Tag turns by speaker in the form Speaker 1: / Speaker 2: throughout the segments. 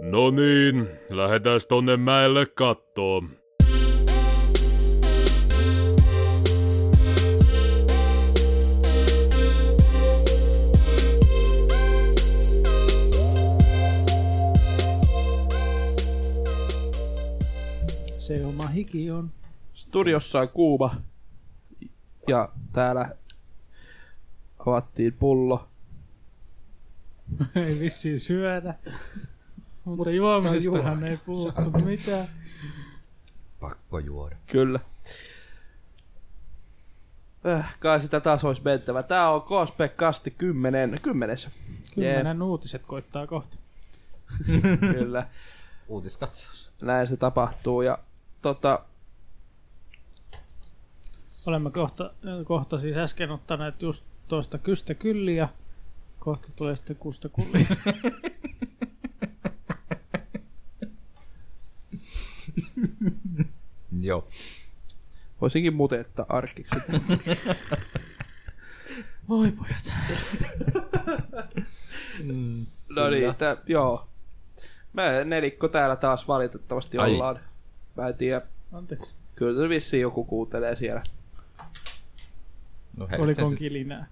Speaker 1: No niin, lähdetääs tonne mäelle kattoon.
Speaker 2: Se oma hiki on.
Speaker 3: Studiossa on kuuma. Ja täällä avattiin pullo.
Speaker 2: ei vissiin syödä. Mutta juomisestahan ei puhuttu mitään.
Speaker 4: Pakko juoda.
Speaker 3: Kyllä. Äh, kai sitä taas olisi mentävä. Tää on Cosplay Kasti 10. Kymmenessä.
Speaker 2: Kymmenen uutiset koittaa kohta.
Speaker 3: Kyllä.
Speaker 4: Uutiskatsaus.
Speaker 3: Näin se tapahtuu. Ja tota,
Speaker 2: Olemme kohta, kohta siis äsken ottaneet just tuosta kystä kylliä. Kohta tulee sitten kusta kullia.
Speaker 4: Joo.
Speaker 3: voisinkin mutettaa arkiksi.
Speaker 2: Voi pojat.
Speaker 3: no niin, tä, joo. Me nelikko täällä taas valitettavasti
Speaker 4: Ai.
Speaker 3: ollaan. Mä en tiedä.
Speaker 2: Anteeksi.
Speaker 3: Kyllä se vissiin joku kuuntelee siellä.
Speaker 4: No hei,
Speaker 2: Kolikon
Speaker 4: sen sit-
Speaker 2: kilinää.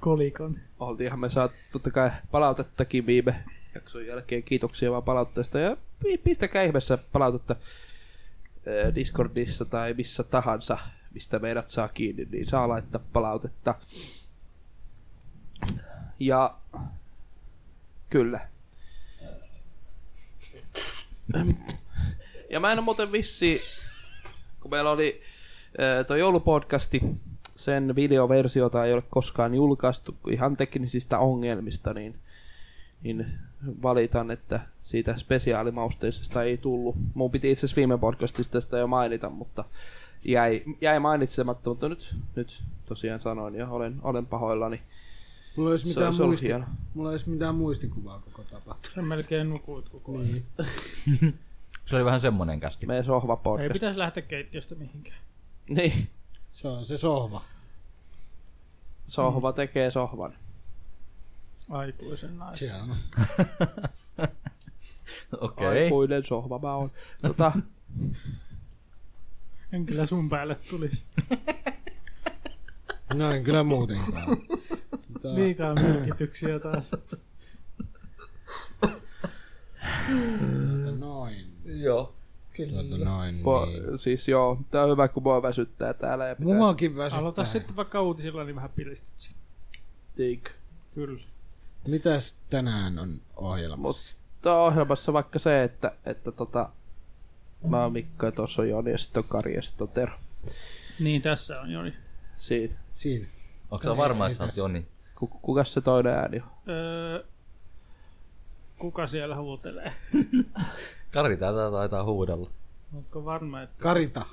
Speaker 2: Kolikon.
Speaker 3: Oltiinhan me saatu totta kai palautettakin viime jakson jälkeen. Kiitoksia vaan palautteesta. Ja pi- pistäkää ihmeessä palautetta ö, Discordissa tai missä tahansa, mistä meidät saa kiinni, niin saa laittaa palautetta. Ja kyllä. Ja mä en ole muuten vissi, kun meillä oli ö, tuo joulupodcasti, sen videoversiota ei ole koskaan julkaistu kun ihan teknisistä ongelmista, niin, niin valitan, että siitä spesiaalimausteisesta ei tullut. Mun piti itse asiassa viime podcastista sitä jo mainita, mutta jäi, jäi mainitsematta, mutta nyt, nyt tosiaan sanoin ja olen, olen pahoillani.
Speaker 5: Mulla ei olisi
Speaker 3: Se
Speaker 5: mitään,
Speaker 3: olisi ollut
Speaker 5: muisti...
Speaker 3: hieno.
Speaker 5: Mulla ei olisi mitään muistikuvaa koko tapahtumasta.
Speaker 2: Sä melkein nukuit koko ajan.
Speaker 5: Niin.
Speaker 4: Se oli vähän semmonen kästi.
Speaker 3: Meidän sohva
Speaker 2: Ei
Speaker 3: podcast.
Speaker 2: pitäisi lähteä keittiöstä mihinkään.
Speaker 3: Niin,
Speaker 5: Se on se sohva.
Speaker 3: sohva tekee sohvan.
Speaker 2: Aikuisen naisen.
Speaker 5: Se on.
Speaker 4: Okei.
Speaker 3: Okay. Aikuinen sohva mä oon. Tota,
Speaker 2: En kyllä sun päälle tulisi.
Speaker 5: No en kyllä muutenkaan. Tota,
Speaker 2: Liikaa merkityksiä taas.
Speaker 5: tuota Noin.
Speaker 4: Joo.
Speaker 5: Tuota noin. Niin.
Speaker 3: po- siis joo, tää on hyvä kun mua väsyttää täällä. Ja pitää
Speaker 5: Muakin väsyttää.
Speaker 2: Aloita sitten vaikka uutisilla, niin vähän pilistyt siinä.
Speaker 3: Dig.
Speaker 2: Kyllä.
Speaker 5: Mitäs tänään on ohjelmassa?
Speaker 3: Mutta ohjelmassa vaikka se, että, että tota, mä oon Mikko ja tossa on Joni ja sit on Kari ja sit on Tero.
Speaker 2: Niin, tässä on Joni.
Speaker 3: Siinä.
Speaker 5: Siinä.
Speaker 4: Onko sä varma,
Speaker 5: Ei
Speaker 4: että sä oot
Speaker 5: tässä.
Speaker 4: Joni?
Speaker 3: Ku, kukas se toinen ääni on?
Speaker 2: Öö, kuka siellä huutelee?
Speaker 4: Kari tätä taitaa huudella.
Speaker 2: Oletko varma, että
Speaker 5: Karita.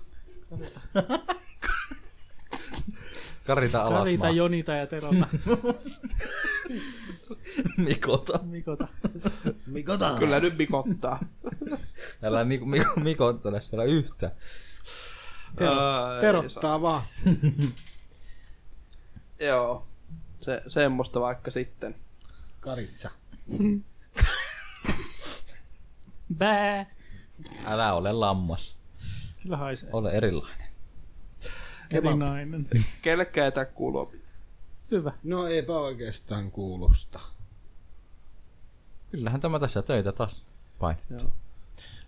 Speaker 4: Karita alas
Speaker 2: Karita,
Speaker 4: maa.
Speaker 2: Jonita ja Terota,
Speaker 4: Mikota.
Speaker 2: Mikota.
Speaker 5: Mikota.
Speaker 3: Kyllä nyt mikottaa.
Speaker 4: Älä Mik- Mik- Mikottele siellä yhtä.
Speaker 3: Öö,
Speaker 5: Terottaa vaan.
Speaker 3: Joo. Se, semmoista vaikka sitten.
Speaker 5: Karitsa.
Speaker 2: Bää!
Speaker 4: Älä ole lammas.
Speaker 2: Kyllä haisee.
Speaker 4: Ole erilainen.
Speaker 2: Eri nainen.
Speaker 3: Kellekään ei tää kuuluu mitään.
Speaker 2: Hyvä.
Speaker 5: No eipä oikeastaan kuulusta.
Speaker 4: Kyllähän tämä tässä töitä taas painaa.
Speaker 3: Joo.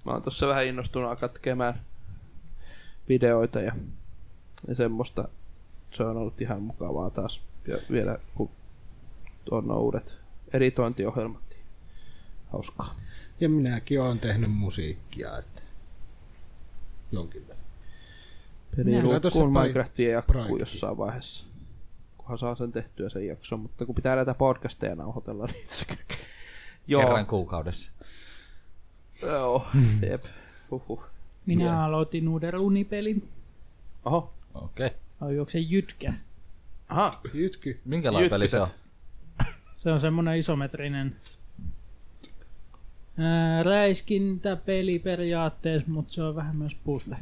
Speaker 3: Mä oon tossa vähän innostunut alkaa tekemään videoita ja, ja semmoista. Se on ollut ihan mukavaa taas. Ja vielä kun on nuo uudet editointiohjelmat. niin Hauskaa.
Speaker 5: Ja minäkin olen tehnyt musiikkia. Että... Jonkin verran.
Speaker 3: Peli
Speaker 2: Näin.
Speaker 5: Kyllä tossa
Speaker 3: lukkuun
Speaker 5: pari-
Speaker 3: Minecraftia jatkuu
Speaker 5: parikin.
Speaker 3: jossain vaiheessa. Kunhan saa sen tehtyä sen jakson, mutta kun pitää näitä podcasteja nauhoitella, niin se Joo,
Speaker 4: Kerran kuukaudessa.
Speaker 3: joo, jep, huhhuh.
Speaker 2: Minä aloitin uuden runipelin.
Speaker 3: Oho,
Speaker 4: Okei. Okay.
Speaker 2: Ajoiko se jytkä?
Speaker 3: aha,
Speaker 5: Jytky.
Speaker 4: Minkälainen peli se on?
Speaker 3: Jytkyset.
Speaker 2: Se on semmonen isometrinen ää, räiskintäpeli periaatteessa, mutta se on vähän myös puzzle.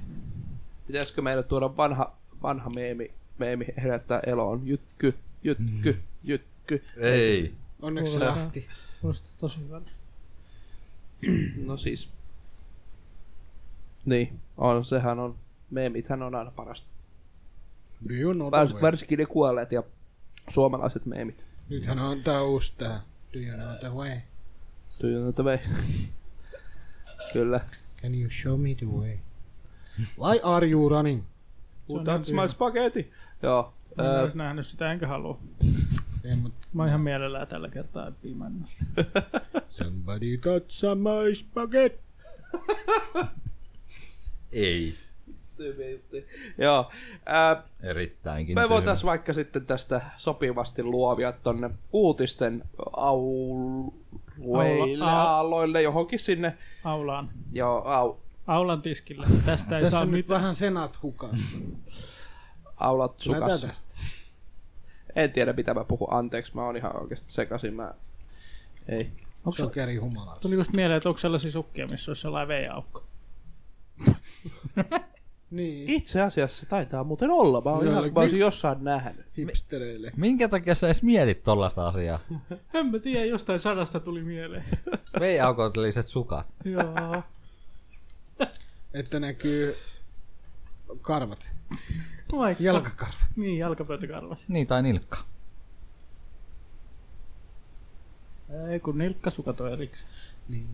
Speaker 3: pitäisikö meille tuoda vanha, vanha meemi, meemi herättää eloon? Jytky, jytky, jytky.
Speaker 4: Ei.
Speaker 5: Onneksi se
Speaker 2: Kuulostaa-
Speaker 5: lähti.
Speaker 2: Kuulostaa tosi hyvältä.
Speaker 3: No siis. Niin, on, sehän on. Meemithän on aina parasta.
Speaker 5: Do you know the
Speaker 3: Värs,
Speaker 5: way?
Speaker 3: varsinkin ne kuolleet ja suomalaiset meemit.
Speaker 5: Nythän on tää uusi tää. Do you know the way?
Speaker 3: Tyynöntä vei. Kyllä.
Speaker 5: Can you show me the way? Why are you running?
Speaker 2: Who touched my
Speaker 3: spaghetti? Joo.
Speaker 2: Mä en
Speaker 3: Öö,
Speaker 2: olisi nähnyt sitä, enkä halua.
Speaker 5: Ei, mut
Speaker 2: Mä oon ihan mielellään tällä kertaa eppiin mennessä.
Speaker 5: somebody got some uh, ice bucket.
Speaker 4: Ei.
Speaker 3: tyhmiä juttuja. Joo. Ää,
Speaker 4: Erittäinkin
Speaker 3: me
Speaker 4: tyhmä.
Speaker 3: voitaisiin vaikka sitten tästä sopivasti luovia tonne uutisten auleille,
Speaker 2: Aula- au-
Speaker 3: aalloille, johonkin sinne.
Speaker 2: Aulaan.
Speaker 3: Joo, au,
Speaker 2: Aulan tiskillä. Tästä ei
Speaker 5: Tässä
Speaker 2: saa
Speaker 5: on nyt
Speaker 2: mitään.
Speaker 5: vähän senat hukassa.
Speaker 3: aulat
Speaker 5: Näytä
Speaker 3: sukassa.
Speaker 5: tästä.
Speaker 3: En tiedä mitä mä puhun, anteeksi, mä oon ihan oikeasti sekasin, mä... Ei.
Speaker 2: Onko,
Speaker 5: Sokeri humala.
Speaker 2: tuli just mieleen, että onko sellaisia sukkia, missä olisi sellainen veijaukko.
Speaker 5: Niin.
Speaker 3: Itse asiassa se taitaa muuten olla, mä oon
Speaker 5: Joo, niin-
Speaker 3: ihan,
Speaker 5: like
Speaker 3: mä oisin
Speaker 5: mi-
Speaker 3: jossain nähnyt.
Speaker 5: Hipstereille.
Speaker 4: Minkä takia sä edes mietit tollasta asiaa?
Speaker 2: En mä tiedä, jostain sanasta tuli mieleen.
Speaker 4: Vei aukotelliset sukat.
Speaker 2: Joo.
Speaker 5: Että näkyy karvat.
Speaker 2: Vaikka.
Speaker 5: Jalkakarvat.
Speaker 2: Niin, jalkapöytäkarvas.
Speaker 4: Niin, tai nilkka.
Speaker 2: Ei kun nilkkasukat on erikseen.
Speaker 5: Niin.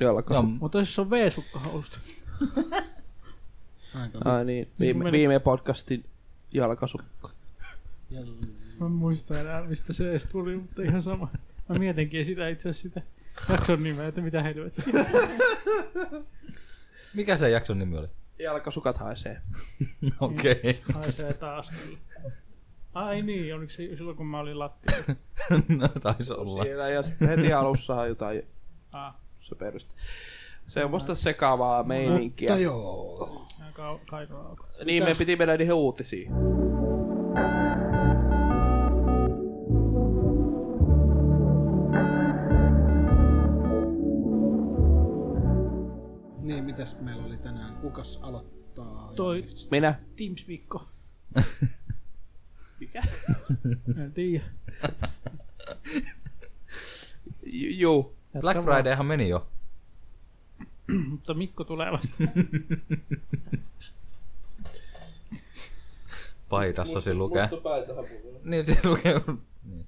Speaker 3: Jalkas.
Speaker 4: Joo,
Speaker 2: Mutta jos on V-sukkahousut.
Speaker 5: Aika.
Speaker 3: Ai niin,
Speaker 2: Siis
Speaker 3: viime,
Speaker 2: kun me-
Speaker 3: viime podcastin jalkasukka.
Speaker 2: Mä en muista enää, mistä se edes tuli, mutta ihan sama. Mä mietinkin sitä itse asiassa sitä jakson nimeä, että mitä helvettiä.
Speaker 4: mikä se jakson nimi oli?
Speaker 3: Jalkasukat haisee.
Speaker 4: Okei. Okay.
Speaker 2: Haisee taas kyllä. Ai niin, oliko se silloin kun mä olin lattialla?
Speaker 4: no, taisi olla.
Speaker 3: Siellä ja sitten heti alussa on jotain
Speaker 2: Ah,
Speaker 3: söperistä. Semmoista sekavaa meininkiä.
Speaker 5: Mutta joo.
Speaker 2: ihan kau- kainoa alkoi.
Speaker 3: Niin, me piti mennä niihin uutisiin.
Speaker 5: Niin, mitäs meillä oli tänään? Kukas aloittaa?
Speaker 2: Toi
Speaker 3: Minä?
Speaker 2: Teams-viikko.
Speaker 3: Mikä?
Speaker 2: En tiedä.
Speaker 3: Juu.
Speaker 2: Jatka
Speaker 4: Black
Speaker 2: vaan.
Speaker 4: Fridayhan meni jo.
Speaker 2: Mutta Mikko tulee vasta.
Speaker 4: Paidassa se lukee. Niin, se lukee. Niin.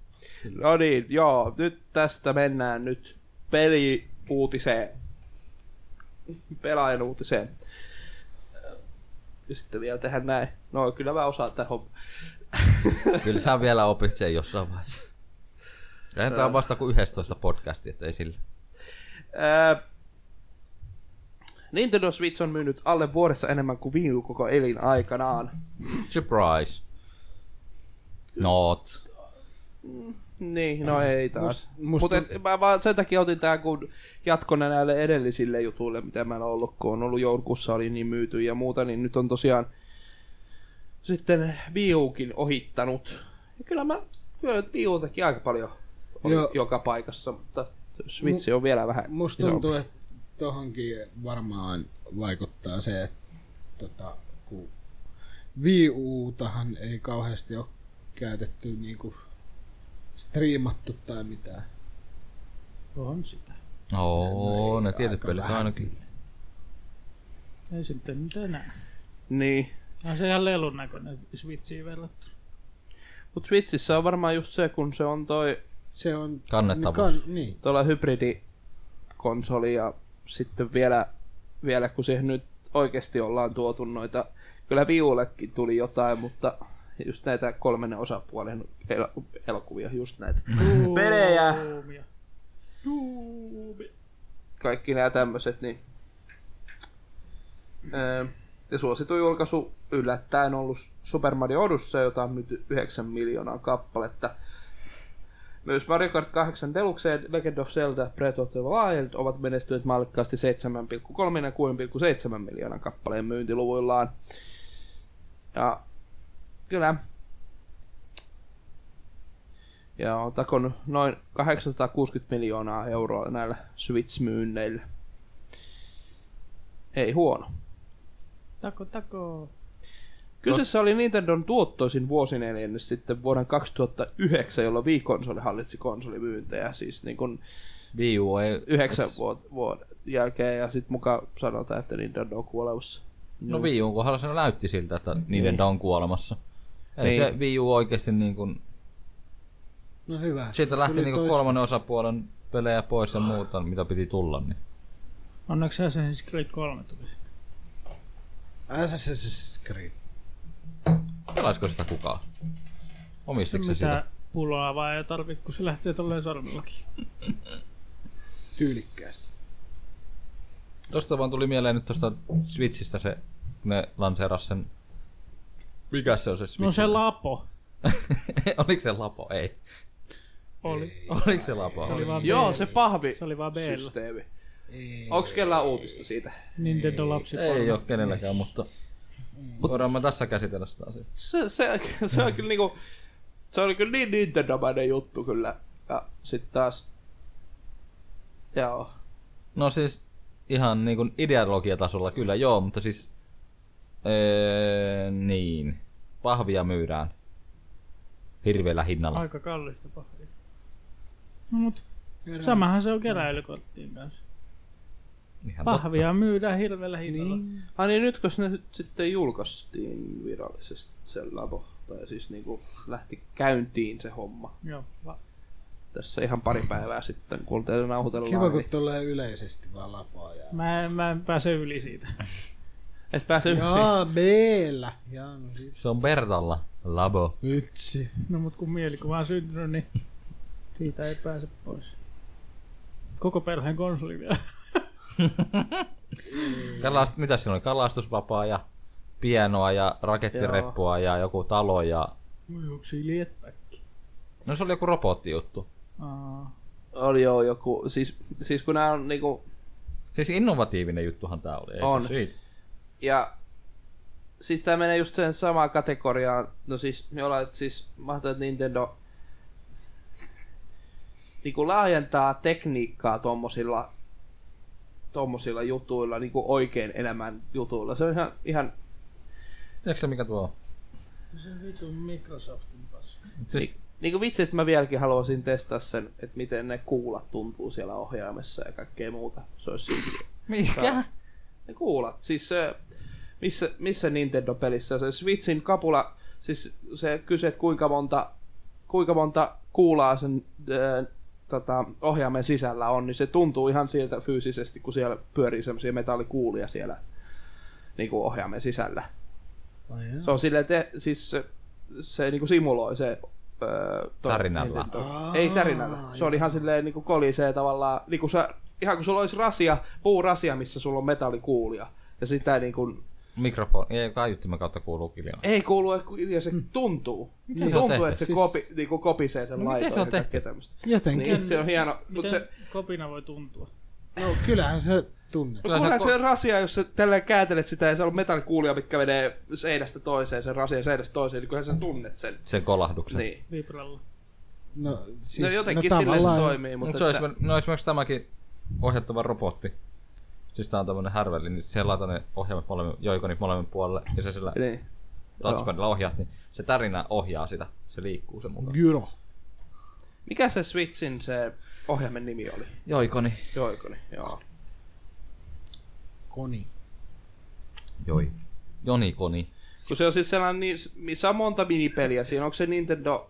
Speaker 3: No niin, joo. Nyt tästä mennään nyt peliuutiseen. Pelaajan uutiseen. Ja sitten vielä tehdä näin. No kyllä mä osaan tähän hommaan.
Speaker 4: Kyllä sä vielä opit sen jossain vaiheessa. Lähdetään vasta kuin 11 podcastia, että ei sillä.
Speaker 3: Ää, Nintendo Switch on myynyt alle vuodessa enemmän kuin Wii U koko elin aikanaan.
Speaker 4: Surprise. Not.
Speaker 3: Niin, no ei taas.
Speaker 5: Äh, Must- must-
Speaker 3: Mutta mä vaan sen takia otin tää kun jatkona näille edellisille jutuille, mitä mä en oo ollut, kun on ollut joulukuussa oli niin myyty ja muuta, niin nyt on tosiaan sitten Wii Ukin ohittanut. Ja kyllä mä, kyllä Wii Utakin aika paljon oli
Speaker 5: Joo.
Speaker 3: joka paikassa, mutta Switch on vielä vähän
Speaker 5: Musta
Speaker 3: isompi.
Speaker 5: tuntuu, että tohonkin varmaan vaikuttaa se, että tota, kun Wii Utahan ei kauheasti ole käytetty niinku striimattu tai mitään.
Speaker 2: On sitä.
Speaker 4: Oo,
Speaker 5: No
Speaker 4: ne
Speaker 5: ei,
Speaker 4: tietyt
Speaker 5: aika
Speaker 4: pelit
Speaker 5: vähän
Speaker 4: ainakin.
Speaker 2: Ei sitten nyt enää.
Speaker 3: Niin.
Speaker 2: On se ihan lelun näköinen Switchiin verrattuna.
Speaker 3: Mutta Switchissä on varmaan just se, kun se on toi
Speaker 5: Se on...
Speaker 4: Kannettavuus.
Speaker 5: Kan, niin.
Speaker 3: tuolla hybridikonsoli ja sitten vielä, vielä kun siihen nyt oikeasti ollaan tuotu noita, kyllä viullekin tuli jotain, mutta just näitä kolmannen osapuolen el- elokuvia, just näitä. Pelejä.
Speaker 2: Duumia. Duumia.
Speaker 3: Kaikki nämä tämmöiset, niin Öö, ja suosituin julkaisu yllättäen ollut Super Mario Odyssey, jota on myyty 9 miljoonaa kappaletta. Myös Mario Kart 8 Deluxe ja Legend of Zelda Breath of the Wild ovat menestyneet mallikkaasti 7,3 ja 6,7 miljoonan kappaleen myyntiluvuillaan. Ja kyllä. Ja on takonut noin 860 miljoonaa euroa näillä Switch-myynneillä. Ei huono.
Speaker 2: Tako, tako.
Speaker 3: Kyseessä oli Nintendon tuottoisin vuosineljännes sitten vuoden 2009, jolloin Wii-konsoli hallitsi konsolimyyntejä. Siis niin kun
Speaker 4: Wii U ei...
Speaker 3: yhdeksän vuoden, vuoden jälkeen ja sitten mukaan sanotaan, että Nintendo on kuolemassa.
Speaker 4: No Wii Uun kohdalla se näytti siltä, että
Speaker 5: Niin.
Speaker 4: Nintendo on kuolemassa. Eli
Speaker 3: Niin.
Speaker 4: se Wii U oikeasti niin kuin,
Speaker 5: No hyvä.
Speaker 4: siitä lähti
Speaker 5: Tuli
Speaker 4: niin kuin
Speaker 5: toista.
Speaker 4: kolmannen osapuolen pelejä pois ja muuta, mitä piti tulla. Niin.
Speaker 2: Onneksi Assassin's Creed 3 tuli.
Speaker 5: Assassin's Creed.
Speaker 4: Pelaisiko sitä kukaan? Omistiko se sitä?
Speaker 2: Mitä pulaa vaan ei tarvitse, kun se lähtee tolleen sormellakin.
Speaker 5: Tyylikkäästi.
Speaker 4: Tosta vaan tuli mieleen nyt tosta Switchistä se, kun ne lanseeras sen... Mikä se on se Switch?
Speaker 2: No se lapo
Speaker 4: Oliko se Lapo? Ei.
Speaker 2: oli.
Speaker 4: Oliko se Lapo?
Speaker 2: Se oli vaan
Speaker 3: Joo,
Speaker 2: B-
Speaker 3: se pahvi
Speaker 2: Se oli vaan B-llä.
Speaker 3: systeemi. Onks kellään uutista siitä?
Speaker 2: Nintendo lapsi
Speaker 4: Ei ole kenelläkään, mutta voidaan mä tässä käsitellä sitä asiaa.
Speaker 3: Se, se, se
Speaker 5: Mm.
Speaker 3: on kyllä niinku... Se oli kyllä niin Nintendo-mäinen juttu kyllä. Ja sit taas... Joo.
Speaker 4: No siis ihan niin kuin ideologiatasolla kyllä joo, mutta siis... Öö, niin. Pahvia myydään hirveällä hinnalla.
Speaker 2: Aika kallista pahvia. No mut, samahan se on keräilykorttiin kanssa.
Speaker 4: Ihan
Speaker 2: Pahvia myydään hirveällä hinnalla. Niin.
Speaker 3: Ai niin, nytkö ne nyt sitten julkaistiin virallisesti se labo? Tai siis niinku lähti käyntiin se homma
Speaker 2: Joo. va-
Speaker 3: tässä ihan pari päivää sitten, kun teitä nauhoitellaan.
Speaker 5: Kiva, kun
Speaker 3: niin
Speaker 5: tulee yleisesti vaan lapaa. Ja...
Speaker 2: Mä en, mä en pääse yli siitä.
Speaker 3: Et pääse
Speaker 5: Jaa, B-llä. Jaa, no siis.
Speaker 4: Se on Bertalla. Labo.
Speaker 5: Vitsi.
Speaker 2: No mut kun mielikuva on syntynyt, niin siitä ei pääse pois. Koko perheen konsoli vielä.
Speaker 4: Kalast, mitä siinä oli? Kalastusvapaa ja pienoa ja rakettireppua ja joku talo ja...
Speaker 2: Voi onko se lietpäkki?
Speaker 4: No se oli joku robottijuttu.
Speaker 2: Aa,
Speaker 3: Oli joo joku, siis, siis kun nämä on niinku,
Speaker 4: Siis innovatiivinen juttuhan tää oli. Ei
Speaker 3: On.
Speaker 4: Se siitä.
Speaker 3: ja siis tää menee just sen samaan kategoriaan, no siis jollain, siis mahtaa, että Nintendo niinku laajentaa tekniikkaa tommosilla, tommosilla jutuilla, niinku oikein elämän jutuilla. Se on ihan, ihan
Speaker 4: Tiedätkö sä, mikä tuo on?
Speaker 2: se vitun Microsoftin paska.
Speaker 4: Siis,
Speaker 3: Ni- niinku vitsi, että mä vieläkin haluaisin testata sen, että miten ne kuulat tuntuu siellä ohjaimessa ja kaikkea muuta. Se olisi siistiä.
Speaker 4: Mikä?
Speaker 3: Ne kuulat, siis se, missä, missä Nintendo-pelissä se Switchin kapula, siis se kyse, että kuinka monta, kuinka monta kuulaa sen äh, tota, ohjaimen sisällä on, niin se tuntuu ihan siltä fyysisesti, kun siellä pyörii semmoisia metallikuulia siellä niin kuin ohjaimen sisällä. Se on silleen, te, siis se, se niin kuin simuloi se... Öö, toi-
Speaker 4: Tärinällä.
Speaker 3: Nintendo.
Speaker 5: Aa,
Speaker 3: Ei tärinällä. Se on ihan silleen niin kuin kolisee tavallaan, niin kuin sä, ihan kuin sulla olisi rasia, puurasia, missä sulla on metallikuulia. Ja sitä niin kuin,
Speaker 4: Mikrofoni. Ei, kaiuttimen kautta kuuluu kilinä.
Speaker 3: ei kuulu, että ja se tuntuu.
Speaker 4: se on
Speaker 3: se tuntuu,
Speaker 4: tehty?
Speaker 3: että se
Speaker 4: Siis-
Speaker 3: kopi, niin kuin kopisee sen
Speaker 4: No miten
Speaker 3: laitoon.
Speaker 4: se on
Speaker 3: ja kaikkea
Speaker 4: tehty?
Speaker 3: tämmöistä.
Speaker 5: Jotenkin.
Speaker 3: Niin, se on hieno. Mutta
Speaker 2: Miten
Speaker 3: se,
Speaker 2: se... kopina voi tuntua?
Speaker 5: No, kyllähän se tunne.
Speaker 3: no
Speaker 4: Kyllä se
Speaker 3: kunhan
Speaker 4: ko-
Speaker 3: se, rasia, jos sä tällä kääntelet sitä ja se on metallikuulia, mitkä menee seinästä toiseen, sen rasia seinästä toiseen, niin kyllähän sä tunnet sen.
Speaker 4: Sen kolahduksen.
Speaker 3: Niin.
Speaker 2: Vibralla.
Speaker 5: No,
Speaker 3: No
Speaker 5: siis,
Speaker 3: jotenkin no, silleen se toimii,
Speaker 4: Mutta
Speaker 3: mutta...
Speaker 4: se olisi,
Speaker 3: että-
Speaker 4: no esimerkiksi tämäkin ohjattava robotti. Siis tää on tämmönen härveli, niin siellä laitat ne ohjaimet molemmin, joikonit molemmin puolelle, ja se sillä
Speaker 3: Niin.
Speaker 4: touchpadilla ohjaat, niin se tärinä ohjaa sitä. Se liikkuu sen mukaan.
Speaker 5: Gyro.
Speaker 3: Mikä se Switchin se ohjaimen nimi oli?
Speaker 4: Joikoni.
Speaker 3: Joikoni, joo.
Speaker 5: Koni.
Speaker 4: Joi. Jonikoni.
Speaker 3: Kun se on siis sellainen, niin, missä on monta minipeliä siinä. Onko se Nintendo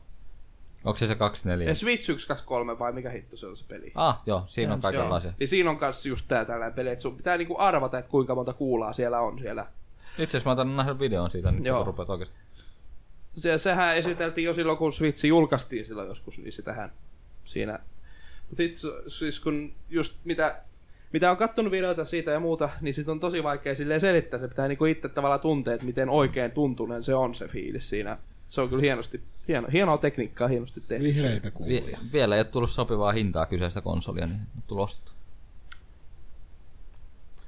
Speaker 4: Onko se se 24?
Speaker 3: yeah. Switch 123 vai mikä hitto se on se peli?
Speaker 4: Ah, joo, siinä on kaikenlaisia.
Speaker 3: Niin siinä on kanssa just tää tällainen peli, että sun pitää niinku arvata, että kuinka monta kuulaa siellä on siellä.
Speaker 4: Itse asiassa siis mä otan nähdä videon siitä, nyt
Speaker 3: Joo.
Speaker 4: kun rupeat oikeesti.
Speaker 3: Se, sehän esiteltiin jo silloin, kun Switch julkaistiin silloin joskus, niin sitähän siinä. Mutta itse siis kun just mitä, mitä on kattonut videoita siitä ja muuta, niin sit on tosi vaikea silleen selittää. Se pitää niinku itse tavallaan tuntea, että miten oikein tuntunen se on se fiilis siinä. Se on kyllä hienosti, hieno, hienoa tekniikkaa hienosti tehty.
Speaker 5: Vihreitä
Speaker 4: Vi-
Speaker 5: kuulia.
Speaker 4: vielä ei ole tullut sopivaa hintaa kyseistä konsolia, niin on tullut ostettu.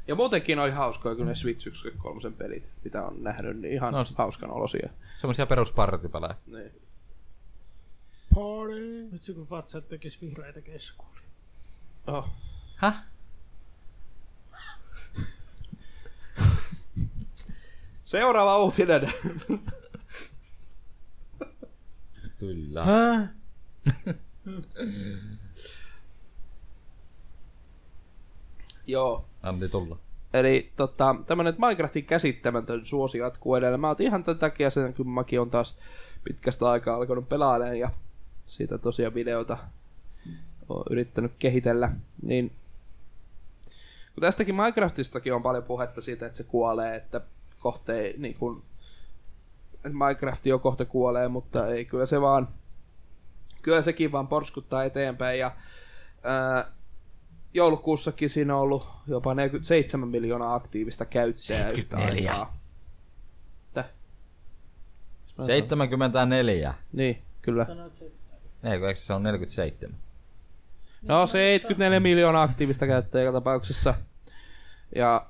Speaker 3: Ja muutenkin on hauskoja kyllä ne Switch 1.3 pelit, mitä on nähnyt, niin ihan
Speaker 4: No,
Speaker 3: no,
Speaker 4: se-
Speaker 3: hauskan olosia.
Speaker 4: Semmoisia peruspartipelejä.
Speaker 3: Niin.
Speaker 5: Party.
Speaker 2: Nyt se kun Fatsat tekisi vihreitä keskuulia.
Speaker 3: Oh.
Speaker 4: Häh?
Speaker 3: Seuraava uutinen.
Speaker 4: Kyllä.
Speaker 5: Häh?
Speaker 3: Joo.
Speaker 4: Antti tulla.
Speaker 3: Eli tota, tämmönen että Minecraftin käsittämätön suosi jatkuu edelleen. Mä oon ihan tämän takia sen, kun mäkin on taas pitkästä aikaa alkanut pelailemaan ja siitä tosiaan videota oon yrittänyt kehitellä. Niin kun tästäkin Minecraftistakin on paljon puhetta siitä, että se kuolee, että kohta ei niin kun, että Minecraft jo kohta kuolee, mutta ei kyllä se vaan kyllä sekin vaan porskuttaa eteenpäin ja ää, joulukuussakin siinä on ollut jopa 47 miljoonaa aktiivista käyttäjää yhtä
Speaker 4: 74.
Speaker 3: aikaa. Mitä?
Speaker 4: 74.
Speaker 3: Niin, kyllä.
Speaker 4: Eikö, eikö se on 47?
Speaker 3: No 74 miljoonaa aktiivista käyttäjää joka tapauksessa. Ja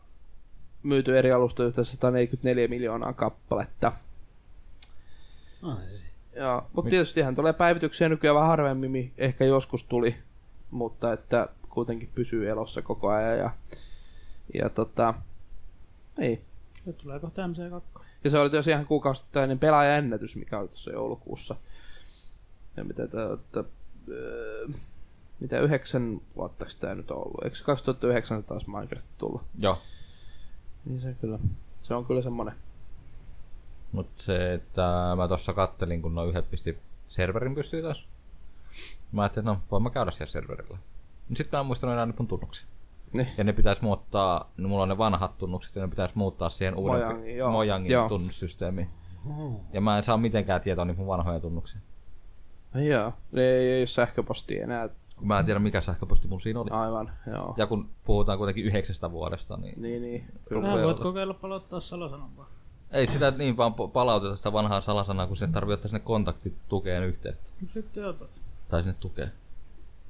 Speaker 3: myyty eri alusta yhteensä 144 miljoonaa kappaletta.
Speaker 5: Ai se.
Speaker 3: Joo, mutta tietystihän tulee päivityksiä nykyään vähän harvemmin, mi- ehkä joskus tuli, mutta että kuitenkin pysyy elossa koko ajan ja, ja tota, niin. ei.
Speaker 2: Nyt tulee kohta MC2.
Speaker 3: Ja se oli tosiaan ihan kuukausittainen pelaajaennätys, mikä oli tuossa joulukuussa. Ja mitä tää, että, öö, mitä yhdeksän vuotta tämä nyt on ollut? Eikö se 2009 taas Minecraft tulla?
Speaker 4: Joo.
Speaker 3: Niin se kyllä. Se on kyllä semmonen.
Speaker 4: Mut se, että mä tossa kattelin, kun noin yhdet pisti serverin pystyy taas. Mä ajattelin, että no, voin mä käydä siellä serverillä. Mut sit mä en muistanut enää nyt mun tunnuksia.
Speaker 3: Niin.
Speaker 4: Ja ne pitäis muuttaa, no mulla on ne vanhat tunnukset ja ne pitäis muuttaa siihen uuden
Speaker 3: Mojangiin, joo.
Speaker 4: Mojangin
Speaker 3: Joo.
Speaker 4: tunnussysteemiin. Ja mä en saa mitenkään tietoa niitä mun vanhoja tunnuksia.
Speaker 3: Ai Joo, ei, ei ole sähköpostia enää.
Speaker 4: Kun mä en tiedä mikä sähköposti mun siinä oli.
Speaker 3: Aivan, joo.
Speaker 4: Ja kun puhutaan kuitenkin yhdeksästä vuodesta, niin
Speaker 3: Niin, niin.
Speaker 2: Vähän
Speaker 4: Rupeaa
Speaker 2: voit
Speaker 4: olla.
Speaker 2: kokeilla palottaa salosanomaa.
Speaker 4: ei sitä niin vaan po- palauteta sitä vanhaa salasanaa, kun sen tarvii ottaa sinne kontaktitukeen yhteyttä.
Speaker 2: Sitten otat.
Speaker 4: Tai sinne tukeen.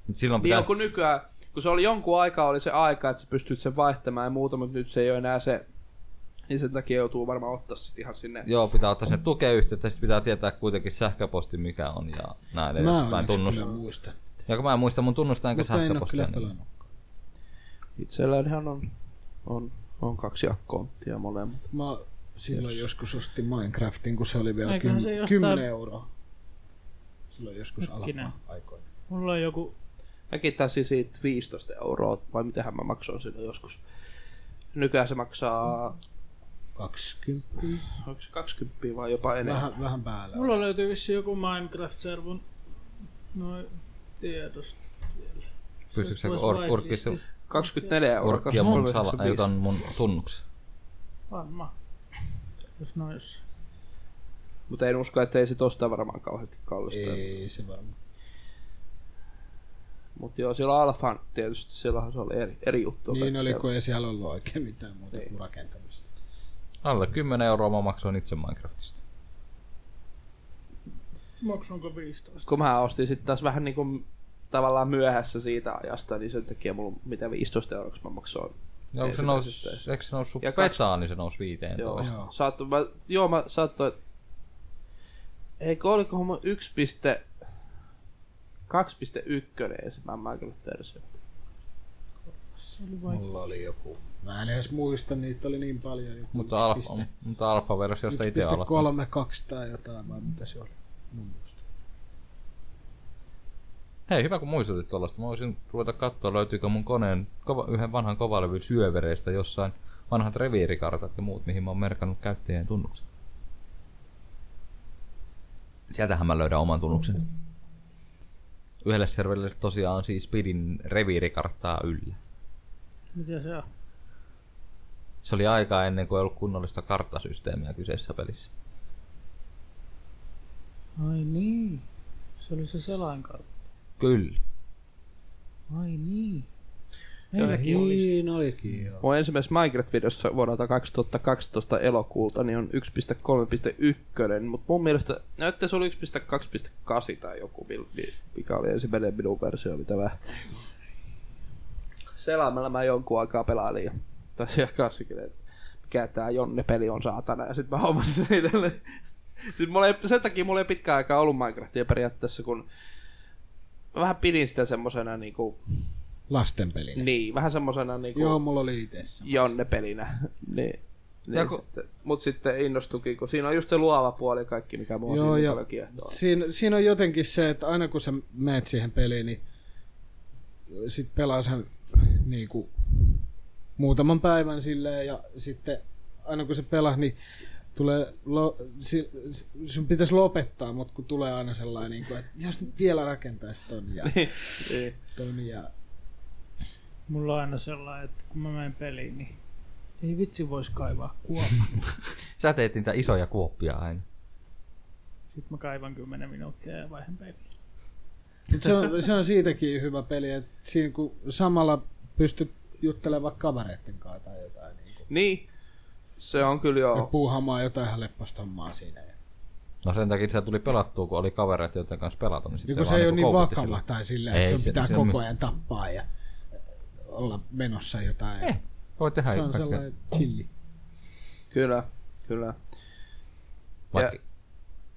Speaker 4: Mut silloin
Speaker 3: Niin
Speaker 4: pitää...
Speaker 3: on, kun nykyään, kun se oli jonkun aikaa, oli se aika, että sä pystyt sen vaihtamaan ja muuta, mutta nyt se ei ole enää se, niin sen takia joutuu varmaan ottaa sit ihan sinne.
Speaker 4: Joo, pitää ottaa sinne tukeen yhteyttä, sitten pitää tietää kuitenkin sähköposti mikä on ja näin
Speaker 5: Mä onneksi
Speaker 4: edespäin tunnus.
Speaker 5: kyllä muistan.
Speaker 4: Ja kun mä en muista mun tunnusta enkä
Speaker 5: Mutta en oo
Speaker 4: sähköpostia.
Speaker 5: kyllä
Speaker 4: Niin...
Speaker 5: pelannut.
Speaker 3: Itsellään ihan on, on, on kaksi akkonttia molemmat.
Speaker 5: Mä silloin joskus ostin Minecraftin, kun se oli vielä
Speaker 2: Eiköhän
Speaker 5: kym-
Speaker 2: se jostain-
Speaker 5: 10 euroa. Silloin joskus
Speaker 2: Hetkinen.
Speaker 5: aikoina.
Speaker 2: Mulla on joku...
Speaker 3: Mäkin taisin siitä 15 euroa, vai mitähän mä maksoin silloin joskus. Nykyään se maksaa
Speaker 5: 20.
Speaker 3: onko se 20 vai jopa enemmän.
Speaker 5: Vähän, vähän päällä.
Speaker 2: Mulla löytyy vissiin joku Minecraft-servun... Noin tiedosta.
Speaker 4: Pystyykö se
Speaker 2: Pois
Speaker 4: or- urkki se
Speaker 5: siis.
Speaker 3: 24 euroa.
Speaker 4: urkki ja mun,
Speaker 3: 23,95.
Speaker 4: sala- ei, ton mun tunnuksen?
Speaker 2: Varmaan. Jos noin jossain.
Speaker 3: Mutta en usko, että ei se tosta varmaan kauheasti kallista.
Speaker 5: Ei se varmaan.
Speaker 3: Mutta joo, siellä Alfan tietysti, silloinhan se oli eri, eri juttu.
Speaker 5: Niin
Speaker 4: Tuota,
Speaker 3: Kaikkea.
Speaker 5: oli, kun ei siellä ollut oikein mitään muuta
Speaker 4: Niin.
Speaker 5: kuin rakentamista.
Speaker 4: Alle 10 euroa mä maksoin itse Minecraftista.
Speaker 2: Maksanko 15?
Speaker 3: Kun mä ostin sitten taas vähän niinku tavallaan myöhässä siitä ajasta, niin sen takia mulla mitä 15 euroksi mä maksoin.
Speaker 4: Ja onko
Speaker 3: Ei
Speaker 4: se
Speaker 3: se
Speaker 4: nous,
Speaker 3: käsittää.
Speaker 4: eikö se noussut
Speaker 3: Ja kats-
Speaker 4: petaan, niin se nousi
Speaker 3: Joo,
Speaker 4: 15.
Speaker 5: Joo.
Speaker 3: Saatto, mä, joo, mä saattoi... Eikö olikohan mä 1. piste- 2.1 ensimmäinen Minecraft versio.
Speaker 2: Se oli vai...
Speaker 5: Mulla oli joku. Mä en edes muista, niitä oli niin paljon. Joku
Speaker 4: Mutta,
Speaker 5: yksi
Speaker 4: alfa,
Speaker 5: piste-
Speaker 4: mutta alfa-versiosta itse aloittanut.
Speaker 5: 1.32 tai jotain, vai mitä se oli? Mun mielestä.
Speaker 4: Hei, hyvä kun muistutit tuollaista. Mä voisin ruveta katsoa, löytyykö mun koneen kova, yhden vanhan kovalevyn syövereistä jossain vanhat reviirikartat ja muut, mihin mä oon merkannut käyttäjien tunnukset. Sieltähän mä löydän oman tunnuksen. Yhdelle serverille tosiaan siis pidin reviirikarttaa yllä.
Speaker 2: Mitä se on?
Speaker 4: Se oli aika ennen kuin ei ollut kunnollista karttasysteemiä kyseisessä pelissä.
Speaker 2: Ai niin. Se oli se selainkartta.
Speaker 4: Kyllä.
Speaker 2: Ai niin. Meilläkin oli
Speaker 5: Niin olikin joo.
Speaker 3: Mun ensimmäisessä Minecraft-videossa vuodelta 2012 elokuulta niin on 1.3.1, mutta mun mielestä näyttää se oli 1.2.8 tai joku, mil- mi- mikä oli ensimmäinen minun versio, mitä mä selaamalla mä jonkun aikaa pelailin ja tässä jakassikin, että mikä tää Jonne-peli on saatana ja sit mä hommasin sen itselleen. Siis mulla ei, sen takia mulla ei pitkään aikaa ollut Minecraftia periaatteessa, kun mä vähän pidin sitä semmosena niinku,
Speaker 5: Lastenpeli.
Speaker 3: niin, vähän semmosena niinku,
Speaker 5: Joo, mulla oli itessä.
Speaker 3: Jonne-pelinä. Niin.
Speaker 4: Ja
Speaker 3: Niin
Speaker 4: kun-
Speaker 3: sitten, mut sitten innostukin, kun siinä on just se luova puoli ja kaikki, mikä mua
Speaker 5: Joo,
Speaker 3: Joo, siinä
Speaker 5: ja
Speaker 3: paljon kiehtoo.
Speaker 5: siinä, siinä on jotenkin se, että aina kun sä meet siihen peliin, niin sit pelaa sen niin kuin, muutaman päivän silleen ja sitten aina kun se pelaa, niin tulee lo, si, si- sun pitäisi lopettaa, mutta kun tulee aina sellainen, niin kuin, että jos nyt vielä rakentaisi ton ja
Speaker 3: Niin.
Speaker 5: ton ja
Speaker 2: Mulla on aina sellainen, että kun mä menen peliin, niin ei vitsi vois kaivaa kuoppaa.
Speaker 4: Sä teet niitä isoja kuoppia aina.
Speaker 2: Sitten mä kaivan 10 minuuttia ja vaihan peliin.
Speaker 5: Mut se, on, se on siitäkin hyvä peli, että siinä kun samalla pystyt juttelemaan kavereiden kanssa tai jotain. Niin kuin,
Speaker 3: niin. Se on kyllä
Speaker 5: ja
Speaker 3: joo.
Speaker 5: puuhamaan jotain ihan lepposta hommaa siinä. Ja,
Speaker 4: No sen takia se tuli pelattua, kun oli kavereita, joiden kanssa pelata. Niin sit
Speaker 5: ja kun se,
Speaker 4: vaan
Speaker 5: ei ole
Speaker 4: niinku
Speaker 5: niin
Speaker 4: koukutti
Speaker 5: vakava
Speaker 4: sillä.
Speaker 5: sillä. tai silleen, että
Speaker 4: Ei
Speaker 5: sen
Speaker 4: se-
Speaker 5: pitää
Speaker 4: se
Speaker 5: se
Speaker 4: on
Speaker 5: koko
Speaker 4: mi-
Speaker 5: ajan tappaa ja olla menossa jotain.
Speaker 4: Eh, voi tehdä
Speaker 5: se on
Speaker 4: kaikkea.
Speaker 5: sellainen chilli.
Speaker 3: Kyllä, kyllä.
Speaker 4: Vaikka-
Speaker 3: Ja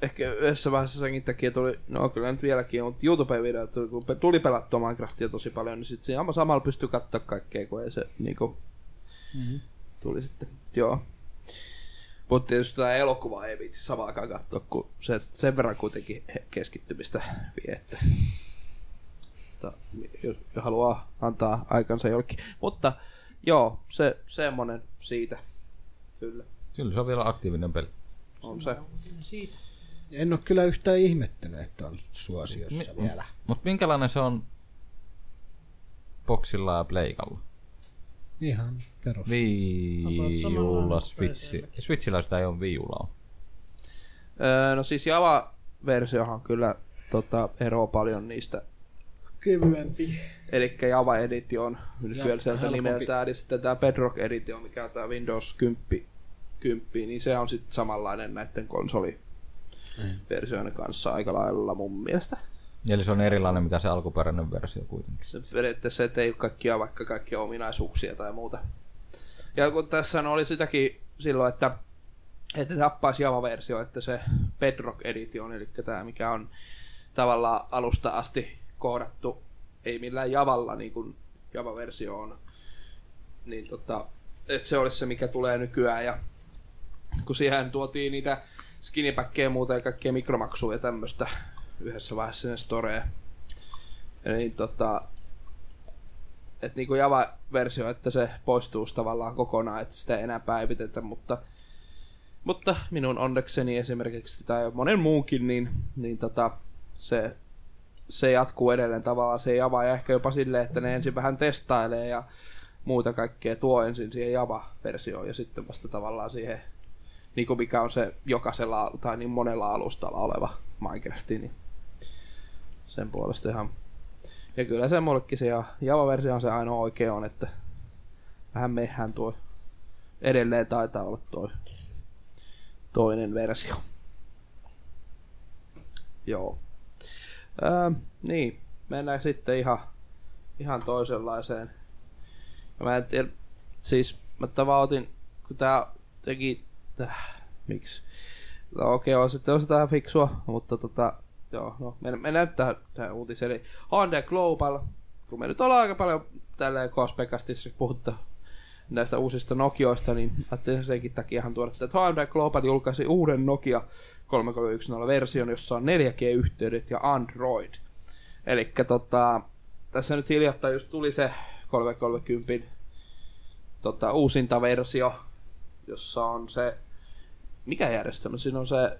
Speaker 3: ehkä yhdessä vaiheessa senkin takia tuli, no kyllä nyt vieläkin, mutta YouTube-videot, tuli, kun pe- tuli pelattua Minecraftia tosi paljon, niin sitten siinä samalla pystyy katsoa kaikkea, kun ei se niinku tuli sitten, joo. Mutta tietysti tämä elokuva ei viitsi samaakaan katsoa, kun se sen verran kuitenkin he- keskittymistä vie, että mutta jos jos haluaa antaa aikansa jollekin. Mutta joo, se semmonen siitä. Kyllä,
Speaker 4: Kyllä se on vielä aktiivinen peli.
Speaker 3: on se.
Speaker 2: Siitä.
Speaker 5: En ole kyllä yhtään ihmettänyt, että on suosiossa
Speaker 4: Mi-
Speaker 5: vielä.
Speaker 4: Mutta minkälainen se on boksilla ja pleikalla?
Speaker 5: Ihan perus.
Speaker 4: Viiulla,
Speaker 2: samanlainen
Speaker 4: switchi.
Speaker 2: kuin
Speaker 4: Switchillä sitä ei ole viiulaa.
Speaker 3: Öö, no siis Java-versiohan kyllä tota, eroaa paljon niistä.
Speaker 5: Kevyempi.
Speaker 3: Eli Java Edition on nykyään sieltä
Speaker 5: helpompi.
Speaker 3: nimeltään, ja sitten tämä Bedrock Edition, mikä on tämä Windows 10, 10, niin se on sitten samanlainen näiden konsoliversioiden kanssa aika lailla mun mielestä.
Speaker 4: Eli se on erilainen mitä se alkuperäinen versio kuitenkin.
Speaker 3: Se periaatteessa, että ei ole kaikkia vaikka kaikkia ominaisuuksia tai muuta. Ja kun tässä oli sitäkin silloin, että että tappaisi Java-versio, että se Bedrock Edition, eli tämä mikä on tavallaan alusta asti kohdattu, ei millään Javalla, niin kuin Java-versio on, niin tota, että se olisi se, mikä tulee nykyään. Ja kun siihen tuotiin niitä skinnypäkkejä ja muuta ja kaikkia mikromaksuja ja tämmöistä yhdessä vaiheessa sinne storeen, niin tota, että niin kuin Java-versio, että se poistuu tavallaan kokonaan, että sitä ei enää päivitetä, mutta mutta minun onnekseni esimerkiksi, tai monen muunkin, niin, niin tota, se, se jatkuu edelleen tavallaan se Java, ja ehkä jopa silleen, että ne ensin vähän testailee ja muuta kaikkea tuo ensin siihen Java-versioon, ja sitten vasta tavallaan siihen, niin kuin mikä on se jokaisella tai niin monella alustalla oleva Minecraft, niin sen puolesta ihan... Ja kyllä se mullekin se ja- Java-versio on se ainoa oikea on, että vähän mehän tuo edelleen taitaa olla toi toinen versio. Joo. Ähm, niin, mennään sitten ihan, ihan toisenlaiseen. Ja mä en tiedä, siis mä tavallaan otin, kun tää teki, äh, miksi? No okei, okay, on sitten on se tähän fiksua, mutta tota, joo, no mennään, mennään nyt tähän, tähän uutiseen. Eli HD Global, kun me nyt ollaan aika paljon tälleen kospekasti siis puhuttu näistä uusista Nokioista, niin ajattelin senkin takiahan tuoda, tätä, että HMD Global julkaisi uuden Nokia 3310-version, jossa on 4G-yhteydet ja Android. Eli tota, tässä nyt hiljattain just tuli se 330 tota, uusinta versio, jossa on se, mikä järjestelmä siinä on se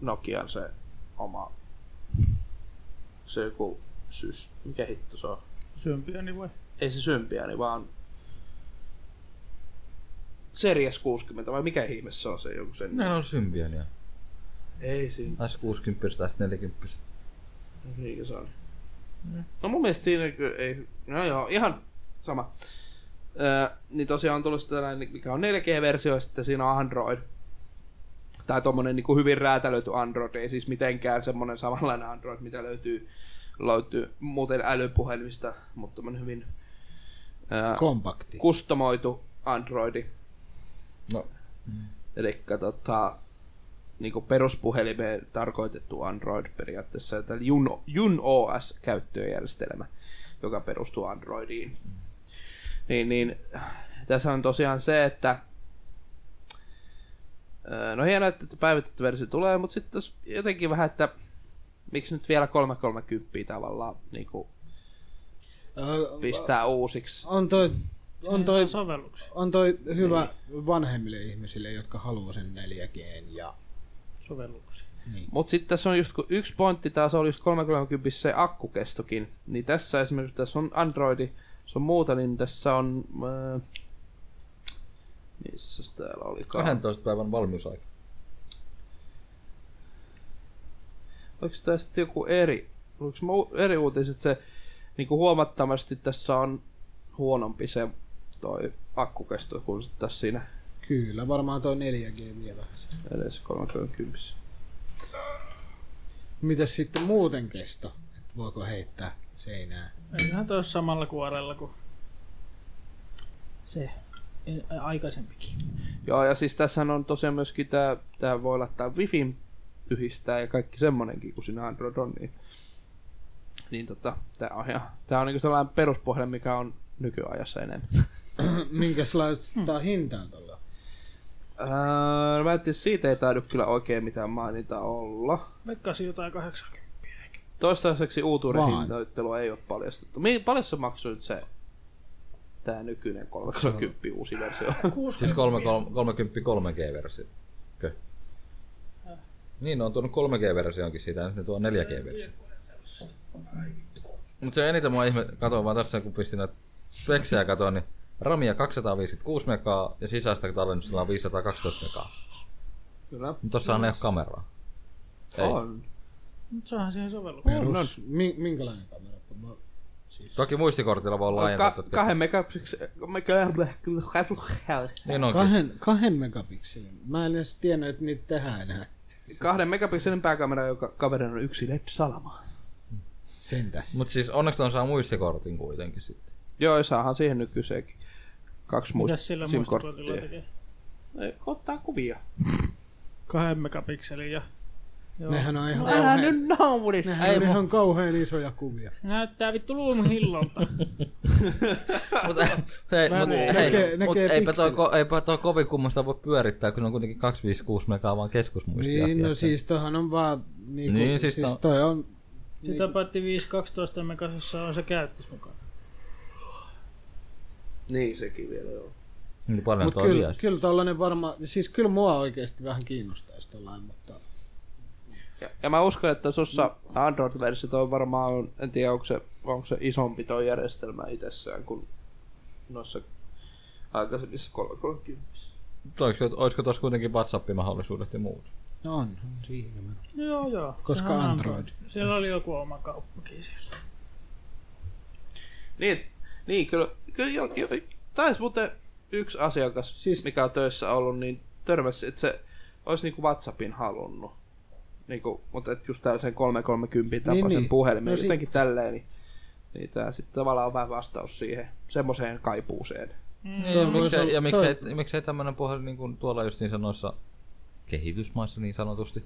Speaker 3: Nokian se oma, se joku sys, mikä hitto se on?
Speaker 2: Sympioni voi.
Speaker 3: ei se Symbiani, vaan Series 60, vai mikä ihme se on se joku sen?
Speaker 4: Ne on symbionia.
Speaker 3: Ei siinä.
Speaker 4: S60 S40.
Speaker 3: Eikö Niin se on? No mun mielestä siinä kyllä ei... No joo, ihan sama. Öö, niin tosiaan on tullut tällainen, mikä on 4G-versio, ja sitten siinä on Android. Tai tommonen niin kuin hyvin räätälöity Android, ei siis mitenkään semmonen samanlainen Android, mitä löytyy, löytyy muuten älypuhelimista, mutta tommonen hyvin öö,
Speaker 5: Kompakti.
Speaker 3: kustomoitu Androidi.
Speaker 4: No.
Speaker 3: Eli tota, niinku peruspuhelimeen tarkoitettu Android periaatteessa, tämä Jun, Jun OS-käyttöjärjestelmä, joka perustuu Androidiin. Niin, niin, tässä on tosiaan se, että öö, no hienoa, että päivitetty versio tulee, mutta sitten jotenkin vähän, että miksi nyt vielä 330 tavallaan niin kuin
Speaker 5: Ö,
Speaker 3: pistää uusiksi.
Speaker 5: On toi on toi,
Speaker 2: Sovelluksia.
Speaker 5: on toi hyvä
Speaker 3: Niin.
Speaker 5: vanhemmille ihmisille, jotka haluaa sen 4G ja
Speaker 2: Sovelluksia.
Speaker 5: niin.
Speaker 3: Mutta sitten tässä on just, kun yksi pointti taas oli just 30 se akkukestokin, niin tässä esimerkiksi tässä on Androidi, se on muuta, niin tässä on... Äh, missäs täällä olikaan?
Speaker 4: 12 päivän valmiusaika.
Speaker 3: Oliko tämä sitten joku eri, oliko mu, eri uutiset se, niin kuin huomattavasti tässä on huonompi se toi akkukesto kuin sit tässä siinä
Speaker 5: Kyllä, varmaan toi 4G vie vähän sitä.
Speaker 3: edessä 30.
Speaker 5: Mitäs sitten muuten kesto? Et voiko heittää seinää?
Speaker 2: Eiköhän toi ole samalla kuorella kuin se ä, aikaisempikin.
Speaker 3: Joo, ja siis tässä on tosiaan myöskin tämä, tää voi laittaa Wifin yhdistää ja kaikki semmonenkin, kun siinä Android on, niin, niin tota, tämä on, ihan, tää on niinku sellainen peruspohja, mikä on nykyajassa enemmän. Hmm.
Speaker 5: Minkäslaista hintaa tuolla?
Speaker 3: Öö, mä en tiedä, siitä ei taidu kyllä oikein mitään mainita olla.
Speaker 2: Veikkaisin jotain 80.
Speaker 3: Toistaiseksi uutuuden
Speaker 5: Vaan.
Speaker 3: hinnoittelua ei ole paljastettu. Mi- paljon se maksoi nyt se tämä nykyinen 330 uusi versio?
Speaker 2: 60.
Speaker 4: Siis 30 3G-versio. Kö? Niin, ne on tuonut 3G-versionkin siitä, ja nyt ne tuo 4G-versio. Mutta se on eniten mua ihme, katoin vaan tässä kun pistin näitä speksejä katoin, niin Ramia 256 megaa ja sisäistä tallennusta on 512 megaa.
Speaker 3: kyllä.
Speaker 4: Mutta tossahan ei ole kameraa. Ei.
Speaker 3: On.
Speaker 2: Mutta se onhan siihen sovellukseen.
Speaker 5: Perus, mi- minkälainen kamera? Mä-
Speaker 4: Toki muistikortilla voi laajentaa.
Speaker 3: Ka-
Speaker 4: Ka-
Speaker 3: kahden megapikselin. mega-
Speaker 4: Niin onkin.
Speaker 5: Kahden, kahden megapikselin. Mä en edes tiennyt, että niitä tehdään enää.
Speaker 3: kahden megapikselin pääkamera, joka kaverin on yksi LED-salama.
Speaker 5: Sen tässä.
Speaker 4: Mutta siis onneksi on saa muistikortin kuitenkin sitten.
Speaker 3: Joo, ja saahan siihen nykyiseenkin. Kaksi muista
Speaker 2: Mitäs sillä muistokortilla
Speaker 3: SIM-korttia.
Speaker 2: tekee?
Speaker 3: Ei, Ottaa kuvia.
Speaker 2: Kahden megapikselin ja... Joo.
Speaker 5: Nehän on ihan
Speaker 3: Älä
Speaker 5: kauhean,
Speaker 3: nyt naurista.
Speaker 5: nehän on ihan kauhean isoja kuvia.
Speaker 2: Näyttää vittu luumun hillolta.
Speaker 4: Mut, äh, hei, mut,
Speaker 2: Näkee-
Speaker 4: hei, mut
Speaker 5: näkee
Speaker 4: eipä, toi,
Speaker 5: pikselit.
Speaker 4: ko- eipä toi kovin kummosta voi pyörittää, kun se on kuitenkin 256 megaa vaan keskusmuistia.
Speaker 5: Niin, no
Speaker 4: tiedätkö.
Speaker 5: siis tohan on vaan... Niinku,
Speaker 4: Niin, siis
Speaker 5: siis,
Speaker 4: tää on-
Speaker 5: siis toi on...
Speaker 2: Sitä paitsi 512 megasessa on se käyttös mukana.
Speaker 3: Niin sekin vielä, joo.
Speaker 4: Niin paljon
Speaker 5: Mutta
Speaker 4: tuo
Speaker 5: kyllä,
Speaker 4: kyllä,
Speaker 5: kyllä tollanen varmaan... Siis kyllä mua oikeasti vähän kiinnostaisi tollain, mutta...
Speaker 3: Ja, ja mä uskon, että tuossa Android-versio toi varmaan on, en tiedä onko se, onko se isompi toi järjestelmä itsessään kuin noissa aikaisemmissa 330.
Speaker 4: Olisiko, olisiko tuossa kuitenkin WhatsApp-mahdollisuudet ja muut?
Speaker 5: No on, on siinä.
Speaker 2: No joo joo.
Speaker 5: Koska
Speaker 2: Sehän on
Speaker 5: Android.
Speaker 2: Siellä oli joku oma kauppakin siellä.
Speaker 3: Niin, niin kyllä, kyllä jo, jo, taisi muuten yksi asiakas, siis...
Speaker 5: Siis-
Speaker 3: mikä on töissä ollut, niin törmäsi, että se olisi niinku WhatsAppin halunnut. Niinku, mutta et just tällaisen 330
Speaker 5: Niin,
Speaker 3: tapaisen niin,
Speaker 5: niin.
Speaker 3: puhelimen,
Speaker 5: No
Speaker 3: no,
Speaker 5: si-
Speaker 3: jotenkin tälleen, niin, niin tämä sitten tavallaan on vähän vastaus siihen semmoiseen kaipuuseen.
Speaker 4: Niin,
Speaker 5: Toi
Speaker 4: ja
Speaker 5: voisi
Speaker 4: miksei,
Speaker 5: olla-
Speaker 4: ja miksei,
Speaker 5: toi-
Speaker 4: miksei tämmöinen puhelin niin kuin tuolla just niissä noissa kehitysmaissa niin sanotusti.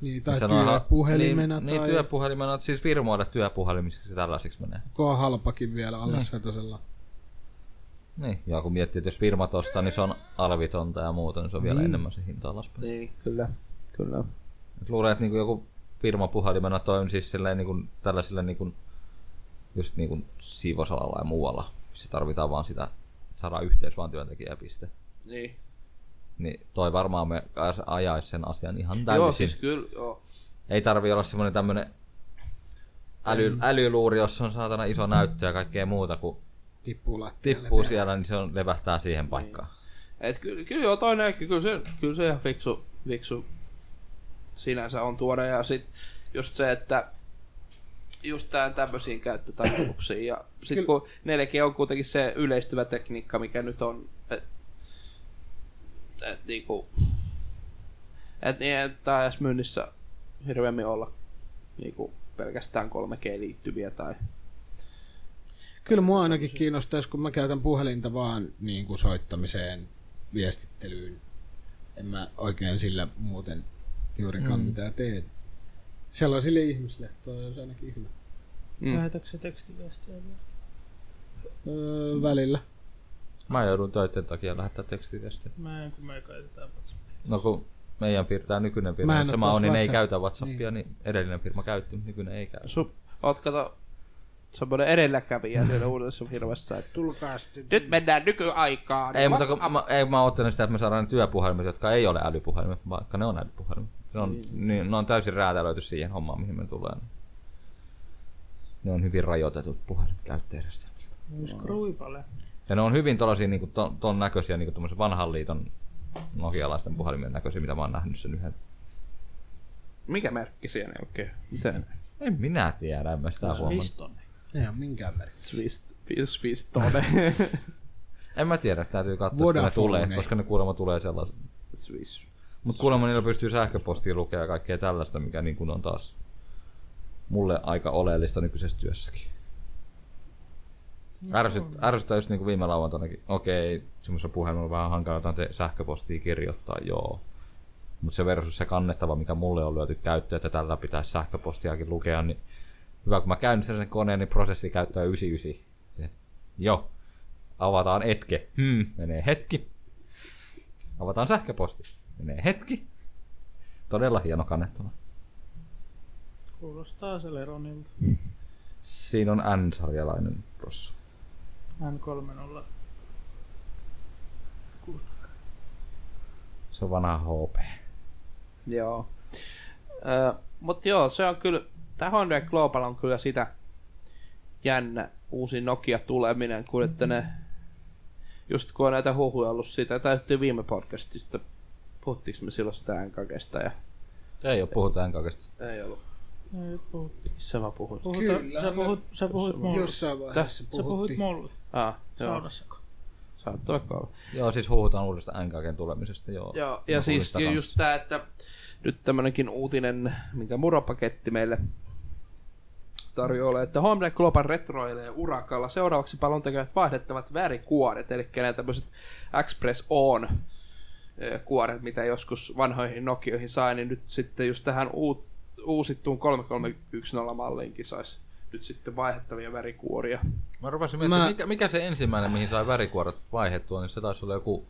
Speaker 5: Niin, tai
Speaker 4: Missä noin ha-
Speaker 5: työpuhelimena
Speaker 4: niin,
Speaker 5: tai...
Speaker 4: Niin, työpuhelimena, siis firmoille työpuhelimiksi se tällaiseksi menee.
Speaker 5: kun on halpakin vielä alle satosella.
Speaker 4: Niin, ja kun miettii, että jos firmat ostaa, niin se on alvitonta ja muuta, niin se on vielä
Speaker 5: Niin.
Speaker 4: enemmän se hinta alaspäin.
Speaker 3: Niin, kyllä. Kyllä.
Speaker 4: Et luulen, että niinku joku firmapuhelimena toimii siis silleen niinku tällaisilla niinku, just niinku siivosalalla ja muualla. Se tarvitaan vaan sitä, että saadaan yhteys vaan työntekijä piste.
Speaker 3: Niin.
Speaker 4: Niin toi varmaan me as- ajaisi sen asian ihan täysin.
Speaker 3: Joo, siis kyllä, joo.
Speaker 4: Ei tarvi olla semmoinen tämmönen äly, älyluuri, jossa on saatana iso näyttö ja kaikkea muuta, kun
Speaker 5: Tippuu lattialle.
Speaker 4: tippuu siellä, niin se on, levähtää siihen paikkaan.
Speaker 3: Et kyllä, kyllä joo, toi näkyy, kyllä se, kyllä se ihan fiksu, fiksu sinänsä on tuoda. Ja sit just se, että just tää tämmöisiin käyttötarkoituksiin. Ja sit
Speaker 5: Kyllä.
Speaker 3: kun 4G on kuitenkin se yleistyvä tekniikka, mikä nyt on, et, et niinku, et niin, ei tää edes myynnissä hirveämmin olla niinku pelkästään 3G liittyviä tai
Speaker 5: Kyllä mua ainakin kiinnostaisi, kun mä käytän puhelinta vaan niin kuin soittamiseen, viestittelyyn. En mä oikein sillä muuten juurikaan mm. mitään tee. Sellaisille ihmisille, toi on ainakin ihme.
Speaker 2: Mm.
Speaker 3: mm.
Speaker 2: Lähetätkö se tekstiviestiä vielä?
Speaker 5: Öö, välillä.
Speaker 4: Mä joudun töiden takia lähettää tekstiviestiä.
Speaker 2: Mä en, kun me käytetään WhatsAppia.
Speaker 4: No kun meidän piirtää nykyinen
Speaker 5: Mä
Speaker 4: firma,
Speaker 5: en
Speaker 4: jossa
Speaker 5: oo
Speaker 4: mä
Speaker 5: taas
Speaker 4: oon, niin ne ei
Speaker 5: WhatsApp-
Speaker 4: käytä Whatsappia, niin. edellinen firma käytti, mutta nykyinen ei käytä.
Speaker 3: Sup, oot kato, semmoinen edelläkävijä siellä uudessa firmassa. että
Speaker 5: Tulkaa sitten.
Speaker 3: Nyt mennään nykyaikaan. niin
Speaker 4: Ei, mutta kun,
Speaker 3: WhatsApp-
Speaker 4: mä, ei, mä oottelen sitä, että me saadaan ne työpuhelimet, jotka ei ole älypuhelimet, vaikka ne on älypuhelimet. Se on, niin, ne on täysin räätälöity siihen hommaan, mihin me tulee. Ne on hyvin rajoitetut puhelimet käyttäjärjestelmät.
Speaker 2: Myös kruipalle.
Speaker 4: Ja ne on hyvin tällaisia niin ton, ton näköisiä, niin kuin vanhan liiton nokialaisten puhelimien näköisiä, mitä mä oon nähnyt sen yhden.
Speaker 3: Mikä merkki siellä oikein? Mitä ne?
Speaker 4: En minä tiedä, en mä sitä
Speaker 5: No
Speaker 4: huomannut.
Speaker 2: Vistonne.
Speaker 5: Ei ole minkään väliä.
Speaker 3: Swist, Swist, tone.
Speaker 4: En mä tiedä, täytyy katsoa, että ne
Speaker 5: Vodafone.
Speaker 4: tulee, koska ne kuulemma tulee sellaiset.
Speaker 3: Swiss.
Speaker 4: Mutta kuulemma niillä pystyy sähköpostia lukea ja kaikkea tällaista, mikä niin kuin on taas mulle aika oleellista nykyisessä työssäkin. Ärsyt- Ärsyttää just niin kuin viime lauantainakin. Okei, semmoisessa puhelimella on vähän hankala jotain te- sähköpostia kirjoittaa, joo. Mutta se versus se kannettava, mikä mulle on lyöty käyttöön, että tällä pitäisi sähköpostiakin lukea, niin hyvä, kun mä käynnistän sen koneen, niin prosessi käyttää 99. Se, joo, avataan etke. Hmm, menee hetki. Avataan sähköposti. Menee hetki. Todella hieno kannettava.
Speaker 2: Kuulostaa Celeronilta.
Speaker 4: Siinä on N-sarjalainen prossu.
Speaker 2: N30.
Speaker 4: Se on vanha HP.
Speaker 3: Joo. Ö, mut joo, se on kyllä, tämä Hyundai Global on kyllä sitä jännä uusi Nokia tuleminen, kun että ne, just kun on näitä huhuja ollut siitä, tai sitten viime podcastista, puhuttiinko me silloin sitä N-kakesta ja
Speaker 4: Ei ole puhuttu n kaikesta.
Speaker 3: ei ollut.
Speaker 2: Ei puhut.
Speaker 3: Missä mä puhun?
Speaker 2: puhut
Speaker 5: Kyllä,
Speaker 2: sä
Speaker 5: me-
Speaker 2: puhut, sä puhut mulle.
Speaker 5: Jossain vaiheessa
Speaker 2: Sä puhut
Speaker 5: puhuttiin.
Speaker 2: mulle.
Speaker 3: Ah, joo,
Speaker 2: Saunassa.
Speaker 3: saattaa olla.
Speaker 4: Joo, siis huhutaan uudesta n kaiken tulemisesta. Joo,
Speaker 3: Joo,
Speaker 4: Mä
Speaker 3: ja
Speaker 4: kuulin
Speaker 3: siis
Speaker 4: sitä
Speaker 3: ju-
Speaker 4: kanssa.
Speaker 3: just tää, että nyt tämmönenkin uutinen, minkä muropaketti meille tarjoilee, että Hyundai Global retroilee urakalla seuraavaksi paljon tekevät vaihdettavat värikuoret, eli nämä tämmöiset Express On ö, kuoret, mitä joskus vanhoihin Nokioihin sai, niin nyt sitten just tähän uut, uusittuun 3310-malliinkin saisi nyt sitten vaihdettavia värikuoria.
Speaker 4: Mä rupesin miettimään,
Speaker 5: Mä-
Speaker 4: mikä, mikä se ensimmäinen, mihin sai värikuoret vaihettua, niin se taisi olla joku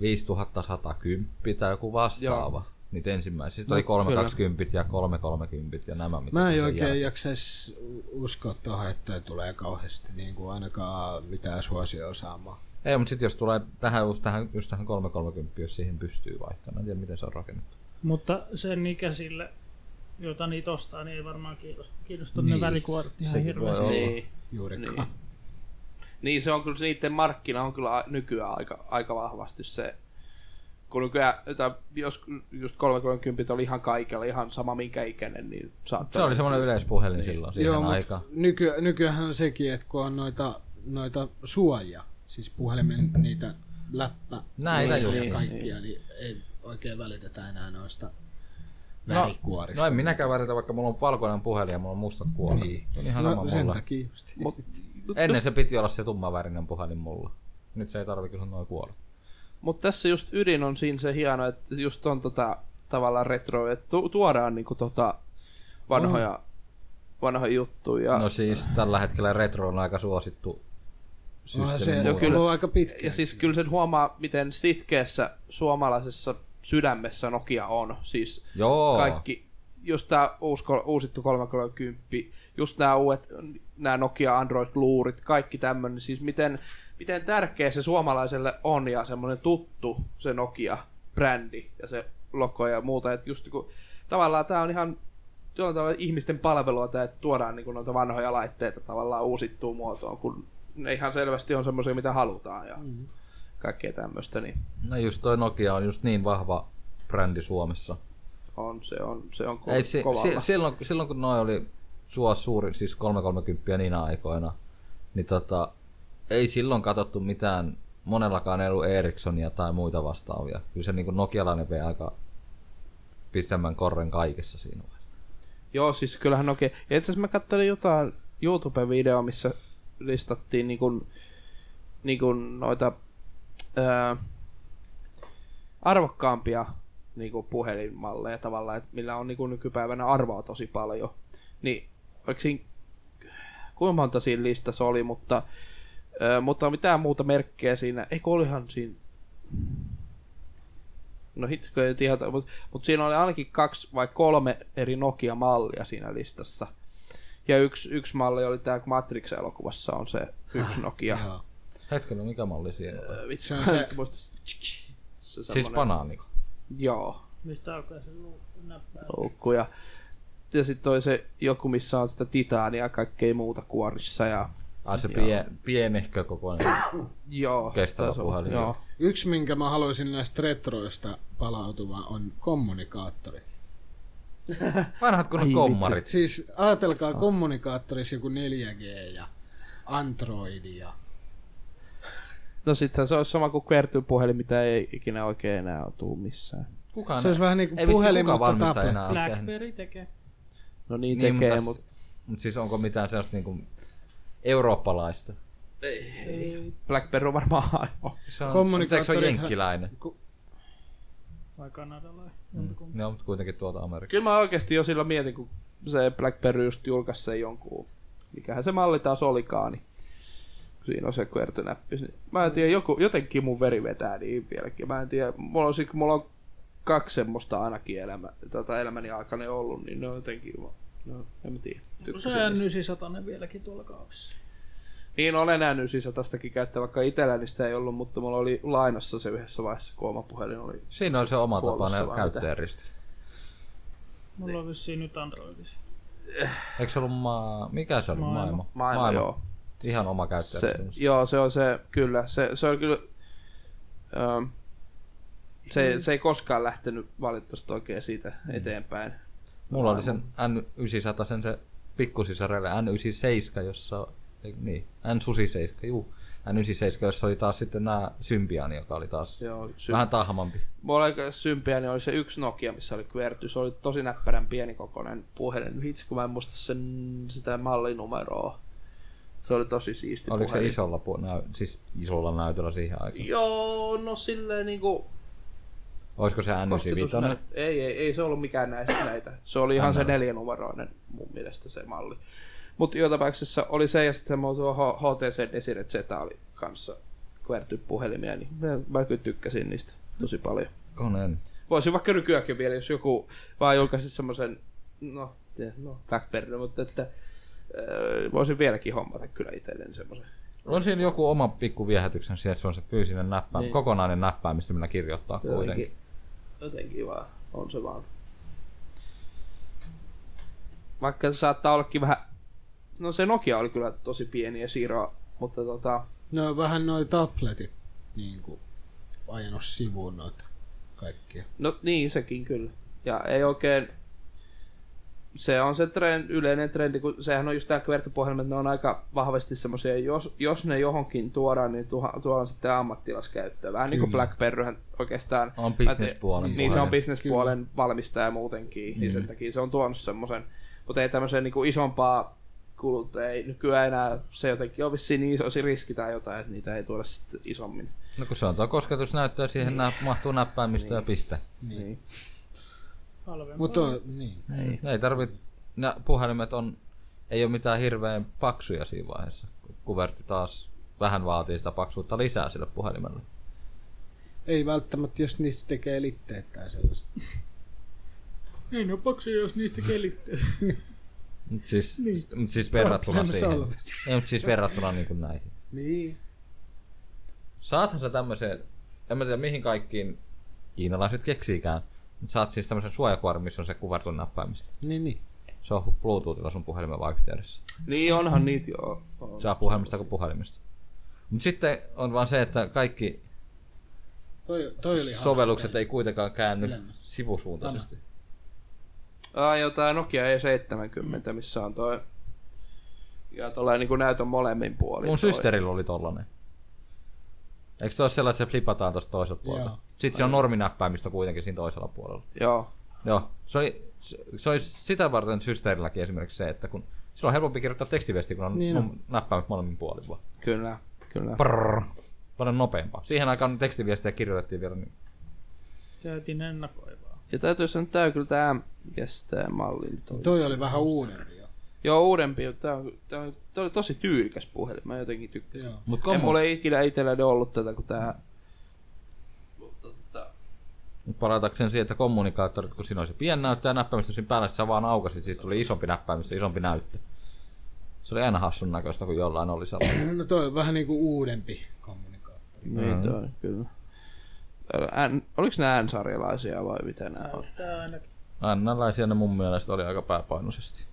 Speaker 4: 5110 tai joku vastaava. Joo. Niitä ensimmäisiä. Sitten oli 320 ja 330 ja nämä. Mitä
Speaker 5: Mä
Speaker 4: tuli
Speaker 5: en
Speaker 4: sen
Speaker 5: oikein
Speaker 4: jälkeen.
Speaker 5: jaksais uskoa tuohon, että tulee kauheasti niin kuin ainakaan mitään suosioa saamaan.
Speaker 4: Ei, mutta sitten jos tulee tähän just tähän, just tähän 330, jos siihen pystyy vaihtamaan. En tiedä, miten se on rakennettu.
Speaker 2: Mutta sen ikäisille, joita niitä ostaa, niin ei varmaan kiinnosta, kiinnosta niin. ne
Speaker 5: Niin.
Speaker 2: värikuoret ihan
Speaker 4: Sekin
Speaker 2: hirveästi.
Speaker 4: voi olla.
Speaker 5: Juurikaan.
Speaker 3: Niin. niin se on kyllä, niiden markkina on kyllä a- nykyään aika, aika vahvasti se, kun nykyään, tai jos just 330 oli ihan kaikella, ihan sama minkä ikäinen, niin saattaa...
Speaker 4: Se oli semmoinen yleispuhelin niin. silloin siihen
Speaker 5: mut
Speaker 4: aikaan.
Speaker 5: Nyky, nykyään on sekin, että kun on noita, noita suoja, siis puhelimen niitä läppä,
Speaker 4: Näitä
Speaker 5: suojia
Speaker 4: just.
Speaker 5: ja kaikkia, niin ei oikein välitetä enää noista värikuorista.
Speaker 4: No en minäkään väritä, vaikka mulla on valkoinen puhelin ja mulla on mustat kuoret. Niin. On ihan sama
Speaker 5: no, sen
Speaker 4: mulle.
Speaker 5: takia just.
Speaker 3: Mut,
Speaker 4: Ennen se piti olla se tummanvärinen puhelin mulla. Nyt se ei tarvi kyllä noin kuoret.
Speaker 3: Mutta tässä just ydin on siinä se hieno, että just on tota, tavallaan retro, että tu- tuodaan niinku tota vanhoja, vanhoja juttuja.
Speaker 4: No siis tällä hetkellä retro on aika suosittu
Speaker 5: Onhan
Speaker 4: systeemi.
Speaker 5: se
Speaker 4: mulle.
Speaker 5: jo
Speaker 3: kyllä.
Speaker 5: kyllä. ollut aika pitkä.
Speaker 3: ja siis kyllä sen huomaa, miten sitkeässä suomalaisessa sydämessä Nokia on. Siis
Speaker 4: Joo.
Speaker 3: kaikki, just tämä uusi, kol- uusittu 330, just nämä uudet, nämä Nokia Android luurit, kaikki tämmöinen, siis miten, miten tärkeä se suomalaiselle on ja semmoinen tuttu se Nokia-brändi ja se logo ja muuta, että just kun tavallaan tämä on ihan jollain tavalla ihmisten palvelua tämä, että tuodaan niin noita vanhoja laitteita tavallaan uusittuun muotoon, kun ne ihan selvästi on semmoisia, mitä halutaan ja mm. kaikkea tämmöistä, niin
Speaker 4: No just toi Nokia on just niin vahva brändi Suomessa.
Speaker 3: on, se on, se on ko-
Speaker 4: Ei, si,
Speaker 3: kovalla.
Speaker 4: si, silloin, silloin kun noi oli sua suuri, siis 330 niinä aikoina, niin tota, ei silloin katsottu mitään, monellakaan ei ollut Ericssonia tai muita vastaavia. Kyllä se niin nokialainen vei aika pitemmän korren kaikessa siinä vaiheessa.
Speaker 3: Joo, siis kyllähän okei. Ja itse asiassa mä katselin jotain YouTube-videoa, missä listattiin niin kuin, niin kuin noita ää, arvokkaampia niin kuin puhelinmalleja tavallaan, että millä on niin kuin nykypäivänä arvoa tosi paljon. Niin, oliko siinä, kuinka monta siinä listassa oli, mutta, ää, mutta mitään muuta merkkejä siinä, eikö olihan siinä No hitsikö ei tiedä, mutta mut siinä oli ainakin kaksi vai kolme eri Nokia-mallia siinä listassa. Ja yksi, yksi malli oli tämä, kun Matrix-elokuvassa on se yksi Nokia.
Speaker 5: Joo.
Speaker 4: Hetkellä, mikä malli siinä oli?
Speaker 3: Öö, Vitsi, se
Speaker 5: Se on
Speaker 3: on
Speaker 5: se-
Speaker 3: se... Muista, se
Speaker 4: Siis
Speaker 3: semmonen-
Speaker 4: banaaniko.
Speaker 3: Joo,
Speaker 2: Mistä alkaa se lu- näppää?
Speaker 3: loukku. Ja, ja sitten oli se joku, missä on sitä titaania ja kaikkea muuta kuorissa. Ja,
Speaker 4: Ai se pie, pienehkö kokoinen.
Speaker 3: joo,
Speaker 4: Kestävä
Speaker 3: taisi olla-
Speaker 4: puhelin.
Speaker 3: Joo.
Speaker 5: Yksi, minkä mä haluaisin näistä retroista palautuva, on kommunikaattorit.
Speaker 4: Vanhat kun
Speaker 3: Ai
Speaker 4: on kommarit.
Speaker 5: Siis ajatelkaa kommunikaattorissa joku 4G ja Androidi ja
Speaker 3: No sitten se olisi sama kuin QWERTY-puhelin, mitä ei ikinä oikein enää tuu missään.
Speaker 4: Kukaan
Speaker 5: Se olisi vähän niinku
Speaker 4: ei vissi
Speaker 5: puhelin,
Speaker 4: kukaan
Speaker 5: mutta
Speaker 4: valmistaja
Speaker 5: tabletti.
Speaker 4: enää ole tehnyt.
Speaker 2: Blackberry tekee.
Speaker 3: No niin,
Speaker 4: Niin,
Speaker 3: tekee,
Speaker 4: mutta,
Speaker 3: mutta...
Speaker 4: mut... mut siis onko mitään sellaista niinku eurooppalaista?
Speaker 2: Ei.
Speaker 3: BlackBerry on varmaan aivan.
Speaker 4: Se on, mutta eikö se on
Speaker 5: Kommunikaattorithan-
Speaker 4: jenkkiläinen?
Speaker 5: ku-
Speaker 2: Vai kanadalainen. Mm.
Speaker 4: Ne on mut kuitenkin tuolta Amerikasta.
Speaker 3: Kyllä mä oikeasti jo silloin mietin, kun se BlackBerry just julkaisi sen jonkun, mikähän se malli taas olikaan, niin siinä on se kiertönäppi. Mä en tiedä, joku, jotenkin mun veri vetää niin vieläkin. Mä en tiedä, mulla on, sit- mulla on kaksi semmoista ainakin elämä, tota elämäni aikana ollut, niin ne on jotenkin, no en mä tiedä.
Speaker 2: Se
Speaker 3: Tykkäsin
Speaker 2: on
Speaker 3: niistä.
Speaker 2: 900 vieläkin tuolla kaupassa.
Speaker 3: Niin olen nähnyt sisätästäkin käyttää, vaikka itselläni sitä ei ollut, mutta mulla oli lainassa se yhdessä vaiheessa, kun oma puhelin oli.
Speaker 4: Siinä on se oma
Speaker 3: Puolassa
Speaker 4: tapainen
Speaker 3: vai mitä?
Speaker 4: käyttäjäristi.
Speaker 3: Niin.
Speaker 2: Mulla on vissiin nyt Androidissa.
Speaker 4: Eikö se ollut maa... Mikä se oli? Maailma. Maailma,
Speaker 3: Maailma, joo.
Speaker 4: Ihan oma
Speaker 3: Se,
Speaker 4: käyttäjäristi.
Speaker 3: joo, se on se, kyllä. Se, se on kyllä... Ähm, se,
Speaker 4: Mm.
Speaker 3: se ei koskaan lähtenyt valitettavasti oikein siitä eteenpäin.
Speaker 4: Mulla oli sen N900, sen se pikkusisarelle N97, jossa... ei, Niin, N67, juu. N97, jossa oli taas sitten nämä Symbian, joka oli taas
Speaker 3: Joo, sy-
Speaker 4: vähän tahmampi.
Speaker 3: Mulla oli kanssa sympiä, niin oli se yksi Nokia, missä oli QWERTY. Se oli tosi näppärän pienikokoinen puhelin. Hitsi, kun mä en muista sen, sitä mallinumeroa. Se oli tosi siisti
Speaker 4: Oliko se
Speaker 3: puhelin.
Speaker 4: isolla, pu- näy- siis isolla näytöllä siihen aikaan?
Speaker 3: Joo, no silleen niinku...
Speaker 4: Olisiko se N95?
Speaker 3: kosketusnä- Ei, ei, ei se ollut mikään näistä näitä. Se oli ihan se neljänumeroinen mun mielestä se malli. Mutta joka tapauksessa oli se ja sitten mulla tuo H- HTC Desire Z oli kanssa QWERTY-puhelimia, niin mä, mä kyllä tykkäsin niistä tosi paljon.
Speaker 4: Koneen.
Speaker 3: Voisin vaikka nykyäänkin vielä, jos joku vaan julkaisi semmoisen, no, tiedä, no, Blackberry, mutta että öö, voisin vieläkin hommata kyllä itselleni semmoisen.
Speaker 4: On siinä joku oma pikku viehätyksen siihen, että se on se fyysinen näppää,
Speaker 3: Niin.
Speaker 4: kokonainen näppää, mistä minä kirjoittaa kuitenkin.
Speaker 3: Jotenkin, jotenkin vaan, on se vaan. Vaikka se saattaa ollakin vähän... No se Nokia oli kyllä tosi pieni ja siirroa, mutta tota...
Speaker 5: Ne on vähän noi tabletit niin kuin, ajanut sivuun noita kaikkia.
Speaker 3: No niin, sekin kyllä. Ja ei oikein... Se on se trend, yleinen trendi, kun sehän on just tämä kverttipohjelma, että ne on aika vahvasti semmoisia, jos, jos ne johonkin tuodaan, niin tuohan, tuolla on sitten ammattilaskäyttöä. Vähän niin kuin
Speaker 5: Kyllä.
Speaker 3: Blackberryhän oikeastaan...
Speaker 4: On
Speaker 3: Mä
Speaker 4: bisnespuolen
Speaker 3: te- Niin se on
Speaker 4: puhelin.
Speaker 3: bisnespuolen valmistaja muutenkin, niin sen takia se on tuonut semmoisen. Mutta ei tämmöiseen niinku isompaa kuluttaja, ei nykyään enää, se jotenkin on vissiin niin iso se riski tai jotain, että niitä ei tuoda sitten isommin.
Speaker 4: No kun se on tuo kosketusnäyttö ja siihen niin. mahtuu näppäimistö ja piste.
Speaker 3: Niin.
Speaker 2: Halvempaa.
Speaker 5: Mutta niin.
Speaker 4: Niin. Ei tarvitse, nämä puhelimet on, ei ole mitään hirveän paksuja siinä vaiheessa. kun Kuvertti taas vähän vaatii sitä paksuutta lisää sille puhelimelle.
Speaker 5: Ei välttämättä, jos niistä tekee litteet tai sellaista.
Speaker 2: Ei ne ole paksuja, jos niistä kelitteet.
Speaker 4: Mut siis, niin. mut siis verrattuna
Speaker 5: Problem
Speaker 4: siihen.
Speaker 5: solved.
Speaker 4: Ei, mut siis verrattuna niin kuin näihin.
Speaker 5: Niin.
Speaker 4: Saathan sä tämmöisen, en mä tiedä mihin kaikkiin kiinalaiset keksiikään, mutta saat siis tämmöisen suojakuoren, missä on se kuvertun näppäimistö.
Speaker 5: Niin, niin.
Speaker 4: Se on Bluetoothilla sun puhelimen vaan yhteydessä.
Speaker 3: niin onhan niitä joo. On.
Speaker 4: Saa puhelimesta kuin puhelimesta. Mutta sitten on vaan se, että kaikki
Speaker 5: Toi, toi oli
Speaker 4: sovellukset ei kuitenkaan käänny
Speaker 5: Ylemmäs.
Speaker 4: sivusuuntaisesti.
Speaker 3: Ai jotain Nokia E70, missä on toi... Ja tuollainen niin näytön molemmin puolin.
Speaker 4: Mun
Speaker 3: toi.
Speaker 4: systerillä oli tollanen. Eikö se ole sellainen, että se flipataan tuosta toiselta puolelta?
Speaker 5: Joo.
Speaker 4: Sitten se on norminäppäimistö kuitenkin siinä toisella puolella.
Speaker 3: Joo.
Speaker 4: Joo, se oli, se, se oli sitä varten systeerilläkin esimerkiksi se, että kun silloin on helpompi kirjoittaa tekstiviesti, kun on
Speaker 5: Niin
Speaker 4: niin.
Speaker 5: on.
Speaker 4: näppäimet molemmin puolin vaan.
Speaker 3: Kyllä, kyllä.
Speaker 4: Prrrr. Paljon nopeampaa. Siihen aikaan tekstiviestejä kirjoitettiin vielä, niin
Speaker 2: Käytiin ennakoivaa.
Speaker 3: Ja täytyy sanoa, että tämä kyllä tämä, mikä tämä malli nyt oli.
Speaker 5: Toi oli vähän uudempi jo.
Speaker 3: Joo, uudempi. Tämä, tämä, tämä oli tosi tyylikäs puhelin. Mä jotenkin tykkään.
Speaker 5: Joo.
Speaker 4: Mut
Speaker 3: Kommo.
Speaker 4: kommu-
Speaker 3: En mulla ei ikinä itselläni ollut tätä, kun tää... Mutta tota...
Speaker 4: Mut palatakseni siihen, että kommunikaattorit, kun siinä oli se pieni näyttö ja näppäimistö siinä päällä, sit sä vaan aukasit, siitä tuli isompi näppäimistö, isompi näyttö. Se oli aina hassun näköistä, kun jollain oli sellainen.
Speaker 5: No toi on vähän niinku uudempi kommunikaattori.
Speaker 3: Niin toi, kyllä. Ää, N, oliko nämä N-sarjalaisia vai mitä nämä on?
Speaker 2: Tää ainakin.
Speaker 4: Annanlaisia ne mun mielestä oli aika pääpainoisesti.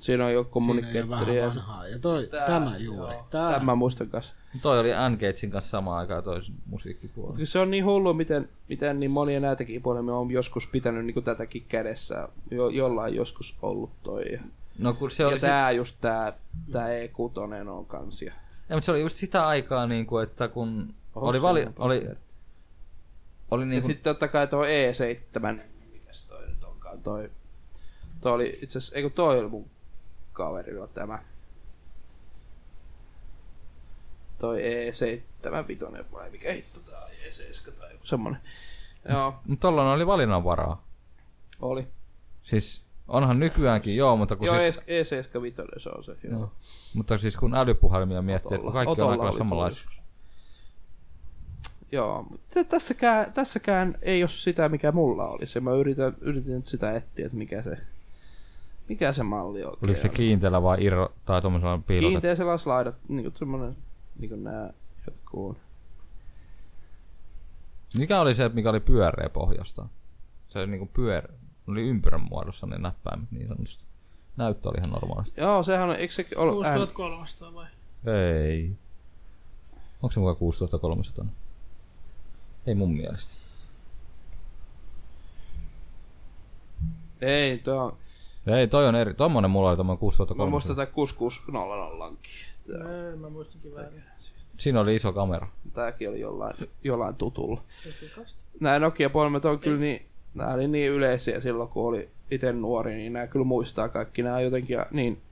Speaker 3: Siinä on jo
Speaker 5: Siinä ei ole vähän
Speaker 3: kommunikaattori ja
Speaker 5: vanhaa. Ja toi, tää, tämä juuri. Tää.
Speaker 3: tämän mä muistan kanssa.
Speaker 4: Toi oli Engagein kanssa samaan aikaan toi musiikkipuoli.
Speaker 3: Koska Se on niin hullu, miten, miten niin monia näitäkin ipulimia on joskus pitänyt niin kuin tätäkin kädessä. Jo, jollain joskus ollut toi. Ja,
Speaker 4: No kun se
Speaker 3: ja
Speaker 4: oli, se,
Speaker 3: tää just tää, tää E6 on kans. Ja
Speaker 4: ja, mutta se oli just sitä aikaa, niin kuin, että kun
Speaker 3: Oho,
Speaker 4: oli,
Speaker 3: se
Speaker 4: vali,
Speaker 3: on
Speaker 4: oli, oli niin
Speaker 3: Ja
Speaker 4: kuin,
Speaker 3: sitten totta kai tuo E7, mikäs toi nyt onkaan, toi, toi oli itse asiassa, eikö toi oli mun kaverilla tämä. Toi E7 vitonen vai mikä hitto tää on, E7 tai joku semmonen. Joo,
Speaker 4: mutta tolloin oli valinnanvaraa.
Speaker 3: oli.
Speaker 4: Siis onhan nykyäänkin, joo, mutta kun
Speaker 3: Joo,
Speaker 4: siis,
Speaker 3: E- E7 vitonen se on se. Joo.
Speaker 4: joo. Mutta siis kun älypuhelimia miettii, että kun
Speaker 3: Otolla-
Speaker 4: kaikki on
Speaker 3: Otolla
Speaker 4: aika
Speaker 3: oli
Speaker 4: samanlaisia.
Speaker 3: Joo, mutta tässäkään, tässäkään ei ole sitä, mikä mulla oli. Se mä yritän, yritin nyt sitä etsiä, että mikä se, mikä se malli oikein
Speaker 4: Oliko se
Speaker 3: on.
Speaker 4: kiinteällä vai irro, tai tuommoisella piilotettu?
Speaker 3: Kiinteä sellaiset laidat, niin kuin semmoinen, niin kuin nää jotkut on.
Speaker 4: Mikä oli se, mikä oli pyöreä pohjasta? Se oli niinku pyör... oli ympyrän muodossa ne näppäimet niin sanotusti. Näyttö oli ihan normaalisti.
Speaker 3: Joo, sehän on, eikö sekin ollut ään...
Speaker 2: 6300 vai?
Speaker 4: Ei. Onko se mukaan 6300? Ei mun mielestä.
Speaker 3: Ei, tää on...
Speaker 4: Ei, toi on eri. Tommonen mulla oli tommonen
Speaker 3: Mä muistan
Speaker 4: 6300.
Speaker 3: tää 6600 onkin. Tää, siis-
Speaker 2: Ei, mä muistankin väärin.
Speaker 4: Siinä oli iso kamera.
Speaker 3: tääkin oli jollain, jollain tutulla.
Speaker 2: Tehtiin kasta.
Speaker 3: Nää nokia puolimet on kyllä niin... Nää oli niin yleisiä silloin, kun oli itse nuori, niin nää kyllä muistaa kaikki. Nää on jotenkin niin...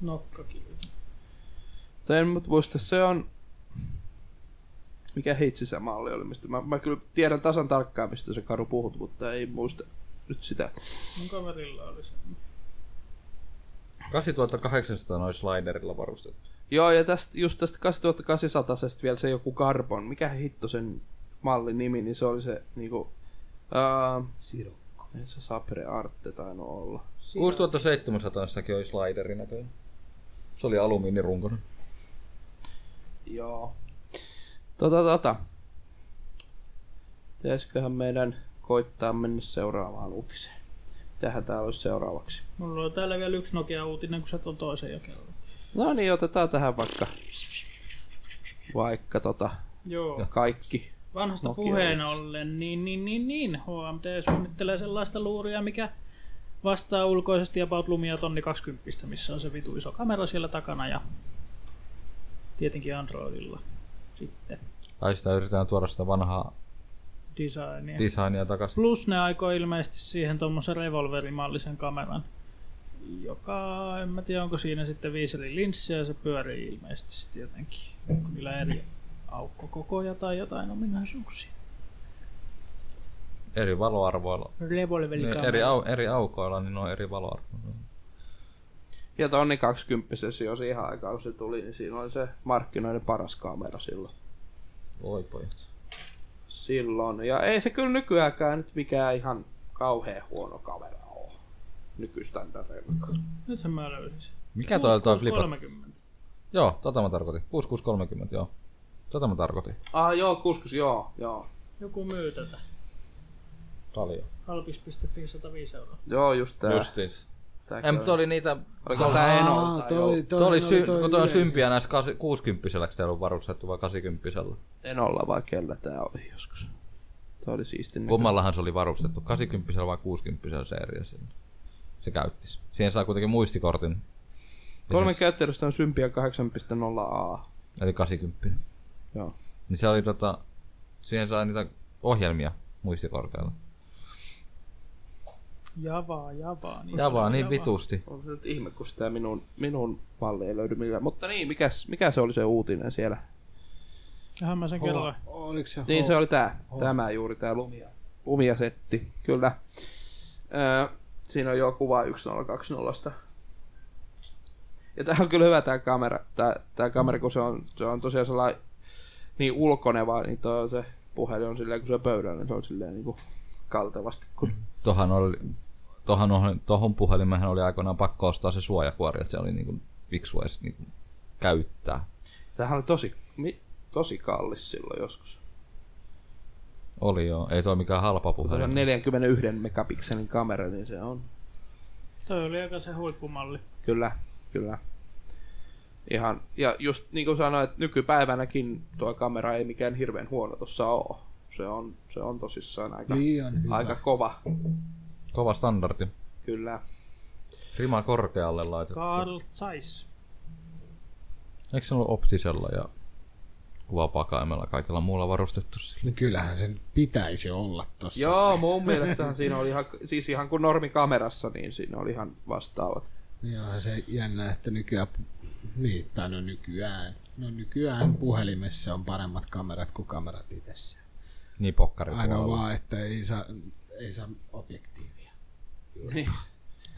Speaker 2: Nokkakivi.
Speaker 3: Tai en mut muista, se on... Mikä hitsi se malli oli, mistä mä, mä kyllä tiedän tasan tarkkaan, mistä se Karu puhut, mutta ei muista nyt sitä.
Speaker 2: Mun kaverilla oli se.
Speaker 4: 8800 noin sliderilla varustettu.
Speaker 3: Joo, ja tästä, just tästä 8800 vielä se joku Carbon, mikä hitto sen mallin nimi, niin se oli se niinku... Uh,
Speaker 5: Siru.
Speaker 3: ei se Sapre Arte tainnut olla.
Speaker 4: 6700 jossakin oli slideri näköjään. Se oli alumiinirunkonen.
Speaker 3: Joo. Tota, tota. Pitäisiköhän meidän koittaa mennä seuraavaan uutiseen? Tähän täällä olisi seuraavaksi.
Speaker 2: Mulla on täällä vielä yksi Nokia-uutinen, kun sä tuon toisen jo kerran.
Speaker 3: No niin, otetaan tähän vaikka... Vaikka tota...
Speaker 2: Joo.
Speaker 3: Kaikki.
Speaker 2: Vanhasta
Speaker 3: Nokia
Speaker 2: puheen
Speaker 3: X.
Speaker 2: ollen, niin, niin, niin, niin, HMD suunnittelee sellaista luuria, mikä vastaa ulkoisesti about lumia tonni 20, missä on se vitu iso kamera siellä takana ja tietenkin Androidilla sitten
Speaker 4: Tai sitä yritetään tuoda sitä vanhaa
Speaker 2: designia.
Speaker 4: designia takaisin.
Speaker 2: Plus ne aikoo ilmeisesti siihen tuommoisen revolverimallisen kameran, joka, en mä tiedä onko siinä sitten viisi eri linssiä ja se pyörii ilmeisesti sitten jotenkin. Onko niillä eri aukkokokoja tai jotain ominaisuuksia.
Speaker 4: eri valoarvoilla. Niin,
Speaker 2: Revolverikamera.
Speaker 4: eri, au, eri aukoilla, niin ne on eri valoarvoilla.
Speaker 3: Ja tonni 20 jo siihen aikaan, kun se tuli, niin siinä oli se markkinoiden paras kamera silloin.
Speaker 4: Voi pojat.
Speaker 3: silloin. Ja ei se kyllä nykyäänkään nyt mikään ihan kauhean huono kamera ole nykystandardeilla.
Speaker 2: Nythän mä löysin sen.
Speaker 4: Mikä toi oli toi flipat?
Speaker 2: 30.
Speaker 4: Joo, tota mä tarkoitin. 6630, joo. Tota mä tarkoitin.
Speaker 3: Ah joo, kuskus, joo, joo.
Speaker 2: Joku myy tätä.
Speaker 4: Paljon.
Speaker 2: Halpis.fi 105 euroa.
Speaker 3: Joo, just tää.
Speaker 4: Justiis.
Speaker 3: tää
Speaker 4: Ei, mutta toi oli niitä...
Speaker 3: Oliko tää Enolta?
Speaker 5: Aa,
Speaker 3: Joo,
Speaker 4: Toi oli, sy-
Speaker 5: toi
Speaker 4: kun toi on
Speaker 5: yleisö.
Speaker 4: sympiä näissä 60 eikö teillä ollut varustettu vai 80
Speaker 3: Enolla vai kellä tää oli joskus. Tää oli siisti
Speaker 4: Kummallahan se oli varustettu, 80 vai 60 se eri sinne. Se käyttis. Siihen saa kuitenkin muistikortin. Ja
Speaker 3: Kolmen
Speaker 4: siis-
Speaker 3: käyttäjästä on Sympiä 8.0a.
Speaker 4: Eli 80.
Speaker 3: Joo.
Speaker 4: Niin se oli tota, siihen sai niitä ohjelmia muistikorkealla.
Speaker 2: Javaa, javaa. Niin
Speaker 4: Ja vaan niin
Speaker 2: javaa.
Speaker 4: vitusti.
Speaker 3: On se nyt ihme, kun sitä minun, minun malli ei löydy millään. Mutta niin, mikäs, mikä se oli se uutinen siellä?
Speaker 2: Tähän mä sen kerroin.
Speaker 5: Oliko se
Speaker 3: Niin se oli tää,
Speaker 5: Ho.
Speaker 3: tämä juuri tää lumia, lumiasetti, kyllä. Öö, siinä on jo kuva 1020. Ja tää on kyllä hyvä tää kamera, tää, tää kamera kun se on, se on tosiaan sellainen niin ulkoneva, niin toi on se niinku puhelin on silleen, kun se on pöydällä, niin se on silleen niin kuin kaltevasti, kun
Speaker 4: Tohan oli, tohon, oli- tohon puhelimeen oli aikoinaan pakko ostaa se suojakuori, että se oli niinku fiksu edes niinku käyttää.
Speaker 3: Tämähän oli tosi, mi, tosi kallis silloin joskus.
Speaker 4: Oli joo, ei toi mikään halpa
Speaker 3: Kun se on
Speaker 4: puhelin.
Speaker 3: 41 megapikselin kamera, niin se on.
Speaker 2: Toi oli aika se huippumalli.
Speaker 3: Kyllä, kyllä. Ihan, ja just niin kuin sanoin, että nykypäivänäkin tuo kamera ei mikään hirveän huono tuossa ole. Se on, se on tosissaan aika,
Speaker 5: Liian Niin hyvä.
Speaker 3: No, aika kova,
Speaker 4: Kova standardi.
Speaker 3: kyllä.
Speaker 4: Rima korkealle laitettu.
Speaker 2: Carl Zeiss.
Speaker 4: Eikö se ollut optisella ja kuvapakaimella kaikilla muulla varustettu sille?
Speaker 5: Niin Kyllähän sen pitäisi olla tossa.
Speaker 3: Joo, mun mielestähän siinä oli ihan, siis ihan kuin normikamerassa, niin siinä oli ihan vastaavat.
Speaker 5: Niin onhan se jännä, että nykyään, niin, tai no nykyään, no nykyään puhelimessa on paremmat kamerat kuin kamerat itsessä.
Speaker 4: Niin pokkari
Speaker 5: Ainoa vaan, että ei saa, ei saa objektiivia.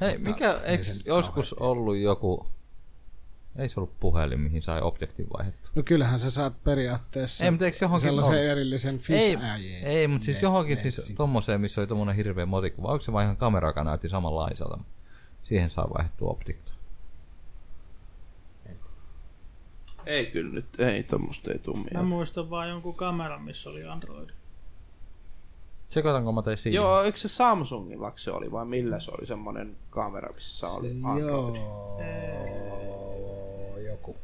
Speaker 4: Hei, mikä, eikö
Speaker 5: Tota, ei se nyt
Speaker 4: joskus ollut joku... Ei se ollut puhelin, mihin sai objektin vaihdettu.
Speaker 5: No kyllähän sä saat periaatteessa
Speaker 4: Ei, mutta eikö johonkin
Speaker 5: sellaisen
Speaker 4: ole?
Speaker 5: erillisen
Speaker 4: Ei,
Speaker 5: fish-äijien.
Speaker 4: ei mutta siis
Speaker 5: Ne-
Speaker 4: johonkin
Speaker 5: ne-
Speaker 4: siis tommoseen, missä oli tommonen hirveä motikuva. Onko se vaan ihan kamera, joka näytti samanlaiselta? Siihen saa vaihdettua optikta.
Speaker 3: Ei kyllä nyt, ei tommosta ei tuu
Speaker 2: Mä
Speaker 3: mieleen.
Speaker 2: muistan vaan jonkun kameran, missä oli Android.
Speaker 4: Sekoitanko mä tein siinä?
Speaker 3: Joo, eikö se Samsungilla se oli vai millä se oli semmonen kamera, missä oli Android?
Speaker 5: Joo, joku.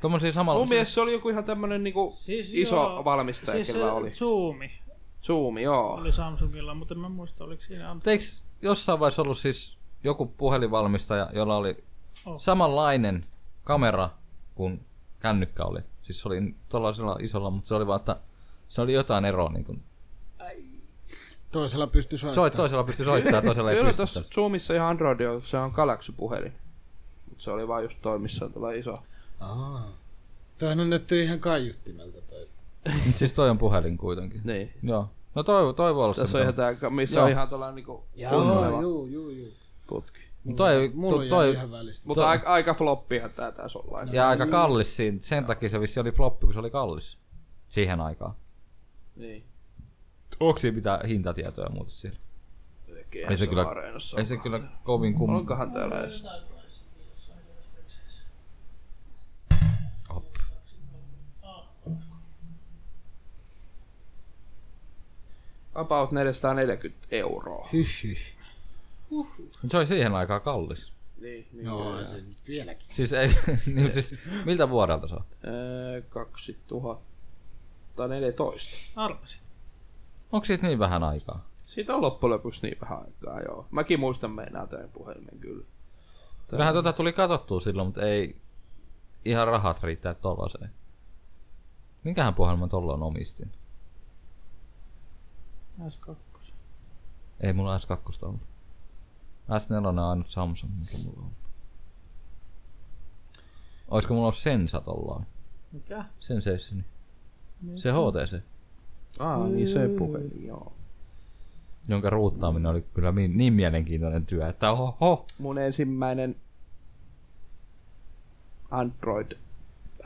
Speaker 4: Tommosia samalla...
Speaker 3: Mun mielestä se oli joku ihan tämmönen niinku
Speaker 2: Siis
Speaker 3: iso
Speaker 2: joo,
Speaker 3: valmistaja,
Speaker 2: Siis
Speaker 3: siis
Speaker 2: se
Speaker 3: kellä oli.
Speaker 2: Zoomi
Speaker 3: Zoom, joo.
Speaker 2: oli Samsungilla, mutta en mä muista, oliko siinä Android.
Speaker 4: Eikö jossain vaiheessa ollut siis joku puhelinvalmistaja, jolla oli
Speaker 2: Oh.
Speaker 4: samanlainen kamera kuin kännykkä oli? Siis se oli tuollaisella isolla, mutta se oli vaan, että se oli jotain eroa. Niin kuin.
Speaker 5: Toisella pystyy soittamaan.
Speaker 4: Soit, toisella pystyi soittamaan, toisella ei
Speaker 3: Kyllä
Speaker 4: pysty.
Speaker 3: tuossa Zoomissa ihan Android on, se on Galaxy-puhelin. Mut se oli vaan just toi, missä on tuolla iso.
Speaker 5: Aa. Toihan on nyt ihan kaiuttimelta toi.
Speaker 4: Mut siis toi on puhelin kuitenkin.
Speaker 3: Niin.
Speaker 4: Joo. No toi, toi voi olla se.
Speaker 3: Tässä on
Speaker 4: mitä-
Speaker 3: ihan tää, missä
Speaker 4: Joo.
Speaker 3: on ihan tuolla niinku kunnolleva
Speaker 5: juu, juu, juu.
Speaker 3: putki.
Speaker 4: Toi,
Speaker 5: Mulla
Speaker 4: toi,
Speaker 5: on toi...
Speaker 4: toi,
Speaker 5: ihan välistä.
Speaker 3: Mutta aika, aika floppihan tää tässä ollaan.
Speaker 4: ja aika kallis siinä. Sen takia se vissi oli floppi, kun se oli kallis. Siihen aikaan.
Speaker 3: Niin.
Speaker 4: Onko siinä mitään hintatietoja ja muuta siellä?
Speaker 3: Ei se, kyllä.
Speaker 4: se kyllä-
Speaker 3: Areenassa
Speaker 4: Ei se kyllä kovin kummin.
Speaker 3: Onkohan täällä edes? About 440 euroa.
Speaker 5: Hyh, hyh.
Speaker 4: Mut Se oli siihen aikaan kallis.
Speaker 3: Niin, niin.
Speaker 5: No, se nyt vieläkin.
Speaker 4: Siis, ei, niin, mut siis miltä vuodelta se on?
Speaker 3: Öö, 2014.
Speaker 2: Arvasin.
Speaker 4: Onko siitä niin vähän aikaa?
Speaker 3: Siitä on loppujen lopuksi niin vähän aikaa, joo. Mäkin muistan meinaa tämän puhelimen kyllä.
Speaker 4: Kyllähän tota tuli katsottua silloin, mutta ei ihan rahat riittää tollaiseen. Minkähän puhelman tolloin omistin?
Speaker 2: S2.
Speaker 4: Ei mulla S2 ollut. S4 on ainut Samsung, mikä mulla on. Olisiko mulla ollut Sensa tollaan?
Speaker 2: Mikä?
Speaker 4: Sensationi. Se HTC,
Speaker 3: Aa, niin se puhelin, joo.
Speaker 4: jonka ruuttaaminen oli kyllä mi- niin mielenkiintoinen työ, että oho,
Speaker 3: Mun ensimmäinen Android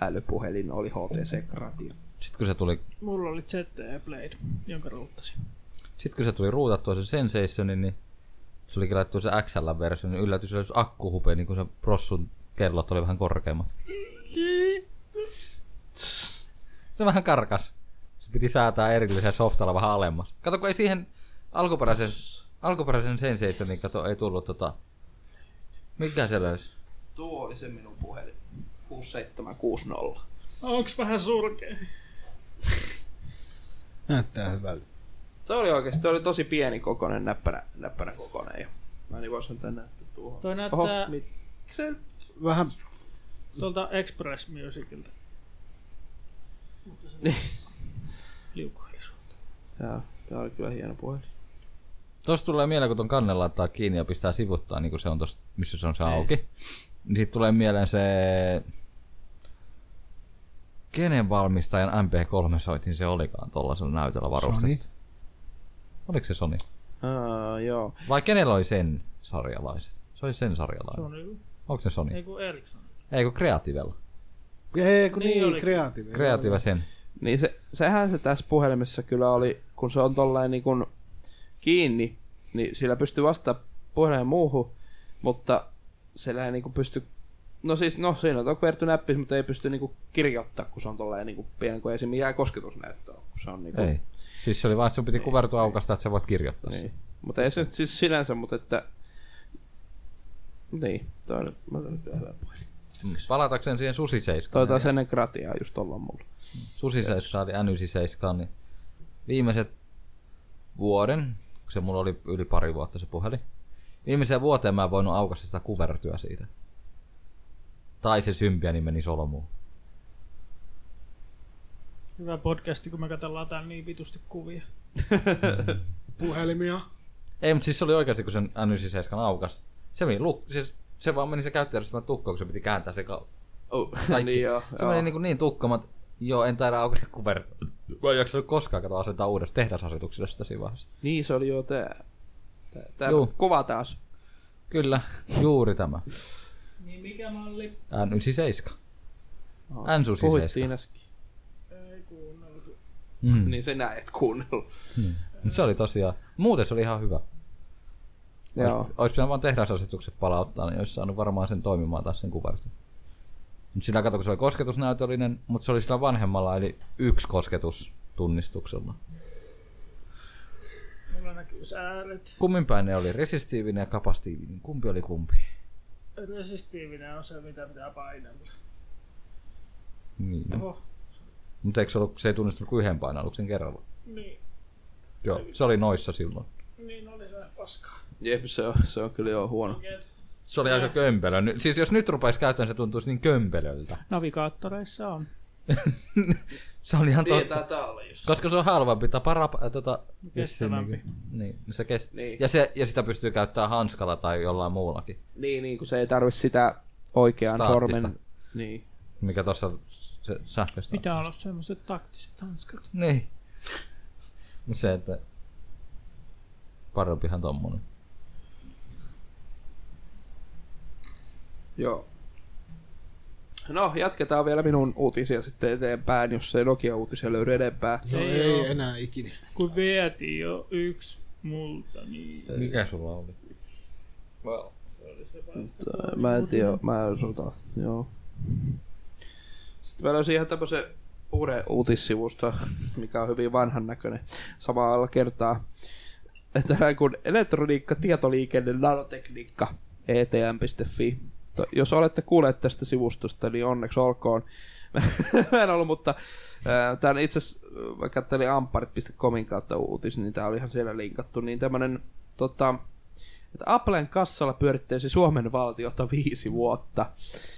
Speaker 3: älypuhelin oli HTC Gratia.
Speaker 4: sit kun se tuli,
Speaker 2: Mulla oli ZTE Blade, jonka ruuttasin.
Speaker 4: sit kun se tuli ruutattua se Sensationi, niin se oli laittu se XL-versio, niin yllätys oli, jos akku hupeni, niin kun se prossun kellot oli vähän korkeammat. Se vähän karkas. Se piti säätää erillisellä softalla vähän alemmas. Kato, kun ei siihen alkuperäisen, alkuperäisen Sensationiin, kato, ei tullut tota... Mikä se löysi?
Speaker 3: Tuo oli se minun puhelin. 6760.
Speaker 2: Onks vähän surkea?
Speaker 5: Näyttää hyvältä.
Speaker 3: Toi oli oikeesti, toi oli tosi pieni kokonen, näppärä, näppärä kokonen. Ja mä niin voisin tän näyttää tuohon.
Speaker 2: Toi näyttää
Speaker 3: miksei?
Speaker 5: Vähän
Speaker 2: tuolta Express Musicilta. Mutta se liukuheli sua.
Speaker 3: Tää, tää oli kyllä hieno puhelin.
Speaker 4: Tuosta tulee mieleen, kun ton kannen laittaa kiinni ja pistää sivuttaa, niin kuin se on tosta, missä se on se auki. Niin sit tulee mieleen se... Kenen valmistajan MP3-soitin se olikaan tuollaisella näytöllä varustettu? Sony. Oliko se Sony?
Speaker 3: Aa, joo.
Speaker 4: Vai kenellä oli sen sarjalaiset? Se oli sen sarjalainen. Sony.
Speaker 2: Sony,
Speaker 4: Onko se Sony?
Speaker 2: ei kun Ericsson.
Speaker 4: Ei, kun Creativella.
Speaker 5: Ei, kun
Speaker 2: Niin
Speaker 5: niin,
Speaker 2: olikin.
Speaker 5: niin kreatiivinen.
Speaker 4: Creative sen.
Speaker 3: Niin se, sehän se tässä puhelimessa kyllä oli, kun se on tollain niin kuin kiinni, niin sillä pystyy vasta puhelimeen muuhun, mutta sillä ei niinku pysty... No siis, no siinä on tuo QWERTY-näppis, mutta ei pysty niinku kirjoittaa, kun se on tolleen niinku pienen, kun ei se mikään kosketusnäyttö ole, kun se on niinku...
Speaker 4: Ei. Siis se oli vaan, että sun piti kuvertua aukasta, että sä voit kirjoittaa
Speaker 3: Niin.
Speaker 4: niin.
Speaker 3: Mutta ei se nyt siis sinänsä, mutta että... Niin, toi on, mä otan nyt vielä hyvä puhelin.
Speaker 4: Mm. Palatakseen siihen Susi
Speaker 3: Toi
Speaker 4: 7.
Speaker 3: taas ennen gratiaa just ollaan mulla.
Speaker 4: Susi 7 ja Nysi 7, niin viimeiset vuoden, kun se mulla oli yli pari vuotta se puhelin, viimeiseen vuoteen mä en voinut aukaista sitä kuvertyä siitä. Tai se sympiani meni solmuun.
Speaker 2: Hyvä podcasti, kun me katsellaan täällä niin vitusti kuvia.
Speaker 5: Puhelimia.
Speaker 4: Ei, mutta siis se oli oikeasti, kun sen N97 aukas. Se, meni, luk- siis se vaan meni se käyttäjärjestelmä tukkoon, kun se piti kääntää se ka-
Speaker 3: Oh,
Speaker 4: kaikki.
Speaker 3: niin joo,
Speaker 4: se
Speaker 3: joo.
Speaker 4: meni niin, kuin niin tukkoon, mä oon, että joo, en taida aukaista kuvertyä. Mä en jaksanut koskaan katsoa asentaa uudestaan tehdasasetuksille sitä siinä vaiheessa.
Speaker 3: Niin se oli joo tää. Tää, tää
Speaker 4: Juu.
Speaker 3: kuva taas.
Speaker 4: Kyllä, juuri tämä.
Speaker 2: Niin mikä malli?
Speaker 4: N97.
Speaker 3: Oh,
Speaker 4: N-susi
Speaker 3: Puhuttiin
Speaker 4: seiska.
Speaker 3: äsken.
Speaker 2: Ei kuunneltu.
Speaker 4: Mm.
Speaker 3: Niin se näet kuunnellut.
Speaker 4: Mut se oli tosiaan, muuten se oli ihan hyvä.
Speaker 3: Joo.
Speaker 4: Olisi pitänyt vaan tehdasasetukset palauttaa, niin olisi saanut varmaan sen toimimaan taas sen kuvartin. Mut sillä kato, kun se oli kosketusnäytöllinen, mutta se oli sillä vanhemmalla, eli yksi kosketus tunnistuksella.
Speaker 2: Mulla näkyy ääret.
Speaker 4: Kummin päin ne oli, resistiivinen ja kapasitiivinen, kumpi oli kumpi?
Speaker 2: Resistiivinen on se, mitä pitää painella.
Speaker 4: Niin.
Speaker 2: Oho,
Speaker 4: Mutta eikö se, ollut, se ei tunnistanut kuin yhden painalluksen kerralla?
Speaker 2: niin.
Speaker 4: Joo, se oli noissa silloin.
Speaker 2: Niin oli se paskaa.
Speaker 3: Jep, se on, se on kyllä joo huono.
Speaker 2: Okei.
Speaker 4: Se oli aika kömpelö. Nyt- Siis jos nyt rupaisi käyttämään, se tuntuisi niin kömpelöltä.
Speaker 2: Navigaattoreissa on.
Speaker 4: Se on ihan
Speaker 3: Niin,
Speaker 4: totta.
Speaker 3: tää olla jos.
Speaker 4: Koska se on halvempi tapa rap, tota,
Speaker 2: Kestävämpi.
Speaker 4: vissiin niinku- Niin, se kest...
Speaker 3: Niin.
Speaker 4: niin. Ja, se, ja sitä pystyy käyttämään hanskalla tai jollain muullakin,
Speaker 3: Niin, niin kun se ei tarvi sitä oikean
Speaker 4: Staattista.
Speaker 3: sormen. Niin.
Speaker 4: mikä tuossa se sähköistä on.
Speaker 2: Pitää olla semmoset taktiset hanskat.
Speaker 4: Niin. Mut se, että parempihan tommonen.
Speaker 3: Joo. No, jatketaan vielä minun uutisia sitten eteenpäin, jos ei Nokia-uutisia löydy enempää.
Speaker 5: Joo,
Speaker 2: Ei
Speaker 5: ei, ei
Speaker 2: oo.
Speaker 5: enää ikinä.
Speaker 2: Kun vietiin jo yksi multa, niin...
Speaker 4: Mikä sulla oli?
Speaker 3: Mä en tiedä, mä en sota. Joo. Sitten mä löysin ihan tämmösen uuden uutissivusta, mikä on hyvin vanhan näköinen samalla kertaa. Tänään kun elektroniikka, tietoliikenne, nanotekniikka, E etm.fi. To- Jos olette kuulleet tästä sivustosta, niin onneksi olkoon. Mä en ollut, mutta tämän itse asiassa, äh, mä katselin amparit.comin kautta uutis, niin tämä oli ihan siellä linkattu, niin tämmönen tota, että Applen kassalla pyörittäisi Suomen valtiota viisi vuotta.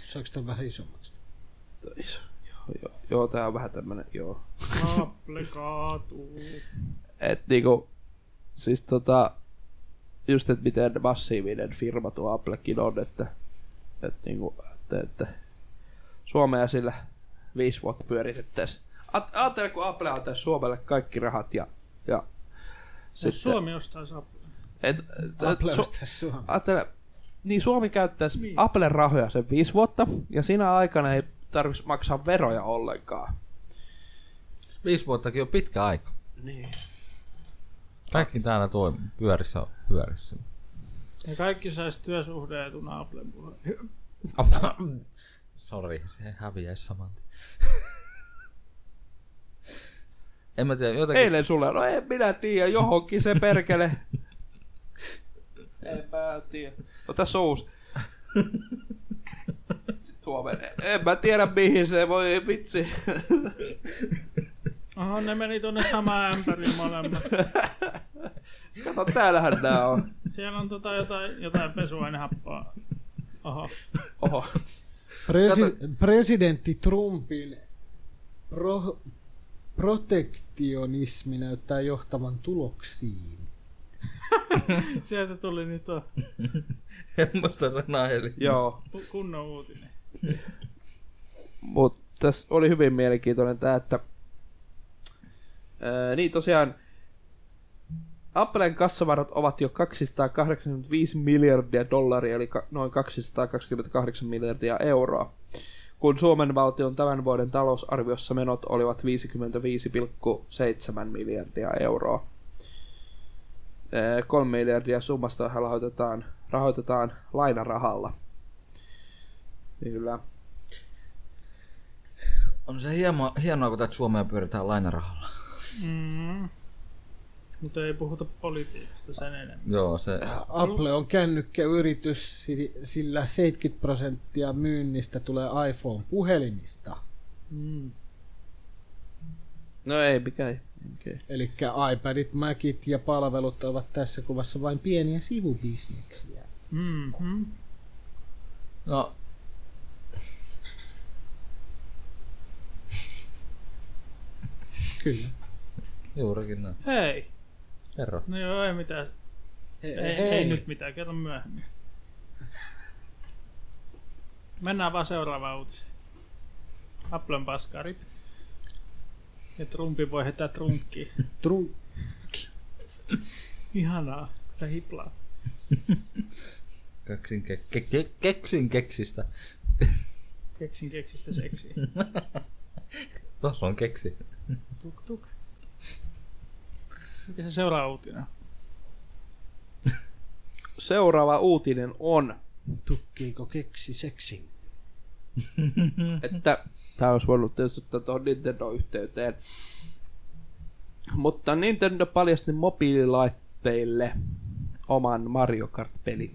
Speaker 5: Saanko tämän vähän isommaksi?
Speaker 3: Joo, joo, joo tää on vähän tämmönen, joo.
Speaker 2: Apple kaatuu.
Speaker 3: Et niinku, siis tota, just et miten massiivinen firma tuo Applekin on, että, et niinku, että, että Suomea sillä viisi vuotta pyöritettäis. Aat- Ajattele, kun Apple antaisi Suomelle kaikki rahat ja, ja
Speaker 2: Jos Suomi ostaisi Apple.
Speaker 3: et, et,
Speaker 5: Apple
Speaker 3: Su-
Speaker 5: so... tässä Suomessa.
Speaker 3: Ajattele, niin Suomi käyttäisi niin. Applen rahoja sen viisi vuotta, ja sinä aikana ei tarvitsisi maksaa veroja ollenkaan.
Speaker 4: Viisi vuottakin on pitkä aika.
Speaker 3: Niin.
Speaker 4: Kaikki täällä toi pyörissä on pyörissä.
Speaker 2: Ja kaikki saisi työsuhdeetuna Applen puhelin.
Speaker 4: Sori, se häviäisi saman tien. en mä tiedä, jotenkin...
Speaker 3: Eilen sulle, no en minä tiedä, johonkin se perkele. en mä tiedä. No tässä on uusi. Sitten huomenna. En mä tiedä mihin se voi, vitsi.
Speaker 2: Aha, ne meni tonne samaan ämpäriin molemmat.
Speaker 3: Kato, täällähän nää on.
Speaker 2: Siellä on tota jotain, jotain pesuainehappoa. Oho.
Speaker 3: Oho.
Speaker 5: Presi- presidentti Trumpin pro- protektionismi näyttää johtavan tuloksiin.
Speaker 2: Sieltä tuli nyt tuo
Speaker 4: Semmoista sanaa, eli...
Speaker 3: Joo.
Speaker 2: ku- kunnon uutinen.
Speaker 3: Mutta tässä oli hyvin mielenkiintoinen tämä, että ää, niin tosiaan Applen kassavarat ovat jo 285 miljardia dollaria, eli ka- noin 228 miljardia euroa, kun Suomen valtion tämän vuoden talousarviossa menot olivat 55,7 miljardia euroa. Ee, kolme miljardia summasta rahoitetaan, rahoitetaan lainarahalla. Niin Kyllä.
Speaker 4: On se hieno, hienoa, kun tätä Suomea pyöritään lainarahalla.
Speaker 2: Mm. Mutta ei puhuta politiikasta sen enemmän.
Speaker 4: Joo, se...
Speaker 5: Apple on kännykkäyritys, si- sillä 70 prosenttia myynnistä tulee iPhone-puhelimista.
Speaker 2: Mm.
Speaker 3: No ei, mikä ei. Okay.
Speaker 5: Eli iPadit, Macit ja palvelut ovat tässä kuvassa vain pieniä sivubisneksiä.
Speaker 2: Mm-hmm.
Speaker 4: No...
Speaker 5: Kyllä.
Speaker 4: Juurikin näin.
Speaker 2: Hei,
Speaker 4: Kerro.
Speaker 2: no joo, ei mitään. Ei, ei, ei nyt mitään, kerro myöhemmin. Mennään vaan seuraavaan uutiseen. Applen paskarit. Ja Trumpi voi heittää trunkkiin.
Speaker 5: Tru-
Speaker 2: Ihanaa, kun se hiplaa.
Speaker 4: Keksin, ke- ke- ke- keksin keksistä.
Speaker 2: Keksin keksistä seksiä.
Speaker 4: Tuossa on keksi.
Speaker 2: Tuk tuk. Mikä se seuraava uutinen? on?
Speaker 3: Seuraava uutinen on,
Speaker 5: Tukkiiko keksi seksin?
Speaker 3: että tämä olisi voinut tietysti ottaa tuohon Nintendo-yhteyteen. Mutta Nintendo paljasti mobiililaitteille oman Mario Kart-pelin.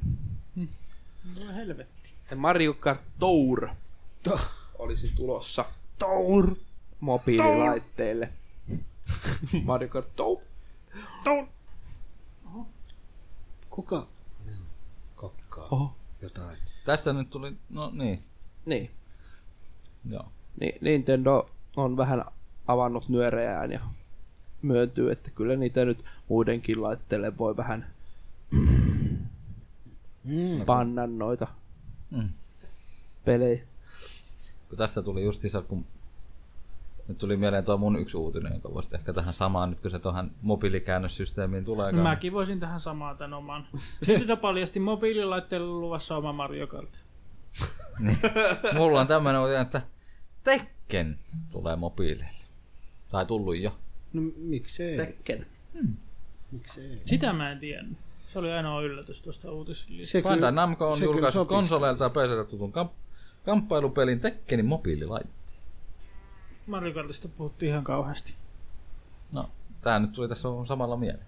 Speaker 2: No helvetti.
Speaker 3: Mario Kart Tour
Speaker 5: To-
Speaker 3: olisi tulossa. Tour! Mobiililaitteille. Mario Kart Tour.
Speaker 2: Tuun!
Speaker 5: kuka? Kokkaa.
Speaker 3: Oho.
Speaker 5: Jotain.
Speaker 4: Tästä nyt tuli... No niin.
Speaker 3: Niin.
Speaker 4: Joo.
Speaker 3: Ni- Nintendo on vähän avannut nyöreään ja myöntyy, että kyllä niitä nyt muidenkin laitteille voi vähän
Speaker 5: Mm.
Speaker 3: panna noita
Speaker 4: Mm.
Speaker 3: pelejä.
Speaker 4: Kun tästä tuli justiinsa, kun nyt tuli mieleen tuo mun yksi uutinen, joka voisi ehkä tähän samaan, nyt kun se tuohon mobiilikäännössysteemiin tulee.
Speaker 2: No mäkin voisin tähän samaan tämän oman. Nintendo paljasti mobiililaitteille luvassa oma Mario Kart.
Speaker 4: Niin. Mulla on tämmönen uutinen, että Tekken tulee mobiileille. Tai tullut jo.
Speaker 5: No miksei?
Speaker 3: Tekken.
Speaker 5: miksei?
Speaker 2: Sitä mä en tiennyt. Se oli ainoa yllätys tuosta uutislista.
Speaker 5: Se kyllä-
Speaker 4: Bandai Namco on
Speaker 5: se kyllä
Speaker 4: julkaissut
Speaker 5: sopisi.
Speaker 4: konsoleilta ja PClle tutun kamp- kamppailupelin Tekkenin mobiililaitteen.
Speaker 2: Mario Kartista puhuttiin ihan kauheasti.
Speaker 4: No, tää nyt tuli tässä samalla mieleen.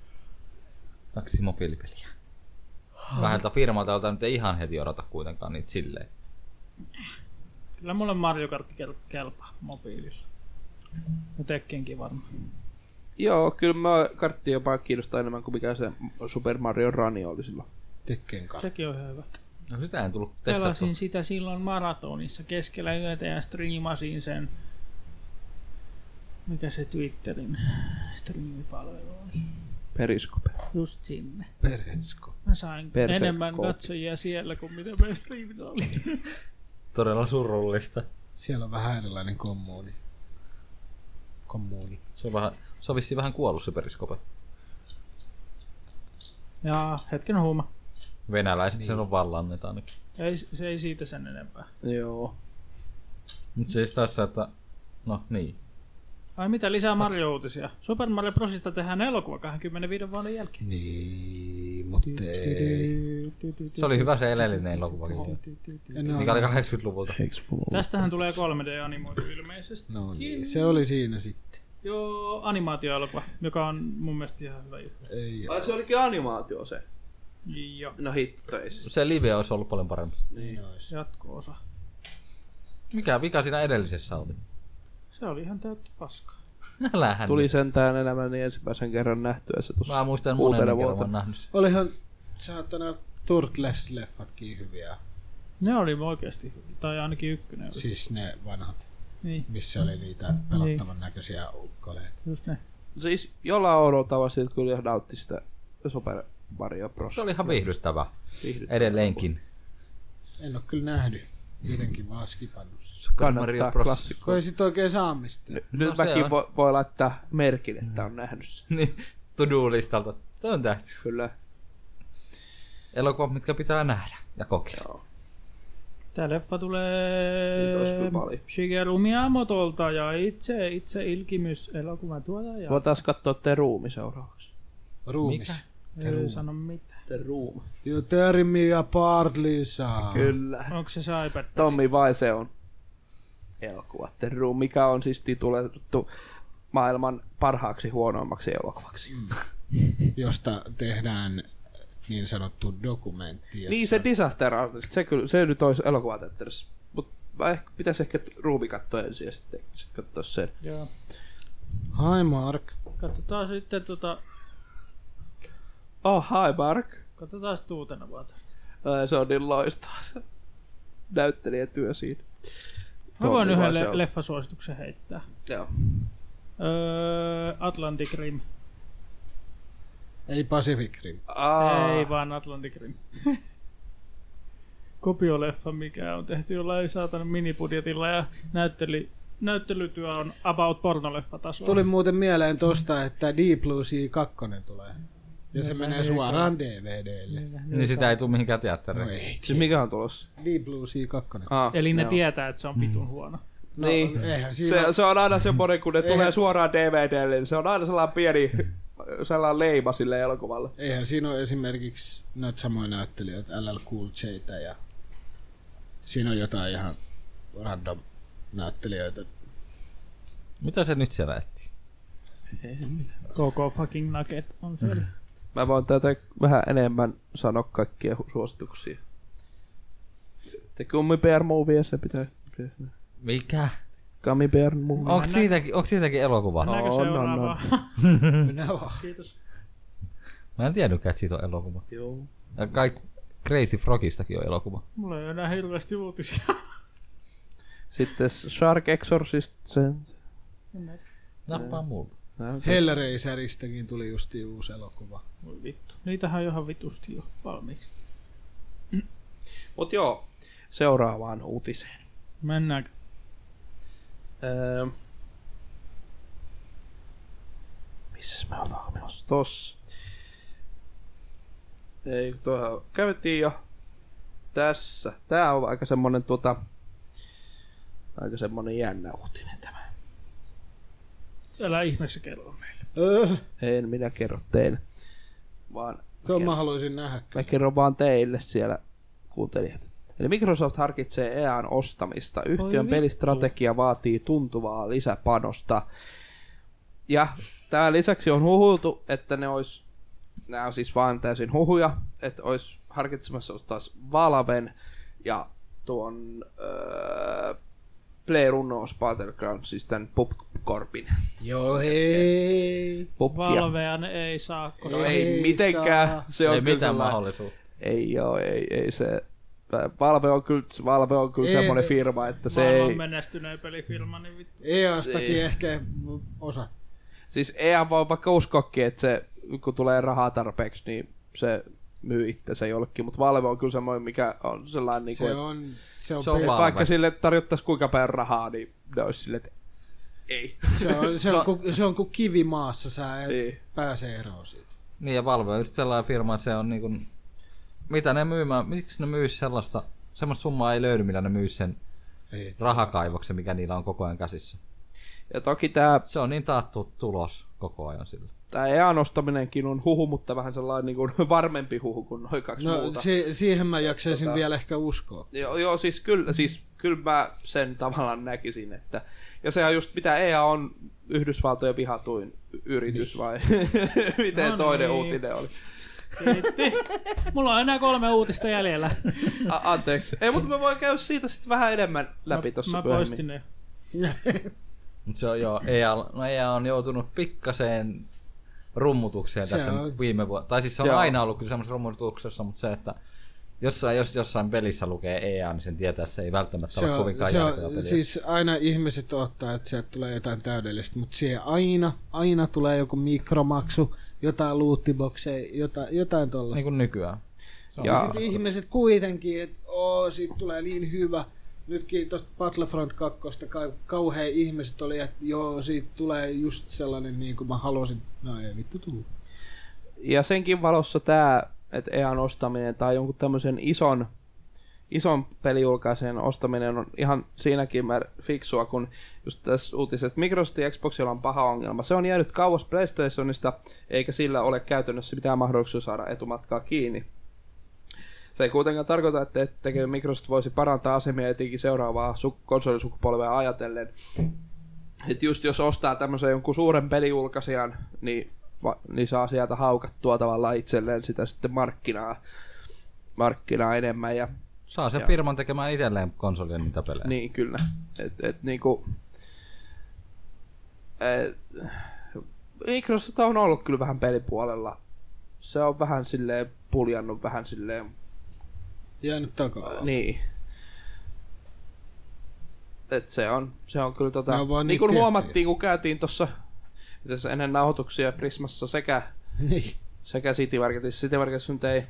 Speaker 4: Kaksi mobiilipeliä. Vähältä firmalta, jolta nyt ei ihan heti odota kuitenkaan niitä silleen.
Speaker 2: Kyllä mulle Mario Kart kel- kelpaa mobiililla. Ja Tekkenkin varmaan.
Speaker 3: Joo, kyllä mä kartti jopa kiinnostaa enemmän kuin mikä se Super Mario Run oli silloin.
Speaker 5: Tekken kanssa.
Speaker 2: Sekin on ihan hyvä.
Speaker 4: No sitä en tullut testattu.
Speaker 2: Pelasin sitä silloin maratonissa keskellä yötä ja striimasin sen. Mikä se Twitterin striimipalvelu oli?
Speaker 3: Periscope.
Speaker 2: Just sinne.
Speaker 5: Perensko.
Speaker 2: Mä sain
Speaker 3: Perfect
Speaker 2: enemmän
Speaker 3: copy.
Speaker 2: katsojia siellä kuin mitä meidän striimillä oli.
Speaker 4: Todella surullista.
Speaker 5: Siellä on vähän erilainen kommuuni. Kommuuni.
Speaker 4: Se on, vähän, se on vissiin vähän kuollut se periskope.
Speaker 2: Ja hetken huuma.
Speaker 4: Venäläiset niin. sen on vallanneet ainakin.
Speaker 2: Ei, se ei siitä sen enempää.
Speaker 3: Joo.
Speaker 4: Mutta siis tässä, että... No niin.
Speaker 2: Ai mitä lisää Mario-uutisia? Super Mario Brosista tehdään elokuva 25 vuoden jälkeen.
Speaker 5: Niin, mutta ei.
Speaker 4: Se oli hyvä se edellinen elokuvakin,
Speaker 5: No,
Speaker 4: mikä oli 80-luvulta.
Speaker 3: Eiks mulla ollut?
Speaker 2: Tästähän tulee 3D-animoitu ilmeisesti.
Speaker 5: no niin, se oli siinä sitten.
Speaker 2: Joo, animaatioelokuva, joka on mun mielestä ihan hyvä juttu.
Speaker 5: Ei.
Speaker 3: Ai se olikin animaatio se.
Speaker 2: Joo,
Speaker 3: No hitto ei siis.
Speaker 4: Se live olisi ollut paljon parempi.
Speaker 5: Niin ois.
Speaker 2: jatko-osa.
Speaker 4: Mikä vika siinä edellisessä oli?
Speaker 2: Se oli ihan täyttä paskaa.
Speaker 4: Älähän.
Speaker 3: Tuli sentään elämäni ensimmäisen kerran nähtyä se tuossa
Speaker 4: Mä muistan monen
Speaker 3: uutena
Speaker 4: kerran, mä oon
Speaker 3: vuotena.
Speaker 4: nähnyt sen.
Speaker 5: Olihan saatana Turtles-leffatkin hyviä.
Speaker 2: Ne oli oikeasti hyviä, tai ainakin ykkönen oli.
Speaker 5: Siis ne vanhat,
Speaker 2: Niin,
Speaker 5: missä oli niitä pelattavan näköisiä ukkoleita.
Speaker 2: just ne.
Speaker 3: Siis jollain oudolla tavalla siitä kyllä ihan nautti sitä Super Mario Bros.
Speaker 4: Se oli ihan viihdyttävä.
Speaker 3: Viihdyttävä.
Speaker 4: Edelleenkin.
Speaker 5: En oo kyllä nähnyt. Jotenkin vaan skipannut.
Speaker 3: Kannattaa
Speaker 4: Mario Bros.
Speaker 3: klassikko.
Speaker 5: Kun ei sit oikein saa mistään.
Speaker 3: Nyt no,
Speaker 4: se
Speaker 3: mäkin
Speaker 4: on.
Speaker 3: voi, voi laittaa merkin, että on nähnyt sen.
Speaker 4: Niin, to-do-listalta. Toi on tähti.
Speaker 3: Kyllä.
Speaker 4: Elokuvat, mitkä pitää nähdä ja kokea.
Speaker 2: Tää leffa
Speaker 3: Niitä olisi
Speaker 2: tulee
Speaker 3: kyllä paljon.
Speaker 2: Shigeru Miyamotolta ja itse, itse ilkimys elokuvan tuotaja.
Speaker 3: Voitaisiin katsoa te ruumi seuraavaksi.
Speaker 5: Ruumis.
Speaker 4: Mikä?
Speaker 2: Ei sano mitään.
Speaker 3: The Room.
Speaker 5: You tear me apart, Lisa.
Speaker 3: Ah. Kyllä.
Speaker 2: Onko se Cyber?
Speaker 3: Tommi Vaise on elokuva The Room, mikä on siis tituleerattu maailman parhaaksi huonoimmaksi elokuvaksi. Mm,
Speaker 5: Josta tehdään niin sanottu dokumentti. Jossa...
Speaker 3: niin se Disaster Artist, se, kyllä, se nyt olisi elokuvateatterissa. Mutta ehkä, pitäisi ehkä Ruumi katsoa ensin ja sitten sit katsoa sen.
Speaker 2: Joo.
Speaker 5: Hi Mark.
Speaker 2: Katsotaan sitten tota...
Speaker 3: Oh, hi Mark.
Speaker 2: Katsotaan sitten uutena vuotena.
Speaker 3: Ai, se on niin loistava. se Näyttelijätyö siinä.
Speaker 2: Mä voin
Speaker 3: Tommi
Speaker 2: yhden
Speaker 3: Vaise
Speaker 2: le-
Speaker 3: on-
Speaker 2: leffasuosituksen heittää.
Speaker 3: Joo.
Speaker 2: Öö, Atlantic Rim.
Speaker 5: Ei Pacific Rim.
Speaker 3: Aa,
Speaker 2: Ei vaan Atlantic Rim. Kopioleffa, mikä on tehty jollain saatanan minibudjetilla ja näytteli, näyttelytyö on about pornoleffa tasolla.
Speaker 5: Tuli muuten mieleen tosta, että Deep Blue Sea 2 tulee. Ja se menee suoraan DVDlle.
Speaker 4: Niin sitä ei tule mihinkään teatteriin.
Speaker 5: No ei.
Speaker 3: siis mikä on tulossa?
Speaker 5: Deep Blue Sea 2.
Speaker 3: Aa,
Speaker 2: Eli ne
Speaker 3: joo. Mm.
Speaker 2: tietää, että se on pitun huono.
Speaker 5: No,
Speaker 3: niin.
Speaker 5: eihän siinä...
Speaker 3: Se, se on aina semmoinen, kun ne
Speaker 5: Eihän-
Speaker 3: tulee suoraan DVDlle, niin se on aina sellainen pieni sellainen leima sille elokuvalle.
Speaker 5: Eihän siinä ole esimerkiksi noita samoja näyttelijöitä, LL Cool Jtä ja siinä on jotain ihan random näyttelijöitä.
Speaker 4: Mitä se nyt siellä etsii?
Speaker 2: Koko fucking nugget on siellä.
Speaker 3: Mä voin tätä vähän enemmän sanoa kaikkia hu- suosituksia. Te Gummi Bear Movie, se pitää...
Speaker 4: Mikä?
Speaker 3: Gummi Bear Movie.
Speaker 4: Onko siitäkin, onko siitäkin elokuva?
Speaker 2: Mennäänkö
Speaker 3: On, on,
Speaker 2: seuraavaan?
Speaker 5: Minä vaan.
Speaker 2: Kiitos.
Speaker 4: Mä en tiennytkään, että siitä on elokuva.
Speaker 3: Joo.
Speaker 4: Ja Kai Crazy Frogistakin on elokuva.
Speaker 2: Mulla ei ole enää hirveästi uutisia.
Speaker 3: Sitten Shark Exorcist, sen...
Speaker 4: Nappaa
Speaker 3: Mm.
Speaker 4: mulla.
Speaker 5: Hellraiseristäkin tuli justi uusi elokuva.
Speaker 2: Voi vittu. Niitähän on ihan vitusti jo valmiiksi.
Speaker 3: Mut joo, seuraavaan uutiseen.
Speaker 2: Mennäänkö?
Speaker 3: Öö, missäs me ollaan menossa? Tossa. Ei, kun tuohon käytiin jo. Tässä. Tää on aika semmonen tuota... Aika semmonen jännä uutinen tämä.
Speaker 2: Älä ihmeessä kerro meille.
Speaker 5: Öö,
Speaker 3: En minä kerro teille. Vaan
Speaker 5: tuon mä haluaisin nähdä.
Speaker 3: Mä kerron vaan teille siellä kuuntelijat. Eli Microsoft harkitsee EAN ostamista. Yhtiön pelistrategia vaatii tuntuvaa lisäpanosta. Ja tämän lisäksi on huhultu, että ne olisi, nämä on siis vaan täysin huhuja, että olisi harkitsemassa taas Valven ja tuon öö, PlayerUnknown's Battleground, siis tämän Pupkorpin
Speaker 5: Joo hei.
Speaker 3: pupkia.
Speaker 2: Valvean ei saa, koska
Speaker 3: No ei
Speaker 5: Ei
Speaker 3: mitenkään,
Speaker 5: saa.
Speaker 3: se on
Speaker 4: ei
Speaker 3: kyllä
Speaker 4: mitään
Speaker 3: sellainen-
Speaker 4: mahdollisuutta.
Speaker 3: ei joo, ei, ei se... Valve on kyllä, Valve on kyllä
Speaker 5: Ei,
Speaker 3: semmoinen
Speaker 5: ei.
Speaker 3: firma, että se
Speaker 2: maailman
Speaker 3: ei...
Speaker 2: menestyneen pelifilma, niin vittu.
Speaker 5: EAstakin
Speaker 3: Ei.
Speaker 5: E ehkä osa.
Speaker 3: Siis eihän voi vaikka uskoakin, että se, kun tulee rahaa tarpeeksi, niin se myy itsensä jollekin, mutta Valve on kyllä semmoinen, mikä on sellainen, niin kuin,
Speaker 5: Se
Speaker 3: että
Speaker 5: on, se on,
Speaker 4: Se on
Speaker 5: pe-
Speaker 4: Valve.
Speaker 3: vaikka sille tarjottaisiin kuinka paljon rahaa, niin ne olisi silleen, että ei.
Speaker 5: se on, se on, ku, se on kuin kivi maassa, sä et
Speaker 3: Ei.
Speaker 5: pääse eroon siitä.
Speaker 4: Niin ja Valve on just sellainen firma, että se on niinku... Mitä ne myymään, miksi ne myy sellaista... Semmoista summaa ei löydy, millä ne myy sen
Speaker 5: Ei.
Speaker 4: rahakaivoksen, mikä niillä on koko ajan käsissä.
Speaker 3: Ja toki tämä,
Speaker 4: Se on niin taattu tulos koko ajan sillä.
Speaker 3: tämä EAN ostaminenkin on huhu, mutta vähän sellainen niin kuin, varmempi huhu kuin noin kaksi
Speaker 5: No
Speaker 3: muuta.
Speaker 5: si- siihen mä jaksaisin
Speaker 3: tota-
Speaker 5: vielä ehkä uskoa.
Speaker 3: Joo, joo siis, kyllä, siis kyllä mä sen tavallaan näkisin, että... Ja se on just, mitä EA on Yhdysvaltojen vihatuin y- yritys vai miten
Speaker 2: Niin. No
Speaker 3: toinen
Speaker 2: niin.
Speaker 3: uutinen oli.
Speaker 2: Kiitti. Mulla on enää kolme uutista jäljellä.
Speaker 3: A- anteeksi. Ei, mutta mä voin käydä siitä sitten vähän enemmän läpi
Speaker 2: Mä
Speaker 3: tuossa
Speaker 2: poistin ne.
Speaker 4: Mut se on joo, EA, no EA on joutunut pikkaseen rummutukseen
Speaker 5: Se
Speaker 4: tässä
Speaker 5: on.
Speaker 4: nyt viime vuonna. Tai siis se on
Speaker 3: Joo.
Speaker 4: aina ollut kyllä semmoisessa rummutuksessa, mutta se, että jossain, jos jossain pelissä lukee EA, niin sen tietää, että se ei välttämättä
Speaker 5: Se
Speaker 4: ole
Speaker 5: on,
Speaker 4: kovinkaan
Speaker 5: se
Speaker 4: järkevä peli.
Speaker 5: on, siis aina ihmiset ottaa, että sieltä tulee jotain täydellistä, mutta siihen aina, aina tulee joku mikromaksu, jotain loottibokseja, jotain, jotain
Speaker 4: Niin
Speaker 3: Niinku
Speaker 5: tollaista.
Speaker 4: kuin nykyään. Se on
Speaker 3: Ja-
Speaker 5: Sitten ihmiset kuitenkin, että oo, siitä tulee niin hyvä. Nytkin tuosta Battlefront 2 ka- kauhean ihmiset oli, että joo, siitä tulee just sellainen niin kuin mä halusin. No ei vittu tuu.
Speaker 3: E Ja senkin valossa tämä, että EAN ostaminen tai jonkun tämmöisen ison ison pelijulkaisen ostaminen on ihan siinäkin mä fiksua, kun just tässä uutisessa, että Microsoft ja Xboxilla on paha ongelma. Se on jäänyt kauas PlayStationista, eikä sillä ole käytännössä mitään mahdollisuus saada etumatkaa kiinni. Se ei kuitenkaan tarkoita, että etteikö Microsoft voisi parantaa asemia etenkin seuraavaa su- konsolisukupolvea ajatellen. Et just jos ostaa tämmöisen jonkun suuren pelijulkaisijan, niin, va- niin saa sieltä haukattua tavallaan itselleen sitä sitten markkinaa, markkinaa enemmän. Ja,
Speaker 4: Saa sen
Speaker 3: Joo.
Speaker 4: firman tekemään itselleen konsolien niitä pelejä.
Speaker 3: niin kyllä. Et, et, niinku, et, Microsoft on ollut kyllä vähän pelipuolella. Se on vähän silleen puljannut vähän silleen
Speaker 5: Jäänyt takaa.
Speaker 3: Niin. Et se on, se on kyllä tota,
Speaker 5: Ne on vaan
Speaker 3: niin
Speaker 5: niitä
Speaker 3: kuin
Speaker 5: tiettyjä.
Speaker 3: huomattiin, kun käytiin tuossa tässä ennen nauhoituksia Prismassa sekä,
Speaker 5: niin.
Speaker 3: sekä City Marketissa. City Marketissa nyt ei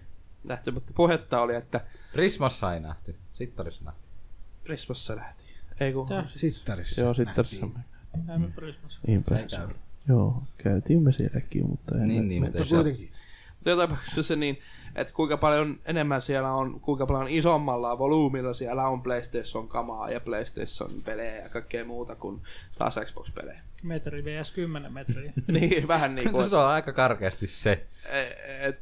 Speaker 3: nähty, mutta puhetta oli, että
Speaker 4: Prismassa ei nähty, Sittarissa nähty.
Speaker 3: Prismassa nähtiin. Ei kun...
Speaker 2: Tää.
Speaker 5: Sittarissa. Niin.
Speaker 3: Joo, sitten se
Speaker 2: Näemme Prismassa.
Speaker 5: Näin käy.
Speaker 3: Joo, käytiin me sielläkin, mutta
Speaker 4: Niin, me- niin, me- mutta ei
Speaker 5: Mutta kuitenkin.
Speaker 3: Mutta joka tapauksessa niin, että kuinka paljon enemmän siellä on, kuinka paljon isommalla volyymilla siellä on PlayStation-kamaa ja PlayStation-pelejä ja kaikkea muuta kuin taas Xbox-pelejä.
Speaker 2: Metri vs 10 metriä.
Speaker 3: niin, vähän niin kuin,
Speaker 4: Se on aika karkeasti se.
Speaker 3: et, et,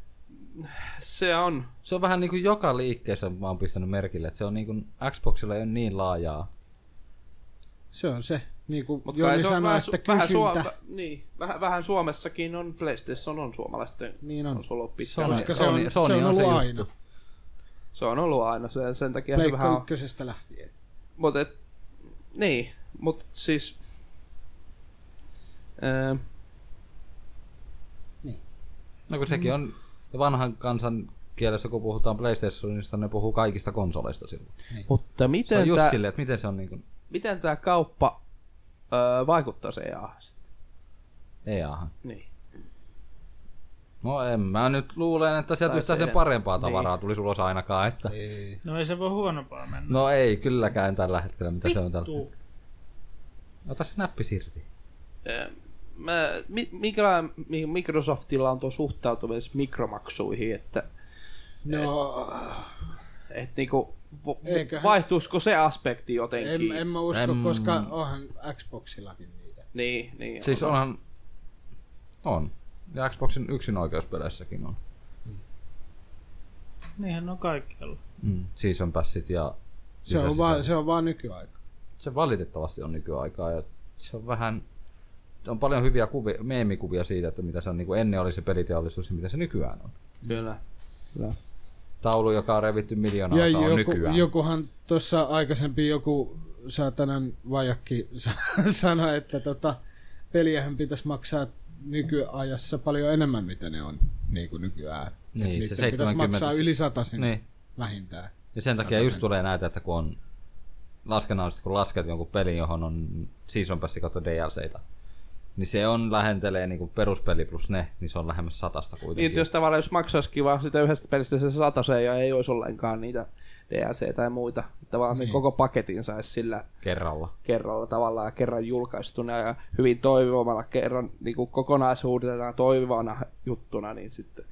Speaker 3: se on,
Speaker 4: Se on vähän niin kuin joka liikkeessä mä oon pistänyt merkille, että se on niin kuin Xboxilla ei ole niin laajaa.
Speaker 5: Se on se. Niin kuin
Speaker 3: mutta kai
Speaker 5: Jouni
Speaker 3: se on
Speaker 5: sanoi,
Speaker 3: vähän,
Speaker 5: että
Speaker 3: su- vähän,
Speaker 5: kysyntä.
Speaker 3: suom- niin, vähän, vähän Suomessakin on PlayStation on suomalaisten
Speaker 5: Niin on.
Speaker 3: on ollut
Speaker 4: Sony-
Speaker 3: pitkään.
Speaker 5: Koska se on,
Speaker 4: Sony-
Speaker 5: se
Speaker 4: Sony
Speaker 5: on
Speaker 4: on
Speaker 5: ollut
Speaker 4: se juttu.
Speaker 5: aina.
Speaker 3: Se on ollut aina sen, sen takia se vähän
Speaker 5: Pleikka
Speaker 3: on.
Speaker 5: ykkösestä lähtien.
Speaker 3: Mut et, niin, mut siis... Öö,
Speaker 4: No kun sekin on vanhan kansan kielessä, kun puhutaan PlayStationista, ne puhuu kaikista konsoleista silloin.
Speaker 3: mutta
Speaker 4: Se on
Speaker 3: miten
Speaker 4: just
Speaker 3: tämä
Speaker 4: silleen, että miten se on niin kuin
Speaker 3: miten tää kauppa öö, vaikuttaa se EA?
Speaker 4: EA-han.
Speaker 3: Niin.
Speaker 4: E No en mä nyt luulen, että sieltä
Speaker 3: Tai
Speaker 4: yhtään
Speaker 3: se-
Speaker 4: sen parempaa tavaraa tulisi ulos ainakaan, että...
Speaker 5: Ei.
Speaker 2: No ei se voi huonompaa mennä.
Speaker 4: No ei kylläkään tällä hetkellä, mitä se on tällä.
Speaker 2: Vittu.
Speaker 4: Ota se näppi irti.
Speaker 3: Öö, Mä, mi, mikä, mi- Microsoftilla on tuo suhtautumis mikromaksuihin, että
Speaker 5: No,
Speaker 3: et niinku, vo-
Speaker 5: Eiköhän-
Speaker 3: vaihtuisiko se aspekti jotenkin?
Speaker 5: en, en mä usko,
Speaker 4: En-
Speaker 5: koska onhan Xboxillakin niitä.
Speaker 3: Niin, niin.
Speaker 4: Siis onhan... On. Ja Xboxin yksin oikeuspeleissäkin on.
Speaker 2: Niinhän ne on kaikkialla.
Speaker 4: Mm. Season passit ja...
Speaker 5: Se on, vaan, se on vaan nykyaika.
Speaker 4: se valitettavasti on nykyaikaa ja se on vähän... On paljon hyviä kuvi, meemikuvia siitä, että mitä se on, niin kuin ennen oli se peliteollisuus ja mitä se nykyään on.
Speaker 3: Kyllä. Kyllä.
Speaker 4: Taulu, joka on revitty miljoonaa
Speaker 5: ja
Speaker 4: osaa, on
Speaker 5: joku,
Speaker 4: nykyään.
Speaker 5: jokuhan tuossa aikaisempi joku saatanan vajakki sa- sanoi, että tota, peliähän pitäisi maksaa nykyajassa paljon enemmän, mitä ne on niin kuin nykyään.
Speaker 4: Niin,
Speaker 5: Et
Speaker 4: se
Speaker 5: niitten
Speaker 4: 70
Speaker 5: pitäisi maksaa yli sen
Speaker 4: Niin.
Speaker 5: niin. vähintään.
Speaker 4: Ja sen takia just tulee näitä, että kun on laskennallisesti, kun lasket jonkun pelin, johon on season passi kautta DLCtä, niin se on lähentelee niin peruspeli plus ne, niin se on lähemmäs satasta kuitenkin.
Speaker 3: Niin, että jos tavallaan jos maksaisikin vaan sitä yhdestä pelistä se sataseen ja ei olisi ollenkaan niitä DLC tai muita, että vaan sen
Speaker 5: Niin.
Speaker 3: koko paketin saisi sillä
Speaker 4: Kerralla.
Speaker 3: kerralla tavallaan ja kerran julkaistuna ja hyvin toivomalla kerran niin kuin kokonaisuudena toivovana juttuna, niin sitten.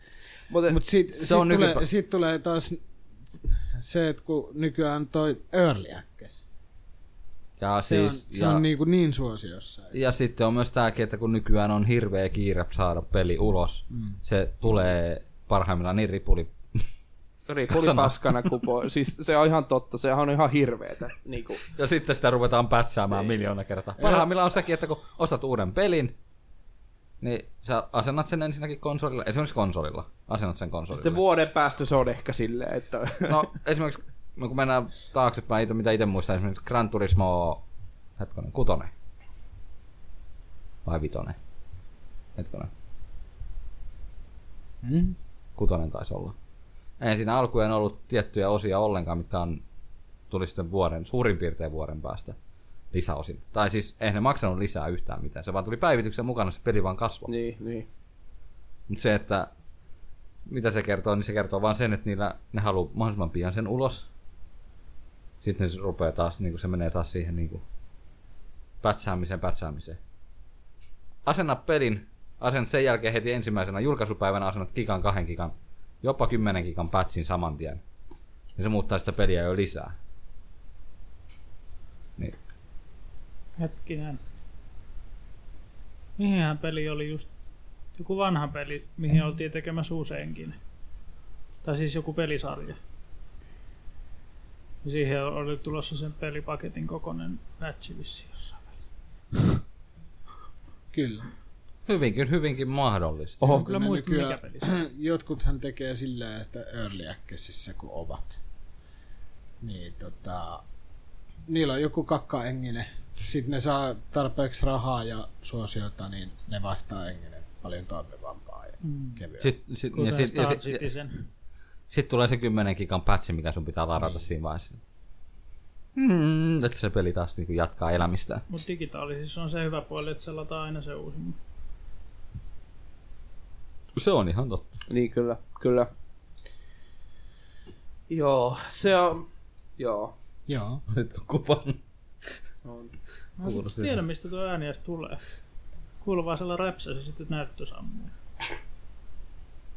Speaker 3: Mutta Mut,
Speaker 5: Mutta sit,
Speaker 4: se
Speaker 5: sit,
Speaker 4: on
Speaker 5: tulee,
Speaker 4: nykypä-
Speaker 5: sit tulee taas se, että kun nykyään toi Early Access,
Speaker 4: Ja,
Speaker 5: se
Speaker 4: siis,
Speaker 5: on, se
Speaker 4: ja,
Speaker 5: on niin, kuin niin suosiossa.
Speaker 4: ja sitten on myös tämäkin, että kun nykyään on hirveä kiire saada peli ulos, mm. se tulee parhaimmillaan niin ripuli.
Speaker 3: ripuli
Speaker 4: Sano.
Speaker 3: paskana kupo. siis se on ihan totta, se on ihan hirveetä. Niin kuin,
Speaker 4: Ja sitten sitä ruvetaan pätsäämään miljoona kertaa. Parhaimmillaan on sekin, että kun ostat uuden pelin, niin sä asennat sen ensinnäkin konsolilla, esimerkiksi konsolilla, asennat sen konsolilla.
Speaker 3: sitten vuoden päästä se on ehkä silleen, että...
Speaker 4: No esimerkiksi, no kun mennään taaksepäin, itse, mitä itse muistan, esimerkiksi Gran Turismo, hetkonen, kutonen. Vai vitonen? Hetkonen,
Speaker 5: Mm.
Speaker 4: kutonen taisi olla. Ei siinä alkujen ollut tiettyjä osia ollenkaan, mitkä on, tuli sitten vuoden, suurin piirtein vuoden päästä lisäosin. Tai siis eihän ne maksanut lisää yhtään mitään. Se vaan tuli päivityksen mukana, se peli vaan kasvoi.
Speaker 3: niin, niin.
Speaker 4: Mutta se, että mitä se kertoo, niin se kertoo vaan sen, että niillä, ne haluaa mahdollisimman pian sen ulos. Sitten se rupeaa taas, niin se menee taas siihen niin kuin, pätsäämiseen, pätsäämiseen. Asenna pelin, asennat sen jälkeen heti ensimmäisenä julkaisupäivänä asennat kikan, kahden kikan, jopa kymmenen kikan pätsin saman tien. niin se muuttaa sitä peliä jo lisää. Niin.
Speaker 2: Hetkinen. Mihinhän peli oli just? Joku vanha peli,
Speaker 4: Mm.
Speaker 2: mihin oltiin tekemässä useinkin. Tai siis joku pelisarja. Ja siihen oli tulossa sen pelipaketin kokoinen patchi vissiin jossain.
Speaker 5: Kyllä.
Speaker 4: Hyvinkin, hyvinkin
Speaker 3: Oh.
Speaker 4: mahdollista.
Speaker 2: Oho,
Speaker 5: Onko
Speaker 2: kyllä
Speaker 5: ne
Speaker 2: muistin mikä
Speaker 5: nykyään-
Speaker 2: peli se oli.
Speaker 5: Jotkuthan tekee sillä, että early accessissa kun ovat. Niin tota, niillä on joku kakkaenginen. Sitten ne saa tarpeeksi rahaa ja suosiota, niin ne vaihtaa enginen paljon toimivampaa ja
Speaker 2: Mm.
Speaker 5: kevyempää.
Speaker 4: Sitten sit, ja
Speaker 2: Kuten
Speaker 4: sit, ja
Speaker 2: Star
Speaker 4: sit, ja
Speaker 2: Citizen.
Speaker 4: sit tulee se 10 gigan patch, mikä sun pitää ladata
Speaker 5: Niin.
Speaker 4: siinä vaiheessa. Mm, että se peli taas niinku jatkaa elämistä.
Speaker 2: Mutta digitaalisissa on se hyvä puoli, että se lataa aina se uusimman.
Speaker 4: Se on ihan totta.
Speaker 3: Niin kyllä, kyllä. Joo, se on... Joo.
Speaker 5: Joo.
Speaker 4: Nyt on kuvan.
Speaker 3: On.
Speaker 2: Mä en
Speaker 4: Kuulosti
Speaker 2: tiedä,
Speaker 4: ihan-
Speaker 2: mistä tuo ääni edes tulee. Kuuluu vaan siellä räpsä, se sitten näyttö sammuu.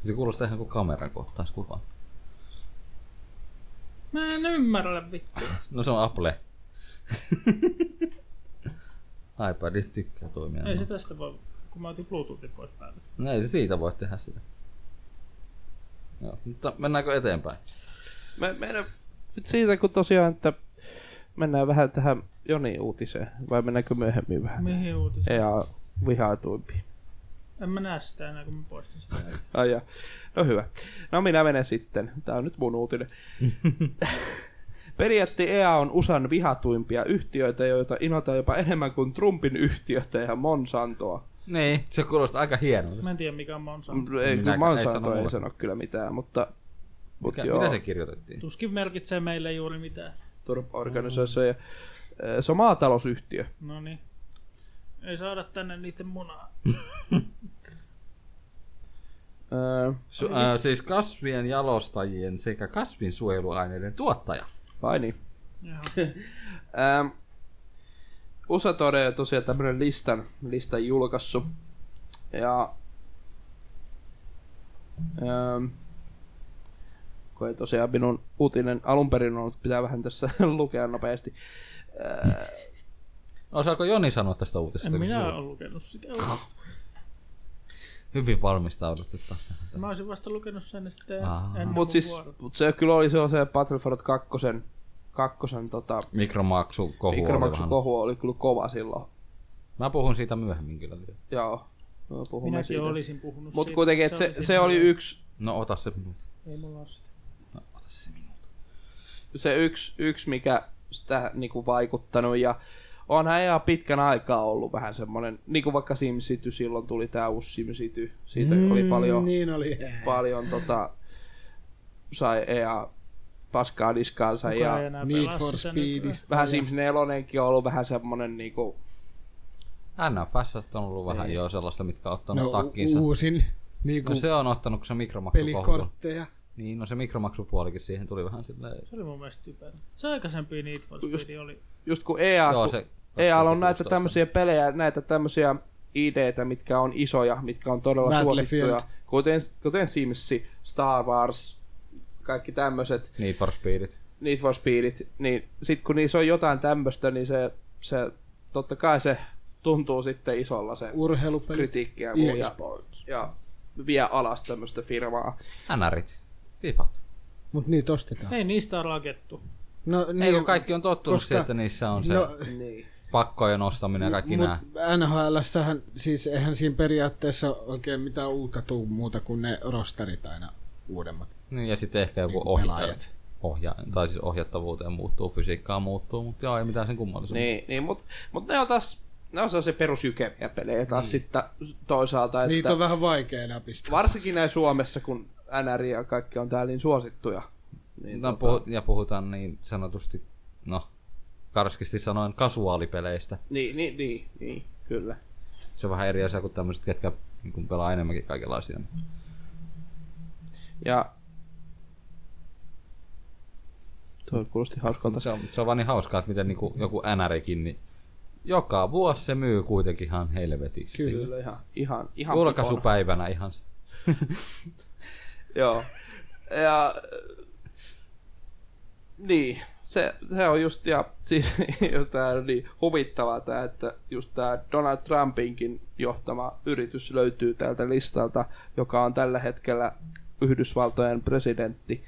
Speaker 4: Se kuulostaa ihan kuin kamera kohtaisi kuvan.
Speaker 2: Mä en ymmärrä vittu.
Speaker 4: No se on Apple. iPadit tykkää toimia.
Speaker 2: Ei se
Speaker 4: noin.
Speaker 2: tästä voi, kun mä otin Bluetoothin pois päältä.
Speaker 4: No ei se siitä voi tehdä sitä. Joo, mutta mennäänkö eteenpäin?
Speaker 3: Me, meidän nyt siitä, kun tosiaan, että mennään vähän tähän Jonin uutiseen, vai mennäänkö myöhemmin vähän?
Speaker 2: Mihin uutisiin?
Speaker 3: Ja vihautuimpiin.
Speaker 2: En mä näe sitä enää, kun mä poistin sitä.
Speaker 3: Ai ja. No hyvä. No minä menen sitten. Tää on nyt mun uutinen. Perijätti EA on USAn vihatuimpia yhtiöitä, joita inotaan jopa enemmän kuin Trumpin yhtiötä ja Monsantoa.
Speaker 4: Niin, se kuulostaa aika hienolta.
Speaker 2: Mä en tiedä, mikä on Monsanto.
Speaker 3: Mm, Ei, kyllä
Speaker 4: Minäkään, ei sano
Speaker 3: Monsanto ei
Speaker 4: mulle.
Speaker 3: sano kyllä mitään, mutta, mutta
Speaker 4: Mikä,
Speaker 3: joo,
Speaker 4: mitä se kirjoitettiin?
Speaker 2: Tuskin merkitsee meille juuri mitään.
Speaker 3: turpa-organisaatio. ja- Se on maatalousyhtiö.
Speaker 2: No niin. Ei saada tänne niiden munaa.
Speaker 3: Öö,
Speaker 4: Su- äh, siis kasvien jalostajien sekä kasvinsuojeluaineiden tuottaja.
Speaker 3: vai niin?
Speaker 2: Jaha.
Speaker 3: Ähm, Usatore on tosiaan tämmönen listan, listan julkaissut. Ja... Ähm, kun ei tosiaan minun uutinen alun perin ollut, pitää vähän tässä lukea nopeasti. Äh,
Speaker 4: Osaako Joni sanoa tästä uutisesta?
Speaker 2: En
Speaker 4: kun
Speaker 2: minä
Speaker 4: sulla-
Speaker 2: ole lukenut sitä. uutista.
Speaker 4: Hyvin valmistaudut. Että...
Speaker 2: Mä olisin vasta lukenut sen sitten
Speaker 4: Aha.
Speaker 2: ennen
Speaker 3: mut
Speaker 2: mun
Speaker 3: siis,
Speaker 2: vuoron.
Speaker 3: mut se kyllä oli sellaisen Battlefront 2, kakkosen tota,
Speaker 4: Mikromaksu kohu
Speaker 3: mikromaksukohu oli kyllä kova silloin.
Speaker 4: Mä puhun siitä myöhemmin kyllä. vielä.
Speaker 3: Joo, no, puhumme
Speaker 2: Minäkin
Speaker 3: siitä.
Speaker 2: olisin puhunut
Speaker 3: Mut
Speaker 2: siitä.
Speaker 3: kuitenkin, että se,
Speaker 2: oli
Speaker 3: se, oli
Speaker 2: siinä.
Speaker 3: yksi,
Speaker 4: No ota se minuutti.
Speaker 2: Ei mulla ole sitä.
Speaker 4: No, ota se minuutti.
Speaker 3: se yksi, yksi mikä sitä niinku vaikuttanut ja onhan ihan pitkän aikaa ollut vähän semmoinen, niin kuin vaikka SimCity, silloin tuli tämä uusi SimCity, siitä mm, oli paljon, niin.
Speaker 5: Niin oli.
Speaker 3: paljon tota, sai EA paskaa niskaansa
Speaker 2: Kukaan
Speaker 3: ja
Speaker 2: ei enää
Speaker 5: Need
Speaker 2: pelaa
Speaker 5: for
Speaker 2: sitä nykyään.
Speaker 5: Speedistä.
Speaker 3: vähän Sims 4 on ollut vähän semmoinen niinku,
Speaker 4: NFS on ollut vähän jo sellaista, mitkä on ottanut
Speaker 5: No,
Speaker 4: no, takkiinsa.
Speaker 5: u- uusin niinku
Speaker 4: No se on ottanut, kun se mikromaksukohu.
Speaker 5: pelikortteja.
Speaker 4: Niin, no se mikromaksupuolikin siihen tuli vähän silleen...
Speaker 2: Se oli mun mielestä typerä. Se aikaisempi Need for Speed oli...
Speaker 3: just kun EA,
Speaker 4: Joo,
Speaker 3: kun-
Speaker 4: se...
Speaker 3: EA on näitä
Speaker 4: 2016.
Speaker 3: tämmöisiä pelejä, näitä tämmöisiä ITtä, mitkä on isoja, mitkä on todella
Speaker 5: Battlefield.
Speaker 3: suosittuja, kuten, kuten Sims, Star Wars, kaikki tämmöiset,
Speaker 4: Need for Speedit.
Speaker 3: Need for Speedit, niin sit kun niissä on jotain tämmöistä, niin se, se totta kai se tuntuu sitten isolla se
Speaker 5: Urheilupelit.
Speaker 3: kritiikkiä ja, muu, ja,
Speaker 5: eSports.
Speaker 3: ja vie alas tämmöistä firmaa.
Speaker 4: NRit. Fifat.
Speaker 5: Mut niitä ostetaan.
Speaker 2: Ei niistä on rakettu.
Speaker 5: No,
Speaker 4: Ei kun kaikki on tottunut
Speaker 5: koska-
Speaker 4: siihen, että niissä on se
Speaker 5: No,
Speaker 3: Niin.
Speaker 4: pakkojen ostaminen ja kaikki
Speaker 5: Mut
Speaker 4: nää.
Speaker 5: NHLssähän, siis eihän siinä periaatteessa oikein mitään uutta tuu muuta kuin ne rosterit aina uudemmat.
Speaker 4: Niin, ja sitten ehkä joku
Speaker 5: Niinku
Speaker 4: ohjaaja.
Speaker 5: pelaajat.
Speaker 4: Ohja, tai siis ohjattavuuteen muuttuu, fysiikkaa muuttuu, mutta joo, ei mitään sen kummallisempaa.
Speaker 3: Niin, niin mutta mut ne on taas ne on sellaisia perusjykeviä pelejä taas niin. sitten toisaalta. Että...
Speaker 5: Niitä on vähän vaikea näpistää.
Speaker 3: varsinkin näin Suomessa, kun NR ja kaikki on täällä niin suosittuja. Niin
Speaker 4: No, puhu, ja puhutaan niin sanotusti, no, karskisti sanoen kasuaalipeleistä.
Speaker 3: niin, niin, niin, niin, kyllä.
Speaker 4: Se on vähän eri asia kuin tämmöiset, ketkä niin kuin pelaa enemmänkin kaikenlaisia.
Speaker 3: Ja Tuo kuulosti hauskalta.
Speaker 4: Mutta se on, se on vaan niin hauskaa, että miten niin kuin joku NRkin, niin joka vuosi se myy kuitenkin ihan helvetisti.
Speaker 5: Kyllä.
Speaker 3: Kyllä ihan, ihan, ihan pikona.
Speaker 4: Julkaisupäivänä ihan se.
Speaker 3: Joo. Ja Niin, se, se on just, ja siis jos tää on niin huvittavaa tää, että just tää Donald Trumpinkin johtama yritys löytyy tältä listalta, joka on tällä hetkellä Yhdysvaltojen presidentti,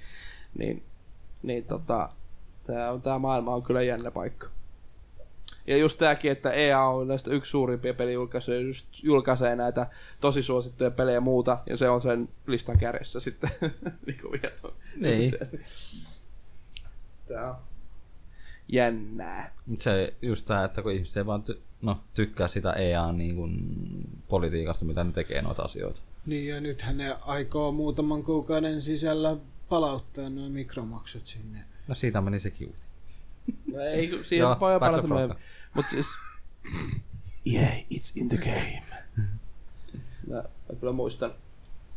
Speaker 3: niin, niin tota, tää, on, tää maailma on kyllä jännä paikka. Ja just tääkin, että EA on näistä yksi suurimpia pelijulkaisuja, just julkaisee näitä tosi suosittuja pelejä ja muuta, ja se on sen listan kärjessä sitten. niin kuin vielä.
Speaker 4: Niin.
Speaker 3: Tää on jännää.
Speaker 4: Mut se just tää, että kun ihmiset ei vaan ty- no, tykkää sitä EA niin kuin, politiikasta, mitä ne tekee noita asioita.
Speaker 5: Niin ja nythän ne aikoo muutaman kuukauden sisällä palauttaa nuo mikromaksut sinne.
Speaker 4: No siitä meni se kiuti.
Speaker 3: No ei, kun siihen
Speaker 4: Joo,
Speaker 3: on paljon paljon
Speaker 4: Battlefront.
Speaker 3: tämmöinen. Mut siis... Yeah, it's in the game. Mä, mä kyllä muistan,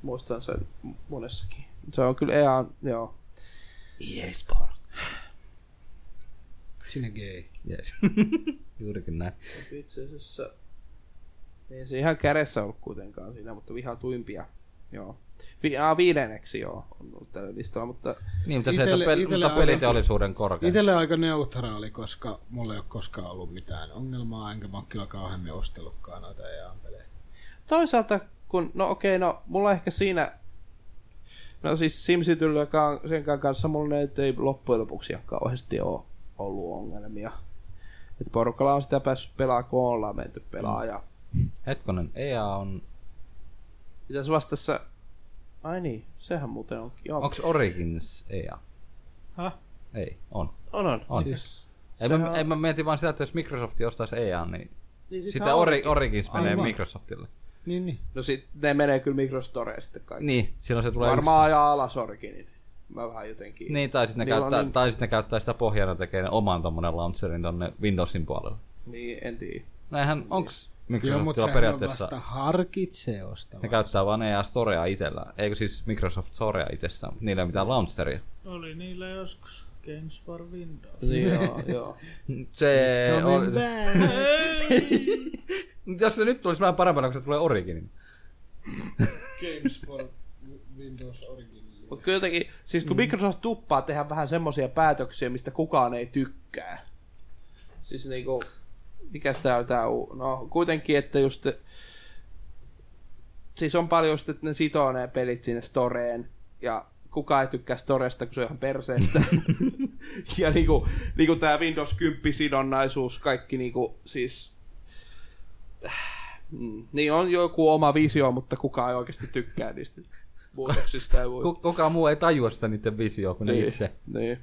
Speaker 3: muistan sen monessakin. Se on kyllä EA, joo. EA Sport.
Speaker 5: Sinne gay.
Speaker 4: Yes. Juurikin näin.
Speaker 3: Itse asiassa... Ei se ihan kädessä ollut kuitenkaan siinä, mutta vihatuimpia. Joo. Vi- ah, viidenneksi joo, on ollut tällä listalla, mutta
Speaker 4: Niin, mutta, se,
Speaker 5: Itelle-
Speaker 4: että pel-
Speaker 5: itelle
Speaker 4: mutta
Speaker 5: aina-
Speaker 4: peliteollisuuden korkea.
Speaker 5: Itelle aika neutraali, koska mulla ei ole koskaan ollut mitään ongelmaa, enkä mä oon kyllä kauheammin ostellutkaan noita E EA-pelejä.
Speaker 3: toisaalta, kun, no okei, no mulla ehkä siinä, no siis SimCityllä ka- sen kanssa mulla nyt ei loppujen lopuksi ihan kauheasti ole ollut ongelmia. Et porukalla on sitä päässyt pelaa, kun ollaan menty pelaa. Ja...
Speaker 4: Hetkonen, EA on...
Speaker 3: Mitäs vastassa? Ai niin, sehän muuten on. Joo.
Speaker 4: Onks Origins EA?
Speaker 2: Häh?
Speaker 4: Ei, on.
Speaker 3: On, on.
Speaker 4: On.
Speaker 3: Siis,
Speaker 4: Ei
Speaker 3: sehän
Speaker 4: mä, ei mä mietin vaan sitä, että jos Microsoft ostaisi EA, niin
Speaker 3: niin sit
Speaker 4: sitten Ori, Origins menee
Speaker 5: Siis Aivan.
Speaker 4: Microsoftille.
Speaker 5: Niin, niin.
Speaker 3: No sit ne menee kyllä Microstoreen sitten kaikki.
Speaker 4: Niin, silloin se tulee
Speaker 3: Varmaan ajaa alas Originin. Mä vähän jotenkin.
Speaker 4: Niin, tai sitten ne,
Speaker 3: Niillä on
Speaker 4: käyttää,
Speaker 3: niin-
Speaker 4: tai sit ne käyttää sitä pohjana tekee ne oman tommonen launcherin tonne Windowsin puolelle.
Speaker 3: niin en tiedä.
Speaker 4: Näinhän, onks
Speaker 5: Joo, mutta
Speaker 4: Microsoftilla
Speaker 5: sehän periaatteessa...
Speaker 4: periaatteessa...
Speaker 5: vasta harkitsee ostavaa.
Speaker 4: Ne käyttää vaan EA Storea itellä. Eikö siis Microsoft Storea itsessään, mutta niillä ei mitään launcheria.
Speaker 2: Oli niillä joskus Games for Windows.
Speaker 3: Niin, joo, joo.
Speaker 4: Se on...
Speaker 2: Ei!
Speaker 4: Jos se nyt tulisi vähän parempana, kun se tulee Originin.
Speaker 5: Games for Windows Origin.
Speaker 3: Mutta kyllä jotenkin, siis kun Microsoft tuppaa tehdä vähän semmoisia päätöksiä, mistä kukaan ei tykkää. Siis niinku, mikäs tää on tää uu- No kuitenkin, että just... Siis on paljon just, että ne sitoo ne pelit sinne storeen, ja kukaan ei tykkää storesta, kun se on ihan perseestä. ja niinku, niinku tää Windows 10 sidonnaisuus, kaikki niinku, siis... Mm. Niin on joku oma visio, mutta kukaan ei oikeasti tykkää niistä muutoksista ja muista.
Speaker 4: Ku- kukaan muu ei tajua sitä niiden visioa kuin ne
Speaker 3: Niin,
Speaker 4: itse.
Speaker 3: Niin.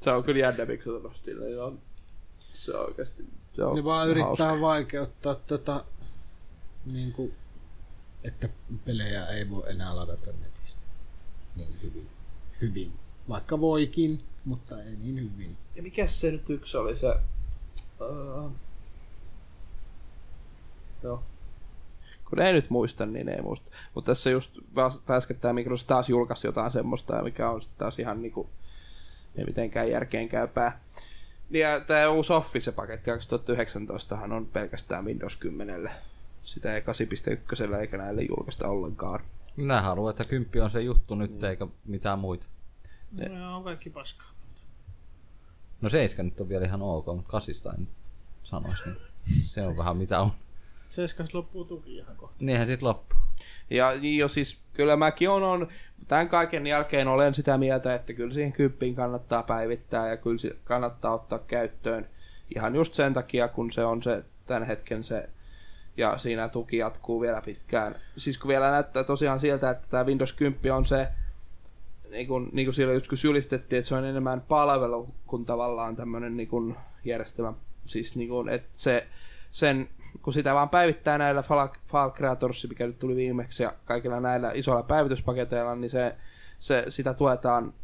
Speaker 3: Se on kyllä jännä, miksi se nosti. Niin on. Se on oikeasti... Se on
Speaker 5: Ne vaan
Speaker 3: hauska.
Speaker 5: yrittää vaikeuttaa tota, niin kuin, että pelejä ei voi enää ladata netistä. Niin hyvin. Hyvin. Vaikka voikin, mutta ei niin hyvin.
Speaker 3: Ja mikäs se nyt yksi oli se... Uh... Joo. Kun ei nyt muista, niin ei muista. Mutta tässä just vasta äsken tämä Microsoft taas julkaisi jotain semmoista, mikä on sitten taas ihan niinku... Ei mitenkään järkeen käypää. Ja tämä uusi Office-paketti 2019han on pelkästään Windows 10. Sitä ei 8.1 eikä näille julkaista ollenkaan.
Speaker 4: Minä haluan, että kymppi on se juttu nyt,
Speaker 3: Niin.
Speaker 4: eikä mitään muita.
Speaker 2: No, on kaikki paskaa.
Speaker 4: No seiska nyt on vielä ihan ok, mutta kasista en sanoisi. Niin. Se on vähän mitä on.
Speaker 2: Seiskas loppuu tuki ihan kohta.
Speaker 4: Niinhän sit loppuu.
Speaker 3: Ja niin jo siis, kyllä mäkin on, on, tämän kaiken jälkeen olen sitä mieltä, että kyllä siihen kyppiin kannattaa päivittää ja kyllä se kannattaa ottaa käyttöön ihan just sen takia, kun se on se tämän hetken se, ja siinä tuki jatkuu vielä pitkään. Siis kun vielä näyttää tosiaan siltä, että tämä Windows 10 on se, niin kuin, niin kuin siellä joskus julistettiin, että se on enemmän palvelu kuin tavallaan tämmöinen niin kuin järjestelmä. Siis niin kuin, että se, sen, kun sitä vaan päivittää näillä Fall, Fall Creators, mikä nyt tuli viimeksi, ja kaikilla näillä isoilla päivityspaketeilla, niin se, se, sitä tuetaan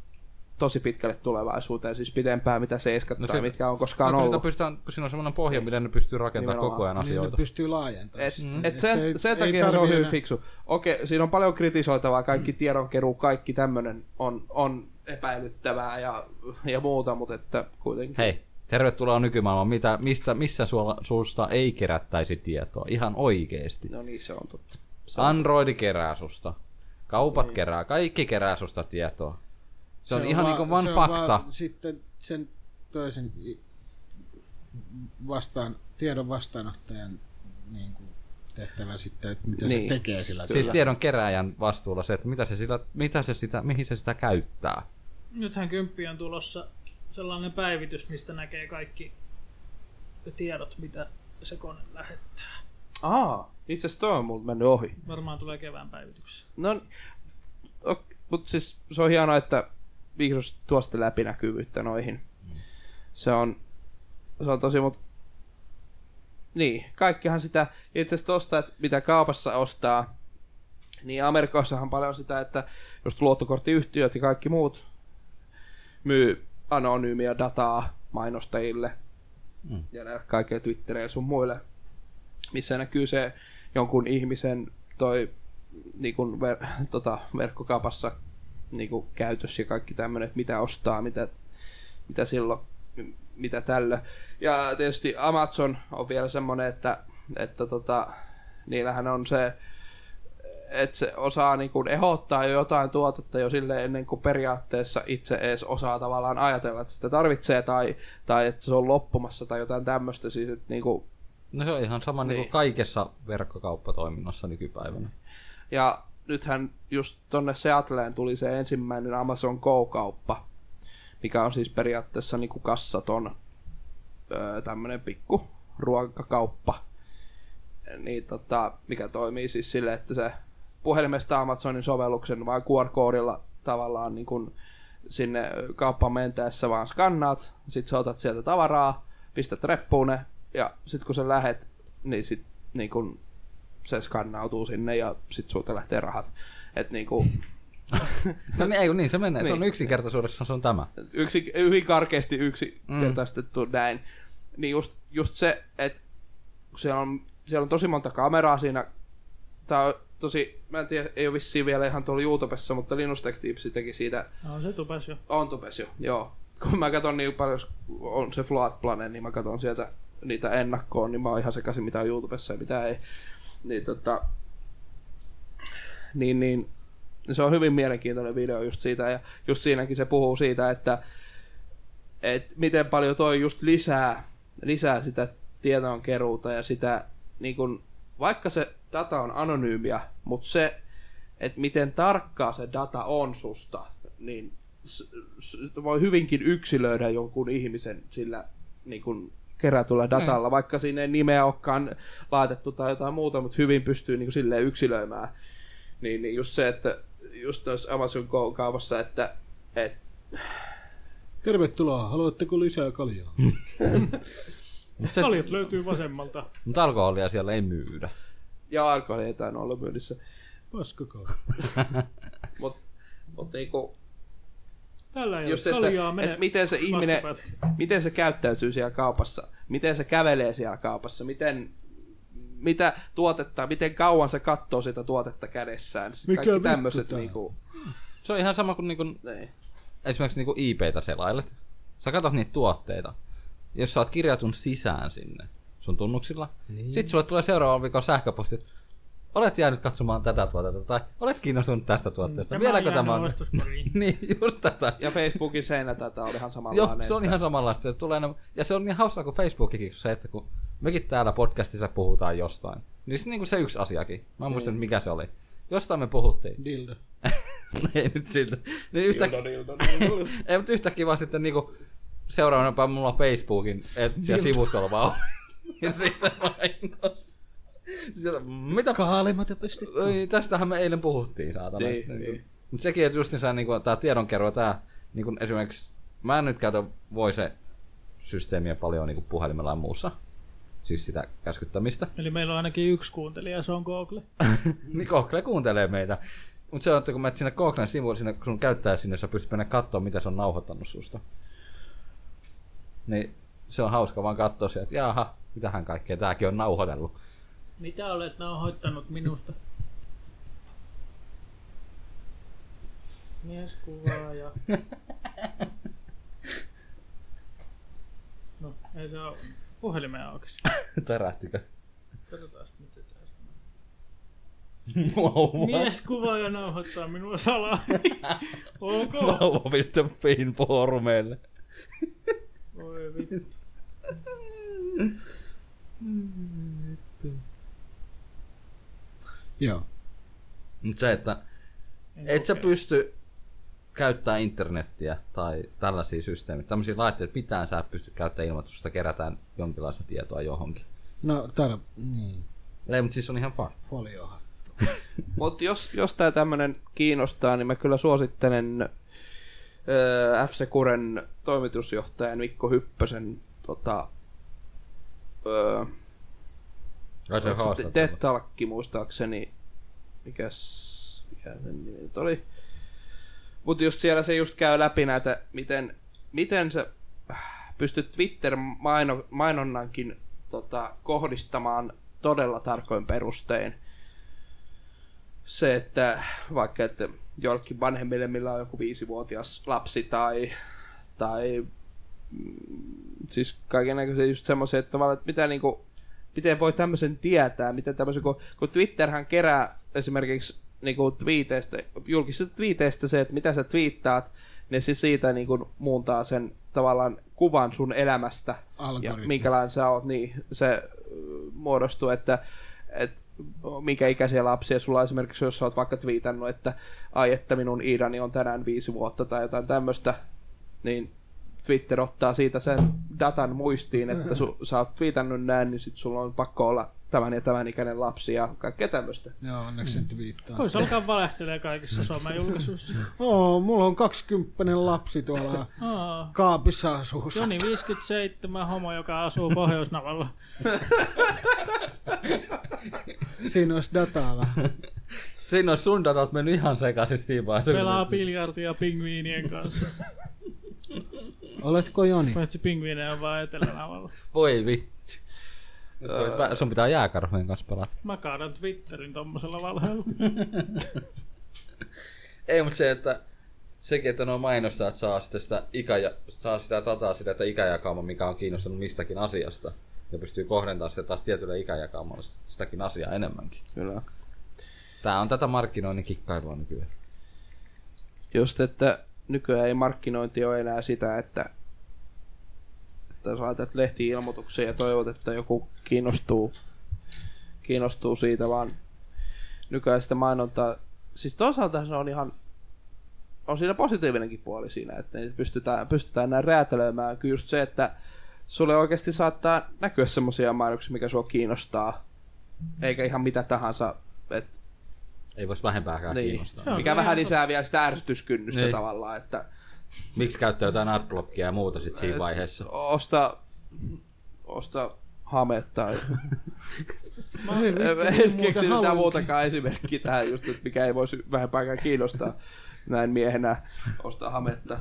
Speaker 3: tosi pitkälle tulevaisuuteen, siis pitempään mitä seiskat no
Speaker 4: No
Speaker 3: tai
Speaker 4: se-
Speaker 3: mitkä on
Speaker 4: No,
Speaker 3: koskaan
Speaker 4: kun, sitä
Speaker 3: ollut.
Speaker 4: pystytään, kun siinä on semmoinen pohja, millä ne pystyy rakentamaan
Speaker 3: Nimenomaan.
Speaker 4: koko ajan
Speaker 5: Niin ne
Speaker 4: asioita.
Speaker 5: pystyy laajentamaan.
Speaker 3: Et,
Speaker 5: sitä.
Speaker 3: mm. et sen,
Speaker 5: ei-
Speaker 3: sen
Speaker 5: ei
Speaker 3: takia se on
Speaker 5: tarvi
Speaker 3: hyvin
Speaker 5: enää-
Speaker 3: fiksu. Okei, siinä on paljon kritisoitavaa, kaikki tiedonkeruu, kaikki tämmöinen on, on epäilyttävää ja, ja muuta, mutta että kuitenkin.
Speaker 4: Hei, tervetuloa nykymaailmaan. Mitä, mistä, missä suola, susta ei kerättäisi tietoa? Ihan oikeesti.
Speaker 3: No niin, se on totta. Se on-
Speaker 4: Android kerää susta. Kaupat kerää. Kaikki kerää susta tietoa. Se on ihan niinku vaan
Speaker 5: se on
Speaker 4: fakta.
Speaker 5: Vaan sitten sen toisen i- vastaan, tiedon vastaanottajan niin kuin, tehtävä sitten, että mitä
Speaker 3: Niin.
Speaker 5: se tekee sillä
Speaker 4: Siis
Speaker 5: tavalla.
Speaker 4: tiedon keräjän vastuulla se, että mitä se sillä, mitä se sitä, mihin se sitä käyttää.
Speaker 2: Nythän kymppi on tulossa sellainen päivitys, mistä näkee kaikki tiedot, mitä se kone lähettää.
Speaker 3: Aa, itse asiassa toi on multa mennyt ohi.
Speaker 2: Varmaan tulee kevään päivityksessä.
Speaker 3: No, ok, mutta siis se on hienoa, että Microsoft tuo sitä läpinäkyvyyttä noihin. Se on, se on tosi, mutta niin, kaikkihan sitä, itse asiassa tosta, että mitä kaupassa ostaa, niin Amerikoissahan paljon sitä, että just luottokorttiyhtiöt ja kaikki muut myy anonyymiä dataa mainostajille mm.
Speaker 4: Mm.
Speaker 3: ja näille kaikille Twitterille sun muille, missä näkyy se jonkun ihmisen toi niin kuin ver, tota, verkkokaupassa niin kuin käytös ja kaikki tämmöinen, että mitä ostaa, mitä, mitä silloin, m- mitä tällä. Ja tietysti Amazon on vielä semmoinen, että, että tota, niillähän on se, että se osaa niin kuin ehdottaa jo jotain tuotetta jo sille ennen kuin periaatteessa itse edes osaa tavallaan ajatella, että sitä tarvitsee tai, tai että se on loppumassa tai jotain tämmöistä. Siis, että niin kuin,
Speaker 4: No se on ihan sama niin.
Speaker 3: Niin.
Speaker 4: kuin kaikessa verkkokauppatoiminnassa nykypäivänä.
Speaker 3: Ja nythän just tonne Seattleen tuli se ensimmäinen Amazon Go-kauppa, mikä on siis periaatteessa niinku kassaton öö, tämmönen pikku ruokakauppa, niin tota, mikä toimii siis silleen, että se puhelimesta Amazonin sovelluksen vaan QR-koodilla tavallaan niin kun sinne kauppaan mentäessä vaan skannaat, sit sä otat sieltä tavaraa, pistät reppuun ne, ja sit kun sä lähet, niin sit niin kun se skannautuu sinne ja sit sulta lähtee rahat. Et niinku,
Speaker 4: No niin, ei kun niin se menee. Niin. Se on
Speaker 3: Niin.
Speaker 4: yksinkertaisuudessaan se on tämä.
Speaker 3: yksi, hyvin karkeasti yksinkertaistettu mm. näin. Niin just, just se, että siellä on, siellä on tosi monta kameraa siinä. Tää on tosi, mä en tiedä, ei ole vissiin vielä ihan tuolla YouTubessa, mutta Linus Tech Tips teki siitä
Speaker 2: No se tupes jo.
Speaker 3: On tupes jo, joo. Kun mä katson niin paljon, kun on se Flat Plane, niin mä katson sieltä niitä ennakkoon, niin mä oon ihan sekaisin, mitä on YouTubessa ja mitä ei. Niin tota, niin, niin se on hyvin mielenkiintoinen video just siitä, ja just siinäkin se puhuu siitä, että et miten paljon toi just lisää, lisää sitä tiedonkeruuta ja sitä, niin kun, vaikka se data on anonyymiä, mutta se, että miten tarkkaa se data on susta, niin s- s- voi hyvinkin yksilöidä jonkun ihmisen sillä niin kun, kerätyllä datalla, vaikka siinä ei nimeä olekaan laitettu tai jotain muuta, mutta hyvin pystyy niin kun, silleen yksilöimään. Niin, niin just se, että just noissa Amazon Go-kaupassa, että, että
Speaker 5: Tervetuloa, haluatteko lisää kaljaa?
Speaker 4: Mutta se,
Speaker 2: Kaljat löytyy vasemmalta.
Speaker 4: mut alkoholia siellä ei myydä.
Speaker 3: ja alkoholi ei tainnut olla myynnissä.
Speaker 5: Paskakaa.
Speaker 3: Mutta mut niinku,
Speaker 2: Tällä ei
Speaker 3: just
Speaker 2: ole
Speaker 3: se,
Speaker 2: kaljaa,
Speaker 3: että,
Speaker 2: mene
Speaker 3: että miten se ihminen,
Speaker 2: vastapäät.
Speaker 3: miten se käyttäytyy siellä kaupassa, miten se kävelee siellä kaupassa, miten mitä tuotetta, miten kauan se katsoo sitä tuotetta kädessään. Siis
Speaker 5: Mikä
Speaker 3: kaikki
Speaker 5: vittu
Speaker 3: tämmöiset
Speaker 5: tää?
Speaker 3: niinku,
Speaker 4: Se on ihan sama kuin niinku,
Speaker 3: niin.
Speaker 4: esimerkiksi niinku IP-tä selailet. Sä katsot niitä tuotteita. Jos sä oot kirjautunut sisään sinne sun tunnuksilla, niin. sit sulle tulee seuraavan viikon sähköposti, että olet jäänyt katsomaan tätä tuotetta tai olet kiinnostunut tästä tuotteesta. Vieläkö
Speaker 2: jäänyt
Speaker 4: tämä on?
Speaker 2: ostoskoriin.
Speaker 4: niin, just tätä.
Speaker 3: Ja Facebookin seinä tätä on ihan
Speaker 4: Joo,
Speaker 3: samanlainen.
Speaker 4: se on
Speaker 3: että-
Speaker 4: ihan samanlaista. että Tulee aina, ja se on niin hauskaa kuin Facebookikin kun se, että kun mekin täällä podcastissa puhutaan jostain. Niin se, niin kuin se yksi asiakin. Mä en muista, nyt, mikä se oli. Jostain me puhuttiin.
Speaker 5: Dildo.
Speaker 4: Ei nyt siltä. Niin yhtäkkiä, ei, mutta yhtäkkiä vaan sitten niinku seuraavana päivänä mulla on Facebookin, että siellä
Speaker 3: Niin.
Speaker 4: sivustolla vaan on. Ja sitten mainos. Sieltä, mitä
Speaker 5: Kaalimata piste.
Speaker 4: ei, tästähän me eilen puhuttiin, saatana.
Speaker 3: Niin,
Speaker 4: Niin,
Speaker 3: niin.
Speaker 4: niin. Mutta sekin, että just niin, niin tämä tiedonkerro, tämä niin kuin esimerkiksi, mä en nyt käytä voice systeemiä paljon niin kuin puhelimella ja muussa. Siis sitä käskyttämistä.
Speaker 2: Eli meillä on ainakin yksi kuuntelija, ja se on Google.
Speaker 4: Niin Google kuuntelee meitä. Mutta se on, että kun menet sinne Googlen sivuille, sinne, kun sun käyttää sinne, sä pystyt mennä katsoa, mitä se on nauhoittanut susta. Niin se on hauska vaan katsoa sieltä, että jaha, mitähän kaikkea tääkin on nauhoitellut.
Speaker 2: Mitä olet nauhoittanut minusta? Mies kuvaa ja... No, ei se ole puhelimeen aukesi.
Speaker 4: Tärähtikö?
Speaker 2: Katsotaan sit, mitä tässä on.
Speaker 6: Vauva.
Speaker 2: Mies kuvaa ja nauhoittaa minua salaa. ok.
Speaker 6: No.
Speaker 4: Vauva.fin foorumeille.
Speaker 2: Voi vittu.
Speaker 5: Joo.
Speaker 6: Mutta se, että
Speaker 2: En
Speaker 6: et sä
Speaker 2: kokeile.
Speaker 6: pysty käyttää internettiä tai tällaisia systeemejä, tämmöisiä laitteita, mitään sä et pysty käyttämään ilman, että susta kerätään jonkinlaista tietoa johonkin.
Speaker 5: No, tar... Niin,
Speaker 6: Ei, mutta siis on ihan fakta.
Speaker 5: foliohan.
Speaker 3: Mutta jos, jos tämä tämmöinen kiinnostaa, niin mä kyllä suosittelen öö, FC Kuren toimitusjohtajan Mikko Hyppösen tota, öö,
Speaker 6: Kai se
Speaker 3: te-
Speaker 6: haastattelu.
Speaker 3: Tetalkki muistaakseni. Mikäs, mikä sen nimi nyt oli. Mutta just siellä se just käy läpi näitä, miten, miten sä äh, pystyt Twitter-mainonnankin tota, kohdistamaan todella tarkoin perustein. Se, että vaikka että jollekin vanhemmille, millä on joku viisivuotias lapsi tai, tai siis kaiken näköisiä just semmoisia, että tavallaan, että mitä niinku, miten voi tämmöisen tietää, miten tämmöisen, kun, kun Twitterhän kerää esimerkiksi niinku twiiteistä, julkisista twiiteistä se, että mitä sä twiittaat, niin se siitä niinku muuntaa sen tavallaan kuvan sun elämästä
Speaker 5: Algoritmi.
Speaker 3: ja minkälainen sä oot, niin se äh, muodostuu, että, että minkä ikäisiä lapsia sulla esimerkiksi, jos sä oot vaikka twiitannut, että ai että minun Iidani on tänään viisi vuotta tai jotain tämmöistä, niin Twitter ottaa siitä sen datan muistiin, että su, sä oot twiitannut näin, niin sit sulla on pakko olla tämän ja tämän ikäinen lapsi ja kaikkea tämmöistä.
Speaker 5: Joo, onneksi sen viittaa.
Speaker 2: Voisi alkaa valehtelee kaikissa somejulkaisuissa.
Speaker 5: Oo, mulla on 20 lapsi tuolla
Speaker 2: Aa,
Speaker 5: kaapissa asuu.
Speaker 2: Joni 57, homo, joka asuu Pohjoisnavalla.
Speaker 5: Siinä olisi dataa vähän.
Speaker 4: Siinä on sun datat mennyt ihan sekaisin siinä vaiheessa. kun-
Speaker 2: Pelaa biljardia pingviinien kanssa.
Speaker 5: Oletko Joni?
Speaker 2: Paitsi pingviinejä on vaan etelänavalla.
Speaker 4: Voi vittu. Nyt voit vä- Sun pitää jääkarhojen kanssa pelata.
Speaker 2: Mä kaadan Twitterin tommosella valheella.
Speaker 6: Ei, mutta se, että sekin, että nuo mainostajat saa, sitten sitä ikä ja, saa sitä dataa sitä, että ikäjakauma, mikä on kiinnostunut mistäkin asiasta. Ja pystyy kohdentamaan sitä taas tietyllä ikäjakaumalla sitä- sitäkin asiaa enemmänkin.
Speaker 3: Kyllä.
Speaker 6: Tää on tätä markkinoinnin kikkailua nykyään.
Speaker 3: Just, että nykyään ei markkinointi ole enää sitä, että, että sä laitat lehti-ilmoituksen ja toivot, että joku kiinnostuu, kiinnostuu siitä, vaan nykyään sitä mainontaa. Siis toisaalta se on ihan on siinä positiivinenkin puoli siinä, että niitä pystytään, pystytään näin räätälöimään. Kyllä just se, että sulle oikeasti saattaa näkyä semmoisia mainoksia, mikä sua kiinnostaa, eikä ihan mitä tahansa. Et,
Speaker 6: Ei voisi vähempääkään niin.
Speaker 3: niin,
Speaker 6: kiinnostaa.
Speaker 2: Joo,
Speaker 3: mikä
Speaker 2: kyllä
Speaker 3: vähän
Speaker 2: ihan
Speaker 3: lisää vielä sitä ärsytyskynnystä
Speaker 6: Niin.
Speaker 3: tavallaan, että
Speaker 6: Miksi käyttää jotain adblockia ja muuta sit siinä vaiheessa?
Speaker 3: osta, osta hame tai
Speaker 5: Mä en
Speaker 3: en keksi mitään muutakaan esimerkkiä tähän just, että mikä ei voisi vähempääkään kiinnostaa näin miehenä ostaa hametta.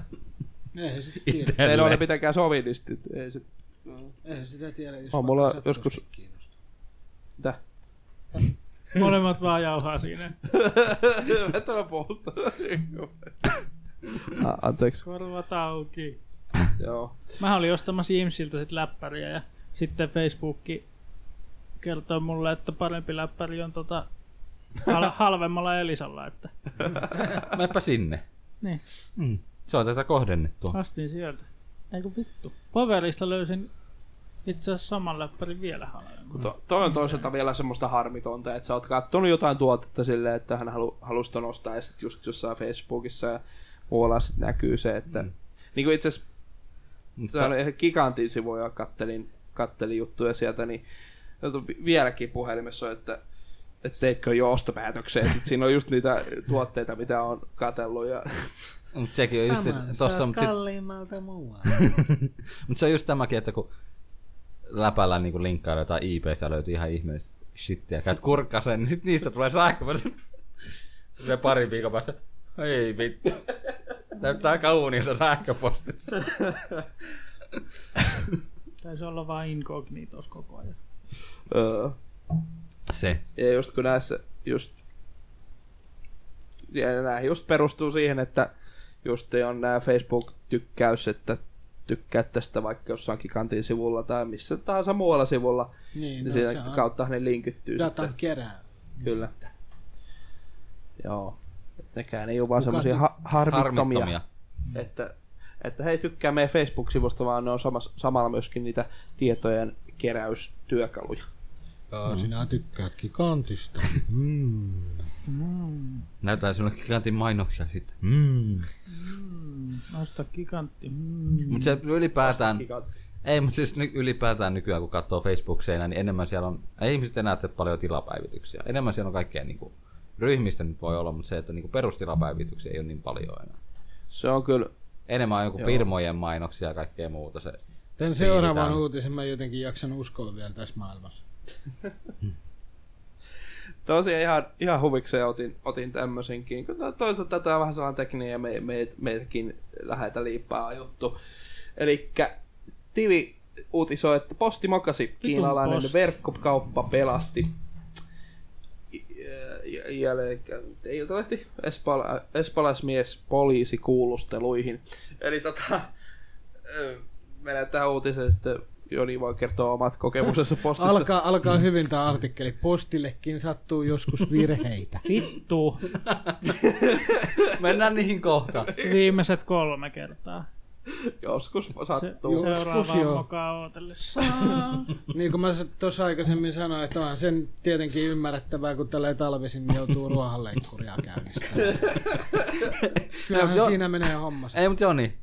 Speaker 5: Eihän sitä tiedä.
Speaker 3: Meillä ole mitenkään sovinistit. Ei se,
Speaker 5: Eihän sitä tiedä, jos
Speaker 3: On mulla
Speaker 5: vaikka sattuisi
Speaker 3: joskus-
Speaker 5: kiinnostaa.
Speaker 3: mitä?
Speaker 2: Molemmat vaan jauhaa siinä.
Speaker 3: Mä tuolla puhutaan. A- Anteeksi.
Speaker 2: Korvat auki.
Speaker 3: Joo.
Speaker 2: Mä olin ostamassa Jimsiltä sit läppäriä ja sitten Facebookki kertoi mulle, että parempi läppäri on tota hal- halvemmalla Elisalla, että
Speaker 6: Menepä sinne.
Speaker 2: niin,
Speaker 6: Mm. Se on tätä kohdennettua.
Speaker 2: ostin sieltä. Eiku vittu. Poverista löysin itse asiassa saman läppärin vielä halvemmalla.
Speaker 3: Kun To, toi on toisaalta vielä semmoista harmitonta, että sä oot kattonut jotain tuotetta silleen, että hän halu, halusi ton ostaa ja sit just jossain Facebookissa ja muualla sit näkyy se, että mm. niin kuin itse asiassa se oli ihan gigantin sivuja, kattelin, kattelin juttuja sieltä, niin jota vi- vieläkin puhelimessa on, että, että teitkö jo ostopäätöksen. Sitten siinä on just niitä tuotteita, mitä on katsellut. Ja...
Speaker 6: Mutta sekin on just siis, tossa, mutta sit,
Speaker 5: kalliimmalta muualta.
Speaker 6: mut se on just tämäkin, että kun läpällä niinku linkkailee jotain IPstä löytyy ihan ihmeellistä shittiä. Käyt kurkkaa sen, niin sit niistä tulee sähköposti. Se pari viikon päästä. Ei vittu. Näyttää kauniilta sähköpostissa.
Speaker 2: Taisi olla vaan inkognitos koko ajan.
Speaker 3: Öö,
Speaker 6: Se.
Speaker 3: Ja just kun näissä just ja näihin just perustuu siihen, että just on nämä Facebook-tykkäys, että tykkää tästä vaikka jossain gigantin sivulla tai missä tahansa muualla sivulla,
Speaker 5: Niin,
Speaker 3: niin
Speaker 5: no,
Speaker 3: siinä
Speaker 5: se on
Speaker 3: kautta ne linkittyy
Speaker 5: datan
Speaker 3: sitten.
Speaker 5: kerää.
Speaker 3: Kyllä. Joo. Et nekään ei ole vaan semmoisia ha- harmittomia,
Speaker 4: Harmittomia.
Speaker 3: harmittomia. Että, että hei tykkää meidän Facebook-sivusta, vaan ne on sama, samalla myöskin niitä tietojen keräystyökaluja.
Speaker 5: No, sinä Mm. tykkäät gigantista.
Speaker 4: Näytetään sinulle gigantin mainoksia sitten.
Speaker 6: Hmm.
Speaker 4: Mm.
Speaker 2: Osta gigantti. mm.
Speaker 4: Mutta se ylipäätään,
Speaker 3: Gigantti.
Speaker 4: ei mutta siis ny- ylipäätään nykyään kun katsoo Facebook-seinää, niin enemmän siellä on, ei ihmiset enää tee paljon tilapäivityksiä. Enemmän siellä on kaikkea niin kuin, ryhmistä nyt voi olla, mutta se, että niin kuin perustilapäivityksiä ei ole niin paljon enää.
Speaker 3: Se on kyllä,
Speaker 4: Enemmän on joku firmojen mainoksia ja kaikkea muuta. Se,
Speaker 5: Tämän seuraavan uutisen mä jotenkin jaksan uskoa vielä tässä maailmassa.
Speaker 3: tosiaan ihan, ihan huvikseen otin, otin tämmöisenkin. Kun tää- toista tätä on vähän sellainen tekninen ja me, me, meitäkin lähetä liippaa juttu. Eli Tivi uutisoi, että posti mokasi kiinalainen
Speaker 2: posti.
Speaker 3: verkkokauppa pelasti. I- ja- Jälleen iltalehti Espala, espalaismies poliisi kuulusteluihin. Eli tota, ö, mennään tähän uutiseen sitten Joni voi kertoa omat kokemuksensa postista.
Speaker 5: Alkaa, alkaa hyvin tämä artikkeli. Postillekin sattuu joskus virheitä.
Speaker 2: Vittu.
Speaker 6: Mennään niihin kohta.
Speaker 2: Viimeiset kolme kertaa.
Speaker 3: Joskus
Speaker 2: Se,
Speaker 3: sattuu.
Speaker 5: Joskus
Speaker 2: seuraavaa
Speaker 5: joo.
Speaker 2: mokaa ootellessa.
Speaker 5: Niin kuin mä tuossa aikaisemmin sanoin, että onhan sen tietenkin ymmärrettävää, kun tällä talvisin niin joutuu ruohonleikkuria käynnistämään. Kyllähän
Speaker 6: jo-
Speaker 5: siinä menee hommas.
Speaker 6: Ei, mutta Joni.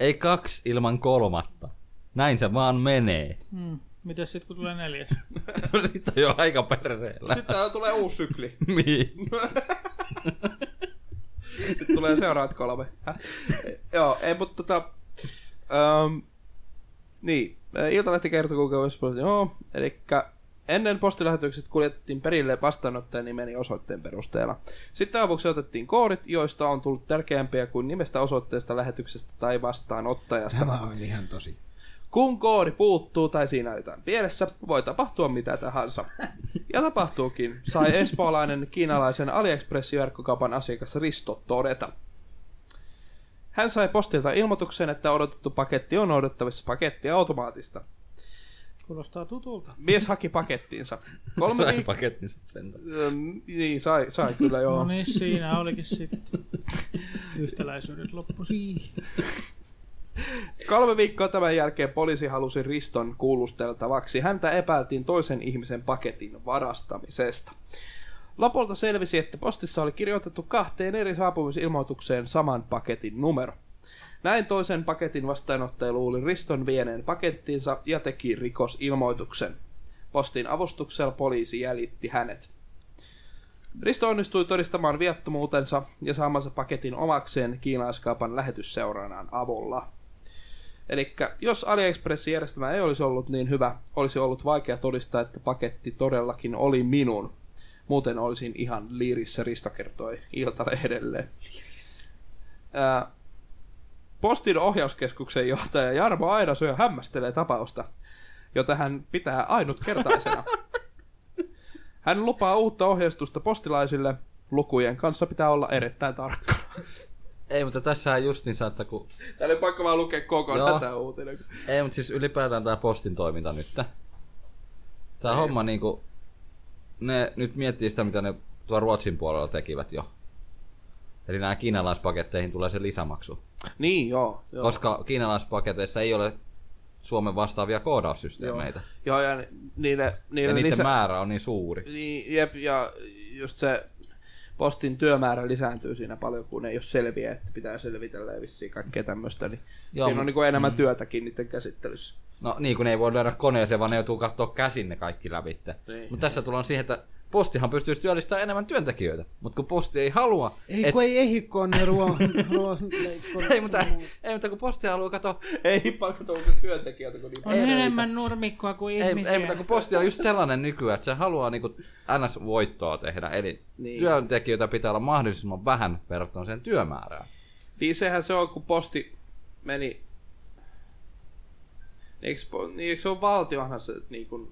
Speaker 6: Ei kaksi ilman kolmatta. Näin se vaan menee.
Speaker 2: Mm. Mitäs sit kun tulee neljäs?
Speaker 6: Sitten on jo aika perreellä.
Speaker 3: Sitten täällä tulee uusi sykli.
Speaker 6: Niin.
Speaker 3: Sitten tulee seuraavat kolme. Häh? Joo, ei, mutta tota... Um, niin, Äh, Iltalehti kertoi kuinka Joo, eli ennen postilähetykset kuljettiin perille vastaanottajan nimeni osoitteen perusteella. Sitten avuksi otettiin koodit, joista on tullut tärkeämpiä kuin nimestä osoitteesta, lähetyksestä tai vastaanottajasta.
Speaker 5: Tämä on ihan tosi.
Speaker 3: Kun koodi puuttuu tai siinä on jotain pielessä, voi tapahtua mitä tahansa. Ja tapahtuukin, sai espoolainen kiinalaisen AliExpress-verkkokaupan asiakas Risto todeta. Hän sai postilta ilmoituksen, että odotettu paketti on odotettavissa pakettiautomaatista.
Speaker 2: Kuulostaa tutulta.
Speaker 3: Mies haki pakettinsa. Kolme
Speaker 4: sai
Speaker 3: viik-
Speaker 4: pakettinsa sen takia.
Speaker 3: Öm, niin, sai, sai kyllä joo.
Speaker 2: No niin, siinä olikin sitten. Yhtäläisyydet loppu siihen.
Speaker 3: Kolme viikkoa tämän jälkeen poliisi halusi Riston kuulusteltavaksi. Häntä epäiltiin toisen ihmisen paketin varastamisesta. Lopulta selvisi, että postissa oli kirjoitettu kahteen eri saapumisilmoitukseen saman paketin numero. Näin toisen paketin vastaanottaja luuli Riston vieneen pakettiinsa ja teki rikosilmoituksen. Postin avustuksella poliisi jäljitti hänet. Risto onnistui todistamaan viattomuutensa ja saamansa paketin omakseen kiinalaiskaupan lähetysseurannan avulla. Eli jos AliExpressin järjestelmä ei olisi ollut niin hyvä, olisi ollut vaikea todistaa, että paketti todellakin oli minun. Muuten olisin ihan liirissä, Risto kertoi Iltalehdelle. Liirissä. Ää, Postin ohjauskeskuksen johtaja Jarmo Ainasyö hämmästelee tapausta, jota hän pitää ainutkertaisena. Hän lupaa uutta ohjeistusta postilaisille. Lukujen kanssa pitää olla erittäin tarkka.
Speaker 4: Ei, mutta tässähän justiinsa, että kun
Speaker 3: Täällä ei pakko vaan lukea koko
Speaker 4: Joo.
Speaker 3: tätä uutinen.
Speaker 4: Ei, mutta siis ylipäätään tämä postin toiminta nyt. Tämä homma niinku, ne nyt miettii sitä, mitä ne tuo Ruotsin puolella tekivät jo. Eli nämä kiinalaispaketteihin tulee se lisämaksu.
Speaker 3: Niin, joo. joo.
Speaker 4: Joo. Koska kiinalaispaketeissa ei ole Suomen vastaavia koodaussysteemeitä. Joo.
Speaker 3: Joo, ja ni- niille,
Speaker 4: Ja
Speaker 3: niille
Speaker 4: niiden
Speaker 3: lisä...
Speaker 4: lisä... määrä on niin suuri.
Speaker 3: niin, jep, ja just se postin työmäärä lisääntyy siinä paljon, kun ei ole selviä, että pitää selvitellä ja vissiin kaikkea tämmöistä, niin Joo,
Speaker 4: Joo,
Speaker 3: siinä on
Speaker 4: mut-
Speaker 3: niin enemmän mm. työtäkin niiden käsittelyssä.
Speaker 4: No niin, kun ne ei voi löydä koneeseen, vaan ne joutuu katsoa käsin ne kaikki lävitte.
Speaker 3: Niin.
Speaker 4: Mutta tässä tullaan siihen, että postihan pystyisi työllistämään enemmän työntekijöitä. Mutta kun posti ei halua,
Speaker 5: Ei kun ei ehikkoon ne ruohonleikkurit.
Speaker 4: ei, mutta, ei, mutta kun posti haluaa katsoa
Speaker 3: Ei palkata uusia työntekijöitä, kun niin
Speaker 2: On
Speaker 3: paljon.
Speaker 4: Ei riitä.
Speaker 2: enemmän nurmikkoa kuin
Speaker 4: Ei,
Speaker 2: ihmisiä.
Speaker 4: ei, mutta kun posti on just sellainen nykyään, että se haluaa niinku NS-voittoa tehdä, eli
Speaker 3: Niin.
Speaker 4: niin. työntekijöitä pitää olla mahdollisimman vähän verrattuna sen työmäärään.
Speaker 3: Niin sehän se on, kun posti meni... Eikö, po- niin, eikö se ole valtiohan se niin kuin...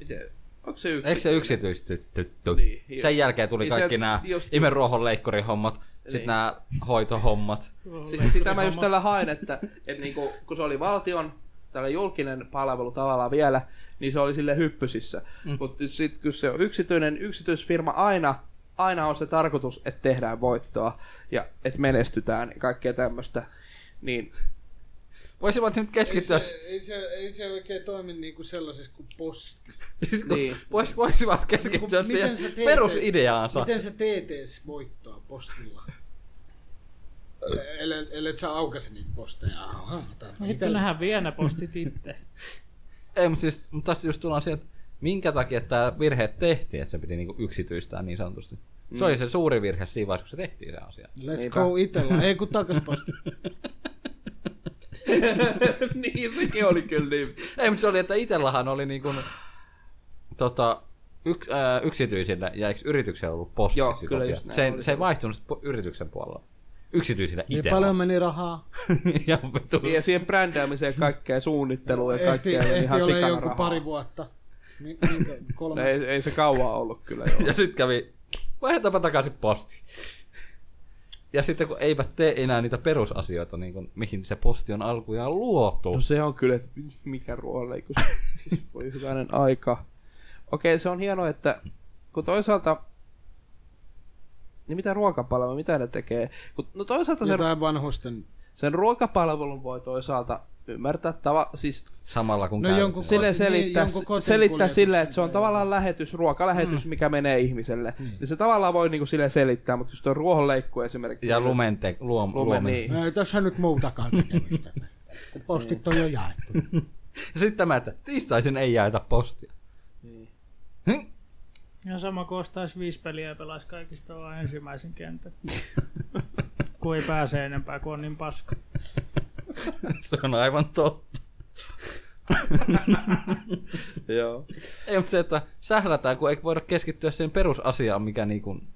Speaker 3: Miten? Onko se yksi?
Speaker 4: Eikö se yksityistytty?
Speaker 3: Niin,
Speaker 4: Niin,
Speaker 3: just.
Speaker 4: sen jälkeen tuli
Speaker 3: Niin
Speaker 4: kaikki
Speaker 3: se-
Speaker 4: nämä
Speaker 3: just-
Speaker 4: imeruohonleikkurihommat, niin. sitten
Speaker 3: Niin.
Speaker 4: nämä hoitohommat.
Speaker 3: Si- sitä mä just tällä haen, että, että niinku, kun se oli valtion tällä julkinen palvelu tavallaan vielä, niin se oli sille hyppysissä. Mm. Mutta sitten kun se on yksityinen, yksityisfirma aina, aina on se tarkoitus, että tehdään voittoa ja että menestytään ja kaikkea tämmöistä. Niin
Speaker 4: Voisivat nyt keskittyä...
Speaker 5: Ei se, ei, se, ei se oikein toimi niinku sellaisessa kuin posti.
Speaker 4: Siis kun
Speaker 3: Niin.
Speaker 4: vois, voisivat
Speaker 5: Kun
Speaker 4: keskittyä siihen
Speaker 5: sä teet
Speaker 4: perusideaansa.
Speaker 5: Miten sä teet edes voittoa postilla? Ellet, ellet sä aukase niitä posteja. Ahaa, tää on
Speaker 2: Sitten
Speaker 5: itellä-
Speaker 2: nähdään vielä ne postit itse.
Speaker 4: Ei, mutta siis, mut tästä just tullaan siihen, että minkä takia tämä virhe tehtiin, että se piti niinku yksityistää niin sanotusti. Se oli se suuri virhe siinä vaiheessa, kun se tehtiin se asia.
Speaker 5: Let's
Speaker 3: Niinpä.
Speaker 5: go itellä. Ei kun takas posti.
Speaker 3: niin, sekin oli kyllä niin.
Speaker 4: Ei, mutta se oli, että itsellähän oli niinku, tota, yks, ää, yksityisillä ja eikö yrityksellä ollut posti?
Speaker 3: Joo,
Speaker 4: sitä
Speaker 3: kyllä
Speaker 4: vielä?
Speaker 3: just näin
Speaker 4: se, ei-
Speaker 3: oli.
Speaker 4: se ei vaihtunut po- yrityksen puolella. Yksityisillä
Speaker 5: Niin
Speaker 4: itsellä.
Speaker 5: paljon meni rahaa.
Speaker 4: ja vitu.
Speaker 3: Niin, Ja siihen brändäämiseen kaikkea suunnitteluun ja
Speaker 5: No, Ehti,
Speaker 3: kaikkea
Speaker 5: ehti
Speaker 3: ihan
Speaker 5: olla
Speaker 3: sikana
Speaker 5: joku
Speaker 3: rahaa.
Speaker 5: pari vuotta. Ni- niinkö,
Speaker 3: No
Speaker 5: Kolme.
Speaker 3: ei, ei se kauan ollut kyllä joo.
Speaker 4: Ja sitten kävi, vaihdetaanpa takaisin posti. Ja sitten kun eivät tee enää niitä perusasioita, niin kun, mihin se posti on alkujaan luotu.
Speaker 3: No se on kyllä, että mikä ruolle, kun siis voi hyvänen aika. Okei, se on hienoa, että kun toisaalta niin mitä ruokapalvelu, mitä ne tekee? Kun, no toisaalta sen,
Speaker 5: Jotain vanhusten.
Speaker 3: sen ruokapalvelun voi toisaalta ymmärtää tava, siis
Speaker 4: Samalla kun
Speaker 5: No
Speaker 4: käy-
Speaker 5: jonkun
Speaker 3: sille
Speaker 5: Niin,
Speaker 3: selittää,
Speaker 5: jonkun kotiin
Speaker 3: selittää sille, että se on
Speaker 5: kuljetuksen
Speaker 3: tavallaan lähetys, ruokalähetys, mm. mikä menee ihmiselle. Mm. Niin se tavallaan voi niinku sille selittää, mutta jos tuo ruohonleikku esimerkiksi.
Speaker 4: Ja lumen, te, luom,
Speaker 3: lume,
Speaker 4: luomen.
Speaker 3: niin.
Speaker 5: Ei tässä nyt muutakaan tekemistä. Kun Postit on jo jaettu.
Speaker 4: Ja sitten tämä, että tiistaisin ei jaeta postia. Niin.
Speaker 2: Ja sama kun ostaisi viisi peliä ja pelaisi kaikista vaan ensimmäisen kentän. kun ei pääse enempää, kun on niin paska.
Speaker 4: se on aivan totta.
Speaker 5: Niin.
Speaker 3: Joo.
Speaker 4: Ei, mutta se, että sählätään, kun ei voida keskittyä siihen perusasiaan, mikä niin kuin...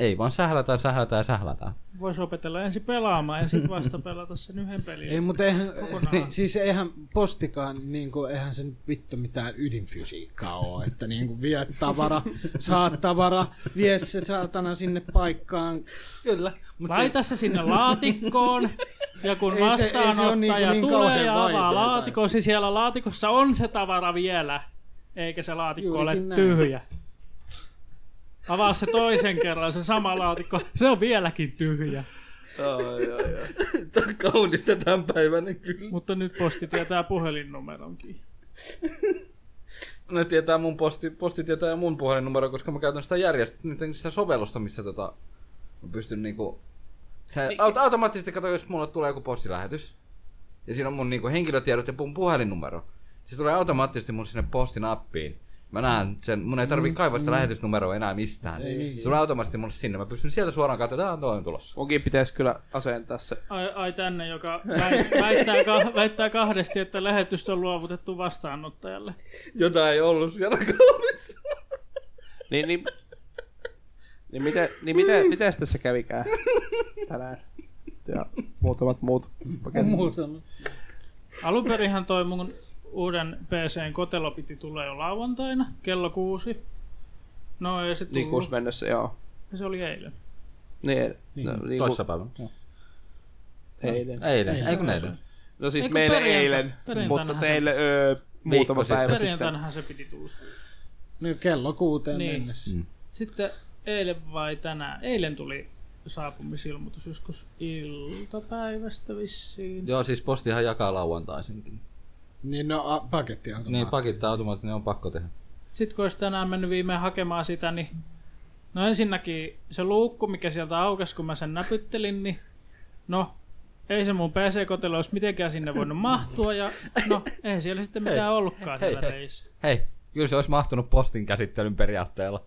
Speaker 4: Ei, vaan sählätään, sählätään ja sählätään.
Speaker 2: Voisi opetella ensin pelaamaan ja sitten vasta pelata sen yhden pelin.
Speaker 5: Ei, mutta eihän,
Speaker 2: Kokonaan.
Speaker 5: siis eihän postikaan, niin kuin, eihän sen vittu mitään ydinfysiikkaa ole, että niin kuin vie tavara, saa tavara, vie se saatana sinne paikkaan.
Speaker 3: Kyllä.
Speaker 2: Laita se sinne laatikkoon, ja kun
Speaker 5: Ei se- ei se ole
Speaker 2: vastaanottaja
Speaker 5: niinku niin
Speaker 2: tulee
Speaker 5: kauhean
Speaker 2: ja avaa
Speaker 5: vaikeaa.
Speaker 2: laatikon, siis siellä laatikossa on se tavara vielä, eikä se laatikko
Speaker 5: Juurikin
Speaker 2: ole
Speaker 5: näin.
Speaker 2: tyhjä. Avaa se toisen kerran se sama laatikko, se on vieläkin tyhjä.
Speaker 3: Ai, ai, ai.
Speaker 4: Tämä on kaunista tämän päivän, kyllä.
Speaker 2: Mutta nyt posti tietää puhelinnumeronkin.
Speaker 4: Ne tietää mun posti, posti tietää mun puhelinnumero, koska mä käytän sitä järjest, niitä- sitä sovellusta, missä tota, mä pystyn niinku... Se aut, automaattisesti kato, jos mulle tulee joku postilähetys, ja siinä on mun niinku henkilötiedot ja mun puhelinnumero. Se tulee automaattisesti mun sinne postin appiin. Mä näen sen, mun ei tarvii kaivaa sitä lähetysnumeroa enää mistään. se tulee automaattisesti mulle sinne. Mä pystyn sieltä suoraan katsomaan, että on tulossa.
Speaker 3: Munkin pitäisi kyllä asentaa se.
Speaker 2: Ai, ai tänne, joka väit- väittää, ka- väittää kahdesti, että lähetys on luovutettu vastaanottajalle.
Speaker 4: Jotain ei ollut siellä kaupassa.
Speaker 3: Niin, niin, niin, miten, niin miten, miten tässä kävikään tänään? Ja muutamat muut paketit.
Speaker 5: Muuten.
Speaker 2: Alun perinhän toi mun uuden PCn kotelo piti tulla jo lauantaina, kello kuusi. No ei se
Speaker 3: Niin
Speaker 2: tullut,
Speaker 3: kuusi mennessä, joo.
Speaker 2: se oli eilen.
Speaker 3: Niin, no, niin
Speaker 4: Toissa päivänä.
Speaker 3: kuin eilen.
Speaker 4: Eilen, ei kun eilen.
Speaker 3: No siis
Speaker 2: Ei kun
Speaker 3: meille
Speaker 2: perjantai-
Speaker 3: eilen, mutta
Speaker 2: perjantainahan se-
Speaker 3: teille öö, muutama
Speaker 4: Viikko
Speaker 3: päivä sitten.
Speaker 2: Perjantainahan se piti tulla.
Speaker 5: Nyt kello kuuteen
Speaker 2: Niin.
Speaker 5: niin. mennessä.
Speaker 2: Sitten eilen vai tänään? Eilen tuli saapumisilmoitus joskus iltapäivästä vissiin.
Speaker 4: Joo, siis postihan jakaa lauantaisinkin.
Speaker 5: Niin no, a, paketti on
Speaker 4: Niin, pakittaa automaattinen on pakko tehdä.
Speaker 2: Sitten kun olisi tänään mennyt viimein hakemaan sitä, niin no ensinnäkin se luukku, mikä sieltä aukesi, kun mä sen näpyttelin, niin no ei se mun PC-kotelo olisi mitenkään sinne voinut mahtua ja no ei siellä sitten mitään ollutkaan
Speaker 4: hei,
Speaker 2: siellä
Speaker 4: hei.
Speaker 2: reissä.
Speaker 4: Hei, kyllä se olisi mahtunut postin käsittelyn periaatteella.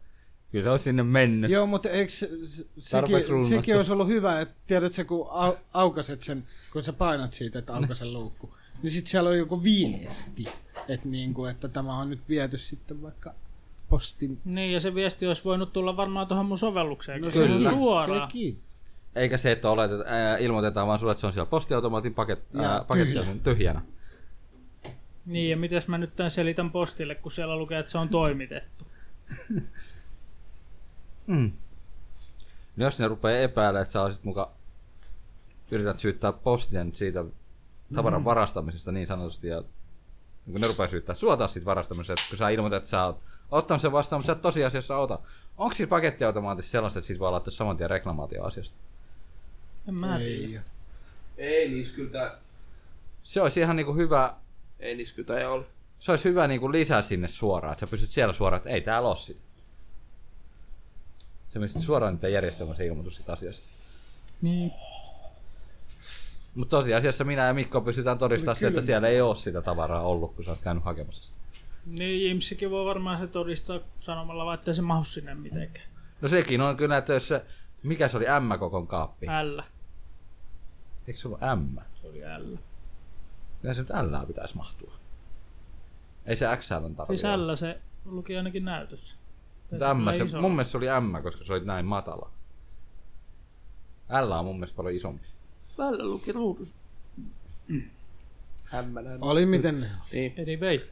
Speaker 4: Kyllä se olisi sinne mennyt.
Speaker 5: Joo, mutta eikö se- se-
Speaker 4: Tarpeeksi
Speaker 5: sekin,
Speaker 4: rullasta.
Speaker 5: sekin olisi ollut hyvä, että tiedätkö, kun au, aukaset sen, kun sä painat siitä, että aukasen luukku, niin sitten siellä on joku viesti, että, niinku, että tämä on nyt viety sitten vaikka postin
Speaker 2: Niin ja se viesti olisi voinut tulla varmaan tuohon mun sovellukseen, no,
Speaker 4: kyllä.
Speaker 2: se on suoraan.
Speaker 5: Sekin.
Speaker 4: Eikä se, että olet, ää, ilmoitetaan vaan sulle, että se on siellä postiautomaatin paket, ää,
Speaker 5: Ja
Speaker 4: paketti
Speaker 5: tyhjä.
Speaker 4: on tyhjänä.
Speaker 2: Niin ja mitäs mä nyt tämän selitän postille, kun siellä lukee, että se on toimitettu.
Speaker 4: Mm. No jos ne rupeaa epäilemään, että sä olisit muka yrität syyttää postia nyt siitä tavaran
Speaker 5: Mm.
Speaker 4: varastamisesta niin sanotusti. Ja niin kun ne rupeaa syyttää sua taas siitä varastamisesta, että kun sä ilmoitat, että sä oot ottanut sen vastaan, mutta sä et tosiasiassa ota. Onko siinä pakettiautomaatissa sellaista, että siitä voi laittaa saman tien reklamaatioasiasta?
Speaker 2: En mä tiedä.
Speaker 5: Ei. oo.
Speaker 3: Ei niissä kyllä, tää-
Speaker 4: Se olisi ihan niinku hyvä,
Speaker 3: ei niissä kyllä tää ole.
Speaker 4: se olisi hyvä niinku lisä sinne suoraan, että sä pystyt siellä suoraan, että ei täällä ole sitä. Se menisit suoraan niitä järjestelmässä ilmoitus siitä asiasta.
Speaker 2: Niin,
Speaker 4: Mutta tosiasiassa minä ja Mikko pystytään todistamaan se,
Speaker 5: kyllä.
Speaker 4: että siellä ei ole sitä tavaraa ollut, kun sä oot käynyt hakemassa sitä.
Speaker 2: niin Jimsikin voi varmaan se todistaa sanomalla vaan, että ei se mahu sinne mitenkään.
Speaker 4: No sekin on kyllä, että jos se, mikä se oli M-kokon kaappi?
Speaker 2: L.
Speaker 4: Eikö se ollut M?
Speaker 2: Se oli L.
Speaker 4: Kyllä se nyt L pitäisi mahtua. Ei se XL on
Speaker 2: Siis
Speaker 4: tarvitse.
Speaker 2: L se luki ainakin näytössä.
Speaker 4: Mutta M,
Speaker 2: Tällä
Speaker 4: se,
Speaker 2: isolla.
Speaker 4: mun mielestä se oli M, koska se oli näin matala. L on mun mielestä paljon isompi.
Speaker 2: Välillä luki ruudussa.
Speaker 3: Hämmänä.
Speaker 5: Oli miten.
Speaker 3: Niin.
Speaker 2: Eli vei.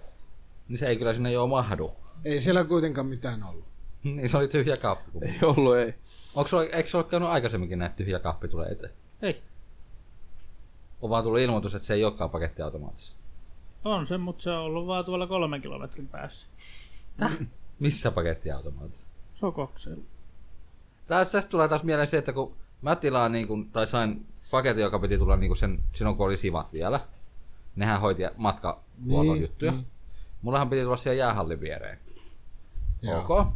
Speaker 4: Niin se ei kyllä sinne jo mahdu.
Speaker 5: Ei siellä kuitenkaan mitään ollut.
Speaker 4: Niin se oli tyhjä kaappi. kun-
Speaker 3: Ei ollut, ei.
Speaker 4: Onko sulla, eikö se ole käynyt aikaisemminkin näitä tyhjä kaappi tulee eteen?
Speaker 2: Ei.
Speaker 4: On vaan tullut ilmoitus, että se ei olekaan pakettiautomaatissa.
Speaker 2: On se, mutta se on ollut vaan tuolla kolmen kilometrin päässä.
Speaker 4: Missä pakettiautomaatissa?
Speaker 2: Sokoksella.
Speaker 4: Tästä, tästä tulee taas mieleen se, että kun mä tilaan niin kun, tai sain paketin, joka piti tulla niin kun sen, silloin kun oli sivat vielä. Nehän hoiti matkahuollon niin, juttuja. Niin. Mullahan piti tulla siihen jäähallin viereen.
Speaker 5: Joo.
Speaker 4: Ok.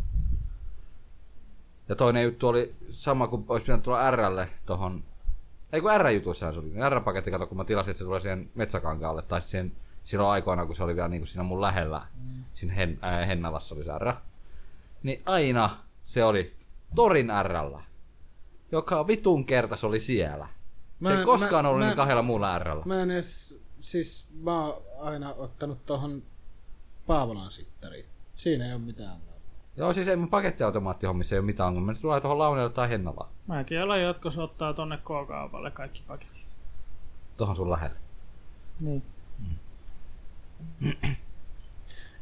Speaker 4: Ja toinen juttu oli sama kuin olisi pitänyt tulla Rlle tohon... Ei kun R-jutuissahan se oli. R-paketti kato, kun mä tilasin, että se tulee siihen metsäkankaalle. Tai siihen silloin aikoina, kun se oli vielä niin kuin siinä mun lähellä. Mm. Siinä hen, äh, Hennalassa oli se R. Niin aina se oli Torin Rllä. Joka vitun kerta se oli siellä. Mä, se
Speaker 5: Mä-
Speaker 4: ei koskaan
Speaker 5: mä-
Speaker 4: ollut
Speaker 5: mä-
Speaker 4: niin kahdella muulla Rllä.
Speaker 5: Mä en edes, siis mä oon aina ottanut tohon Paavolan sittariin. Siinä ei ole mitään ongelmaa.
Speaker 4: Joo, siis ei mun pakettiautomaattihommissa ei ole mitään ongelmaa. Se tulee tuohon Launeelle tai Hennalaan.
Speaker 2: Mäkin alan jatkossa ottaa tonne K-kaupalle kaikki paketit.
Speaker 4: Tuohon sun lähelle.
Speaker 2: Niin.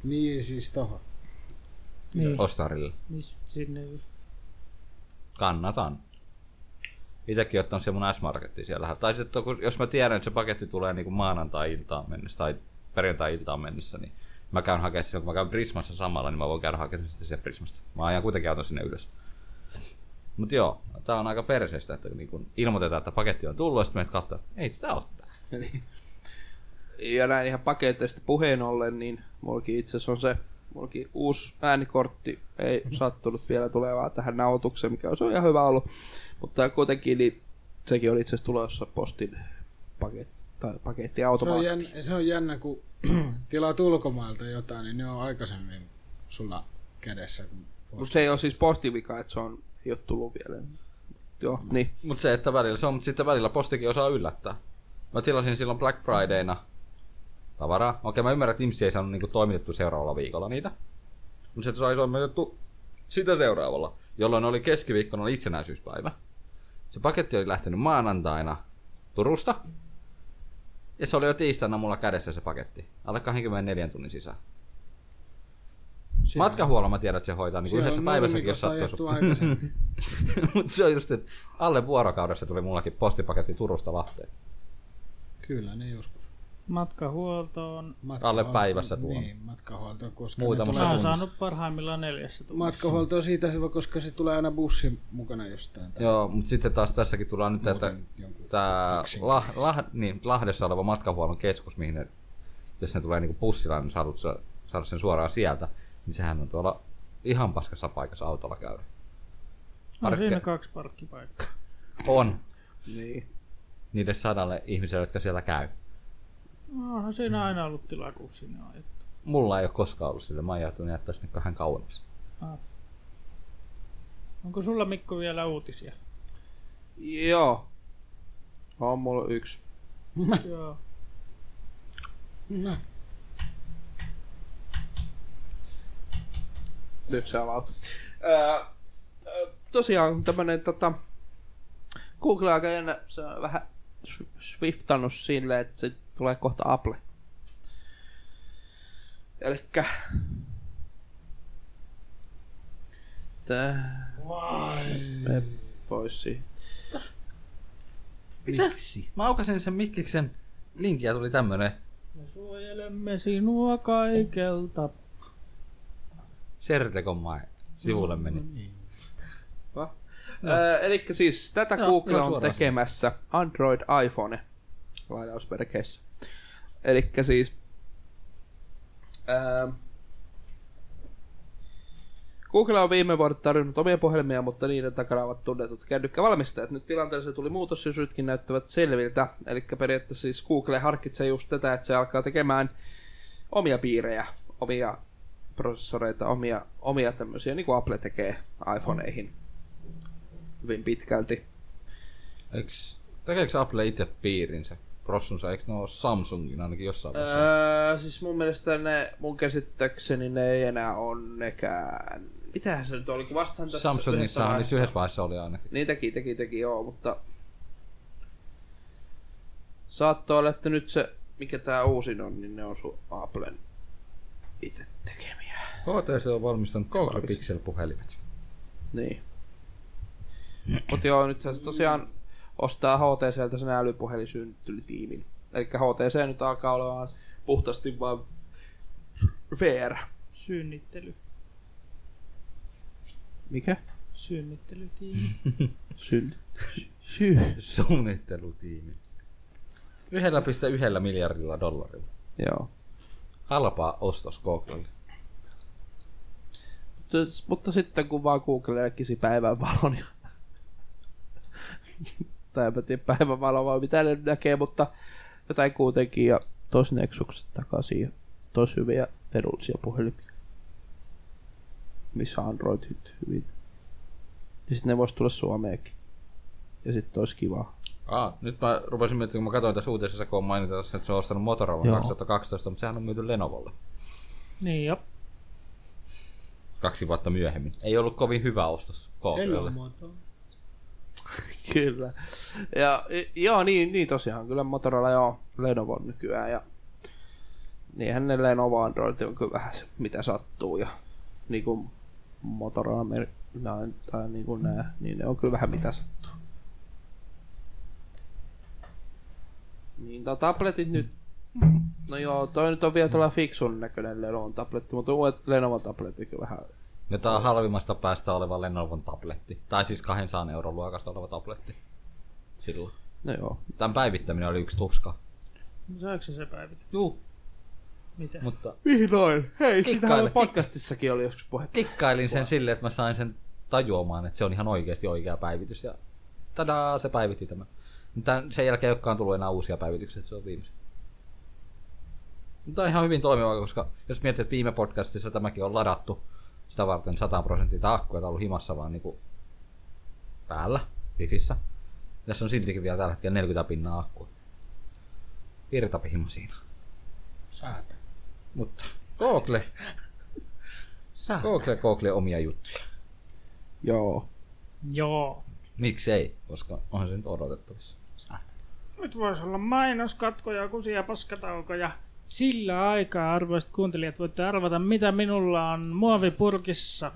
Speaker 5: Niin siis tohon.
Speaker 2: Niin,
Speaker 4: Ostarille.
Speaker 2: niin sinne just.
Speaker 4: Kannatan. Itsekin ottanut sen mun S-Marketin siellä. lähellä. Tai sitten kun- jos mä tiedän, että se paketti tulee niin kuin maanantai-iltaan mennessä tai perjantai-iltaan mennessä, niin mä käyn hakemaan silloin, kun mä käyn Prismassa samalla, niin mä voin käydä hakemaan sen sitten sen Prismasta. Mä ajan kuitenkin auton sinne ylös. Mut joo, tää on aika perseistä, että niin kun ilmoitetaan, että paketti on tullut, ja sitten meidät katsoo, että ei sitä ottaa.
Speaker 3: ja näin ihan paketeista puheen ollen, niin mullakin itse asiassa on se, mullakin uusi äänikortti ei sattunut vielä tulevaa tähän nautukseen, mikä olisi ihan hyvä ollut. Mutta kuitenkin, niin sekin oli itse asiassa tulossa postin paket, tai
Speaker 5: Se on,
Speaker 3: pakettiautomaatti.
Speaker 5: jännä, se on jännä, kun tilaat ulkomailta jotain, niin ne on aikaisemmin sulla kädessä. Kun
Speaker 3: Mut se ei ole siis postivika, että se on, ei ole tullut vielä. Joo, niin.
Speaker 4: Mut se, että välillä se on, mutta sitten välillä postikin osaa yllättää. Mä tilasin silloin Black Fridayna tavaraa. Okei, mä ymmärrän, että ihmisiä ei saanut niinku toimitettu seuraavalla viikolla niitä. Mutta se sai toimitettu sitä seuraavalla, jolloin oli keskiviikkona oli itsenäisyyspäivä. Se paketti oli lähtenyt maanantaina Turusta. Ja se oli jo tiistaina mulla kädessä se paketti. Alle 24 tunnin sisään.
Speaker 5: Siellä-
Speaker 4: Matkahuollon mä tiedän, että se hoitaa niin
Speaker 5: siellä
Speaker 4: yhdessä
Speaker 5: on
Speaker 4: päivässäkin, jos
Speaker 5: nurmikossa
Speaker 4: sattuu
Speaker 5: ajettu
Speaker 4: sun
Speaker 5: aikaisemmin.
Speaker 4: Mutta se on just, että alle vuorokaudessa tuli mullakin postipaketti Turusta Lahteen.
Speaker 5: Kyllä, ne joskus.
Speaker 2: Matkahuoltoon.
Speaker 5: Matkahuolto-
Speaker 4: Alle päivässä tuo.
Speaker 5: Niin, matkahuolto, koska
Speaker 4: Muutamassa
Speaker 2: Mä
Speaker 5: ne
Speaker 2: oon
Speaker 5: tulee,
Speaker 4: tunnissa.
Speaker 2: saanut parhaimmillaan neljässä tunnissa.
Speaker 5: matkahuolto on siitä hyvä, koska se tulee aina bussin mukana jostain. tai
Speaker 4: Joo, mutta sitten taas tässäkin tullaan nyt, että
Speaker 5: muuten jonkun-
Speaker 4: tämä
Speaker 5: taksin
Speaker 4: lah, lah, niin, Lahdessa oleva matkahuollon keskus, mihin ne, jos ne tulee niinku bussilla, niin saadut, sä- saada sen suoraan sieltä, niin sehän on tuolla ihan paskassa paikassa autolla käydä.
Speaker 2: on No, siinä
Speaker 4: parkkeja.
Speaker 2: kaksi parkkipaikkaa.
Speaker 4: On
Speaker 3: niin.
Speaker 4: niille sadalle ihmiselle, jotka siellä käy.
Speaker 2: No, onhan siinä aina ollut tilaa, kun sinne on ajettu.
Speaker 4: Mulla ei ole koskaan ollut sille, mä oon joutunut jättää sinne vähän kauemmas.
Speaker 2: Onko sulla Mikko vielä uutisia?
Speaker 3: Joo. On mulla yksi.
Speaker 2: Joo.
Speaker 3: Nyt se avautui. Öö, ö, tosiaan tämmönen tota... Google on aika jännä, se on vähän sw- swiftannut silleen, että se tulee kohta Apple. Elikkä... Tää... Vai... Pois siihen.
Speaker 4: Mitä? Miksi? Mä aukasin sen mikkiksen linkiä tuli tämmönen.
Speaker 2: Me suojelemme sinua kaikelta.
Speaker 4: Sertekon sivulle meni.
Speaker 3: Öö, eli siis tätä
Speaker 4: Joo,
Speaker 3: Google
Speaker 4: ihan
Speaker 3: on
Speaker 4: suoraan.
Speaker 3: tekemässä Android iPhone lainausmerkeissä. Eli siis öö, Google on viime vuodet tarjonnut omia puhelimia, mutta niiden takana ovat tunnetut kännykkävalmistajat. Nyt tilanteessa tuli muutos ja syytkin näyttävät selviltä. Eli periaatteessa siis Google harkitsee just tätä, että se alkaa tekemään omia piirejä, omia prosessoreita, omia, omia tämmöisiä, niin kuin Apple tekee iPhoneihin hyvin pitkälti.
Speaker 4: Eiks, tekeekö Apple itse piirinsä? Prossunsa, eikö ne ole Samsungin ainakin jossain vaiheessa?
Speaker 3: Öö, siis mun mielestä ne, mun käsittääkseni ne ei enää on nekään. Mitähän se nyt oli, kun vastahan tässä
Speaker 4: Samsungissa
Speaker 3: yhdessä
Speaker 4: niissä
Speaker 3: vaiheessa-
Speaker 4: yhdessä vaiheessa oli ainakin.
Speaker 3: Niin teki, teki, teki, joo, mutta... Saattoi olla, että nyt se, mikä tää uusin on, niin ne on sun Applen itse tekemiä.
Speaker 4: HTC on valmistanut Google Pixel-puhelimet.
Speaker 3: Niin. Mut joo, nyt se tosiaan ostaa HTCltä sen älypuhelisynnyttelytiimin. Eli HTC nyt alkaa olemaan puhtaasti vaan VR.
Speaker 2: Synnittely.
Speaker 3: Mikä?
Speaker 2: Synnittelytiimi.
Speaker 3: Syn. Syy.
Speaker 4: Suunnittelutiimi. 1,1 miljardilla dollarilla.
Speaker 3: Joo.
Speaker 4: Halpaa ostos Googlelle.
Speaker 3: Mutta- Mutta sitten kun vaan Googleen näkisi päivän valon ja... tai en mä tiedä päivän valo vai mitä ne nyt näkee, mutta jotain kuitenkin ja tois Nexukset takaisin ja tois hyviä edullisia puhelimia. Missä Androidit hyvin. Ja sitten ne vois tulla Suomeenkin. Ja sitten olisi kivaa.
Speaker 4: Aa, nyt mä rupesin miettimään, kun mä katsoin tässä uutisessa, kun on mainita tässä, että se on ostanut Motorola
Speaker 3: Joo.
Speaker 4: 2012, mutta sehän on myyty Lenovolle
Speaker 2: niin jo.
Speaker 4: kaksi vuotta myöhemmin. Ei ollut kovin hyvä ostos Googlelle.
Speaker 5: Elmuoto.
Speaker 3: Kyllä. Ja i- joo, niin, niin tosiaan. Kyllä Motorola joo, Lenovo on nykyään. Ja niinhän ne Lenovo Android on kyllä vähän se, mitä sattuu. Ja niin kuin Motorola mer- näin, tai niin kuin nää, niin ne on kyllä vähän mitä sattuu. Niin, no tabletit nyt. No joo, toi nyt on vielä tuolla fiksun näköinen Lenovo tabletti, mutta uudet Lenovo tabletit kyllä vähän
Speaker 4: Ja tää on halvimmasta päästä oleva Lenovon tabletti. Tai siis 200 euron luokasta oleva tabletti. Silloin.
Speaker 3: No joo.
Speaker 4: Tämän päivittäminen oli yksi tuska.
Speaker 2: Saako se se päivitetty?
Speaker 4: Juu,
Speaker 2: Mitä?
Speaker 4: mutta
Speaker 3: Vihdoin! Hei, sitähän
Speaker 4: Kikkaile,
Speaker 3: oli
Speaker 4: kik-
Speaker 3: podcastissakin oli joskus puhetta.
Speaker 4: kikkailin sen silleen, että mä sain sen tajuamaan, että se on ihan oikeasti oikea päivitys. Ja tadaa, se päivitti tämän. Tän, sen jälkeen ei olekaan tullut enää uusia päivityksiä, että se on viimeisen. Mutta on ihan hyvin toimiva, koska jos miettii, että viime podcastissa tämäkin on ladattu sitä varten 100 prosenttia tämä akku, että on ollut himassa vaan niinku päällä, wifissä. Tässä on siltikin vielä tällä hetkellä 40 pinnaa akkua. Virtapihimo siinä.
Speaker 5: Saata.
Speaker 4: Mutta Google, Google, Google omia juttuja.
Speaker 3: Joo.
Speaker 2: Joo.
Speaker 4: Miksei, koska onhan se nyt odotettavissa.
Speaker 2: Nyt voisi olla mainoskatkoja, kusia paskataukoja. Sillä aikaa, arvoisat kuuntelijat, voitte arvata, mitä minulla on muovipurkissa.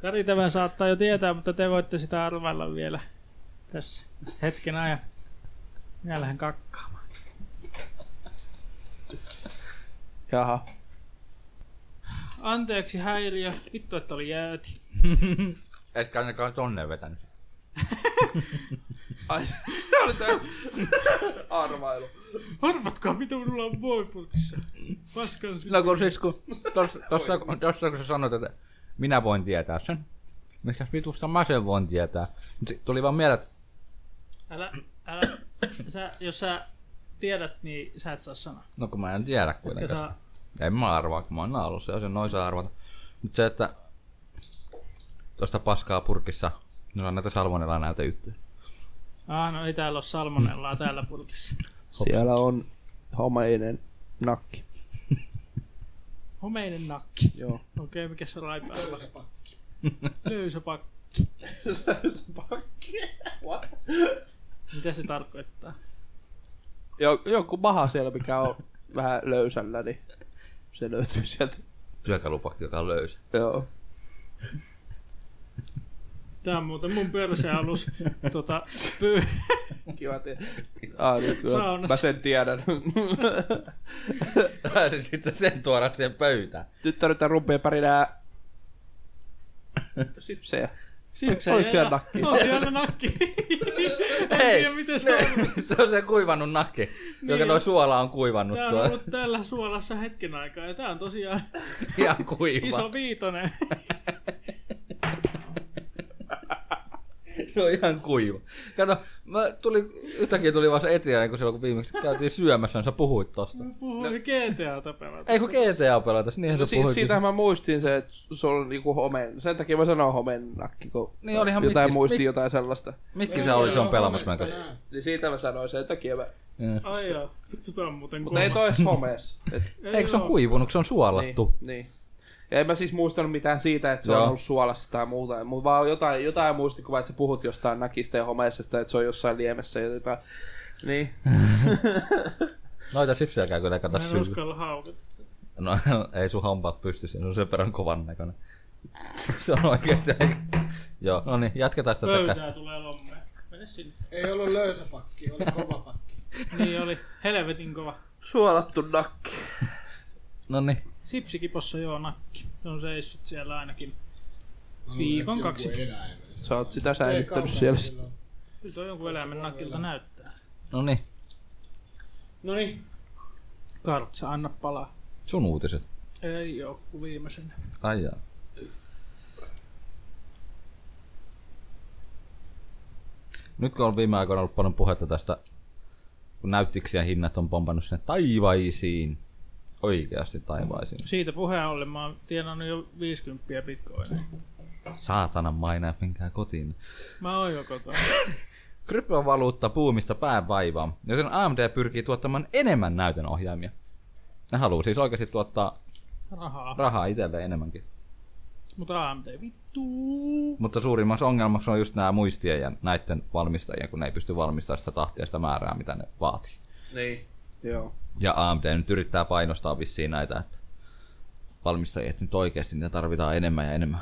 Speaker 2: Kari tämän saattaa jo tietää, mutta te voitte sitä arvailla vielä tässä hetken ajan. Minä lähden kakkaamaan.
Speaker 3: Jaha.
Speaker 2: Anteeksi häiriö. Vittu, että oli jäyti.
Speaker 4: Etkä ainakaan tonne vetänyt.
Speaker 3: Ai, se oli tää arvailu.
Speaker 2: Arvatkaa, mitä minulla on muovipurkissa. Paskan sitä.
Speaker 4: No kun siis kun tossa, tossa, kun- tossa kun sä sanoit, että minä voin tietää sen. Mistä vitusta mä sen voin tietää? Mut sit tuli vaan mieleen, että
Speaker 2: Älä, älä. Sä, jos sä tiedät, niin sä et saa sanoa.
Speaker 4: no kun mä en tiedä
Speaker 2: Etkä
Speaker 4: kuitenkaan.
Speaker 2: saa
Speaker 4: En mä arvaa, kun mä oon naulussa ja sen noin saa arvata. Mut se, että tosta paskaa purkissa, no on näitä salmonella näytejuttuja.
Speaker 2: Ah, no ei täällä ole salmonellaa täällä purkissa.
Speaker 3: Siellä on homeinen nakki.
Speaker 2: Homeinen nakki.
Speaker 3: Joo.
Speaker 2: Okei, okay, mikä se raipää? Löysä pakki. Löysä pakki.
Speaker 3: What?
Speaker 2: Mitä se tarkoittaa?
Speaker 3: Jo, joku maha siellä, mikä on vähän löysällä, niin se löytyy sieltä.
Speaker 4: Työkalupakki, joka on löysä.
Speaker 3: Joo.
Speaker 2: Tää on muuten mun pörsealus. tota, pyy...
Speaker 3: Kiva te. Ah, niin, kyllä.
Speaker 2: Saunassa.
Speaker 3: Mä sen tiedän.
Speaker 4: Pääsit sitten sen tuoda siihen pöytään.
Speaker 3: Nyt tarvitaan rumpia pari nää... Sipsejä.
Speaker 2: Sipsejä
Speaker 3: Oliko siellä
Speaker 2: ja-
Speaker 3: nakki?
Speaker 2: On siellä nakki. En
Speaker 4: Ei,
Speaker 2: tiedä, miten se on.
Speaker 4: ne, se on se kuivannut nakke, niin. joka
Speaker 2: Niin.
Speaker 4: tuo suola on kuivannut
Speaker 2: Tää on
Speaker 4: tuo.
Speaker 2: ollut täällä suolassa hetken aikaa ja tää on tosiaan
Speaker 4: Ihan kuiva.
Speaker 2: iso viitonen.
Speaker 4: Se on ihan kuiva. Kato, mä tuli, yhtäkkiä tuli vaan se eteen, kun silloin kun viimeksi käytiin syömässä, niin sä puhuit tosta.
Speaker 2: Puhuin GTA-ta pelata.
Speaker 4: Ei kun GTA pelatas, niinhän
Speaker 3: No
Speaker 4: niin sä
Speaker 3: si-
Speaker 4: puhuit.
Speaker 3: siitä mä muistin se, että se on niinku homen. Sen takia mä sanon homennakki, kun
Speaker 4: Niin, olihan
Speaker 3: jotain
Speaker 4: mikkis-
Speaker 3: muistin
Speaker 4: mik-
Speaker 3: jotain sellaista.
Speaker 4: Mikki sä oli, se on pelaamassa meidän kanssa.
Speaker 5: Tänään.
Speaker 3: Niin siitä mä sanoin sen takia mä...
Speaker 2: Ai joo. Vittu tää on muuten
Speaker 3: Mutta ei toi edes homeessa. Et,
Speaker 4: Eikö se on
Speaker 2: oo.
Speaker 4: kuivunut, kun se on
Speaker 3: niin,
Speaker 4: suolattu?
Speaker 3: niin. Ja en mä siis muistanut mitään siitä, että se Joo.
Speaker 4: Joo.
Speaker 3: on ollut suolassa tai muuta. Mulla vaan on jotain, jotain muistikuvaa, että sä puhut jostain nakista ja homeisesta, että se on jossain liemessä ja jotain. Niin.
Speaker 4: Noita sipsejä käy kyllä kato
Speaker 2: Niin. Mä en
Speaker 4: syy.
Speaker 2: uskalla haukata.
Speaker 4: No ei sun hampaat pysty, se on sen verran kovan näköinen. se on oikeesti aika... Joo, no niin, jatketaan sitä
Speaker 2: Pöytää
Speaker 4: tästä.
Speaker 2: tulee lommeen. Mene sinne.
Speaker 5: Ei ollut löysä pakki, oli kova pakki.
Speaker 2: Niin oli. Helvetin kova.
Speaker 3: Suolattu nakki.
Speaker 4: No niin,
Speaker 2: Sipsikipossa joo nakki. Se on seissyt siellä ainakin.
Speaker 5: Mä luulen,
Speaker 2: Viikon
Speaker 5: että joku
Speaker 2: kaksi.
Speaker 5: eläin.
Speaker 3: Sä oot sitä
Speaker 5: Ei
Speaker 3: säilyttänyt
Speaker 5: kauan
Speaker 3: siellä.
Speaker 5: silloin.
Speaker 2: Kyllä toi jonkun eläimen nakilta näyttää.
Speaker 4: no niin,
Speaker 5: No niin,
Speaker 2: Kartsa, anna palaa.
Speaker 4: sun uutiset.
Speaker 2: Ei oo kuin viimeisenä.
Speaker 4: Ai jaa. Nyt kun on viime aikoina ollut paljon puhetta tästä, kun näyttiksiä hinnat on pompannut sinne taivaisiin, oikeasti taivaisiin.
Speaker 2: Siitä puheen ollen mä oon tienannut jo 50 bitcoinia.
Speaker 4: Saatana, mä en näe minkään kotiin.
Speaker 2: Mä oon jo kotona.
Speaker 4: Kryptovaluutta puumista päävaivaa, joten AMD pyrkii tuottamaan enemmän näytön ohjaimia. Ne haluaa siis oikeasti tuottaa
Speaker 2: Rahaa.
Speaker 4: rahaa itselleen enemmänkin.
Speaker 2: Mutta AMD vittu.
Speaker 4: Mutta suurimmaksi ongelmaksi on just nämä muistien ja näiden valmistajien, kun ne ei pysty valmistamaan sitä tahtia ja sitä määrää, mitä ne vaatii.
Speaker 3: Niin. Joo.
Speaker 4: Ja AMD nyt yrittää painostaa vissiin näitä, että valmistajia, että nyt oikeasti niitä tarvitaan enemmän ja enemmän.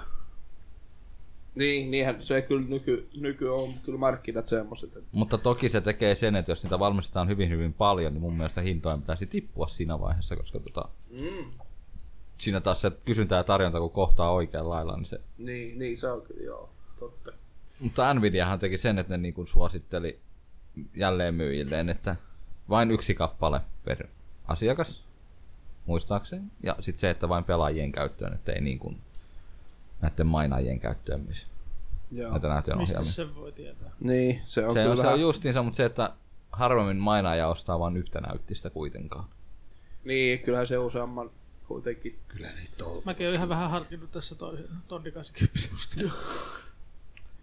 Speaker 3: Niin, niinhän se kyllä nyky, nyky on kyllä markkinat semmoset. Että...
Speaker 4: Mutta toki se tekee sen, että jos niitä valmistetaan hyvin hyvin paljon, niin mun mielestä hintojen pitäisi tippua siinä vaiheessa, koska tota,
Speaker 3: Mm.
Speaker 4: siinä taas se kysyntä ja tarjonta, kun kohtaa oikealla lailla, niin se...
Speaker 3: Niin, niin se on kyllä, joo. Totta.
Speaker 4: Mutta Nvidiahan teki sen, että ne niin suositteli jälleen myyjilleen, että vain yksi kappale per asiakas, muistaakseni. Ja sitten se, että vain pelaajien käyttöön, ettei niin kuin näiden mainaajien käyttöön myös
Speaker 3: Joo.
Speaker 4: näitä näytön
Speaker 2: Mistä
Speaker 4: ohjelmia.
Speaker 2: sen voi tietää?
Speaker 3: Niin, se on
Speaker 4: Se,
Speaker 3: kyllä
Speaker 4: on, se
Speaker 3: vähän-
Speaker 4: on justiinsa, mutta se, että harvemmin mainaaja ostaa vain yhtä näyttistä kuitenkaan.
Speaker 3: Niin, kyllähän se useamman kuitenkin.
Speaker 5: kyllä niitä on.
Speaker 2: Mäkin oon ihan vähän harkinnut tässä toisen tonni 80 ostia.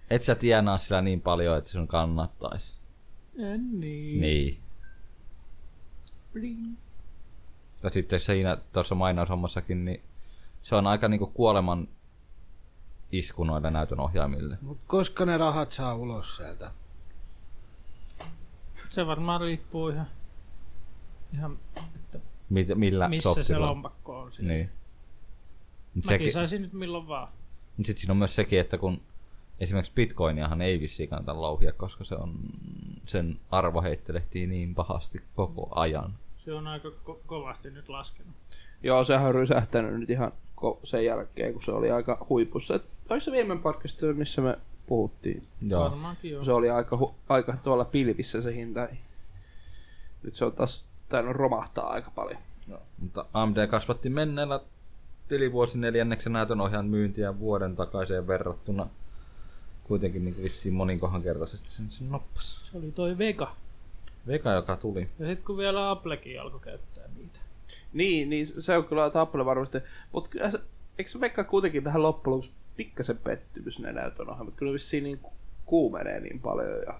Speaker 4: Et sä tienaa sillä niin paljon, että sun kannattaisi.
Speaker 2: En niin.
Speaker 4: Niin.
Speaker 2: Bling.
Speaker 4: Ja sitten siinä tuossa mainaushommassakin, niin se on aika niinku kuoleman isku noille näytön ohjaimille.
Speaker 5: Mut koska ne rahat saa ulos sieltä?
Speaker 2: Se varmaan riippuu ihan, ihan että
Speaker 4: Mit, millä
Speaker 2: missä se
Speaker 4: softilla.
Speaker 2: lompakko on siinä.
Speaker 4: Niin. Mut
Speaker 2: Mäkin
Speaker 4: sekin,
Speaker 2: saisin nyt milloin vaan.
Speaker 4: mut sit siinä on myös sekin, että kun esimerkiksi bitcoiniahan ei vissiin kannata louhia, koska se on, sen arvo heittelehtii niin pahasti koko ajan.
Speaker 2: Se on aika ko- kovasti nyt laskenut.
Speaker 3: Joo, sehän on rysähtänyt nyt ihan ko- sen jälkeen, kun se oli aika huipussa. Et, oliko se viime podcast, missä me puhuttiin?
Speaker 4: Joo.
Speaker 2: Varmaankin joo.
Speaker 3: Se oli aika, hu- aika tuolla pilvissä se hinta. Nyt se on taas tainnut romahtaa aika paljon.
Speaker 4: No, Mutta AMD kasvatti menneellä tilivuosineljänneksen näytön ohjaan myyntiä vuoden takaiseen verrattuna. Kuitenkin niin vissiin moninkohankertaisesti sen, no, sen noppas.
Speaker 2: Se oli toi Vega.
Speaker 4: Veka, joka tuli.
Speaker 2: Ja sitten kun vielä Applekin alkoi käyttää niitä.
Speaker 3: Niin, niin se on kyllä Apple varmasti. Mutta kyllä se, eikö se Pekka kuitenkin vähän loppujen lopuksi pikkasen pettymys ne näytönohjelmat? Kyllä ne vissiin niin ku- kuumenee niin paljon ja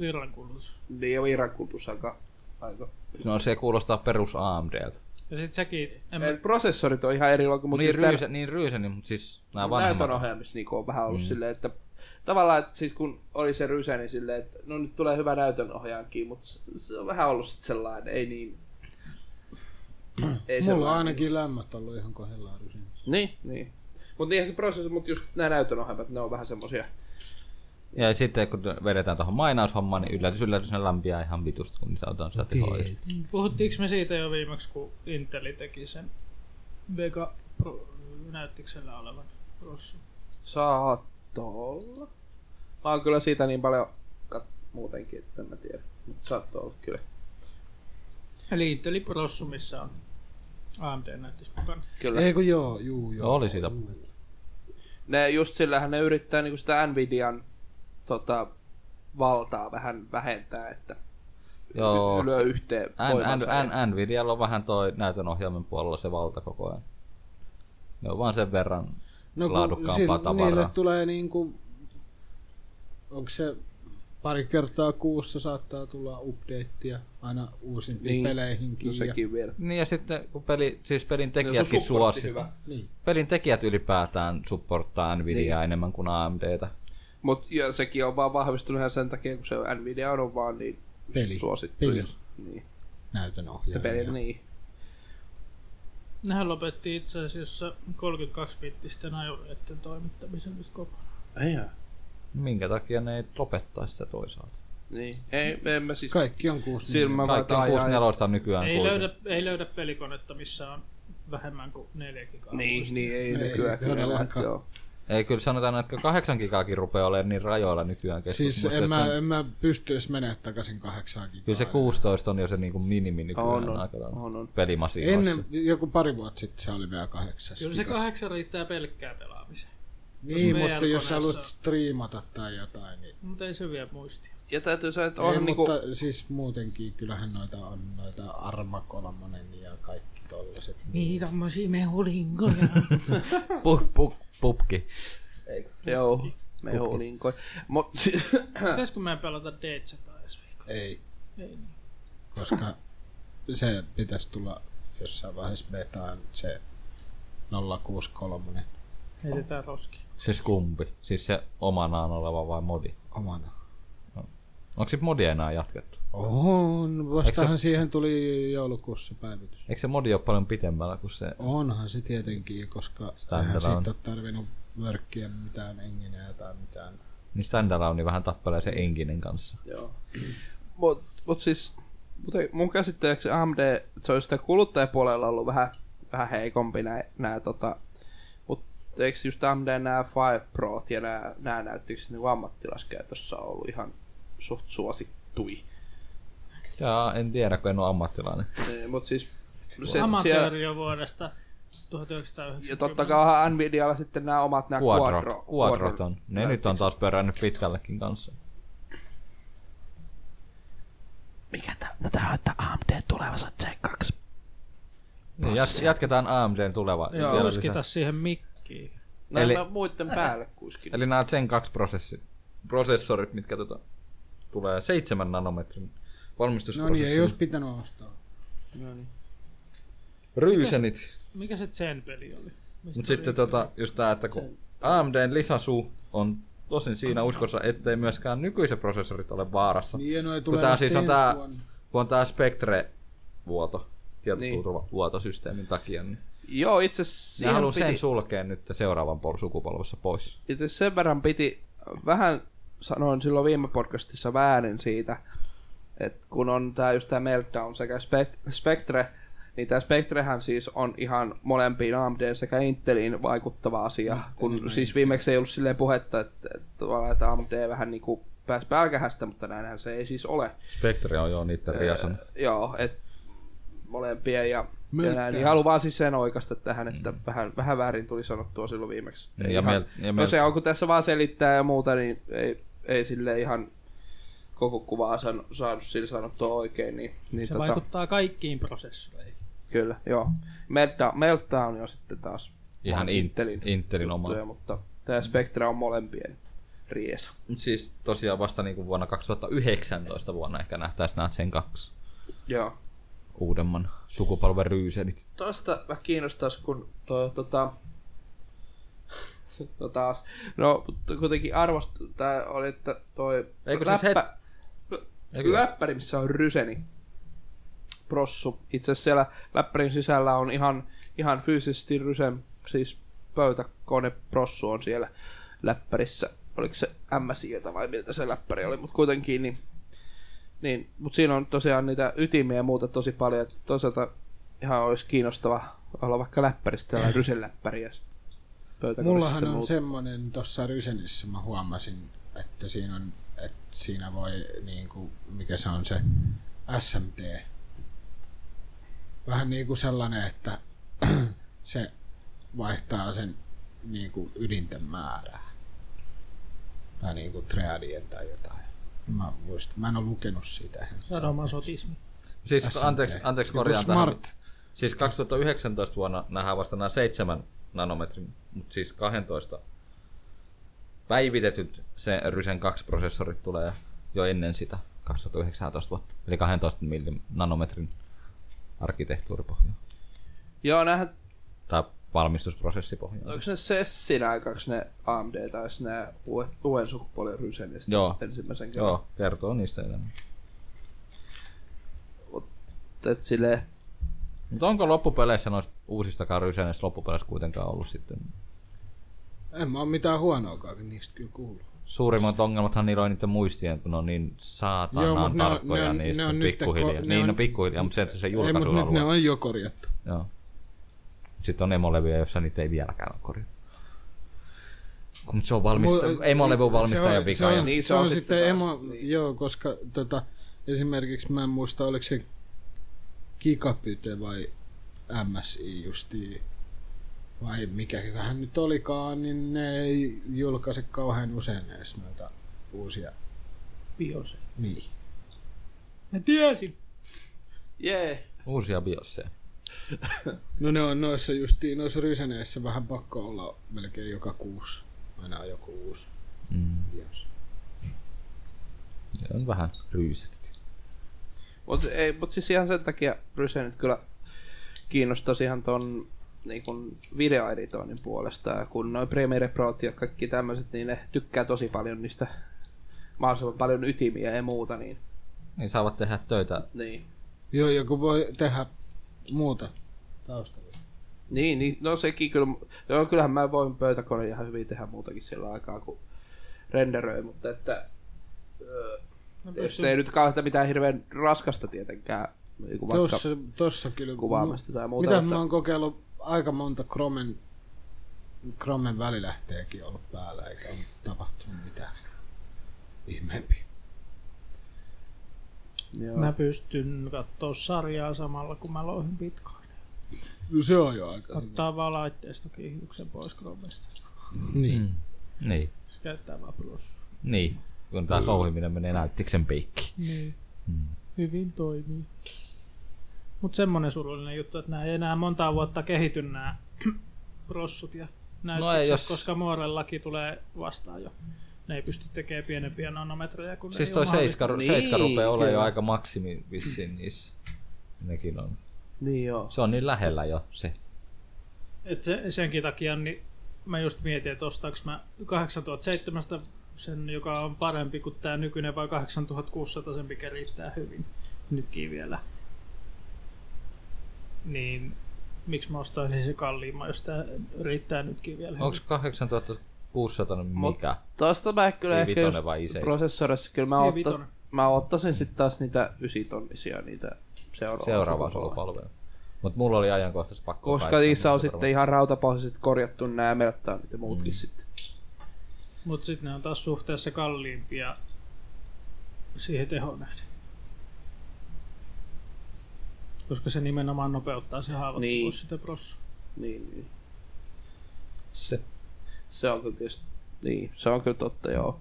Speaker 2: Virrankulutus.
Speaker 3: niin ja virankultus aika, aika.
Speaker 4: No se kuulostaa perus AMDltä.
Speaker 2: Ja sitten sekin, en mä
Speaker 3: Eli prosessorit on ihan eri luokka, mutta
Speaker 4: Niin,
Speaker 3: just siis tää-
Speaker 4: ryysä, niin Ryseni, mutta siis nämä
Speaker 3: näytön
Speaker 4: vanhemmat.
Speaker 3: ohjaamista niin on vähän ollut mm. silleen, että tavallaan, että siis kun oli se rysä, niin silleen, että no nyt tulee hyvä näytön ohjaankin, mutta se- se on vähän ollut sit sellainen, ei niin. ei
Speaker 5: Mulla on
Speaker 3: sellainen.
Speaker 5: ainakin lämmöt ollut ihan kohdillaan rysin.
Speaker 3: Niin, niin. Mutta niinhän se prosessi, mutta just nämä näytönohjelmat, ne on vähän semmosia
Speaker 4: Ja sitten kun vedetään tuohon mainaushommaan, niin yllätys, yllätys, ne lämpiää ihan vitusta, kun saadaan sitä tehoa just.
Speaker 2: Puhuttiinko me siitä jo viimeksi, kun Inteli teki sen Vega Pro, näyttiksellä olevan rossun?
Speaker 3: Saattoi olla. Mä oon kyllä siitä niin paljon kat- muutenkin, että en mä tiedä. Mutta saattoi olla kyllä.
Speaker 2: Eli Inteli Prossu, missä on AMD-näyttis mukana.
Speaker 3: kyllä.
Speaker 5: Ei kun joo, juu, joo.
Speaker 4: No
Speaker 5: No
Speaker 4: Oli siitä.
Speaker 3: Ne just sillähän ne yrittää niinku sitä Nvidian tota, valtaa vähän vähentää, että
Speaker 4: Joo.
Speaker 3: lyö yhteen
Speaker 4: N,
Speaker 3: voimansa.
Speaker 4: N, N, Nvidialla on vähän toi näytön ohjaimen puolella se valta koko ajan. Ne on vaan sen verran no,
Speaker 5: kun
Speaker 4: laadukkaampaa
Speaker 5: sil- Niille
Speaker 4: tavaraa.
Speaker 5: tulee niinku... Onko se pari kertaa kuussa saattaa tulla updateja aina uusimpiin
Speaker 3: Niin.
Speaker 5: niin. peleihinkin.
Speaker 3: no sekin vielä.
Speaker 4: Niin ja sitten kun peli, siis pelin
Speaker 3: supportti
Speaker 4: tekijätkin
Speaker 3: hyvä.
Speaker 4: suosittaa.
Speaker 5: Niin.
Speaker 4: Pelin tekijät ylipäätään supporttaa Nvidiaa niin. enemmän kuin AMDtä.
Speaker 3: Mutta sekin on vaan vahvistunut ihan sen takia, kun se Nvidia on vaan niin
Speaker 5: Peli.
Speaker 3: suosittu.
Speaker 5: Peli.
Speaker 3: ja- Niin.
Speaker 5: Näytön
Speaker 3: Ja
Speaker 5: ohjaaja.
Speaker 3: peli, niin.
Speaker 2: Nehän lopetti itse asiassa 32-bittisten ajureiden toimittamisen nyt kokonaan.
Speaker 3: Ei
Speaker 4: Minkä takia ne ei lopettaa sitä toisaalta?
Speaker 3: Niin. Ei, en mä siis...
Speaker 5: Kaikki on kuusi.
Speaker 3: Silmä vaan
Speaker 4: Kaikki on
Speaker 3: taajaa ja-
Speaker 4: 64 on nykyään
Speaker 2: Ei
Speaker 4: kuitenkin.
Speaker 2: löydä, ei löydä pelikonetta, missä on vähemmän kuin 4 gigaa.
Speaker 3: Niin, niin ei
Speaker 5: Ei
Speaker 3: nykyään kyllä.
Speaker 5: todellakaan.
Speaker 3: Joo.
Speaker 4: Ei kyllä sanotaan, että kahdeksan gigaakin rupeaa olemaan niin rajoilla nykyään
Speaker 5: Siis
Speaker 4: keskusmuistiossa.
Speaker 5: en mä, en mä pystyis menemään takaisin kahdeksaan gigaan.
Speaker 4: Kyllä se 16 on jo se niinku minimi nykyään
Speaker 3: On, on,
Speaker 4: aika lailla
Speaker 3: on, on.
Speaker 4: pelimasiinoissa.
Speaker 5: Ennen, joku pari vuotta sitten se oli vielä kahdeksas.
Speaker 2: Kyllä se
Speaker 5: gigas.
Speaker 2: kahdeksan riittää pelkkää pelaamiseen.
Speaker 5: Niin,
Speaker 2: VR-koneessa-
Speaker 5: mutta jos sä haluat striimata tai jotain, niin...
Speaker 2: Mutta ei se vielä muistia.
Speaker 3: Ja täytyy sanoa, että
Speaker 5: On ei,
Speaker 3: on
Speaker 5: niinku...
Speaker 3: niinku...
Speaker 5: mutta siis muutenkin kyllähän noita on noita Arma kolmonen ja kaikki tollaset.
Speaker 2: Niin tommosia mehulinkoja.
Speaker 4: Puk, puk, pupki.
Speaker 3: Joo, me huulinko. Mut siis...
Speaker 2: Pitäisikö meidän pelata DZtä ensi viikolla?
Speaker 5: Ei,
Speaker 2: Ei niin.
Speaker 5: koska se pitäisi tulla jossain vaiheessa betaan se 063
Speaker 2: Heitetään roskiin.
Speaker 4: Siis kumpi? Siis se omanaan oleva vai modi?
Speaker 5: omana.
Speaker 4: Onko sit modia enää jatkettu?
Speaker 5: On, vastahan se... siihen tuli joulukuussa päivitys.
Speaker 4: Eikö se modi ole paljon pitemmällä kuin se?
Speaker 5: Onhan se tietenkin, koska
Speaker 4: Standalone.
Speaker 5: eihän siitä ole tarvinnut vörkkiä mitään engineä tai mitään.
Speaker 4: Niin standalone vähän tappelee sen enginen kanssa.
Speaker 3: Joo. Mut, mut siis... Mutta mun käsittääkseni AMD, se on sitä kuluttajapuolella ollut vähän, vähän heikompi nää, nää tota... Mut eikö just AMD nää Fire Prot ja nää, nää näyttikset niinku ammattilaskäytössä on ollut ihan suht suosittui.
Speaker 4: Jaa, en tiedä, kun en ole ammattilainen.
Speaker 3: Niin, mut siis...
Speaker 2: Se,
Speaker 3: Se, siellä,
Speaker 2: Amatööri jo vuodesta 1990.
Speaker 3: ja totta kai onhan Nvidialla sitten nämä omat nämä
Speaker 4: Quadrot,
Speaker 3: Quadro.
Speaker 4: quadrot on. Ne nyt on taas pörännyt pitkällekin kanssa.
Speaker 3: Mikä tää? No tää on, että AMD tulevansa Z2.
Speaker 4: Niin, jat- jatketaan AMDn tuleva.
Speaker 2: Joo,
Speaker 4: vielä
Speaker 2: Kuskita
Speaker 4: lisää.
Speaker 2: siihen mikkiin.
Speaker 3: No
Speaker 4: Eli-
Speaker 3: Eli... mä muiden päälle kuskin. Eli...
Speaker 4: Eli nämä Zen 2 prosessit, prosessorit, mitkä tota, tulee 7 nanometrin
Speaker 5: No niin, ei
Speaker 4: valmistusprosessin.
Speaker 5: olisi pitänyt ostaa.
Speaker 4: Ryysenit.
Speaker 2: Mikä se Zen-peli oli? Mistä
Speaker 4: Mutta sitten tota, just tää, että kun AMDn lisäsuu on tosin siinä uskossa, ettei myöskään nykyiset prosessorit ole vaarassa.
Speaker 5: Ah. Niin, ja noi
Speaker 4: No. kun
Speaker 5: tulee
Speaker 4: tää
Speaker 5: vasta
Speaker 4: siis on
Speaker 5: ensi
Speaker 4: tää,
Speaker 5: vuonna.
Speaker 4: kun on tää Spectre-vuoto,
Speaker 3: Niin.
Speaker 4: tietoturvavuotosysteemin takia, niin
Speaker 3: Joo, itse
Speaker 4: Siihen
Speaker 3: siihen
Speaker 4: haluan
Speaker 3: piti,
Speaker 4: sen sulkea nyt seuraavan por- sukupolvessa pois.
Speaker 3: itse sen verran piti, vähän sanoin silloin viime podcastissa väärin siitä, että kun on tää just tää Meltdown sekä Spec- Spectre, niin tää Spectrehän siis on ihan molempiin AMD sekä Inteliin vaikuttava asia, kun siis viimeksi ei ollut silleen puhetta, että, että, tavallaan, että AMD vähän niinku pääsi pälkähästä, mutta näinhän se ei siis ole.
Speaker 4: Spectre on jo niiden
Speaker 3: Öö,
Speaker 4: riasan.
Speaker 3: Joo, et molempia ja, ja näin, niin haluan vaan siis sen oikasta tähän, että mm. vähän, vähän väärin tuli sanottua silloin viimeksi.
Speaker 4: Ja
Speaker 3: Ei
Speaker 4: mel- ja
Speaker 3: no
Speaker 4: mel-
Speaker 3: se on, kun tässä vaan selittää ja muuta, niin ei, ei sille ihan koko kuvaa san, saanut sillä sanottua oikein, niin, niin
Speaker 2: Se
Speaker 3: tota,
Speaker 2: vaikuttaa kaikkiin prosessoreihin.
Speaker 3: kyllä, joo. Meltdown, Meltdown on sitten taas
Speaker 4: Ihan
Speaker 3: vaan
Speaker 4: in- Intelin oma.
Speaker 3: juttuja, mutta tämä Spectra on molempien riesa.
Speaker 4: Mut Siis tosiaan vasta niinku vuonna 2019 vuonna ehkä nähtäis näet sen kaksi
Speaker 3: Joo.
Speaker 4: uudemman sukupolven ryysenit.
Speaker 3: tosta vähän kiinnostaisi, kun toi, tota, no taas, no mutta kuitenkin arvostu, tää oli, että toi
Speaker 4: Eikö siis Eikö?
Speaker 3: läppäri, missä on ryseni, prossu, itse asiassa siellä läppärin sisällä on ihan, ihan fyysisesti rysen, siis pöytäkone prossu on siellä läppärissä, oliko se MSItä vai miltä se läppäri oli, mutta kuitenkin niin, niin mutta siinä on tosiaan niitä ytimiä ja muuta tosi paljon, että toisaalta ihan olisi kiinnostava olla vaikka läppäristä tällainen ryseläppäri ja sit pöytäkone
Speaker 5: Mullahan
Speaker 3: sitten
Speaker 5: on
Speaker 3: muuta.
Speaker 5: semmonen tuossa Rysenissä, mä huomasin, että siinä, on, että siinä voi, niin kuin, mikä se on se SMT. Vähän niin kuin sellainen, että se vaihtaa sen niin kuin ydinten määrää. Tai niin kuin triadien tai jotain. Mä, muistan, mä en ole lukenut sitä.
Speaker 2: Sadomasotismi.
Speaker 4: Siis anteeksi, anteeksi
Speaker 5: Joku
Speaker 4: korjaan tähän.
Speaker 5: smart.
Speaker 4: Siis 2019 vuonna nähdään vasta nämä 7 nanometrin, mutta siis 12 päivitetyt se Rysen 2-prosessorit tulee jo ennen sitä 2019 vuotta. Eli 12 millim, nanometrin arkkitehtuuripohja.
Speaker 3: Joo, nähän,
Speaker 4: Tai valmistusprosessipohja.
Speaker 3: onko ne Sessin aikaksi ne AMD tai ne uue- uuden sukupuolen rysenistä
Speaker 4: Joo.
Speaker 3: ensimmäisen kerran.
Speaker 4: Joo, kertoo niistä enemmän.
Speaker 3: Et silleen,
Speaker 4: Mutta onko loppupeleissä noista uusistakaan Rysenestä loppupeleissä kuitenkaan ollut sitten?
Speaker 5: En mä oo mitään huonoakaan niistä kyllä kuullut.
Speaker 4: Suurimmat ongelmathan niillä on niiden muistien, kun ne on niin saatanan
Speaker 5: Joo, mut ne on-
Speaker 4: tarkkoja
Speaker 5: ne on-
Speaker 4: niistä
Speaker 5: ne on nyt-
Speaker 4: pikkuhiljaa.
Speaker 5: ne
Speaker 4: niin,
Speaker 5: on-
Speaker 4: no pikkuhiljaa, mutta se, että se
Speaker 5: Ei, mutta nyt
Speaker 4: julkaisualue.
Speaker 5: ne on jo korjattu.
Speaker 4: Joo. Sitten on emolevyjä, jossa niitä ei vieläkään ole korjattu. Kun se on valmista,
Speaker 5: Mu-
Speaker 4: emolevy on
Speaker 5: eh, niin, se
Speaker 4: valmistajan
Speaker 5: on-
Speaker 4: vika.
Speaker 5: Se
Speaker 4: ja-
Speaker 5: on,
Speaker 3: Niin,
Speaker 5: se on sitten
Speaker 3: taas-
Speaker 5: emo,
Speaker 3: niin.
Speaker 5: joo, koska tota, esimerkiksi mä en muista, oliko se Gigapyte vai MSI justiin, vai mikäköhän nyt olikaan, niin ne ei julkaise kauhean usein edes noita uusia.
Speaker 2: Biose.
Speaker 5: Niin.
Speaker 2: Mä tiesin.
Speaker 3: jee,
Speaker 4: Uusia biosseja.
Speaker 5: No ne on noissa justiin, noissa rysäneissä vähän pakko olla melkein joka kuusi. Aina on joku uusi.
Speaker 4: Mm.
Speaker 5: Yes.
Speaker 4: Se on vähän ryysetit.
Speaker 3: Mutta mut siis ihan sen takia Bryse nyt kyllä kiinnostaisi ihan ton niin kun videoeditoinnin puolesta. Ja kun noin Premiere Pro ja kaikki tämmöiset, niin ne tykkää tosi paljon niistä mahdollisimman paljon ytimiä ja muuta, niin,
Speaker 4: Niin saavat tehdä töitä.
Speaker 3: niin.
Speaker 5: Joo, joku voi tehdä muuta taustalla.
Speaker 3: Niin, niin, no sekin kyllä, joo, kyllähän mä voin pöytäkoneen ihan hyvin tehdä muutakin sillä aikaa, kun renderöi, mutta että
Speaker 2: Mä
Speaker 3: jos
Speaker 2: pystyn,
Speaker 3: ei nyt kauheita mitään hirveän raskasta tietenkään, niin kuin vaikka
Speaker 5: Tossa, tossa kyllä.
Speaker 3: kuvaamista tai muuta.
Speaker 5: Mitä
Speaker 3: mutta-
Speaker 5: mä oon kokeillut aika monta Chromen, Chromen välilähteäkin ollut päällä, eikä ole tapahtunut mitään ihmeempi.
Speaker 3: joo.
Speaker 2: mä pystyn kattoo sarjaa samalla, kun mä loihin Bitcoin.
Speaker 5: No se on jo aika hyvä.
Speaker 2: Ottaa vaan laitteistokin hiuksen pois Chromesta.
Speaker 5: Niin.
Speaker 4: Mm. Niin.
Speaker 2: Käyttää vaan plus.
Speaker 4: Niin. Kun taas louhiminen menee näyttiksen piikki.
Speaker 2: Niin. Hyvin toimii. Mutta semmonen surullinen juttu, että nämä ei enää montaa vuotta kehity nämä prossut ja näytökset, no ei, jos...
Speaker 4: jos-
Speaker 2: koska Moorellakin tulee vastaan jo. Ne ei pysty tekemään pienempiä nanometrejä kuin
Speaker 4: Siis
Speaker 2: ei
Speaker 4: toi
Speaker 2: ole mahdollista.
Speaker 4: 7
Speaker 3: Niin,
Speaker 4: niin, rupeaa olemaan
Speaker 3: kyllä.
Speaker 4: jo aika maksimi vissiin niissä. Nekin on.
Speaker 3: Niin joo.
Speaker 4: Se on niin lähellä jo se.
Speaker 2: Et se, senkin takia niin mä just mietin, että ostaanko mä 8700 sen, joka on parempi kuin tämä nykyinen, vai 8600 sen, mikä riittää hyvin nytkin vielä. Niin miksi mä ostaisin se kalliimman, jos tämä riittää nytkin vielä
Speaker 4: Onko 8600 mikä?
Speaker 3: Tosta mä kyllä
Speaker 4: Ei
Speaker 3: ehkä
Speaker 4: vitonen
Speaker 3: just
Speaker 4: vai i seitsemän?
Speaker 3: prosessorissa, kyllä mä,
Speaker 2: Ei
Speaker 3: otta,
Speaker 2: vitonen.
Speaker 3: mä ottaisin sitten taas niitä ysitonnisia, niitä seuraavaa,
Speaker 4: Seuraava
Speaker 3: sukupolvea.
Speaker 4: solupalvelu. Mutta mulla oli ajankohtaisesti pakko
Speaker 3: Koska
Speaker 4: kaitsaa,
Speaker 3: niissä on
Speaker 4: mutta
Speaker 3: sitten ihan rautapohjaisesti korjattu nämä merttaa niitä muutkin mm. sitten.
Speaker 2: Mutta sitten ne on taas suhteessa kalliimpia siihen tehoon nähden. Koska se nimenomaan nopeuttaa se haavoittuvuus niin.
Speaker 3: Niin.
Speaker 2: sitä prossu.
Speaker 3: Niin, niin.
Speaker 4: Se.
Speaker 3: Se on kyllä tietysti, niin, se on kyllä totta, joo.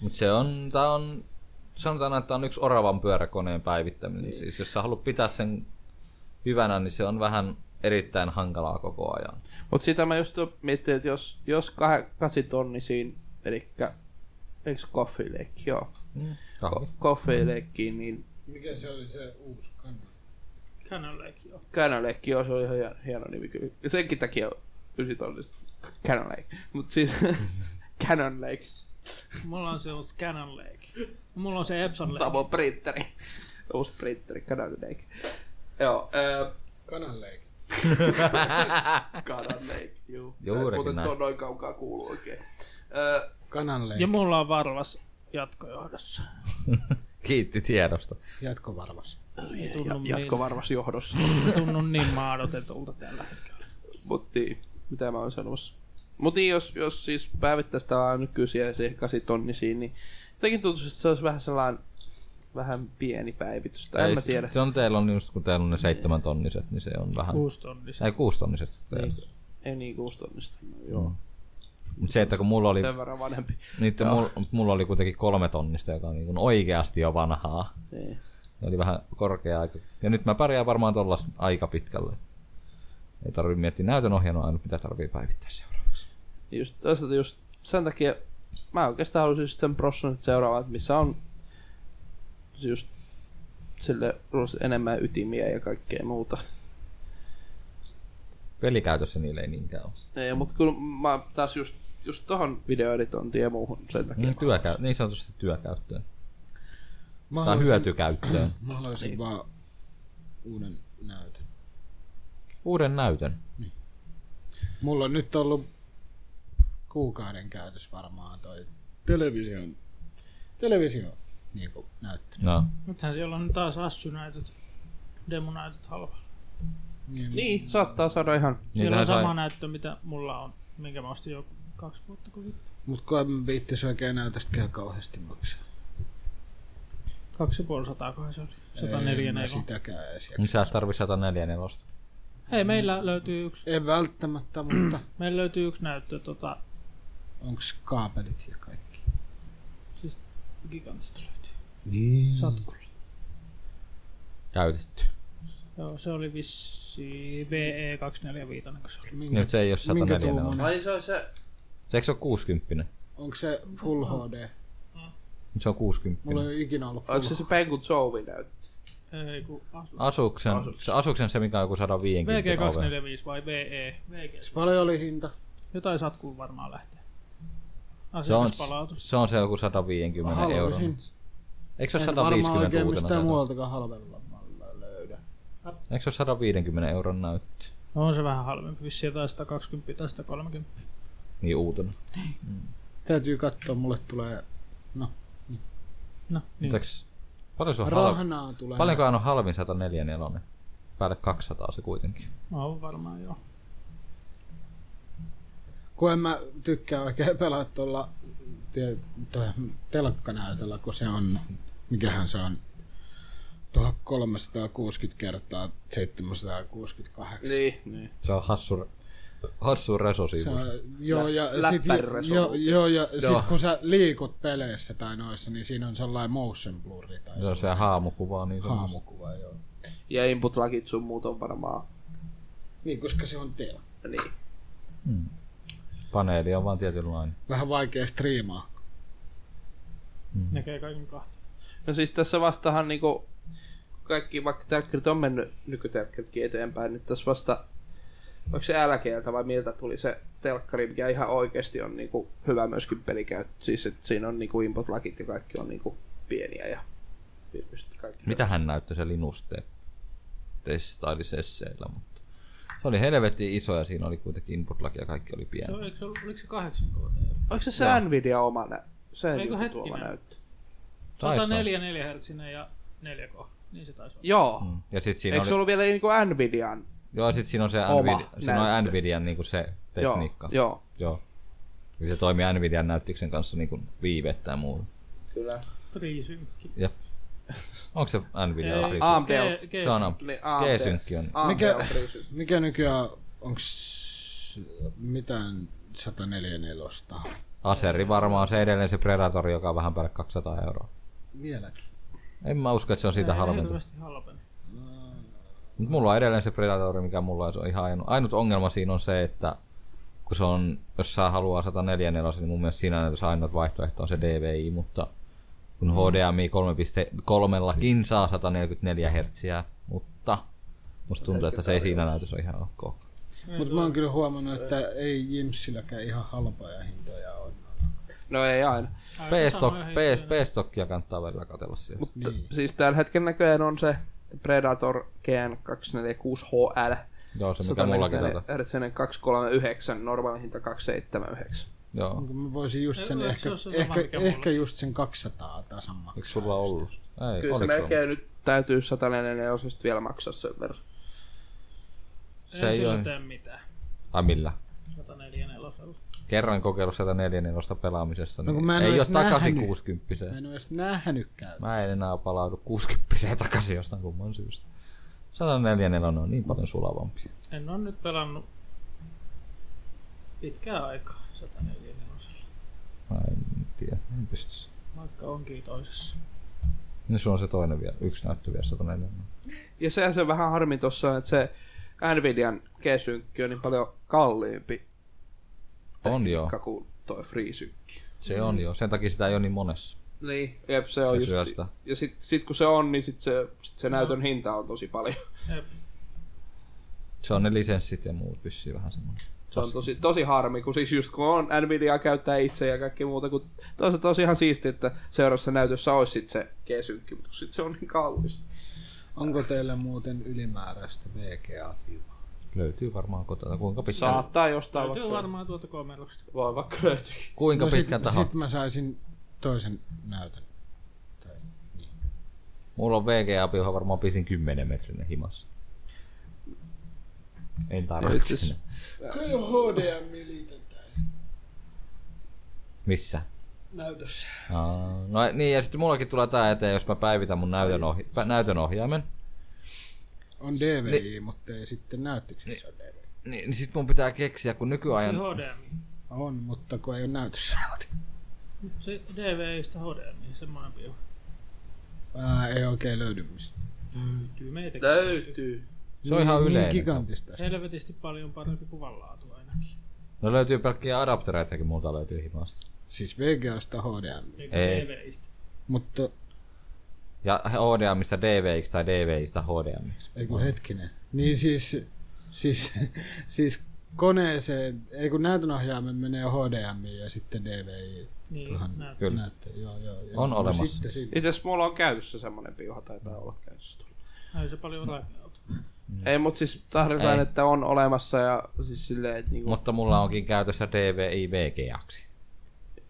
Speaker 4: Mut se on, tää on, sanotaan, näin, että tää on yksi oravan pyöräkoneen päivittäminen. Niin. Siis jos sä haluat pitää sen hyvänä, niin se on vähän erittäin hankalaa koko ajan.
Speaker 3: Mutta sitä mä just mietin, että jos, jos kah- kasitonnisiin, eli eikö koffileikki, joo,
Speaker 4: Kahvi.
Speaker 3: koffileikkiin, niin
Speaker 5: Mm. Mikä se oli se uusi kanna?
Speaker 2: Canonleikin on.
Speaker 3: Canonlake, joo, se oli ihan hieno, hieno nimi kyllä. Senkin takia ysitonnista. Canonlake. Mut siis Canonlake,
Speaker 2: Mulla on se on Canon Lake. Mulla on se Epson Lake.
Speaker 3: Samo printeri. Uusi printeri, Canonlake. Joo, öö,
Speaker 5: Kananleikin.
Speaker 3: Canonlake, juu.
Speaker 4: Juurikin
Speaker 3: Muuten
Speaker 4: näin.
Speaker 3: tuo noin kaukaa kuuluu oikein. Öö,
Speaker 5: Kananleikki.
Speaker 2: Ja mulla on varvas jatkojohdossa.
Speaker 4: Kiitti tiedosta.
Speaker 5: Jatkovarvas.
Speaker 2: Oh, Ei tunnu,
Speaker 3: jatko varmasti johdossa.
Speaker 2: niin, tunnu niin maadotetulta tällä hetkellä.
Speaker 3: Mutta niin, mitä mä oon sanomassa. Mutta jos, jos siis päivittäistä on nykyisiä siihen kasitonnisiin, niin jotenkin tuntuu, että se olisi vähän sellainen vähän pieni päivitys. Tai en mä
Speaker 4: se-
Speaker 3: tiedä.
Speaker 4: Se on teillä on just kun teillä on ne seitsemän tonniset, niin se on vähän...
Speaker 2: Kuusi tonnista.
Speaker 4: Ei kuusi tonniset teillä.
Speaker 3: Niin. Ei niin kuusi tonnista.
Speaker 4: Joo. Mut se, että kun mulla oli,
Speaker 3: Sen verran vanhempi.
Speaker 4: niitä, mulla, mulla oli kuitenkin kolme tonnista, joka on niin kuin oikeasti jo vanhaa.
Speaker 3: Niin.
Speaker 4: Ne oli vähän korkea aika. Ja nyt mä pärjään varmaan tuolla aika pitkälle. Ei tarvi miettiä näytön ohjelmaa, ainut mitä tarvii päivittää seuraavaksi.
Speaker 3: Just, toisaalta just sen takia mä oikeastaan haluaisin just sen prosson seuraavaa, että missä on just sille ruosi enemmän ytimiä ja kaikkea muuta.
Speaker 4: Pelikäytössä niillä ei niinkään ole.
Speaker 3: Ei, mutta kyllä Niin, mä taas just, just tohon videoeditointiin ja muuhun sen takia.
Speaker 4: Niin, työkä, niin sanotusti työkäyttöön.
Speaker 5: Mä
Speaker 4: Tai
Speaker 5: haluaisin,
Speaker 4: hyötykäyttöön.
Speaker 5: mä haluaisin vaan uuden näytön.
Speaker 4: Uuden näytön.
Speaker 5: Mulla on nyt ollut kuukauden käytös varmaan toi television, televisio niin kuin näyttö.
Speaker 4: No.
Speaker 2: Nythän siellä on taas assunäytöt, demonäytöt halvalla.
Speaker 3: Niin, saattaa saada ihan.
Speaker 2: Siellä on
Speaker 4: Niitähän sai-
Speaker 2: sama näyttö, mitä mulla on, minkä mä ostin jo kaksi vuotta kun vittu.
Speaker 5: Mut kun en viittis oikein näytöstäkään kauheasti maksaa.
Speaker 2: Kaksi ja puoli sataa, kohan se oli. 104
Speaker 5: en mä
Speaker 2: ei kun.
Speaker 5: sitäkään edes jaksa.
Speaker 4: Nyt Niin sä et tarvi 104 nelosta.
Speaker 2: Hei, meillä löytyy yksi,
Speaker 4: Niin.
Speaker 5: En välttämättä, mutta
Speaker 2: meillä löytyy yksi näyttö tota,
Speaker 4: Mm.
Speaker 5: onks kaapelit ja kaikki?
Speaker 2: siis gigantista löytyy.
Speaker 5: Niin.
Speaker 2: Satkulla.
Speaker 4: Käytetty.
Speaker 2: Joo, se oli vissi E VE245, kun se oli.
Speaker 5: Minkä,
Speaker 4: Nyt se ei ole
Speaker 5: minkä
Speaker 4: 104 nelosta.
Speaker 5: tuumainen?
Speaker 3: Ai se on se,
Speaker 4: Se eikö se ole 60?
Speaker 5: Onko se Full HD?
Speaker 4: Nyt se on 60.
Speaker 5: Mulla ei ole ikinä ollut Full
Speaker 3: onko se se Pengu Jovi näyttö?
Speaker 2: Ei kun asu.
Speaker 4: Asuksen, se, asuksen se mikä on joku
Speaker 2: Niin
Speaker 4: 150 ove.
Speaker 2: VG245 vai E? VE? VG.
Speaker 5: Paljon oli hinta.
Speaker 2: Jotain satkuun varmaan lähtee.
Speaker 4: Se on,
Speaker 2: Asiakaspalautus.
Speaker 4: se on se joku 150 euroa.
Speaker 5: Haluaisin.
Speaker 4: Eikö se ole
Speaker 5: En varmaan
Speaker 4: 150
Speaker 5: oikein
Speaker 4: uutena?
Speaker 5: mistään
Speaker 4: näytönä?
Speaker 5: muualtakaan halvemmalla löydä.
Speaker 4: Eikö se ole 150 euron näyttö?
Speaker 2: No on se vähän halvempi, vissiin jotain 120 tai 130.
Speaker 4: Niin uutena.
Speaker 5: Täytyy katsoa, mulle tulee
Speaker 2: No, niin.
Speaker 4: Niin. Paljon se on halvin?
Speaker 5: rahnaa tulee.
Speaker 4: Paljonkohan on halvin 104 nelonen? Päälle 200 se kuitenkin.
Speaker 2: On varmaan joo.
Speaker 4: Mm.
Speaker 5: Kun en mä tykkää oikein pelaa tuolla te, toi telkkanäytöllä, kun se on, mikähän se on, 1360 kertaa 768.
Speaker 3: Niin, niin.
Speaker 4: Se on hassu, hassu
Speaker 5: Se
Speaker 4: resosiivuus.
Speaker 5: on, joo, ja
Speaker 3: Lä-
Speaker 5: sit,
Speaker 3: läppäriresoluutio.
Speaker 5: joo, joo, ja
Speaker 4: Joo.
Speaker 5: sit kun sä liikut peleissä tai noissa, niin siinä on sellainen motion blurri tai
Speaker 4: Se on se haamukuva. Niin semmoista.
Speaker 5: haamukuva, joo.
Speaker 3: Ja input-lagit sun muut on varmaan.
Speaker 5: Niin, koska se on telkka.
Speaker 3: Niin.
Speaker 4: Paneeli on vaan tietynlainen.
Speaker 5: Vähän vaikea striimaa.
Speaker 2: Näkee kaiken kahta.
Speaker 3: No siis tässä vastahan niinku kaikki, vaikka tälkkärit on mennyt nykytälkkäritkin eteenpäin, niin tässä vasta, onko se LGltä vai miltä tuli se telkkari, mikä ihan oikeasti on niinku hyvä myöskin pelikäyttö. Siis että siinä on niinku input lagit ja kaikki on niinku pieniä ja virkistyt kaikki.
Speaker 4: Mitä hän näytti se Linus testailissesseillä, mutta se oli helvetin iso ja siinä oli kuitenkin input lag ja kaikki oli
Speaker 2: No,
Speaker 4: pieni.
Speaker 2: eikö se ollut, oliko se 8K?
Speaker 3: Onko se se Nvidia oma nä- se
Speaker 2: Eikö
Speaker 3: niinku
Speaker 2: hetkinen?
Speaker 3: tuoma näyttö?
Speaker 4: Taisi olla.
Speaker 2: 104 4 hertsinen ja 4K. Niin se taisi olla.
Speaker 3: Joo.
Speaker 4: Mm. Ja sit siinä
Speaker 3: Eikö
Speaker 4: oli,
Speaker 3: se ollut vielä niinku Nvidian?
Speaker 4: joo, sit siinä on se
Speaker 3: oma
Speaker 4: Nvidia, siinä on
Speaker 3: näyttö?
Speaker 4: Nvidian niin kuin se tekniikka.
Speaker 3: Joo, joo.
Speaker 4: joo. Ja se toimii Nvidian näyttiksen kanssa niin kuin viivettä ja muuta.
Speaker 3: Kyllä.
Speaker 2: Triisynkki.
Speaker 4: Ja. Onko se Nvidia?
Speaker 2: Ei.
Speaker 4: Free-
Speaker 3: AMD on,
Speaker 2: G- G-
Speaker 4: se on amp.
Speaker 3: niin AMD.
Speaker 4: G-synkki on.
Speaker 3: AMD
Speaker 5: Mikä-
Speaker 3: on freezy.
Speaker 5: Mikä nykyään, onks mitään 104 nelosta?
Speaker 4: Aseri varmaan on se edelleen se Predator, joka on vähän päälle 200 euroa.
Speaker 5: Vieläkin.
Speaker 4: En mä usko, että se on siitä halventunut.
Speaker 2: Hirveästi halveni.
Speaker 4: Mut mulla on edelleen se Predator, mikä mulla on, se on ihan ainut. ainut ongelma siinä on se, että kun se on, jos sä haluaa 104 nelosen, niin mun mielestä siinä on se ainut vaihtoehto on se DVI, mutta kun
Speaker 3: Mm.
Speaker 4: HDMI 3.3 saa 144 hertsiä, mutta musta tuntuu, että se ei siinä näytös ole ihan ok.
Speaker 5: Mutta mä oon kyllä huomannut, että ei Jimsilläkään ihan halpoja hintoja ole.
Speaker 3: No ei aina.
Speaker 4: P-stock- PS- P-stockia kannattaa välillä katella sieltä.
Speaker 3: Mutta
Speaker 5: Niin.
Speaker 3: siis tällä hetkellä näköjään on se Predator GN246HL.
Speaker 4: Joo, se mikä mullakin
Speaker 3: 144
Speaker 4: tätä.
Speaker 3: Hz 239, normaali hinta 279.
Speaker 4: Joo.
Speaker 5: Mä voisin just sen
Speaker 2: Ei,
Speaker 5: ehkä,
Speaker 2: se on se sama,
Speaker 5: ehkä,
Speaker 2: mikä
Speaker 5: ehkä just sen 200 tasan
Speaker 4: Eikö
Speaker 5: maksaa.
Speaker 4: sulla ollut? Ei,
Speaker 3: Kyllä se
Speaker 4: oliko sulla?
Speaker 3: melkein nyt täytyy 144 osasta vielä maksaa sen verran.
Speaker 4: Se ei
Speaker 2: sillä
Speaker 4: ole.
Speaker 2: tee mitään.
Speaker 4: Ai millä?
Speaker 2: 144.
Speaker 4: Kerran kokeillut 144 pelaamisessa,
Speaker 5: No
Speaker 4: niin
Speaker 5: kun
Speaker 4: no,
Speaker 5: mä en oo
Speaker 4: ei ole
Speaker 5: edes
Speaker 4: takaisin
Speaker 5: nähnyt.
Speaker 4: 60
Speaker 5: Mä en ole edes nähnytkään.
Speaker 4: Mä en enää palaudu 60 takaisin jostain kumman syystä. 144 on niin paljon sulavampi.
Speaker 2: En ole nyt pelannut pitkää aikaa 144.
Speaker 4: Mä en tiedä, en pysty.
Speaker 2: Vaikka onkin toisessa.
Speaker 4: Niin sulla on se toinen vielä, yksi näyttö vielä 144.
Speaker 3: Ja sehän se vähän harmi tossa on, että se Nvidian G-synkki on niin paljon kalliimpi
Speaker 4: On joo,
Speaker 3: tekniikka kuin toi FreeSynkki.
Speaker 4: se on joo. Sen takia sitä ei ole niin monessa.
Speaker 3: Niin, jep, se on
Speaker 4: Se
Speaker 3: just...
Speaker 4: syö
Speaker 3: si-
Speaker 4: sitä.
Speaker 3: Ja sit, sit kun se on, niin sit se, sit se näytön hinta on tosi paljon.
Speaker 2: Jep.
Speaker 4: Se on ne lisenssit ja muut vissiin vähän semmoinen.
Speaker 3: Se on tosi, tosi harmi, kun siis just kun on Nvidia käyttää itse ja kaikki muuta, kun toisaalta on ihan siisti, että seuraavassa näytössä olisi sit se G-synkki, mutta kun sit se on niin kallis.
Speaker 5: Onko teillä muuten ylimääräistä VGA?
Speaker 4: Löytyy varmaan kotona. No Kuinka pitkään,
Speaker 3: Saattaa jostain
Speaker 2: Täytyy
Speaker 3: vaikka,
Speaker 2: varmaan tuolta komerosta.
Speaker 3: voi vaikka löytyy.
Speaker 4: kuinka pitkän
Speaker 5: No sit,
Speaker 4: tahansa.
Speaker 5: sit mä saisin toisen näytön.
Speaker 4: Mulla on VGA-piuha varmaan pisin 10 metrinen himassa. En tarvitse.
Speaker 3: Itse asiassa-
Speaker 4: sinne.
Speaker 5: Kyllä HDMI liitetään
Speaker 4: Missä?
Speaker 5: näytössä.
Speaker 4: Aa, No niin, ja sitten mullakin tulee tää eteen, jos mä päivitän mun näytön, ohi- pä- näytön ohjaimen.
Speaker 5: On DVI, mutta ei sitten näytöksessä ole DVI.
Speaker 4: Niin, niin sit mun pitää keksiä, kun nykyajan...
Speaker 2: Se HDMI.
Speaker 5: On, mutta kun ei ole näytössä.
Speaker 2: Se DVIstä HDMI, semmonen piu.
Speaker 5: Ää, ei oikein löydy mistä.
Speaker 2: Tyy meitäkin.
Speaker 3: Löytyy.
Speaker 4: Se on ihan
Speaker 5: niin,
Speaker 4: yleinen.
Speaker 5: Niin gigantista.
Speaker 2: Helvetisti paljon parempi kuin vallanlaatu ainakin.
Speaker 4: No löytyy pelkkiä adaptereitakin multa löytyy himasta.
Speaker 5: Siis VGAsta HDMI.
Speaker 2: Eikä
Speaker 4: Ei.
Speaker 2: DVIstä.
Speaker 5: Mutta
Speaker 4: Ja HDMista DVX tai DVXistä HDMiksi.
Speaker 5: Ei kun hetkinen. Niin siis, siis, siis koneeseen, ei kun näytönohjaimen menee HDMI ja sitten DVI.
Speaker 2: Niin,
Speaker 5: Ihan
Speaker 2: näyttää.
Speaker 4: Kyllä.
Speaker 5: Näyttö, joo, joo, joo.
Speaker 4: On
Speaker 5: No
Speaker 4: olemassa.
Speaker 5: Sitten, sitten.
Speaker 3: Itse asiassa mulla on käytössä semmonen piuha, taitaa olla käytössä.
Speaker 2: Ei se paljon rakennuta.
Speaker 3: Ei, mutta siis tahdotaan,
Speaker 4: Ei.
Speaker 3: että on olemassa ja siis silleen, että niinku...
Speaker 4: Mutta mulla onkin käytössä DVI VGAksi.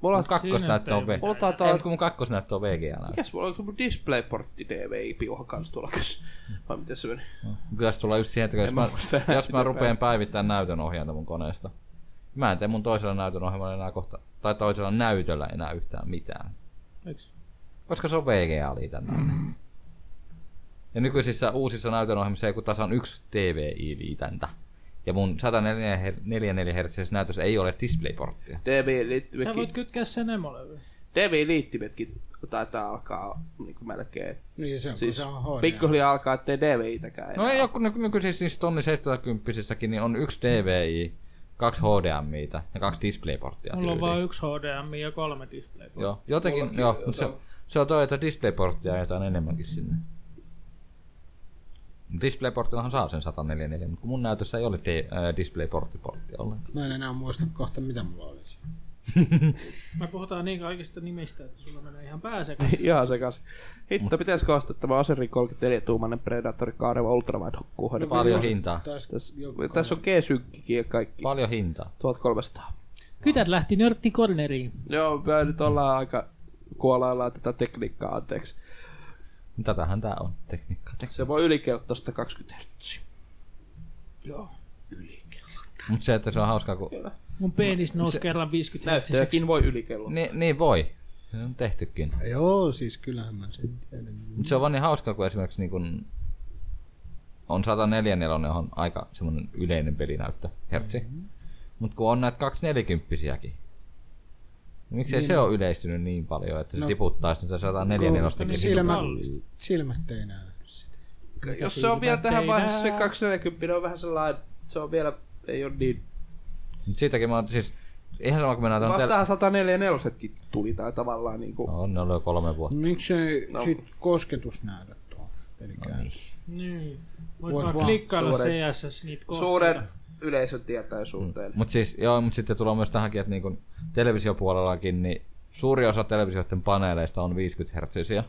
Speaker 3: mulla on
Speaker 4: Mun kakkosnäyttö on
Speaker 2: Siinä ei
Speaker 4: VGA.
Speaker 2: oo
Speaker 3: Mulla
Speaker 4: Ei,
Speaker 3: taitaa...
Speaker 4: mut kun mun kakkosnäyttö on VGA.
Speaker 3: Mikäs mulla on? Onko Displayportti DVI-piuha kans tuolla käs? Vai miten se meni?
Speaker 4: Kyllä se tulee just siihen, että jos
Speaker 3: En
Speaker 4: mä,
Speaker 3: mä muista enää
Speaker 4: jos mä
Speaker 3: sitä
Speaker 4: rupeen päivittämään näytön ohjainta mun koneesta. Mä en tee mun toisella näytön ohjelmalla enää kohta, tai toisella näytöllä enää yhtään mitään.
Speaker 2: Eiks?
Speaker 4: Koska se on VGA-liitännä. Ja nykyisissä uusissa näytönohjelmissa ei kun tasan yksi TVI-liitäntä. Ja mun 144 Hz näytössä siis ei ole displayporttia.
Speaker 2: Sä voit
Speaker 3: DVI-liittimetkin...
Speaker 2: kytkeä sen emolle.
Speaker 3: DVI-liittimetkin taitaa alkaa niinku melkein...
Speaker 5: Niin se on,
Speaker 3: Siis
Speaker 5: siis, se on HDMI.
Speaker 3: pikkuhiljaa alkaa, ettei DVI-täkään enää.
Speaker 4: No ei ole, kun nyky- nykyisissä siis tonni 70 niin on yksi DVI, kaksi HDMI ja kaksi displayporttia.
Speaker 2: Mulla on
Speaker 4: tyyliin.
Speaker 2: vaan yksi HDMI ja kolme display.
Speaker 4: Joo, jotenkin, joo, mutta se, se on toi, että displayporttia jotain enemmänkin sinne. Displayportillahan saa sen 144, mutta kun mun näytössä ei ole di- äh, displayporttiporttia ollenkaan.
Speaker 5: Mä en enää muista kohta, mitä mulla olisi.
Speaker 2: Me puhutaan niin kaikista nimistä, että sulla menee ihan pääse.
Speaker 3: Ihan sekas. Hitto, pitäisikö ostaa tämä Aserin 34-tuumainen Predator Kaareva Ultravide
Speaker 2: No
Speaker 3: hukkuuhoidon?
Speaker 4: No Paljon hintaa.
Speaker 5: Tässä,
Speaker 3: Tässä,
Speaker 5: joku-
Speaker 3: tässä on G-synkkikin ja kaikki.
Speaker 4: Paljon hintaa.
Speaker 3: 1300.
Speaker 2: Kytät lähti nörtti corneriin.
Speaker 3: Joo, me nyt ollaan aika kuolaillaan tätä tekniikkaa, anteeksi.
Speaker 4: Tätähän tää on, tekniikka. tekniikka.
Speaker 3: Se voi ylikertoa 120 Hz.
Speaker 4: Mut se, että se on hauskaa, kun...
Speaker 2: Mun penis nousi kerran 50
Speaker 4: siis
Speaker 2: hertsisiksi.
Speaker 3: Näyttöjäkin voi ylikelloa.
Speaker 4: Ni, niin voi. Se on tehtykin.
Speaker 5: Joo, siis kyllähän mä sen tiedän.
Speaker 4: Mut se on vaan niin hauskaa, kun esimerkiksi niin kun on 144 on aika semmonen yleinen pelinäyttö, hertsi. Mm-hmm. Mut kun on näitä 240-siäkin, niin miksei niin. se ole yleistynyt niin paljon, että se no.
Speaker 5: No.
Speaker 4: tiputtaisi nyt 144
Speaker 5: Niin
Speaker 2: niin
Speaker 5: silmät,
Speaker 2: kallista.
Speaker 5: silmät ei näy. sitä.
Speaker 3: Jos se on vielä tähän
Speaker 2: Silmät ei
Speaker 3: vaiheessa se
Speaker 2: näe.
Speaker 3: 240 on vähän sellainen, se on vielä, ei ole niin.
Speaker 4: Mut siitäkin mä oon siis, ihan sama kuin me näytän tällä...
Speaker 3: Vastaan 144 tuli tai tavallaan niinku.
Speaker 4: No, ne on jo kolme vuotta.
Speaker 5: Miksei
Speaker 3: No.
Speaker 5: no. sit kosketusnäytöt tuo? Elikkä
Speaker 4: No niin.
Speaker 2: Niin.
Speaker 5: Voit
Speaker 2: Voit vaan
Speaker 5: vaan
Speaker 2: klikkailla
Speaker 3: suuren-
Speaker 2: CSS niitä kohtia.
Speaker 3: suuren yleisön tietoisuuteen.
Speaker 4: Mutta siis, joo, mut sitten tulee myös tähänkin, että niin televisiopuolellakin, niin suuri osa televisioiden paneeleista on 50 hertsisiä.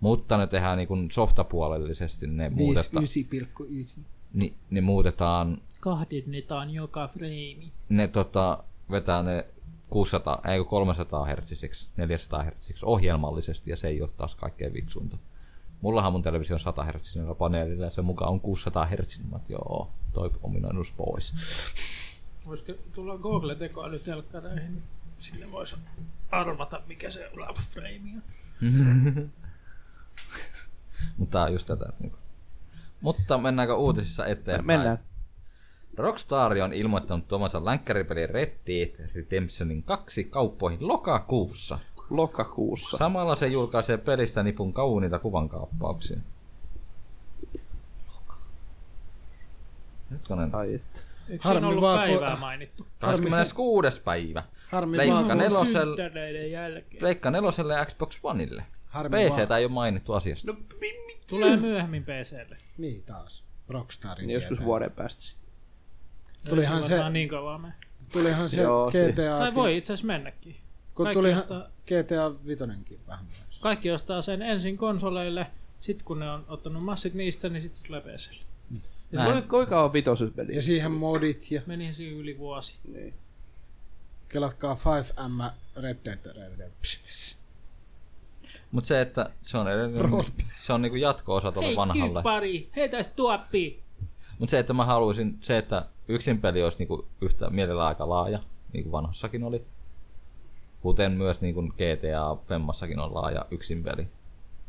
Speaker 4: Mutta ne tehdään niin kun softapuolellisesti, ne muutetaan,
Speaker 5: 9,9.
Speaker 4: ni, ne muutetaan,
Speaker 2: Kahdennetaan joka freimi.
Speaker 4: ne tota, vetää ne 600, ei kun 300 hertsisiksi, 400 hertsisiksi ohjelmallisesti, ja se ei ole taas kaikkein fiksuinta. Mullahan mun televisio on 100 hertsisellä paneelilla, ja se mukaan on 600 hertsinen, joo, toi ominaisuus pois.
Speaker 2: Voisiko tulla Google tekoälytelkkareihin, niin sille voisi arvata, mikä se oleva frame on.
Speaker 4: Mutta tää on just tätä. Niin Mutta mennäänkö uutisissa eteenpäin?
Speaker 3: Mennään.
Speaker 4: Rockstar on ilmoittanut tuomansa länkkäripeli Red Dead Redemptionin 2 kauppoihin lokakuussa.
Speaker 3: Lokakuussa.
Speaker 4: Samalla se julkaisee pelistä nipun kauniita kuvankaappauksia. Hetkonen.
Speaker 3: Ai että.
Speaker 2: Eikö
Speaker 5: Harmi
Speaker 2: siinä ollut
Speaker 5: vaan, kun-
Speaker 2: päivää mainittu?
Speaker 4: 26. päivä.
Speaker 5: Harmi
Speaker 4: Leikka
Speaker 5: vaan,
Speaker 4: neloselle,
Speaker 2: Synttäreiden jälkeen.
Speaker 4: Pleikka neloselle ja Xbox Oneille.
Speaker 5: harmi
Speaker 4: PC
Speaker 5: vaan.
Speaker 4: ei ole mainittu asiasta.
Speaker 2: Tulee myöhemmin PClle.
Speaker 5: Niin taas. Rockstarin
Speaker 3: Niin joskus
Speaker 5: tietää.
Speaker 3: vuoden päästä sitten.
Speaker 5: Tulihan
Speaker 2: Ei
Speaker 5: se-
Speaker 2: varmaan Niin kovaa me.
Speaker 5: Tulihan se
Speaker 3: Joo,
Speaker 5: GTA,
Speaker 2: Tai voi itse asiassa mennäkin.
Speaker 5: kun
Speaker 2: kaikki
Speaker 5: tulihan
Speaker 2: ostaa-
Speaker 5: GTA vitoinenkin vähän. myös.
Speaker 2: Kaikki ostaa sen ensin konsoleille, sit kun ne on ottanut massit niistä, niin sitten se tulee PClle.
Speaker 3: Ja se- Kuinka on vitosen peli?
Speaker 5: Ja siihen modit ja
Speaker 2: Menihän siinä yli vuosi.
Speaker 3: Niin.
Speaker 5: kelatkaa 5M Red Dead Redemptionissa.
Speaker 4: Mutta se, että se on, edelleen, se on niinku jatko-osa tuolle
Speaker 2: Hei
Speaker 4: vanhalle.
Speaker 2: kyppari, hei tästä tuoppi.
Speaker 4: Mutta se, että mä haluaisin, se, että yksin peli olisi niinku yhtä mielellä aika laaja, niin kuin vanhassakin oli. Kuten myös niin kuin GTA Femmassakin on laaja yksin peli.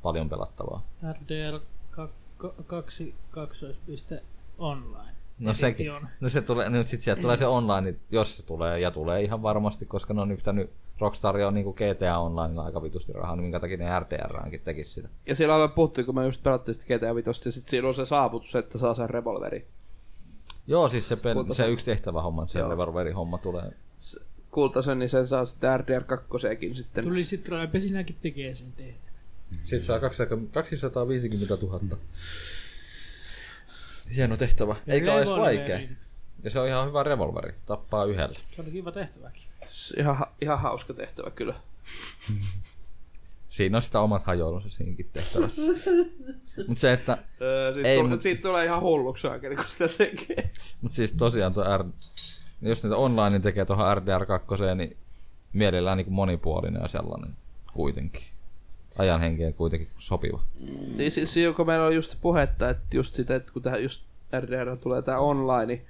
Speaker 4: Paljon pelattavaa.
Speaker 2: RDR 2, 2.online. online.
Speaker 4: No, sekin,
Speaker 2: on.
Speaker 4: no se tulee, nyt sit sieltä tulee se online, niin jos se tulee, ja tulee ihan varmasti, koska ne on yhtänyt Rockstar on niinku GTA Onlineilla aika vitusti rahaa, niin minkä takia ne RTR-ankin tekisi sitä.
Speaker 3: Ja siellä aivan puhuttiin, kun me just pelattiin sitä GTA vitosta, ja sitten siinä on se saavutus, että saa sen revolveri.
Speaker 4: Joo, siis se, peli,
Speaker 3: Kulta-
Speaker 4: se yksi tehtävä homma, se
Speaker 3: Joo.
Speaker 4: revolveri homma tulee.
Speaker 3: Kultasen, niin sen saa sitten RDR 2 sitten.
Speaker 2: Tuli sit Raipe, sinäkin tekee sen tehdä.
Speaker 4: Sitten saa 250 000. Hieno tehtävä. Eikä ole edes vaikea.
Speaker 2: Revolveri.
Speaker 4: Ja se on ihan hyvä revolveri. Tappaa yhdellä.
Speaker 2: Se oli kiva tehtäväkin.
Speaker 3: Ihan, ihan hauska tehtävä kyllä.
Speaker 4: Siinä on sitä omat hajoilunsa siinäkin tehtävässä. Mutta se, että...
Speaker 3: Öö, siitä,
Speaker 4: Ei,
Speaker 3: tule,
Speaker 4: mut-
Speaker 3: siitä tulee ihan hulluksi aika, kun sitä tekee.
Speaker 4: Mut siis tosiaan tuo R... Jos niitä online tekee tuohon RDR2, niin mielellään niin monipuolinen ja sellainen kuitenkin. Ajan henkeen kuitenkin sopiva.
Speaker 3: Niin siis siinä, kun meillä on just puhetta, että just sitä, että kun tähän just RDR tulee tää online,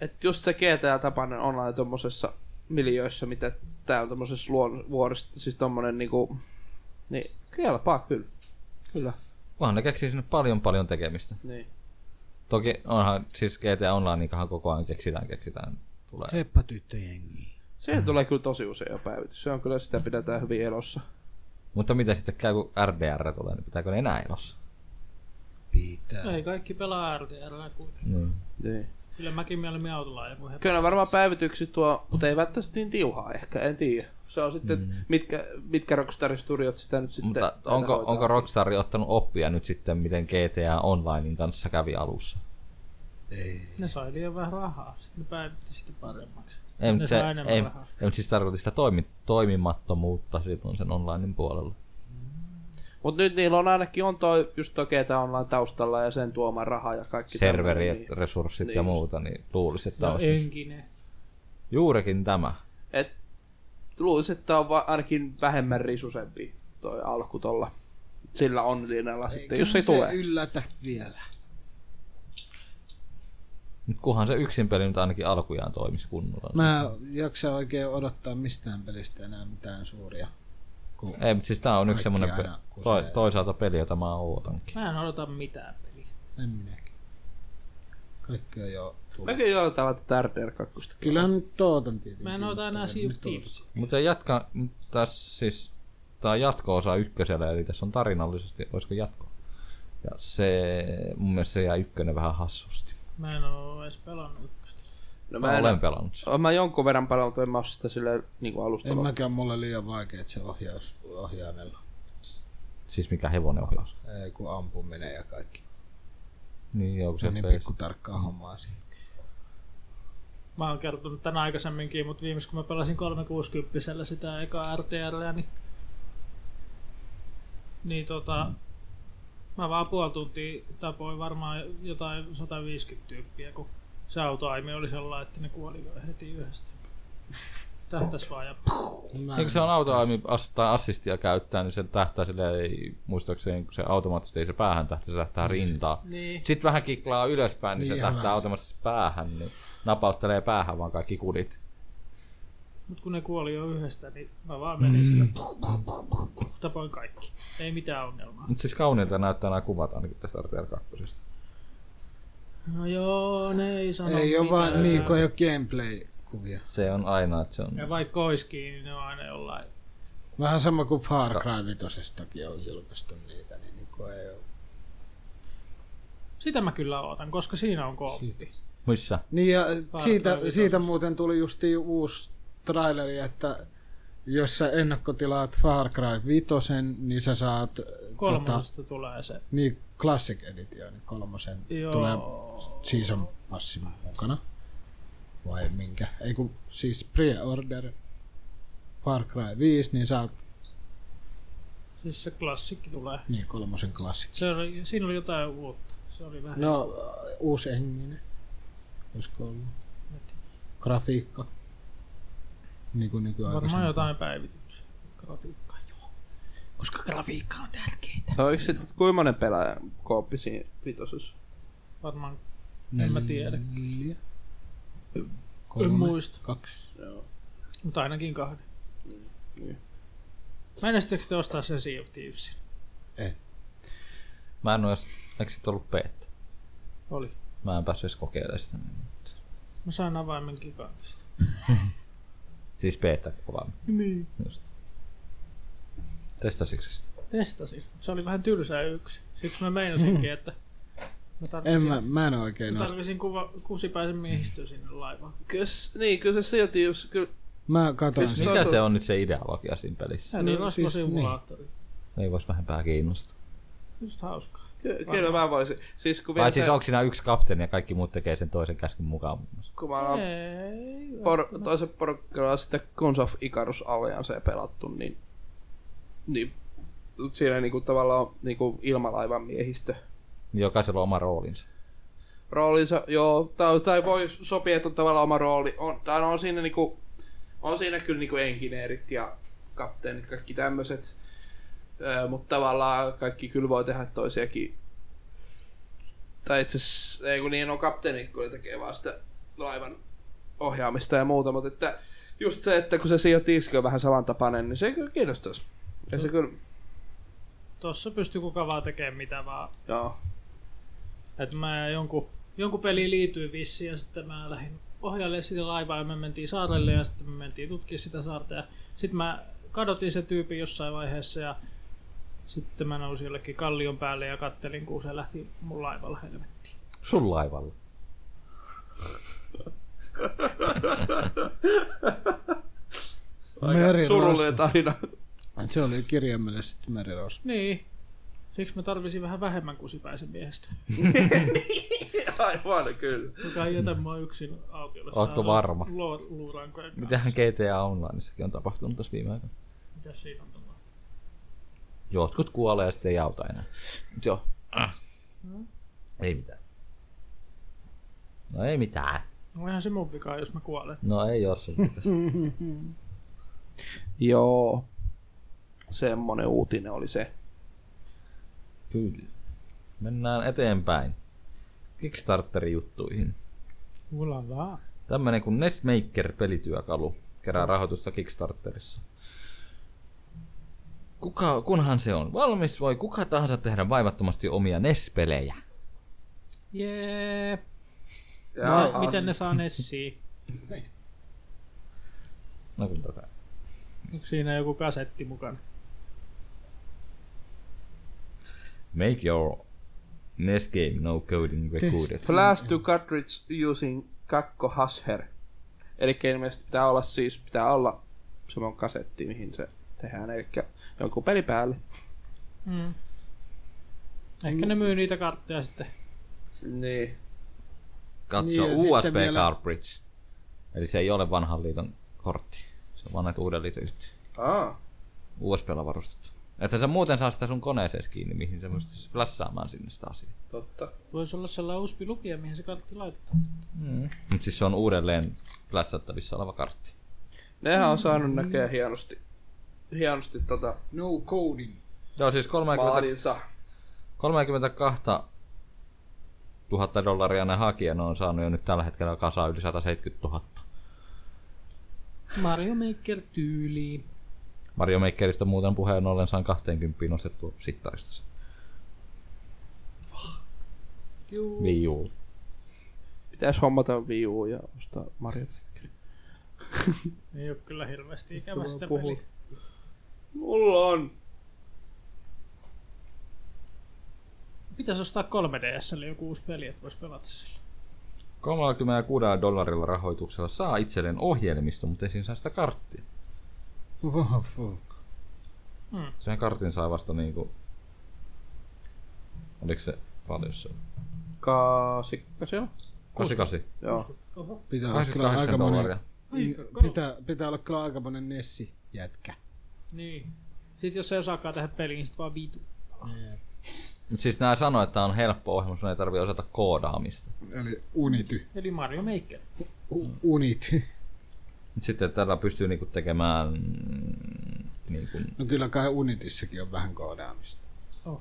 Speaker 3: että just se GTA-tapainen online tommosessa miljöissä, mitä tää on tommosessa luon, vuorista, siis tommonen niinku, niin kelpaa kyllä. Kyllä.
Speaker 4: Vaan ne keksii sinne paljon paljon tekemistä.
Speaker 3: Niin.
Speaker 4: Toki onhan siis GTA Onlinekahan koko ajan keksitään, keksitään. Tulee.
Speaker 5: Heippa tyttöjengi.
Speaker 3: Siihen tulee kyllä tosi usein jo päivitys. Se on kyllä, sitä pidetään hyvin elossa.
Speaker 4: Mutta mitä sitten käy, kun RDR tulee, niin pitääkö ne enää elossa?
Speaker 5: Pitää.
Speaker 2: No Ei kaikki pelaa RDR kuitenkin.
Speaker 4: Niin.
Speaker 3: Niin.
Speaker 2: Kyllä mäkin mieluummin autolla ja kuin he
Speaker 3: Kyllä ne varmaan päivitykset tuo, mutta ei välttämättä niin tiuhaa ehkä, en tiedä. Se on sitten, mm. mitkä, mitkä Rockstarin studiot sitä nyt sitten...
Speaker 4: Mutta
Speaker 3: näitä
Speaker 4: onko,
Speaker 3: hoitaa.
Speaker 4: onko Rockstar ottanut oppia nyt sitten, miten GTA Onlinein kanssa kävi alussa?
Speaker 5: Ei.
Speaker 2: Ne sai liian vähän rahaa, sitten ne päivitti sitä paremmaksi.
Speaker 4: Ei, mutta
Speaker 2: ne
Speaker 4: se,
Speaker 2: saa enemmän
Speaker 4: ei, ei,
Speaker 2: rahaa.
Speaker 4: mutta siis tarkoitin sitä toimi, toimimattomuutta silloin sen onlinein puolella.
Speaker 3: Mut nyt niillä on ainakin on toi, just toi GTA Online taustalla ja sen tuoma raha ja kaikki
Speaker 4: Serveri,
Speaker 3: tämmönen,
Speaker 4: niin. resurssit niin. ja
Speaker 3: Niin.
Speaker 4: muuta, niin luulisi, että
Speaker 2: Ja
Speaker 4: no, olisi.
Speaker 2: önkine.
Speaker 4: Juurikin tämä.
Speaker 3: Et, luulisin, että tää on va- ainakin vähemmän risusempi toi alku tolla. Sillä on linjalla sitten, jos ei
Speaker 5: se
Speaker 3: tule.
Speaker 5: yllätä vielä.
Speaker 4: Nyt kunhan se yksin peli nyt ainakin alkujaan toimisi kunnolla.
Speaker 5: Mä en jaksa oikein odottaa mistään pelistä enää mitään suuria. Kun
Speaker 4: Ei, mutta siis tää on yksi
Speaker 5: Kaikki
Speaker 4: semmonen pe-
Speaker 5: aina kusee.
Speaker 4: toi, toisaalta peli, jota mä ootankin.
Speaker 2: Mä en odota mitään peliä.
Speaker 5: en minäkin. Kaikki on jo tullut.
Speaker 3: Mäkin joudutaan tätä RDR 2.
Speaker 5: Kyllähän nyt ootan tietenkin.
Speaker 2: Mä en
Speaker 5: mutta
Speaker 2: ota enää
Speaker 5: en
Speaker 2: Sea of
Speaker 5: nyt oota.
Speaker 2: Thievesia.
Speaker 4: Mutta jatka, tässä siis, tämä jatko-osa ykkösellä, eli tässä on tarinallisesti, olisiko jatko. Ja se, mun mielestä se jää ykkönen vähän hassusti.
Speaker 2: Mä en oo edes pelannut ykköstä.
Speaker 3: No
Speaker 4: Mä, olen pelannut sen.
Speaker 3: Oon mä jonkun verran pelannut, mutta en mä oo sitä silleen niinku alusta.
Speaker 5: En
Speaker 3: aloittanut.
Speaker 5: mäkään mulle liian vaikea, että se ohjaus ohjaamella.
Speaker 4: Siis mikä hevonen ohjaus.
Speaker 5: Ei, kun ampuminen ja kaikki.
Speaker 4: Niin, joo, kun
Speaker 5: Se
Speaker 4: se
Speaker 5: on niin
Speaker 4: face-
Speaker 5: pikku tarkkaa hommaa siinä.
Speaker 2: Mä oon kertonut tän aikaisemminkin, mutta viimeksi kun mä pelasin 360 sitä ekaa RTR, niin, niin tota, mä vaan puoli tuntia tapoin varmaan jotain 150 tyyppiä, kun se autoaimi oli sellainen, että ne kuoli jo heti yhdestä. Tähtäs vaan ja
Speaker 5: Mä
Speaker 4: Eikö Niin, se on auto ass, tai assistia käyttää, niin se tähtää sille, ei, muistaakseni kun se automaattisesti ei se päähän tähtää, se tähtää rintaa.
Speaker 2: niin.
Speaker 4: Sitten vähän kiklaa ylöspäin, niin,
Speaker 5: Niin,
Speaker 4: se tähtää
Speaker 5: vähän se.
Speaker 4: automaattisesti päähän, niin napauttelee päähän vaan kaikki kudit.
Speaker 2: Mut kun ne kuoli jo yhdestä, niin mä vaan menin sillä. Tapoin kaikki. Ei mitään ongelmaa.
Speaker 4: Mutta siis kauniilta näyttää nämä kuvat ainakin tästä RTR 2.
Speaker 2: No joo, ne ei sano
Speaker 5: Ei ole vaan
Speaker 2: mitään.
Speaker 5: niin, kun ei ole gameplay-kuvia.
Speaker 4: Se on aina, että se on...
Speaker 2: Ja vaikka oiskin, niin ne on aina jollain.
Speaker 5: Vähän sama kuin Far Cry 5 on julkaistu niitä, niin, niin kun ei ole.
Speaker 2: Sitä mä kyllä ootan, koska siinä on kooppi.
Speaker 4: Missä?
Speaker 5: Niin ja
Speaker 2: Far
Speaker 5: siitä,
Speaker 2: Cry
Speaker 5: siitä
Speaker 2: vitosessa.
Speaker 5: muuten tuli justiin uusi traileri, että jos sä ennakkotilaat Far Cry 5, niin sä saat tota,
Speaker 2: Kolmosesta tulee se.
Speaker 5: niin Classic Edition kolmosen
Speaker 2: Joo.
Speaker 5: tulee siis- Season Passin mukana. Vai minkä? Ei kun siis pre-order Far Cry 5, niin saat
Speaker 2: Siis se klassikki tulee.
Speaker 5: niin kolmosen Classic.
Speaker 2: Se oli, siinä oli jotain uutta. Se oli vähän...
Speaker 5: No, äh, uusi enginen. Olisiko ollut? Grafiikka. Niin kuin
Speaker 2: Varmaan
Speaker 5: nykyaikaisempaa.
Speaker 2: jotain päivityksiä. Grafiikkaa, joo. Koska grafiikka on tärkeintä.
Speaker 3: Oliko se kuinka monen pelaaja kooppi siinä vitosessa?
Speaker 2: Varmaan en mä tiedä.
Speaker 5: Neljä.
Speaker 2: En
Speaker 5: Kolme.
Speaker 2: muista.
Speaker 5: Kaksi.
Speaker 2: Mutta ainakin kahden.
Speaker 5: Niin.
Speaker 2: Meinasittekö te ostaa sen Sea of Thievesin?
Speaker 4: Mä en oo edes... Eikö sit ollut beta?
Speaker 2: Oli.
Speaker 4: Mä en päässyt edes kokeilemaan sitä. niin.
Speaker 2: Mä sain avaimen gigantista.
Speaker 4: Siis beta vaan.
Speaker 2: Niin.
Speaker 4: Just. Testasitko sitä?
Speaker 2: Testasin. Se oli vähän tylsää yksi. Siksi mä meinasinkin, että mä
Speaker 5: Hmm. En
Speaker 2: tarvitsin,
Speaker 5: mä, mä en oikein
Speaker 2: mä
Speaker 5: osta.
Speaker 2: tarvitsin kuva, kusipäisen miehistöä sinne laivaan.
Speaker 3: Kyllä, s- niin, kyllä se silti, jos kyllä
Speaker 5: Mä katon
Speaker 3: Siis
Speaker 5: siis
Speaker 4: Mikä
Speaker 3: se-
Speaker 4: se on nyt se ideologia siinä pelissä?
Speaker 2: Ja niin
Speaker 5: No, siis
Speaker 2: rasvasimulaattori.
Speaker 4: Ei vois vähempää kiinnostaa.
Speaker 2: Just hauskaa.
Speaker 3: Ky- kyllä mä voisin. Siis kun vielä
Speaker 4: Vai
Speaker 3: se,
Speaker 4: siis onko siinä yksi kapteeni ja kaikki muut tekee sen toisen käskyn mukaan muun muassa?
Speaker 3: kun mä oon
Speaker 2: Ei.
Speaker 3: por- toisen porukkaan sitten Guns of Icarus Alliance pelattu, niin, niin siinä niinku tavallaan niinku ilmalaivan miehistö
Speaker 4: Jokaisella on oma roolinsa.
Speaker 3: roolinsa, joo, tai, tai voi sopia, että on tavallaan oma rooli. On, tai on siinä niinku, on siinä kyllä niinku engineerit ja kapteenit, kaikki tämmöiset. Mutta tavallaan kaikki kyllä voi tehdä toisiakin. Tai itse asiassa, ei kun niin on kapteenit, kun ne tekee vaan sitä laivan ohjaamista ja muuta, mutta että just se, että kun se Sea of Thieves on vähän samantapainen, niin se kyllä kiinnostaisi. Ja se kyllä,
Speaker 2: Tossa pystyy kuka vaan tekemään mitä vaan.
Speaker 3: joo.
Speaker 2: Et mä jonkun, jonkun peliin liityin vissiin ja sitten mä lähdin ohjailemaan sitä laivaa ja me mentiin saarelle ja sitten me mentiin tutkia sitä saarta. Ja sitten mä kadotin se tyypin jossain vaiheessa ja sitten mä nousin jollekin kallion päälle ja kattelin, kun se lähti mun laivalla helvettiin.
Speaker 4: Sun laivalla.
Speaker 2: niin,
Speaker 3: Aika
Speaker 5: Meri
Speaker 3: surullinen tarina.
Speaker 5: Se oli kirjaimellisesti merirosvo.
Speaker 2: Niin. Siksi mä tarvisin vähän vähemmän kusipäisen miehestä,
Speaker 3: Aivan, kyllä.
Speaker 2: joka ei jätä mua yksin autiolle.
Speaker 4: Ootko
Speaker 2: saada
Speaker 4: varma?
Speaker 2: luo- Luurankojen kanssa.
Speaker 4: Mitähän GTA Onlineissakin on tapahtunut tässä viime aikoina?
Speaker 2: Mitäs siinä on tullut?
Speaker 4: Jotkut kuolee ja sitten ei auta enää. Mut joo. Ah. Ei mitään. No ei mitään.
Speaker 2: No eihän se mun vika, jos mä kuolen.
Speaker 4: No ei oo sun mitäs.
Speaker 3: Joo. Semmonen uutinen oli se.
Speaker 4: Kyllä. Mennään eteenpäin. Kickstarter-juttuihin.
Speaker 2: Mulla vaan.
Speaker 4: Tämmönen kuin Nestmaker-pelityökalu kerää rahoitusta Kickstarterissa. Kuka, kunhan se on valmis, voi kuka tahansa tehdä vaivattomasti omia NES-pelejä.
Speaker 2: Jee.
Speaker 3: Jaha.
Speaker 2: Miten ne saa Nessiin?
Speaker 4: No kun tätä.
Speaker 2: Onko siinä joku kasetti mukana?
Speaker 4: Make your NES game no coding recorded.
Speaker 3: Flash to cartridge using kakko hasher. Eli ilmeisesti pitää olla siis, pitää olla semmoinen kasetti, mihin se tehdään, eli joku peli päälle.
Speaker 2: Mm. Ehkä ne myy niitä kartteja sitten.
Speaker 3: Niin.
Speaker 4: Katso
Speaker 5: Niin, ja
Speaker 4: USB
Speaker 5: sitten vielä-
Speaker 4: Carbridge. Eli se ei ole vanhan liiton kortti. Se on vaan näitä uuden liiton yhtiö.
Speaker 3: Aa.
Speaker 4: USBlla varustettu. Että sä muuten saa sitä sun koneeseen kiinni, mihin sä pystyt flassaamaan sinne sitä asiaa.
Speaker 3: Totta.
Speaker 2: Voisi olla sellainen usb lukija, mihin se kartti laitetaan.
Speaker 4: Mm. Mut siis se on uudelleen flassattavissa oleva kartti.
Speaker 3: Nehän on saanut näkee hienosti, hienosti tota
Speaker 5: No coding.
Speaker 4: Joo, siis 30,
Speaker 3: maalinsa.
Speaker 4: 32 000 dollaria ne hakijat on saanut jo nyt tällä hetkellä kasaan yli 170 000.
Speaker 2: Mario Maker tyyliin.
Speaker 4: Mario Makerista muuten puheen ollen saan 20 nostettua sittarista.
Speaker 2: Juu.
Speaker 4: Wii U.
Speaker 3: Pitäis hommata Wii U ja ostaa Mario.
Speaker 2: Ei ole kyllä hirveästi ikävä sitä
Speaker 3: puhun.
Speaker 2: peliä.
Speaker 3: Mulla on.
Speaker 2: Pitäis ostaa 3DSlle joku uusi peli, että vois pelata sillä.
Speaker 4: 36 dollarilla rahoituksella saa itselleen ohjelmisto, mutta ei siinä saa sitä karttia.
Speaker 5: What fuck?
Speaker 4: Sen kartin sai vasta niinku... Oliko se paljon se?
Speaker 3: Kaasikka siellä?
Speaker 4: 88.
Speaker 3: Joo.
Speaker 2: Oho.
Speaker 5: Pitää olla kyllä
Speaker 4: 88 dollaria.
Speaker 5: aikamoinen,
Speaker 2: Aika
Speaker 5: in-
Speaker 2: kova.
Speaker 5: Niin, pitää, pitää olla kyllä aikamoinen Nessi jätkä.
Speaker 2: Niin. Sitten jos ei osaakaan tehdä peliä, niin sit vaan vitu.
Speaker 4: Mut siis nää sanoo, että tää on helppo ohjelma, sun ei tarvii osata koodaamista.
Speaker 5: Eli unity.
Speaker 2: Eli Mario Maker.
Speaker 5: U- unity.
Speaker 4: Mut sitten tällä pystyy niinku tekemään... mm, Niinku
Speaker 5: No kyllä kai Unitissakin on vähän koodaamista.
Speaker 2: Oh,
Speaker 5: Ei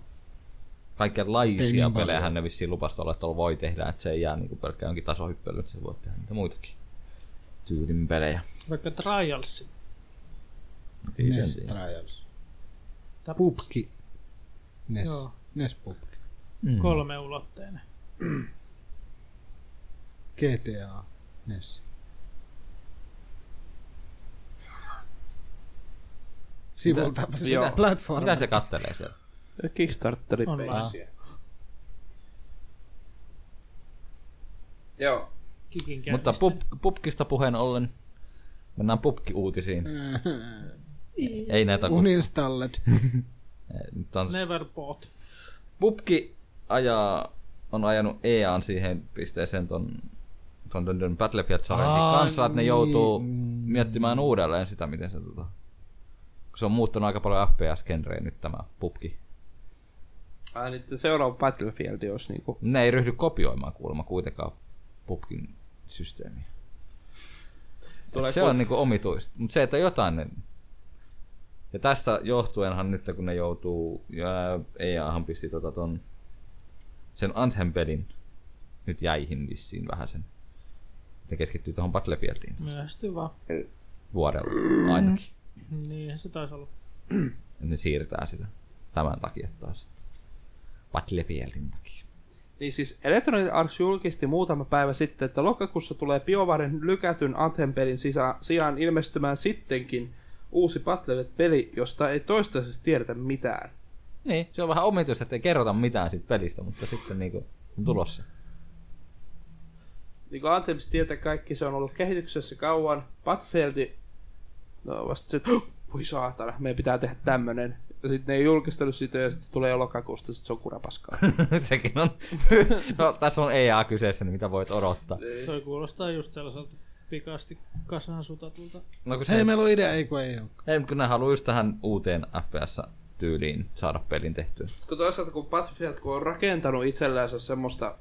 Speaker 4: kaikenlaisia
Speaker 5: niin
Speaker 4: pelejä
Speaker 5: paljon.
Speaker 4: hän ne vissiin lupasi olla, että tuolla voi tehdä, että se ei jää niinku pelkkään jonkin tasohyppelyyn, että se voi tehdä niitä muitakin tyylin pelejä.
Speaker 2: Vaikka Trials.
Speaker 4: Ei
Speaker 5: Ness
Speaker 4: tiedä.
Speaker 5: Trials.
Speaker 2: Tap-
Speaker 5: Pupki. Ness.
Speaker 2: Joo.
Speaker 5: Ness Pupki.
Speaker 4: Mm.
Speaker 2: Kolme ulotteinen.
Speaker 5: GTA. Ness. Sivulta sitä
Speaker 3: Joo.
Speaker 5: platformia.
Speaker 4: Mm. Mitä se kattelee siellä?
Speaker 3: Kickstarterin
Speaker 2: On
Speaker 3: peli.
Speaker 2: vaan.
Speaker 3: Ah. Joo.
Speaker 2: Kikin
Speaker 4: Mutta
Speaker 2: käynnistä.
Speaker 4: pub, pubkista puheen ollen, mennään pubki-uutisiin. Ei näitä kun...
Speaker 5: Uninstalled.
Speaker 4: Nyt on,
Speaker 2: Never bought.
Speaker 4: pubki ajaa, on ajanut EAN siihen pisteeseen ton, ton, ton, ton battlefield sarjan
Speaker 5: Aa,
Speaker 4: kanssa, että ne
Speaker 5: niin.
Speaker 4: joutuu miettimään uudelleen sitä, miten se tota... Kun se on muuttanut aika paljon FPS-genrejä nyt tämä pubki.
Speaker 3: Ai Ah, nyt seuraava Battlefield olisi niinku...
Speaker 4: Ne ei ryhdy kopioimaan kuulemma kuitenkaan pubkin systeemiä.
Speaker 3: Tulee
Speaker 4: Et se on niinku omituista. Mutta se, että jotain ne... Ja tästä johtuenhan nyt, kun ne joutuu... Ja EAhan pisti tota ton... Sen Anthem-pelin nyt jäihin vissiin vähän sen. Ne keskittyy tuohon Battlefieldiin
Speaker 2: Myöhästyy vaan.
Speaker 4: vuodella ainakin.
Speaker 2: Niin se taisi olla.
Speaker 4: Et ne siirtää sitä tämän takia taas. Battlefieldin takia.
Speaker 3: Niin siis Electronic Arts julkisti muutama päivä sitten, että lokakuussa tulee BioVaren lykätyn Anthem-pelin sisä- sijaan ilmestymään sittenkin uusi Battlefield-peli, josta ei toistaiseksi tiedetä mitään.
Speaker 4: Niin, se on vähän omituista, että ei kerrota mitään siitä pelistä, mutta sitten niinku on tulossa.
Speaker 3: Niin kuin Anthemissa tietää kaikki, se on ollut kehityksessä kauan. Battlefieldi, no vasta se, että voi saatana, meidän pitää tehdä tämmönen. Ja sitten ne ei julkistanut sitä ja sitten se tulee lokakuusta, sit se on kurapaskaa.
Speaker 4: Sekin on... no, tässä on EA kyseessä, niin mitä voit odottaa.
Speaker 2: Toi kuulostaa just sellaiselta pikaasti kasaan sutatulta.
Speaker 4: No, kun se
Speaker 5: Hei, meillä on idea, ei kun ei ole.
Speaker 4: Ei, mutta kun ne haluaa just tähän uuteen FPS-tyyliin saada pelin tehtyä.
Speaker 3: kun toisaalta kun Battlefield kun on rakentanut itsellensä semmoista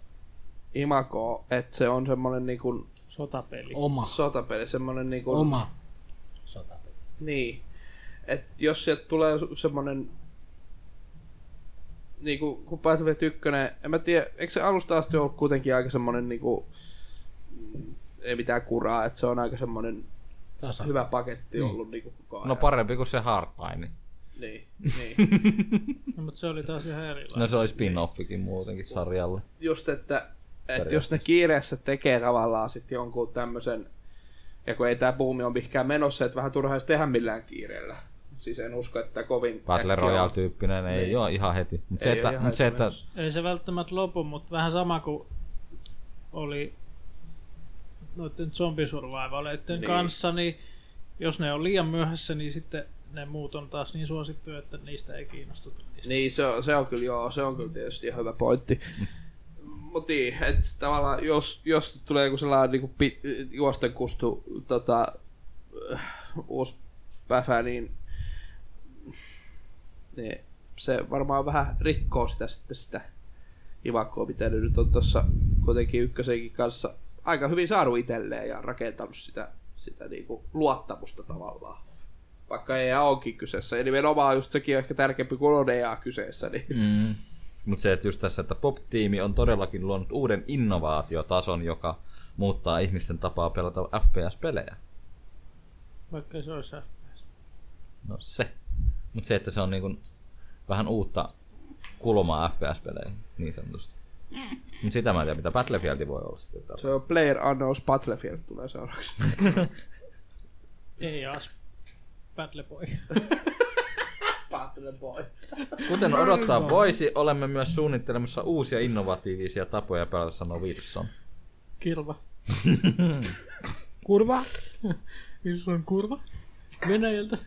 Speaker 3: imagoa, että se on semmoinen niin kuin
Speaker 2: Sotapeli.
Speaker 5: Oma.
Speaker 3: sotapeli, semmoinen niin kuin,
Speaker 5: Oma. Sotapeli.
Speaker 3: niin. Et jos sieltä tulee su- semmonen niinku kun Battlefield 1, en mä tiedä, eikö se alusta asti ollut kuitenkin aika semmonen niinku mm, ei mitään kuraa, että se on aika semmonen
Speaker 5: Tasa.
Speaker 3: hyvä paketti ollut niinku koko ajan.
Speaker 4: No parempi kuin se Hardline.
Speaker 3: niin, niin.
Speaker 2: No, mutta se oli taas ihan erilainen.
Speaker 4: No se olisi spin-offikin muutenkin sarjalle.
Speaker 3: Just, että, että jos ne kiireessä tekee tavallaan sitten jonkun tämmöisen, ja kun ei tämä buumi on mihinkään menossa, että vähän turhaa edes tehdä millään kiireellä. Siis en usko, että kovin
Speaker 4: Battle
Speaker 3: äkkiä on.
Speaker 4: Royale-tyyppinen ei
Speaker 3: Niin.
Speaker 4: ole ihan heti. Mutta se,
Speaker 3: Ei ole
Speaker 4: että,
Speaker 3: ihan
Speaker 4: mut se,
Speaker 3: heti
Speaker 4: että
Speaker 3: menossa.
Speaker 2: Ei se välttämättä lopu, mutta vähän sama kuin oli noiden zombisurvaivaleiden
Speaker 3: Niin.
Speaker 2: niin. kanssa, niin jos ne on liian myöhässä, niin sitten ne muut on taas niin suosittuja, että niistä ei kiinnostuta. Niistä.
Speaker 3: Niin, se on, se on kyllä, joo, se on kyllä tietysti ihan hyvä pointti. Mutta niin, että tavallaan jos, jos tulee joku sellainen niinku, pi, juosten kustu tota, äh, uusi päfä, niin, niin se varmaan vähän rikkoo sitä sitten sitä ivakkoa, mitä ne nyt on tuossa kuitenkin ykkösenkin kanssa aika hyvin saanut itselleen ja rakentanut sitä sitä niinku luottamusta tavallaan. Vaikka ei onkin kyseessä. Ja nimenomaan just sekin on ehkä tärkeämpi kuin on EA kyseessä. Niin.
Speaker 7: Mm.
Speaker 4: Mutta se, että just tässä, että pop-tiimi on todellakin luonut uuden innovaatiotason, joka muuttaa ihmisten tapaa pelata FPS-pelejä.
Speaker 2: Vaikka se olisi FPS.
Speaker 4: No se. Mutta se, että se on niinku vähän uutta kulmaa FPS-peleihin, niin sanotusti. Mutta sitä mä en tiedä, mitä Battlefield voi olla sitten. taas.
Speaker 3: Se on Player Unknowns Battlefield tulee seuraavaksi.
Speaker 2: Ei as. Battle Boy.
Speaker 3: Battleboy.
Speaker 4: Kuten odottaa voisi, olemme myös suunnittelemassa uusia innovatiivisia tapoja pelata, sanoo Wilson. No
Speaker 2: Kirva. kurva. Wilson kurva. Venäjältä.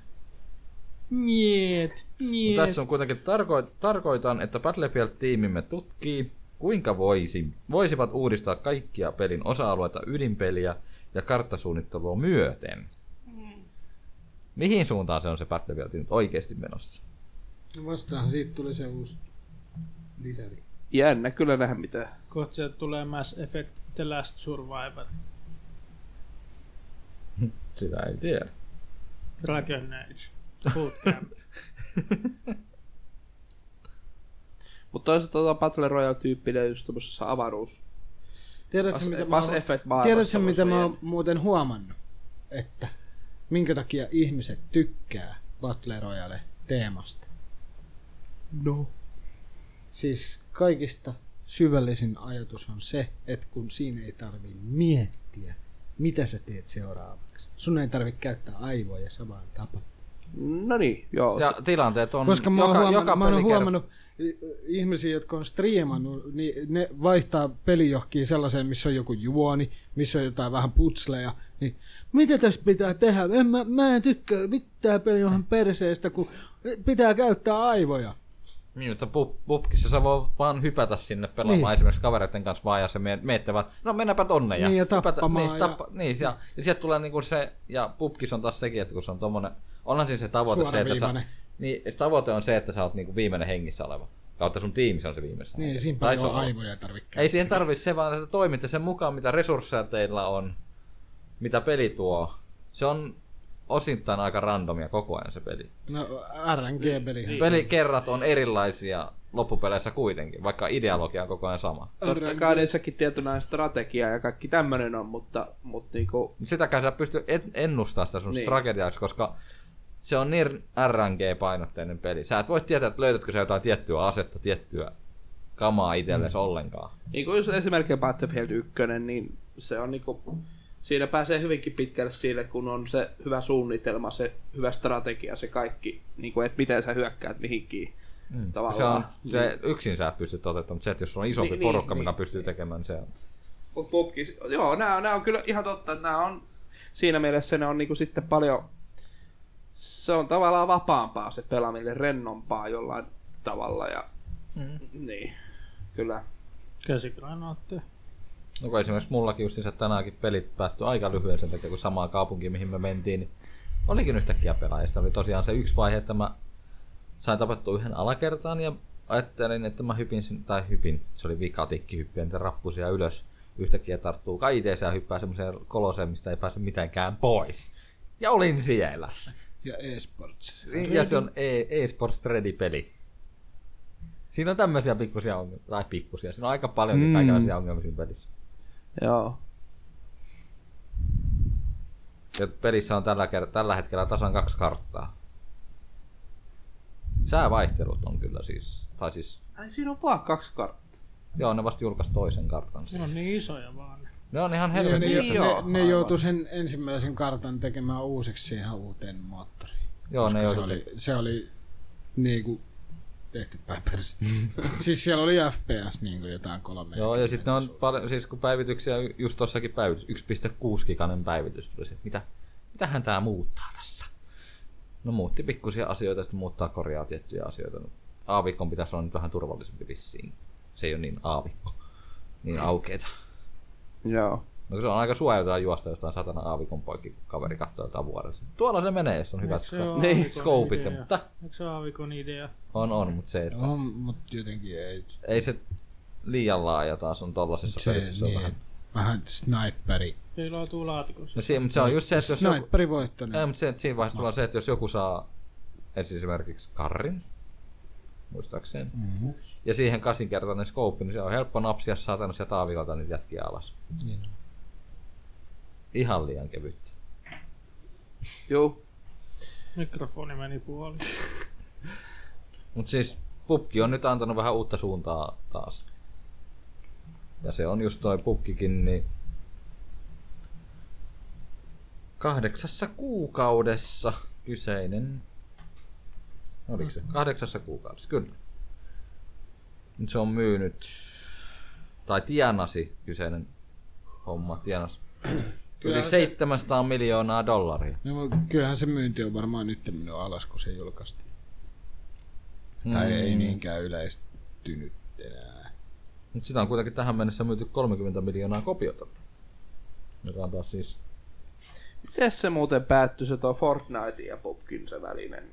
Speaker 2: Niet. Niet.
Speaker 4: No Tässä on kuitenkin tarko- tarkoitan, että Battlefield-tiimimme tutkii, kuinka voisi, voisivat uudistaa kaikkia pelin osa-alueita ydinpeliä ja karttasuunnittelua myöten. Mihin suuntaan se on se Battlefield nyt oikeasti menossa?
Speaker 5: No vastaahan siitä tuli se uusi lisäri.
Speaker 3: Jännä kyllä nähdä mitään.
Speaker 2: Kohta sieltä tulee Mass Effect The Last Survivor.
Speaker 4: Sitä ei tiedä.
Speaker 2: Dragon Age. Bootcamp.
Speaker 3: Mutta toisaalta tota Battle Royale-tyyppinen just tommosessa avaruus.
Speaker 5: Tiedätkö,
Speaker 3: Mass-
Speaker 5: mitä mä,
Speaker 3: Mass
Speaker 5: oon-
Speaker 3: Effect maailmassa
Speaker 5: tiedätkö,
Speaker 3: on
Speaker 5: mitä
Speaker 3: se
Speaker 5: mä oon
Speaker 3: jännä.
Speaker 5: muuten huomannut? Että minkä takia ihmiset tykkää Battle Royale teemasta?
Speaker 3: No.
Speaker 5: Siis kaikista syvällisin ajatus on se, että kun siinä ei tarvi miettiä, mitä sä teet seuraavaksi. Sun ei tarvi käyttää aivoja samaan tapaan.
Speaker 3: No niin, joo.
Speaker 4: Ja tilanteet on
Speaker 5: Koska mä oon
Speaker 4: joka,
Speaker 5: huomannut,
Speaker 4: joka
Speaker 5: mä oon
Speaker 4: pelikerta-
Speaker 5: huomannut i- ihmisiä, jotka on striimannut, niin ne vaihtaa peli johonkin sellaiseen, missä on joku juoni, missä on jotain vähän putsleja, niin mitä tässä pitää tehdä? En, mä, mä en tykkää mitään peli johon perseestä, kun pitää käyttää aivoja.
Speaker 4: Niin, mutta pub- pubkissa sä voi vaan hypätä sinne pelaamaan
Speaker 5: Niin.
Speaker 4: niin. esimerkiksi kavereiden kanssa vaan ja se mie- miette vaan, no mennäänpä tonne. Ja
Speaker 5: Niin, ja
Speaker 4: hypätä-
Speaker 5: tappamaan
Speaker 4: Niin,
Speaker 5: ja-
Speaker 4: tappa, ja... niin ja, ja sieltä tulee niinku se, ja pubkissa on taas sekin, että kun se on tommonen, onhan siis se tavoite se, että sä,
Speaker 5: Suoraviivainen.
Speaker 4: niin, se tavoite on se, että sä oot niinku viimeinen hengissä oleva. Kautta sun tiimissä on se viimeisessä.
Speaker 5: Niin,
Speaker 4: hengessä.
Speaker 5: siinä
Speaker 4: Tai
Speaker 5: paljon
Speaker 4: se on-
Speaker 5: aivoja tarvitse
Speaker 4: Ei siihen tarvitse se, vaan että toimitte sen mukaan, mitä resursseja teillä on, mitä peli tuo. Se on osittain aika randomia koko ajan se peli.
Speaker 5: No RNG-peli.
Speaker 4: Niin. Pelikerrat on erilaisia loppupeleissä kuitenkin, vaikka ideologia on koko ajan sama.
Speaker 3: Totta kai niissäkin tietynlainen strategia ja kaikki tämmöinen on, mutta, mutta niinku,
Speaker 4: Mut Sitäkään sä pysty et- ennustamaan sitä sun
Speaker 3: Niin.
Speaker 4: niin. tragediaksi, koska se on niin RNG-painotteinen peli. Sä et voi tietää, että löydätkö sä jotain tiettyä asetta, tiettyä kamaa itsellesi mm. ollenkaan.
Speaker 3: niin kuin jos esimerkiksi Battlefield 1, niin se on niinku, siinä pääsee hyvinkin pitkälle siinä, kun on se hyvä suunnitelma, se hyvä strategia, se kaikki, niinku, että miten sä hyökkäät mihinkin mm.
Speaker 4: Se on,
Speaker 3: tavallaan.
Speaker 4: se yksin sä et pysty toteuttamaan, mutta se, että jos sulla on isompi
Speaker 3: Niin,
Speaker 4: niin,
Speaker 3: niin,
Speaker 4: porukka, niin, mikä
Speaker 3: niin.
Speaker 4: niin, pystyy tekemään, niin se on.
Speaker 3: Mut pubki, joo, nämä, nämä on kyllä ihan totta, että nämä on, siinä mielessä ne on niinku sitten paljon, se on tavallaan vapaampaa se pelaaminen, rennompaa jollain tavalla ja mm. niin, kyllä.
Speaker 2: Käsikranaatteja.
Speaker 4: No kun esimerkiksi mullakin just se tänäänkin pelit päättyi aika lyhyen sen takia, kun samaan kaupunkiin, mihin me mentiin, niin olikin yhtäkkiä pelaajista. Oli tosiaan se yksi vaihe, että mä sain tapettua yhden alakertaan ja ajattelin, että mä hypin sinne, tai hypin, se oli vikatikki hyppiä, niitä rappusia ylös. Yhtäkkiä tarttuu kaiteeseen ja hyppää semmoiseen koloseen, mistä ei pääse mitenkään pois. Ja olin siellä.
Speaker 5: Ja eSports.
Speaker 4: Ja se on e- eSports Ready-peli. Siinä on tämmöisiä pikkusia ongelmia, tai pikkusia, siinä on aika paljonkin mm. kaikenlaisia ongelmia siinä pelissä.
Speaker 3: Joo.
Speaker 4: Ja pelissä on tällä, kert- tällä hetkellä tasan kaksi karttaa. Säävaihtelut on kyllä siis, tai siis,
Speaker 3: Ai siinä on vaan kaksi karttaa.
Speaker 4: joo ne vasta julkaisi toisen kartan
Speaker 2: Ne
Speaker 4: siihen.
Speaker 2: on niin isoja vaan. ne.
Speaker 4: Ne on ihan
Speaker 5: Ne,
Speaker 4: helvetin
Speaker 5: ne,
Speaker 4: iso.
Speaker 3: niin joo,
Speaker 5: ne, ne
Speaker 3: aivan.
Speaker 5: joutuu sen ensimmäisen kartan tekemään uusiksi ihan uuteen moottoriin.
Speaker 4: Joo, ne
Speaker 5: se
Speaker 4: joutui-
Speaker 5: oli, se oli niinku tehty päipärsistä. siis siellä oli FPS niinku jotain kolme.
Speaker 4: Joo, ja sitten on paljon, siis kun päivityksiä, y- just tossakin päivitys, 1.6 giganen päivitys tuli se, että mitä, mitähän tää muuttaa tässä? No muutti pikkusia asioita, sitten muuttaa korjaa tiettyjä asioita. No, Aavikon pitäisi olla nyt vähän turvallisempi vissiin. Se ei ole niin aavikko, niin aukeeta.
Speaker 3: Joo.
Speaker 4: No kun se on aika suojataan juosta jostain satana aavikon poikki, kun kaveri katsoo jotain vuorelta. Tuolla se menee, jos on hyvät
Speaker 2: Eikö se ole
Speaker 4: sko-
Speaker 3: Niin,
Speaker 2: Aavikon
Speaker 4: skoopit. Ja,
Speaker 2: idea?
Speaker 4: mutta
Speaker 2: Eikö se ole Aavikon idea?
Speaker 4: on, on, mutta se,
Speaker 5: On, mutta jotenkin ei.
Speaker 4: ei se liian laaja taas on tollasessa
Speaker 5: Se,
Speaker 4: pelissä. Se on
Speaker 5: niin.
Speaker 4: vähän
Speaker 5: vähän sniperi.
Speaker 2: piiloutuu laatikossa.
Speaker 4: No siinä, mutta se on just se, että jos joku,
Speaker 5: Sniperi voittanut.
Speaker 4: ei, mutta se, että siinä vaiheessa tulee se, että jos joku saa esimerkiksi karrin, muistaakseni, mm-hmm. ja siihen kasinkertainen skouppi, niin se on helppo napsia saatana sieltä aavikolta niitä jätkiä alas.
Speaker 5: Niin on.
Speaker 4: Ihan liian kevyttä.
Speaker 3: Juu.
Speaker 2: Mikrofoni meni puoli.
Speaker 4: Mutta siis pubki on nyt antanut vähän uutta suuntaa taas. Ja se on just toi pubkikin, niin kahdeksassa kuukaudessa kyseinen. Oliko
Speaker 5: Mm.
Speaker 4: se? Kahdeksassa kuukaudessa, kyllä. Nyt se on myynyt, tai tienasi kyseinen homma, tienasi yli
Speaker 5: Kyllähän se-
Speaker 4: 700 miljoonaa dollaria.
Speaker 5: No, kyllähän se myynti on varmaan nyt mennyt alas, kun se julkaistiin. Tai
Speaker 4: Mm.
Speaker 5: ei niin- niinkään yleistynyt enää.
Speaker 4: Mutta sitä on kuitenkin tähän mennessä myyty 30 miljoonaa kopiota. Joka on taas siis...
Speaker 3: Miten se muuten päättyi se tuo Fortnite ja Popkin se välinen?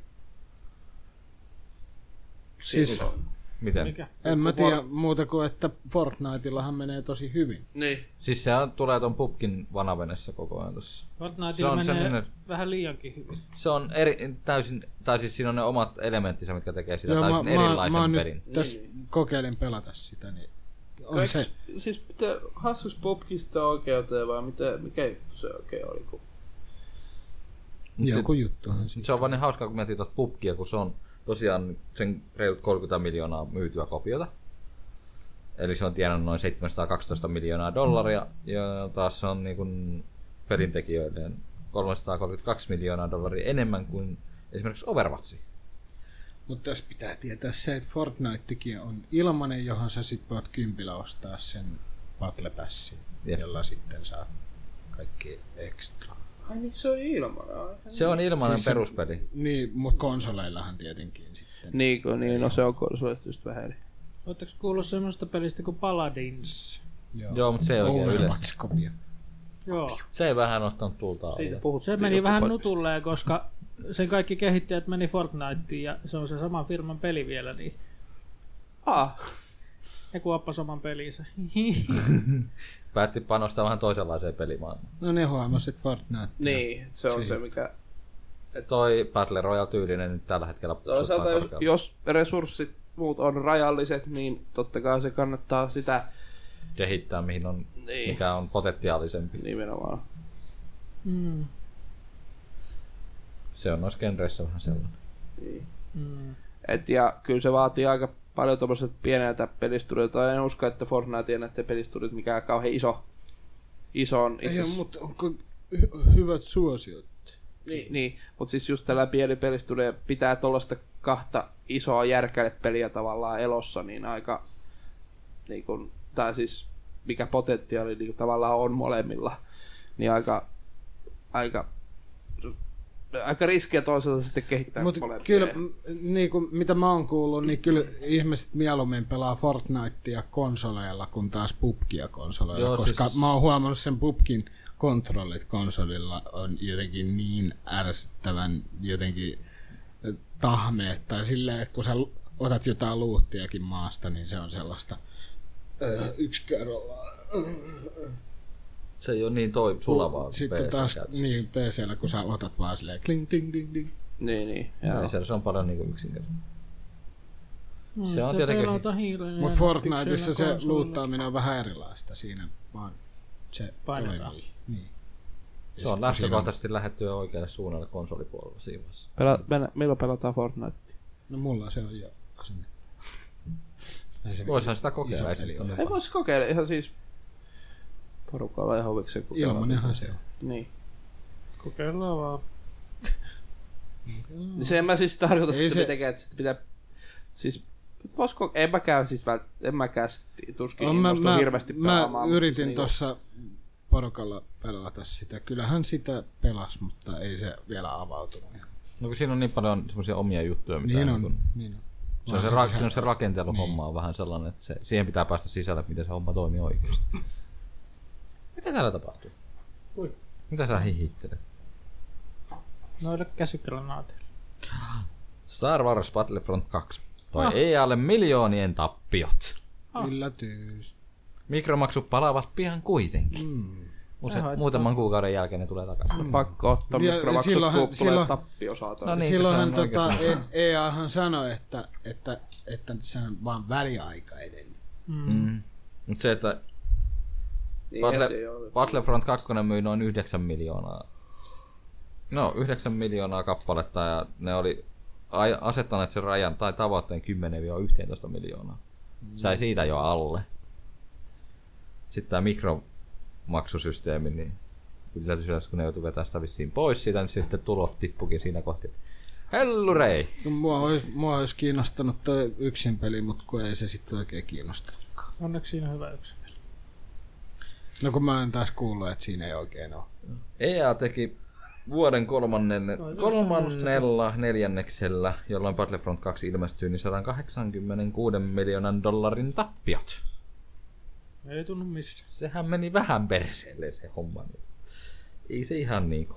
Speaker 5: Siis
Speaker 3: Silloin.
Speaker 4: Miten? Mikä?
Speaker 2: Mikä?
Speaker 5: en mä tiedä muuta kuin, että Fortniteillahan menee tosi hyvin.
Speaker 3: Niin.
Speaker 4: Siis se on- tulee ton pupkin vanavenessä koko ajan tossa. Se
Speaker 2: Fortniteilla
Speaker 4: on
Speaker 2: menee
Speaker 4: sellainen-
Speaker 2: vähän liiankin hyvin.
Speaker 4: Se on eri, täysin, tai siis siinä on ne omat elementtinsä, mitkä tekee sitä
Speaker 5: Joo,
Speaker 4: täysin erilaisen
Speaker 5: mä, oon
Speaker 4: pelin.
Speaker 5: nyt tässä kokeilin pelata sitä, niin on
Speaker 3: Kaiks,
Speaker 5: se,
Speaker 3: Siis mitä, hassuks Popkista oikeuteen vai mitä, mikä juttu se oikein oli? Kun...
Speaker 4: Mut se-
Speaker 5: joku juttuhan siitä.
Speaker 4: Se on vaan niin hauskaa, kun miettii tuota pubkia, kun se on tosiaan sen reilut 30 miljoonaa myytyä kopiota. Eli se on tienannut noin 712 miljoonaa dollaria, ja taas se on niin kuin perintekijöilleen 332 miljoonaa dollaria enemmän kuin esimerkiksi Overwatch.
Speaker 5: Mutta tässä pitää tietää se, että Fortnitekin on ilmanen, johon sä sit voit kympillä ostaa sen Battle Passin,
Speaker 4: Jep.
Speaker 5: jolla sitten saa kaikki ekstra.
Speaker 3: Ai niin se on ilmanen. ai.
Speaker 4: Se on ilmainen siis
Speaker 5: Siis se-
Speaker 4: peruspeli.
Speaker 5: Niin, mutta konsoleillahan tietenkin sitten.
Speaker 3: Niin, kun, niin, no se on konsolistista vähän niin eri.
Speaker 2: Oletteko kuullut semmoista pelistä kuin Paladins?
Speaker 5: Joo,
Speaker 4: Joo, mutta se ei oikein yleensä.
Speaker 5: Overwatch-kopio.
Speaker 2: Joo.
Speaker 4: Se ei vähän ottanut tulta alle.
Speaker 3: puhuttiin.
Speaker 2: Se meni
Speaker 3: joku
Speaker 2: vähän
Speaker 3: podcast.
Speaker 2: nutulleen, koska sen kaikki kehittäjät meni Fortniteen ja se on se saman firman peli vielä, niin
Speaker 3: Ah,
Speaker 2: ne kuoppa saman pelinsä.
Speaker 4: Päätti panostaa vähän toisenlaiseen pelimaailmaan.
Speaker 5: No ne huomasit että Fortnite.
Speaker 3: niin, se on
Speaker 5: Siin.
Speaker 3: se mikä...
Speaker 4: Toi Battle Royale tyylinen nyt tällä hetkellä
Speaker 3: Toisaalta
Speaker 4: pussuttaa
Speaker 3: jos,
Speaker 4: korkealle.
Speaker 3: jos resurssit muut on rajalliset, niin totta kai se kannattaa sitä
Speaker 4: kehittää, mihin on,
Speaker 3: Niin.
Speaker 4: mikä on potentiaalisempi.
Speaker 3: nimenomaan.
Speaker 2: mm.
Speaker 4: Se on noissa genreissä vähän sellainen.
Speaker 3: Niin.
Speaker 2: Mm.
Speaker 3: Et, ja kyllä se vaatii aika paljon tuommoiset pieneltä pelistudiota. En usko, että Fortnite ja näiden pelistudiot mikään kauhean iso, iso on itse
Speaker 5: Ei ole,
Speaker 3: asiassa.
Speaker 5: mutta onko hy- hyvät suosiot?
Speaker 3: Niin, niin. mutta siis just tällä pieni pelistudio pitää tuollaista kahta isoa järkälepeliä tavallaan elossa, niin aika, niin kun, tai siis mikä potentiaali niin kun tavallaan on molemmilla, niin aika, aika, aika riskiä toisaalta sitten kehittää
Speaker 5: Mutta
Speaker 3: molempia.
Speaker 5: kyllä, niin kuin, mitä mä oon kuullut, niin kyllä ihmiset mieluummin pelaa Fortnitea konsoleilla kuin taas pubkia konsoleilla, Joo,
Speaker 4: Joo,
Speaker 5: koska siis...
Speaker 4: siis-
Speaker 5: mä oon huomannut sen pubkin kontrollit konsolilla on jotenkin niin ärsyttävän jotenkin tahmeet, tai silleen, että kun sä lu- otat jotain luuttiakin maasta, niin se on sellaista öö, yksi kerrallaan.
Speaker 4: Se ei ole niin toi sulavaa
Speaker 5: Sitten taas niin, PCllä, kun sä otat vaan silleen kling, ding, ding, ding.
Speaker 3: Niin, niin.
Speaker 4: Joo. Se, se on paljon niin yksinkertaisesti.
Speaker 2: Mm,
Speaker 4: Se on tietenkin-
Speaker 2: Niin.
Speaker 5: Mutta Fortniteissa se luuttaaminen on vähän erilaista siinä, vaan se
Speaker 2: Painetaan.
Speaker 5: toimii. Niin.
Speaker 4: Se on lähtökohtaisesti lähettyä oikealle suunnalle konsolipuolella siinä vaiheessa.
Speaker 3: Pela, mennä, milloin pelataan Fortnite?
Speaker 5: No mulla se on jo sinne. Ei se
Speaker 4: Voisihan sitä
Speaker 5: Iso
Speaker 4: kokeilla. ei se
Speaker 5: peli
Speaker 4: nyt
Speaker 5: on.
Speaker 4: ole
Speaker 3: Ei
Speaker 4: paha.
Speaker 3: voisi kokeilla ihan siis porukalla ihan huvikseen kokeilla.
Speaker 5: Ilmanenhan se on.
Speaker 3: Niin.
Speaker 2: Kokeillaan vaan.
Speaker 3: Niin se en mä siis tarkoita
Speaker 5: Ei
Speaker 3: sitä
Speaker 5: se-
Speaker 3: se... mitenkään, että sitä pitää... Siis, voisiko, en mäkään siis vält, en mäkään sit tuskin
Speaker 5: On,
Speaker 3: on,
Speaker 5: No, mä,
Speaker 3: innostu
Speaker 5: mä,
Speaker 3: hirveästi
Speaker 5: mä
Speaker 3: pelaamaan. mutta
Speaker 5: yritin
Speaker 3: niin-
Speaker 5: tuossa porukalla pelata sitä. Kyllähän sitä pelas, mutta ei se vielä avautunut.
Speaker 4: No kun siinä on niin paljon semmoisia omia juttuja, mitä
Speaker 5: Niin
Speaker 4: niin
Speaker 5: on,
Speaker 4: Kun,
Speaker 5: niin on.
Speaker 4: se, on se,
Speaker 5: Varsinkin
Speaker 4: ra- se, on se rakenteluhomma on vähän sellainen, että se, siihen pitää päästä sisälle, miten se homma toimii oikeasti. Mitä täällä tapahtuu?
Speaker 2: Ui.
Speaker 4: Mitä sä hihittelet?
Speaker 2: Noille käsikranaateille.
Speaker 4: Star Wars Battlefront 2. Toi EAlle miljoonien tappiot.
Speaker 5: Yllätys.
Speaker 4: Mikromaksut palaavat pian kuitenkin. Mm. Use,
Speaker 2: Ei
Speaker 4: muutaman kuukauden jälkeen ne tulee takaisin. Mm.
Speaker 3: Pakko ottaa
Speaker 5: Ja
Speaker 3: mikromaksut,
Speaker 5: silloinhan-
Speaker 3: kun tulee
Speaker 5: silloin-
Speaker 3: tappio saatana.
Speaker 4: No niin,
Speaker 5: Silloinhan
Speaker 4: kun se on
Speaker 5: tota, e- EAhan sanoi, että, että, että se on vaan väliaikainen.
Speaker 4: Mm. Mutta se, että
Speaker 3: niin
Speaker 4: Battle,
Speaker 3: se ei ole.
Speaker 4: Battlefront 2 myi noin 9 miljoonaa. No, 9 miljoonaa kappaletta ja ne oli ai- asettaneet sen rajan tai tavoitteen 10-11 miljoonaa. Sai siitä jo alle. Sitten tämä mikromaksusysteemi, niin yllätys, kun ne joutui vetämään sitä vissiin pois siitä, niin sitten tulot tippukin siinä kohti. Hellurei!
Speaker 5: No, Mua olisi, mua olisi kiinnostanut toi yksin peli, mutta kun ei se sitten oikein kiinnosta.
Speaker 2: Onneksi siinä on hyvä yksi.
Speaker 5: No kun mä en taas kuullut, että siinä ei oikein ole.
Speaker 4: EA E teki vuoden kolmannen, kolmannella neljänneksellä, jolloin Battlefront 2 ilmestyy, niin 186 miljoonan dollarin tappiot.
Speaker 2: Ei tunnu missään.
Speaker 4: Sehän meni vähän perseelle se homma. nyt. Ei se ihan niinku...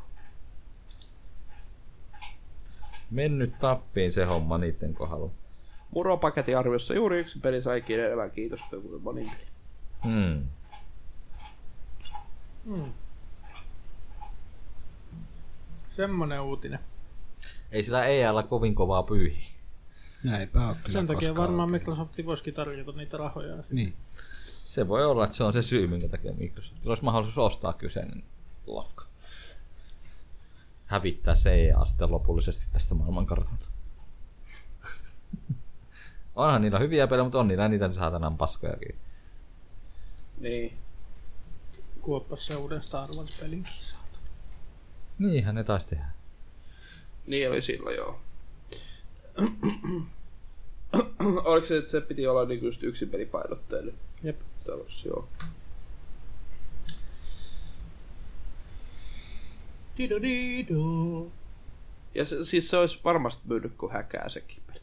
Speaker 4: Mennyt tappiin se homma niiden kohdalla.
Speaker 3: Muropaketin arviossa juuri yksi peli saikin enemmän kiitosta kuin monin peli.
Speaker 4: Hmm.
Speaker 2: Semmonen uutinen.
Speaker 4: Ei sillä EAlla kovin kovaa pyyhi.
Speaker 5: Näinpä ole kyllä
Speaker 2: Sen takia
Speaker 5: koskaan
Speaker 2: varmaan
Speaker 5: oikein.
Speaker 2: Microsofti voisikin tarjota niitä rahoja. ja sit-
Speaker 5: Niin.
Speaker 4: Se voi olla, että se on se syy, minkä takia Microsoftilla olisi mahdollisuus ostaa kyseinen lafka. Hävittää se EA sitten lopullisesti tästä maailmankartalta. Onhan niillä hyviä pelejä, mutta on niillä niitä saatanan paskojakin.
Speaker 3: Niin.
Speaker 2: Kuoppas se uuden Star Wars-pelinkin. saatana.
Speaker 4: Niinhän ne taisi tehdä.
Speaker 3: Niin oli silloin, joo. Oliko se, että se piti olla niinku just yksin pelipainotteinen?
Speaker 2: Jep.
Speaker 3: Star Wars, joo.
Speaker 2: Dido dido.
Speaker 3: Ja se, siis se olisi varmasti myynyt kuin häkää sekin peli.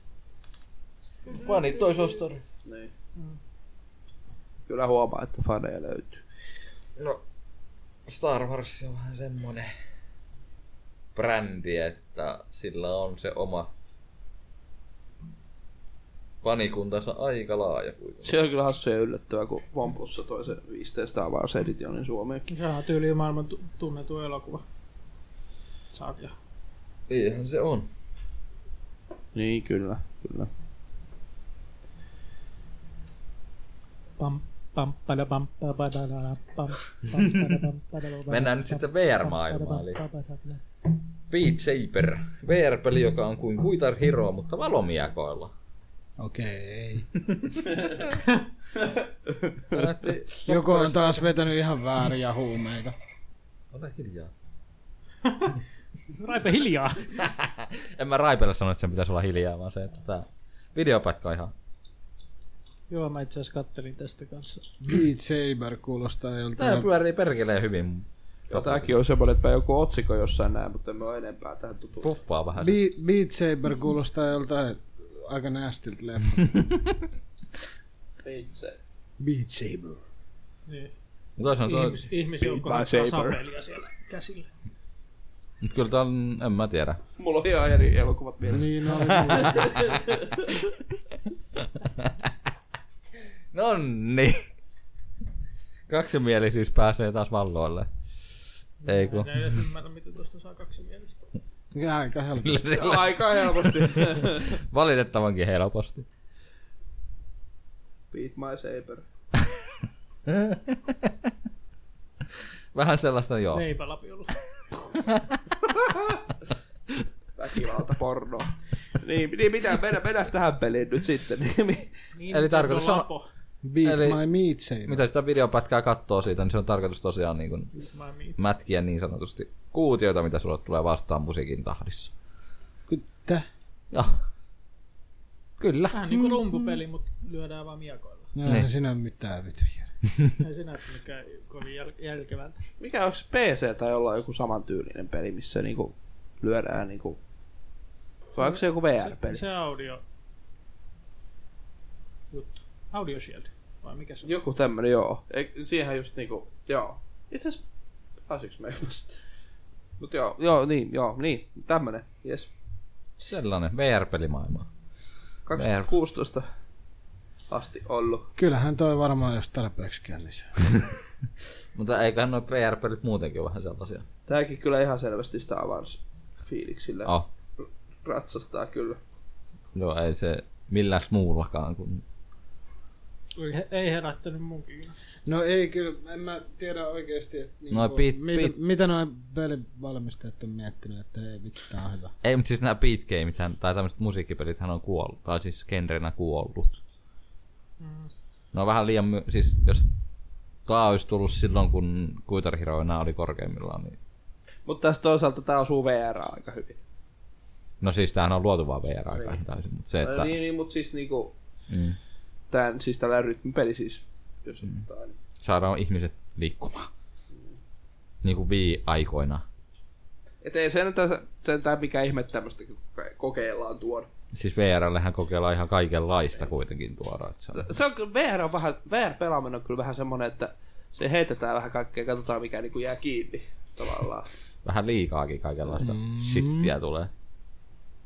Speaker 4: Fanit tois ostori.
Speaker 3: Niin. Kyllä huomaa, että faneja löytyy.
Speaker 4: No, Star Wars on vähän semmonen brändi, että sillä on se oma fanikuntansa aika laaja kuitenkin.
Speaker 3: Se on kyllä hassu ja yllättävää, kun OnePlussa toi se 15 Star Wars Editionin Suomeenkin.
Speaker 2: Sehän on tyyliin maailman tu- tunnetu elokuva. Sarja.
Speaker 4: Niinhän se on.
Speaker 3: Niin, kyllä, kyllä.
Speaker 2: Pam, pam, pada, pam, pa, pada, da, da, pam, pam, pada, pam, pada, da, da,
Speaker 4: Mennään nyt
Speaker 2: pam,
Speaker 4: sitten
Speaker 2: pam,
Speaker 4: VR-maailmaan, eli
Speaker 2: pada, pam, pada, da, da.
Speaker 4: Beat Saber. VR-peli, joka on kuin Guitar Hero, mutta valomiekoilla.
Speaker 5: Okei.
Speaker 4: Näytti...
Speaker 5: Joku on taas vetänyt ihan vääriä huumeita.
Speaker 4: Ole hiljaa.
Speaker 2: Raipe hiljaa.
Speaker 4: En mä Raipelle sano, että sen pitäisi olla hiljaa, vaan se, että tää videopätkä on ihan...
Speaker 2: Joo, mä itse asiassa kattelin tästä kanssa.
Speaker 5: Beat Saber kuulostaa joltain...
Speaker 4: Tää pyörii perkeleen hyvin.
Speaker 3: Tämäkin on semmoinen, että mä joku otsikko jossain näin, mutta en ole enempää tähän tutu.
Speaker 4: Puppaa vähän. se.
Speaker 5: Be- Beat Saber kuulostaa joltain aika nästiltä leffalta.
Speaker 3: Itse.
Speaker 5: Beat Saber.
Speaker 2: Niin.
Speaker 4: Mut Toisaalta on...
Speaker 2: Ihmis, ihmisjoukko
Speaker 3: Beat by Saber.
Speaker 2: tasapeliä siellä käsillä.
Speaker 4: Mut kyllä tää on... En mä tiedä.
Speaker 3: Mulla on ihan eri elokuvat mielessä.
Speaker 5: Niin oli. niin. Nonni!
Speaker 4: No niin. Kaksimielisyys pääsee taas valloille. Ei kun...
Speaker 2: Mä en edes ymmärrä, miten tuosta saa kaksi mielistä.
Speaker 5: Ja Aika helppo.
Speaker 3: Aika helposti.
Speaker 4: Valitettavankin helposti.
Speaker 3: Beat my saber.
Speaker 4: Vähän sellaista joo.
Speaker 2: Leipälapiolla.
Speaker 3: Väkivalta porno. niin, niin mitä, mennään, mennään tähän peliin nyt sitten. Niin,
Speaker 2: Niin,
Speaker 4: Eli tarkoitus on-
Speaker 2: lapo.
Speaker 5: Beat
Speaker 4: Eli-
Speaker 5: my Meat Saber.
Speaker 4: Mitä sitä videopätkää kattoo siitä, niin se on tarkoitus tosiaan niin kuin
Speaker 2: Mä miin.
Speaker 4: mätkiä niin sanotusti kuutioita, mitä sulle tulee vastaan musiikin tahdissa.
Speaker 5: Mitä?
Speaker 4: Ja. Kyllä.
Speaker 2: Vähän niinku rumpupeli, mut lyödään vaan miekoilla.
Speaker 5: No
Speaker 4: Niin.
Speaker 5: eihän siinä ole mitään vityjä.
Speaker 2: Ei se näytä mikään kovin jäl- järkevältä.
Speaker 3: mikä onko PC tai olla joku samantyylinen peli, missä niinku lyödään niinku... Vai onko se joku VR-peli?
Speaker 2: Se audio... Juttu. Audio Shield. Vai mikä se on?
Speaker 3: Joku tämmönen, joo. Ei, siihen just niinku, joo. Itse asiassa, pääsiks me vasta? Mut joo, joo, niin, joo, niin, tämmönen, jes.
Speaker 4: Sellainen VR-pelimaailma.
Speaker 3: 2016. asti ollut.
Speaker 5: Kyllähän toi varmaan jos tarpeeksi käy lisää.
Speaker 4: Mutta eiköhän nuo PR-pelit muutenkin ole vähän sellaisia.
Speaker 3: Tääkin kyllä ihan selvästi sitä avans fiiliksillä
Speaker 4: Ah,
Speaker 3: ratsastaa kyllä.
Speaker 4: joo, ei se millään muullakaan kuin
Speaker 2: Ei- Ei herättänyt mun kiinnostus.
Speaker 5: No ei kyllä, en mä tiedä oikeesti, että niinku,
Speaker 4: Noi pit-
Speaker 5: mitä,
Speaker 4: pit-
Speaker 5: mitä noin pelivalmistajat on miettinyt, että ei vittu, tää on hyvä.
Speaker 4: Ei, mutta siis nämä beat gamethän, tai tämmöiset musiikkipelithän on kuollut, tai siis genrenä kuollut. No vähän liian, my- siis jos tää olisi tullut silloin, kun Guitar Hero enää oli korkeimmillaan, niin...
Speaker 3: Mutta tässä toisaalta tää osuu VR aika hyvin.
Speaker 4: No siis tämähän on luotu vaan VR aikaan niin. täysin, mutta se,
Speaker 3: Että...
Speaker 4: että...
Speaker 3: Niin, niin, mutta siis niinku,
Speaker 4: Mm,
Speaker 3: tämän, siis tällä rytmipeli siis, jos mm. ottaa, niin.
Speaker 4: saadaan ihmiset liikkumaan. Niin kuin Wii-aikoina.
Speaker 3: Et ei sen, sentään mikä ihme tämmöistä kokeillaan tuoda.
Speaker 4: Siis VRllähän kokeillaan ihan kaikenlaista kuitenkin tuoda. Että se on.
Speaker 3: Se on kyllä, VR on vähän, VR-pelaaminen on kyllä vähän semmonen, että se heitetään vähän kaikkea, katsotaan mikä niinku jää kiinni tavallaan.
Speaker 4: Vähän liikaakin kaikenlaista mm. shittiä tulee.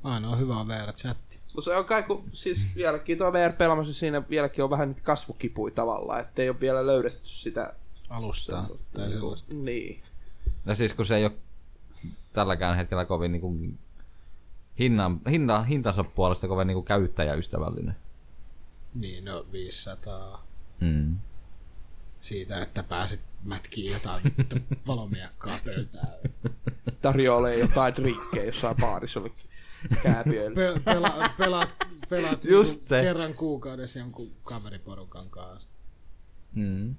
Speaker 5: Ainoa hyvä on VR-chatti.
Speaker 3: Mutta se on kai, kun siis vieläkin tuo VR-pelaamassa siis siinä vieläkin on vähän niitä kasvukipuja tavallaan, ettei ole vielä löydetty sitä.
Speaker 5: Alustaa tai
Speaker 3: niinku-
Speaker 5: sellaista.
Speaker 3: Niin.
Speaker 4: No siis kun se ei ole tälläkään hetkellä kovin niin kuin hinnan, hinta, hintansa puolesta kovin niin kuin käyttäjäystävällinen.
Speaker 5: Niin, no 500
Speaker 4: Mm.
Speaker 5: siitä, että pääsit mätkiin jotain vittu valomiakkaa pöytään.
Speaker 3: Tarjoilee jotain drinkkejä jossain baarissa oli kääpiöillä.
Speaker 5: Pe- pela- pelaat pelaat
Speaker 4: Just
Speaker 5: niinku
Speaker 4: se.
Speaker 5: kerran kuukaudessa jonkun kaveriporukan kanssa.
Speaker 4: Mm.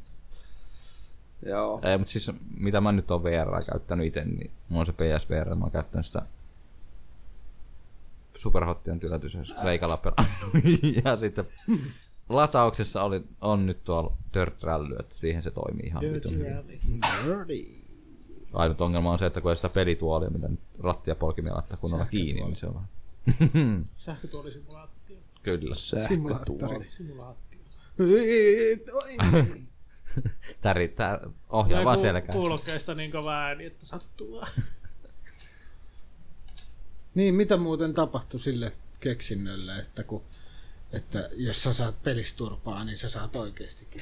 Speaker 3: Joo.
Speaker 4: Ei, mutta siis mitä mä nyt oon VR käyttänyt itse, niin mulla on se PSVR, mä oon käyttänyt sitä Superhottian tylätys, jos Kreikalla pelannut. ja sitten latauksessa oli, on nyt tuolla Dirt Rally, että siihen se toimii ihan
Speaker 2: Dirty
Speaker 4: vitun hyvin.
Speaker 2: Rally.
Speaker 5: Nerdy.
Speaker 4: Ainut ongelma on se, että kun ei sitä pelituolia, mitä nyt rattia polkimia laittaa kunnolla kiinni, niin se on vähän.
Speaker 2: Sähkötuolisimulaatio.
Speaker 4: Niin. Kyllä.
Speaker 5: Simulaattori.
Speaker 2: Simulaatio.
Speaker 4: Täri, tää ohjaa vaan selkään.
Speaker 2: Kuulokkeista niin kova ääni, että sattuu vaan.
Speaker 5: Niin, mitä muuten tapahtui sille keksinnölle, että kun että jos sä saat pelisturpaa, niin sä saat oikeastikin.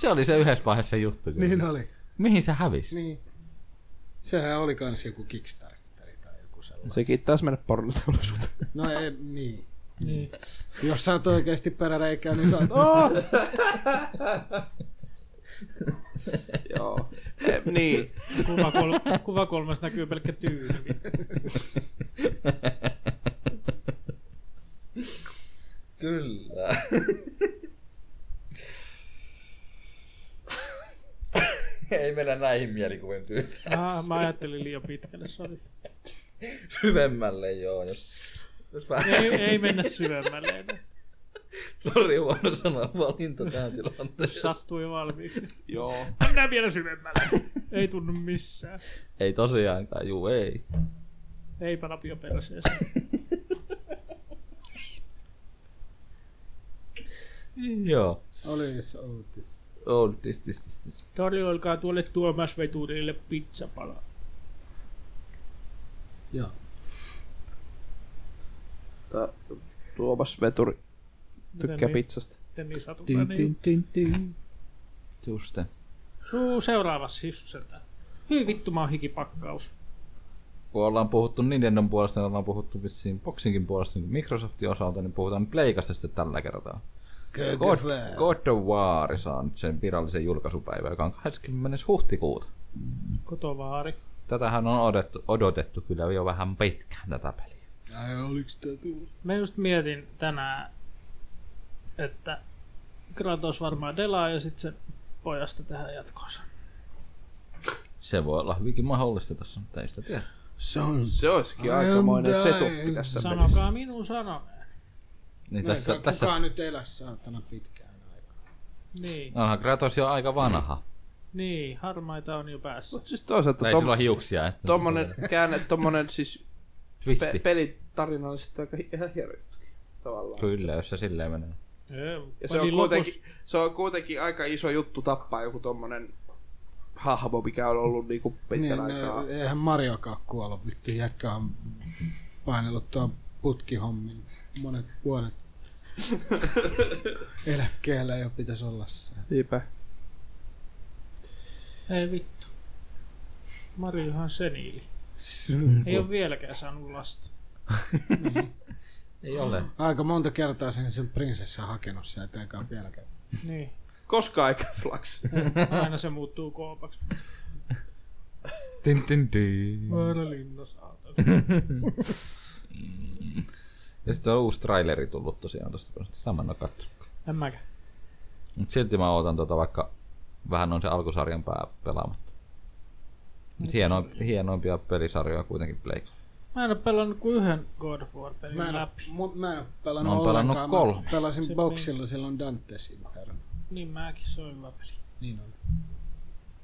Speaker 4: Se oli se yhdessä vaiheessa juttu. Kyllä. Niin
Speaker 5: oli.
Speaker 4: Mihin se hävisi? Niin.
Speaker 5: Niin. Sehän oli kans joku Kickstarter tai joku sellainen.
Speaker 3: Sekin taas mennä pornoteollisuuteen.
Speaker 5: No ei, niin.
Speaker 2: niin.
Speaker 5: Jos sä oot oikeesti peräreikää, niin sä oot, oh!
Speaker 3: Joo. Eh, niin.
Speaker 2: Kuvakulma, kuvakulmassa näkyy pelkkä tyyny.
Speaker 5: Kyllä.
Speaker 4: Ei mennä näihin mielikuviin tyyteen.
Speaker 2: Ah, mä ajattelin liian pitkälle, sori.
Speaker 4: Syvemmälle joo. Jos...
Speaker 2: Ei, ei mennä syvemmälle. enää.
Speaker 4: Sori huono sana valinta tähän tilanteessa.
Speaker 2: Sattui valmiiksi.
Speaker 3: Joo.
Speaker 2: Mennään vielä syvemmälle. Ei tunnu missään.
Speaker 4: Ei tosiaankaan, juu ei.
Speaker 2: Eipä lapio perseessä.
Speaker 4: Joo.
Speaker 5: Olis outis.
Speaker 4: Oh, this, this, this, this.
Speaker 2: Tarjoilkaa tuolle Tuomas Veturille pizzapala.
Speaker 5: Joo.
Speaker 3: Tää Tuomas Veturi tykkää
Speaker 2: niin,
Speaker 3: pizzasta.
Speaker 2: miten niin satutaan. Niin.
Speaker 4: Just.
Speaker 2: Suu seuraavassa hissuselta. Hyi vittu, mä oon hikipakkaus.
Speaker 4: Kun ollaan puhuttu Nintendon puolesta, niin ollaan puhuttu vissiin Boxinkin puolesta, niin Microsoftin osalta, niin puhutaan Pleikasta sitten tällä kertaa. God, God of War saa nyt sen virallisen julkaisupäivän, joka on 20. huhtikuuta.
Speaker 2: Kotovaari.
Speaker 4: Tätähän on odotettu, odotettu kyllä jo vähän pitkään tätä peliä.
Speaker 5: Ai, oliks tää tullut?
Speaker 2: Mä just mietin tänään, että Kratos varmaan delaa ja sit se pojasta tehdään jatkoonsa.
Speaker 4: Se voi olla hyvinkin mahdollista tässä, mutta ei sitä tiedä.
Speaker 5: Se on
Speaker 3: Se olisikin
Speaker 5: I
Speaker 3: aikamoinen
Speaker 5: am
Speaker 3: setuppi
Speaker 5: dying.
Speaker 3: tässä pelissä.
Speaker 2: Sanokaa minun sanoneen.
Speaker 4: Niin
Speaker 5: Näin
Speaker 4: tässä,
Speaker 5: kai
Speaker 4: tässä
Speaker 5: Kukaan nyt elä saatana pitkään aikaa.
Speaker 2: Niin,
Speaker 4: onhan Kratos jo aika vanha.
Speaker 2: niin, harmaita on jo päässä.
Speaker 3: Mut siis toisaalta
Speaker 4: Tai Tom...
Speaker 3: tom,
Speaker 4: sillä on hiuksia. Että
Speaker 3: tommonen käänne, tommonen siis
Speaker 4: Twisti.
Speaker 3: pe- pelitarina on sitten aika hi- ihan hierrytty tavallaan.
Speaker 4: Kyllä, jos se silleen menee.
Speaker 3: Ja se on,
Speaker 2: Pelin
Speaker 3: kuitenkin,
Speaker 2: lopussa-
Speaker 3: se on kuitenkin aika iso juttu tappaa joku tommonen hahmo, mikä on ollut niinku
Speaker 5: Niin,
Speaker 3: pitkän
Speaker 5: no,
Speaker 3: aikaa.
Speaker 5: eihän Mariokaan kuollut, vittu jätkä on painellut tuon putkihommin monet vuodet. Eläkkeellä jo pitäisi olla se.
Speaker 3: Niinpä.
Speaker 2: Ei vittu. Marjuhan on seniili. Ei ole vieläkään saanut lasta.
Speaker 4: Ei
Speaker 3: Ah.
Speaker 4: ole.
Speaker 5: Aika monta kertaa sen, sen prinsessa hakenut sieltä eikä ole vieläkään.
Speaker 2: Niin.
Speaker 3: Koska eikä flaks.
Speaker 2: Aina se muuttuu koopaksi.
Speaker 4: Tin, tin, tin.
Speaker 2: Väärä linna saatana.
Speaker 4: Ja sitten on uusi traileri tullut tosiaan tosta, kun sitä mä en oo kattonut.
Speaker 2: En mäkään.
Speaker 4: Mut silti mä ootan tota vaikka vähän on se alkusarjan pää pelaamatta. Mut hieno, hienoimpia pelisarjoja kuitenkin Blake.
Speaker 2: Mä en oo pelannut kuin yhden God of War pelin
Speaker 5: Mä en,
Speaker 2: läpi.
Speaker 5: mu- mä en ole pelannut
Speaker 4: Mä oon pelannut
Speaker 5: ollenkaan. Mä
Speaker 4: kolme.
Speaker 5: pelasin
Speaker 2: Se-
Speaker 5: boxilla silloin Dante's Inferno.
Speaker 2: Niin mäkin, se on hyvä peli.
Speaker 5: Niin on.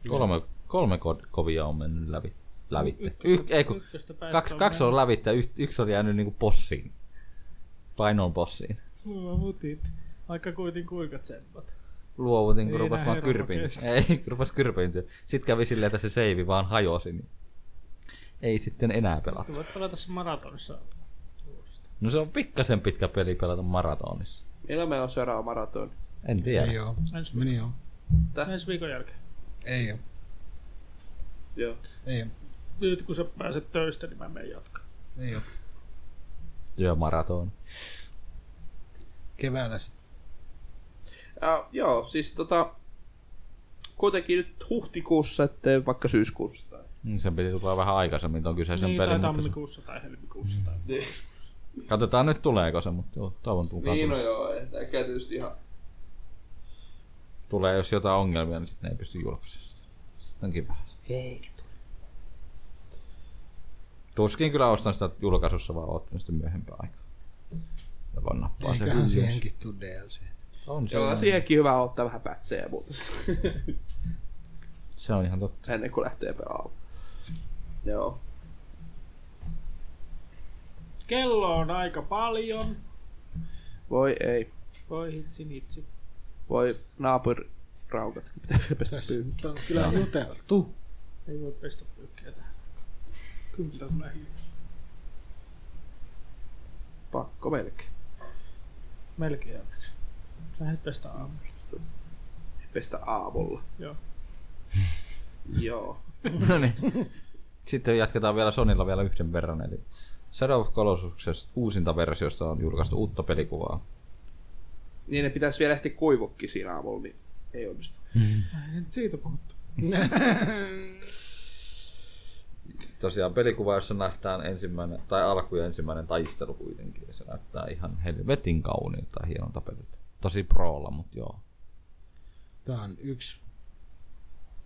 Speaker 4: Kolme, kolme ko- kovia on mennyt läpi. Lävitte. Y-
Speaker 2: Ykköstä-
Speaker 4: ei kun,
Speaker 2: ykköstä päästä
Speaker 4: kaksi,
Speaker 2: on
Speaker 4: kaksi on lävitte ja yksi, yksi on jäänyt niinku bossiin. Painoon bossiin.
Speaker 2: Mulla mutit. Vaikka kuitin kuinka tsempat.
Speaker 4: Luovutin, kun
Speaker 2: Ei
Speaker 4: rupes
Speaker 2: nää
Speaker 4: vaan
Speaker 2: hermot
Speaker 4: kyrpin.
Speaker 2: kestä.
Speaker 4: Ei, kun rupes kyrpintyä. Sitten kävi silleen, että se seivi vaan hajosi. Niin ei sitten enää pelata.
Speaker 2: Sä voit pelata se maratonissa.
Speaker 4: No se on pikkasen pitkä peli pelata maratonissa.
Speaker 3: Milloin meillä on seuraava maraton?
Speaker 4: En tiedä.
Speaker 5: Ei oo.
Speaker 2: Ensi, vi-
Speaker 5: Meni oo.
Speaker 2: ensi viikon jälkeen.
Speaker 5: Ei oo.
Speaker 3: Joo.
Speaker 5: Ei oo.
Speaker 2: Nyt kun sä pääset töistä, niin mä menen jatkaa.
Speaker 5: Ei oo.
Speaker 4: Työmaraton.
Speaker 5: Keväällä sit.
Speaker 3: Ja, joo, siis tota... Kuitenkin nyt huhtikuussa, ettei vaikka syyskuussa. Tai.
Speaker 4: Niin, Sen piti tulla vähän aikaisemmin tuon kyseisen
Speaker 2: Niin, tai
Speaker 4: pelin, mutta se-
Speaker 2: tammikuussa tai helmikuussa. Tai...
Speaker 4: katsotaan nyt tuleeko se, mutta joo, toivon mukaan
Speaker 3: Niin,
Speaker 4: niin,
Speaker 3: no joo, ei tää käy tietysti ihan...
Speaker 4: tulee. jos jotain ongelmia, niin sitten ei pysty julkaisemaan. sitä. Sitten on kiva. Tuskin kyllä ostan sitä julkaisussa, vaan oottan sitten myöhempää aikaa. Ja vaan nappaa se
Speaker 5: Eiköhän
Speaker 4: hyljys.
Speaker 5: siihenkin tuu DLC.
Speaker 4: On se,
Speaker 3: Joo,
Speaker 4: joo,
Speaker 3: siihenkin hyvä ottaa vähän pätsejä ja muuta
Speaker 4: se on ihan totta.
Speaker 3: ennen kuin lähtee pelaamaan. Joo.
Speaker 2: Kello on aika paljon.
Speaker 3: Voi ei.
Speaker 2: Voi hitsi, hitsi.
Speaker 3: Voi naapuri raukat. Pitää vielä pestä
Speaker 5: Tässä
Speaker 3: pyykkiä.
Speaker 5: nyt on kyllä juteltu.
Speaker 2: Ei voi pestä pyykkiä tähän. aikaan. Kympiltä tulee hiljaa.
Speaker 3: Pakko melkein.
Speaker 2: Melkein onneksi. Lähet pestä aamulla.
Speaker 3: Pestä aamulla.
Speaker 2: Joo.
Speaker 3: Joo.
Speaker 4: No niin. Sitten jatketaan vielä Sonilla vielä yhden verran, eli Shadow of Colossus uusinta versiosta on julkaistu uutta pelikuvaa.
Speaker 3: Niin ne pitäisi vielä ehtiä kuivukki siinä aamulla, niin ei onnistu.
Speaker 2: Ai, nyt siitä puhuttu.
Speaker 4: Tosiaan pelikuva, jossa nähdään ensimmäinen, tai alku ja ensimmäinen taistelu kuitenkin, ja se näyttää ihan helvetin kauniilta ja hienolta peliltä. Tosi proolla, mutta joo.
Speaker 5: Tää on yksi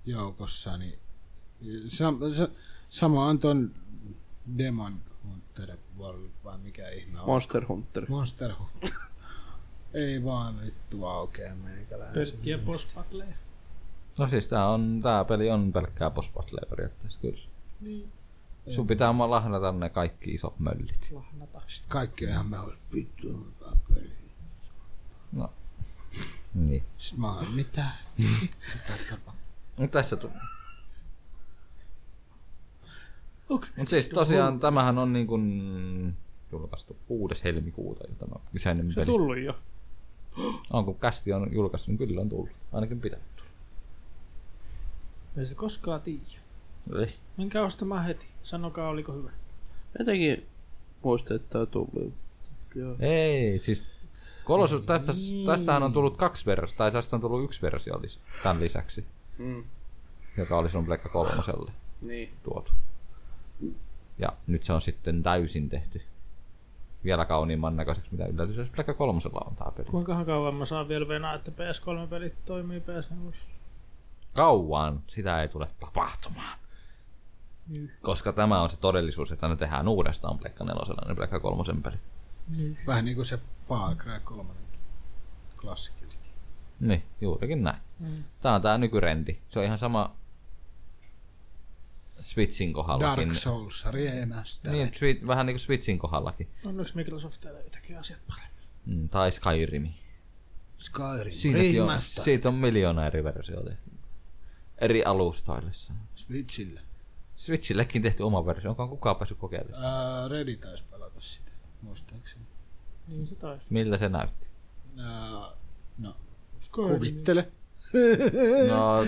Speaker 5: joukossa, niin sam, sa, sama on ton Demon Hunter World, vai mikä ihme on?
Speaker 3: Monster Hunter.
Speaker 5: Monster Hunter. Ei vaan vittu aukee meikäläisen.
Speaker 2: Pelkkiä postpatleja.
Speaker 4: No siis tää, on, tää peli on pelkkää boss battlea periaatteessa, kyllä.
Speaker 2: Niin,
Speaker 4: Sun pitää vaan lahdata ne kaikki isot möllit.
Speaker 2: lahnata.
Speaker 5: Sitten kaikki on ihan mehus. Vittu on hyvä peli.
Speaker 4: No. Niin.
Speaker 5: Sitten mä oon, mitä?
Speaker 4: No tässä tuli. Mut siis tosiaan tämähän on niin kuin julkaistu 6. helmikuuta jo tämä kyseinen
Speaker 2: Se on
Speaker 4: peli.
Speaker 2: tullut jo.
Speaker 4: Onko kästi on julkaistu, niin kyllä on tullut. Ainakin pitää.
Speaker 2: Ei sitä koskaan tiedä.
Speaker 4: Ei.
Speaker 2: Menkää ostamaan heti. Sanokaa, oliko hyvä.
Speaker 3: Jotenkin muistan, että tää on tullut. Joo.
Speaker 4: Ei, siis Kolossus, tästä, tästähän on tullut kaksi versiota, tai tästä on tullut yksi versio lis- tämän lisäksi,
Speaker 3: Mm.
Speaker 4: joka oli sinun Pleikka kolmoselle
Speaker 3: Niin.
Speaker 4: tuotu. Ja nyt se on sitten täysin tehty. Vielä kauniimman näköiseksi, mitä yllätys, jos Pleikka kolmosella on tämä peli.
Speaker 2: Kuinkahan kauan mä saan vielä venaa, että PS3-pelit toimii PS4?
Speaker 4: kauan sitä ei tule tapahtumaan.
Speaker 2: Niin.
Speaker 4: Koska tämä on se todellisuus, että ne tehdään uudestaan Pleikka 4 ja Pleikka 3 pelit.
Speaker 2: Niin.
Speaker 5: Vähän niinku se Far Cry 3 klassikki.
Speaker 4: Niin, juurikin näin.
Speaker 2: Mm.
Speaker 4: Tämä on tämä nykyrendi. Se on ihan sama Switchin kohdallakin.
Speaker 5: Dark Souls riemästä.
Speaker 4: Niin, swi- vähän niin kuin Switchin kohdallakin.
Speaker 2: Onneksi Microsoft ei jotakin asiat paremmin.
Speaker 4: Mm, tai Skyrimi.
Speaker 5: Skyrim
Speaker 4: Siitäkin on,
Speaker 5: riemästä.
Speaker 4: siitä on miljoona eri versiota tehty. Eri alustoille. se on.
Speaker 5: Switchillä.
Speaker 4: Switchillekin tehty oma versio. Onko kukaan päässyt kokeilemaan? sitä?
Speaker 5: Ää, Redi taisi pelata sitä, muistaakseni.
Speaker 2: Niin se taisi.
Speaker 4: Miltä se näytti?
Speaker 5: Ää, no, kuvittele.
Speaker 4: No,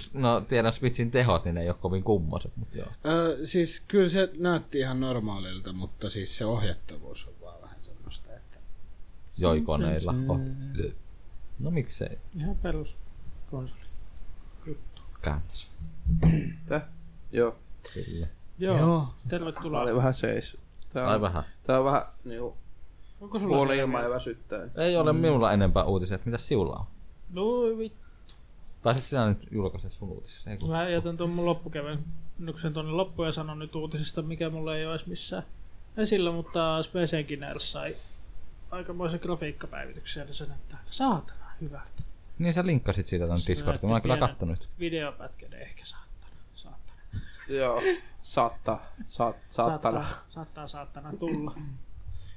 Speaker 4: s- no tiedän Switchin tehot, niin ne ei ole kovin kummoset, mutta joo.
Speaker 5: Ää, siis kyllä se näytti ihan normaalilta, mutta siis se ohjattavuus on vaan vähän semmoista, että
Speaker 4: Joikoneilla on. No miksei?
Speaker 2: Ihan perus konsoli.
Speaker 4: Käännös.
Speaker 3: Tää? Joo.
Speaker 4: Kyllä.
Speaker 2: Joo, Joo.
Speaker 5: Joo.
Speaker 3: Tää
Speaker 2: tervetuloa.
Speaker 3: oli vähän seis. Tää on,
Speaker 4: Ai vähän.
Speaker 3: Tää on vähän niinku
Speaker 2: Onko sulla
Speaker 3: huono
Speaker 2: siellä
Speaker 3: ilma ja
Speaker 2: vielä?
Speaker 3: väsyttää.
Speaker 4: Ei ole minulla enempää uutisia, että mitä siulla on.
Speaker 2: No vittu.
Speaker 4: Pääset sinä nyt julkaisemaan sun uutisissa. Ei kun...
Speaker 2: Mä jätän tuon mun loppukevennyksen tuonne loppuun ja sanon nyt uutisista, mikä mulla ei ole edes missään esillä, mutta Space Engineers sai aikamoisen grafiikkapäivityksen ja se näyttää aika saatana hyvältä.
Speaker 4: Niin sä linkkasit siitä ton
Speaker 2: Se
Speaker 4: Discordin. Mä oon
Speaker 2: näytti
Speaker 4: kyllä
Speaker 2: pienen
Speaker 4: kattonut.
Speaker 2: Videopätkän ehkä saatana. Saatana.
Speaker 3: Joo. Saattaa. Saat, saattana.
Speaker 2: Saattaa, saattaa saatana tulla.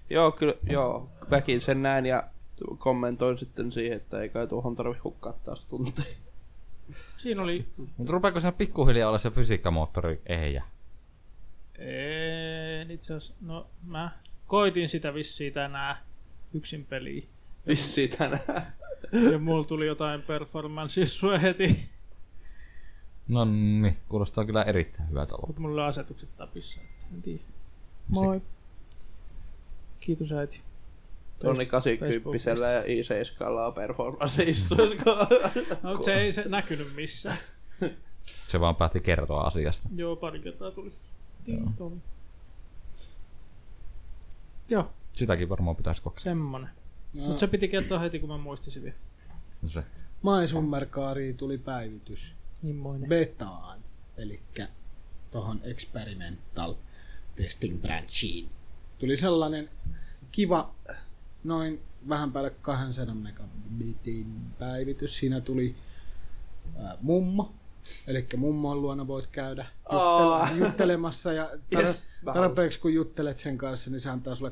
Speaker 3: Joo, kyllä, joo. Mäkin sen näin ja tu- kommentoin sitten siihen, että ei kai tuohon tarvi hukkaa taas tuntia.
Speaker 2: Siinä oli...
Speaker 4: Mutta rupeeko sinä pikkuhiljaa olla se fysiikkamoottori ehjä?
Speaker 2: En itse asiassa... No mä koitin sitä vissiin tänään yksin peliä.
Speaker 3: Vissiin tänään.
Speaker 2: Ja mulla tuli jotain performanssissua heti.
Speaker 4: No niin, kuulostaa kyllä erittäin hyvältä ollut.
Speaker 2: Mut mulla on asetukset tapissa, että en tiedä. Moi. Kiitos äiti.
Speaker 3: Tonni 80 ja i7 on performance istuisko.
Speaker 2: No, se ei se näkynyt missään.
Speaker 4: Se vaan päätti kertoa asiasta.
Speaker 2: Joo, pari kertaa tuli. Ding dong. Joo,
Speaker 4: Sitäkin varmaan pitäisi kokea.
Speaker 2: semmonen.
Speaker 5: no,
Speaker 2: Mut se piti kertoa heti, kun mä muistin sen vielä.
Speaker 4: No Se.
Speaker 5: Maisummerkaariin Äh, tuli päivitys
Speaker 2: Mimmoinen.
Speaker 5: betaan, eli tuohon experimental testing branchiin. Tuli sellainen kiva, noin vähän päälle 200 megabitin päivitys. Siinä tuli ää, mummo, eli mummon luona voit käydä juttel-
Speaker 3: Aa.
Speaker 5: juttelemassa ja tar-
Speaker 3: Yes, mä
Speaker 5: tarpeeksi kun juttelet sen kanssa, niin se antaa sulle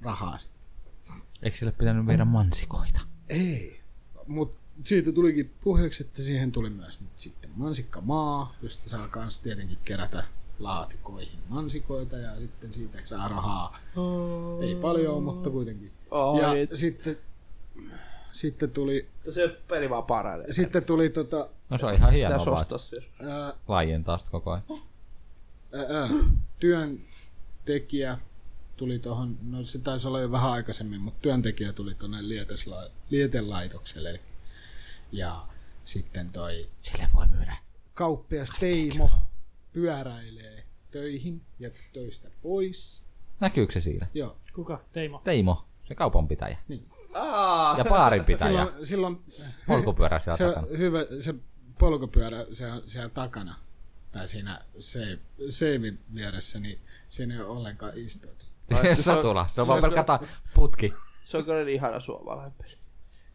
Speaker 5: rahaa sitten.
Speaker 4: Eikö sille pitänyt viedä mansikoita?
Speaker 5: Ei. Mutta siitä tulikin puheeksi, että siihen tuli myös nyt sitten mansikkamaa, josta saa kans tietenkin kerätä laatikoihin mansikoita ja sitten siitä saa rahaa. Ei paljon, mutta kuitenkin.
Speaker 3: Oi,
Speaker 5: ja
Speaker 3: että
Speaker 5: sitten, sitten tuli,
Speaker 3: se peli vaan paranee.
Speaker 5: sitten tuli tota,
Speaker 4: No se on ihan hienoa
Speaker 3: Pitäis
Speaker 4: vaan, että
Speaker 3: ostaa se.
Speaker 5: ää,
Speaker 4: laajentaa sitä koko ajan.
Speaker 5: ää, työntekijä tuli tuohon, no se taisi olla jo vähän aikaisemmin, mutta työntekijä tuli tuonne lietesla- lietelaitokselle. eli- Ja sitten toi
Speaker 4: Sille voi myydä.
Speaker 5: kauppias Teimo pyöräilee töihin ja töistä pois.
Speaker 4: Näkyykö se siinä?
Speaker 5: Joo.
Speaker 2: Kuka? Teimo.
Speaker 4: Teimo, se kaupanpitäjä.
Speaker 3: Aa,
Speaker 4: Ja baarinpitäjä.
Speaker 5: Silloin, silloin
Speaker 4: Polkupyörä siellä
Speaker 5: se
Speaker 4: takana.
Speaker 5: on hyvä, se polkupyörä se on siellä takana, tai siinä se, seivin vieressä, niin siinä ei ole ollenkaan istuutu.
Speaker 4: Se
Speaker 3: se on-
Speaker 4: satula. Se on
Speaker 3: se
Speaker 4: vaan
Speaker 3: on-
Speaker 4: pelkästään putki.
Speaker 3: se on kyllä niin ihana suomalainen peli.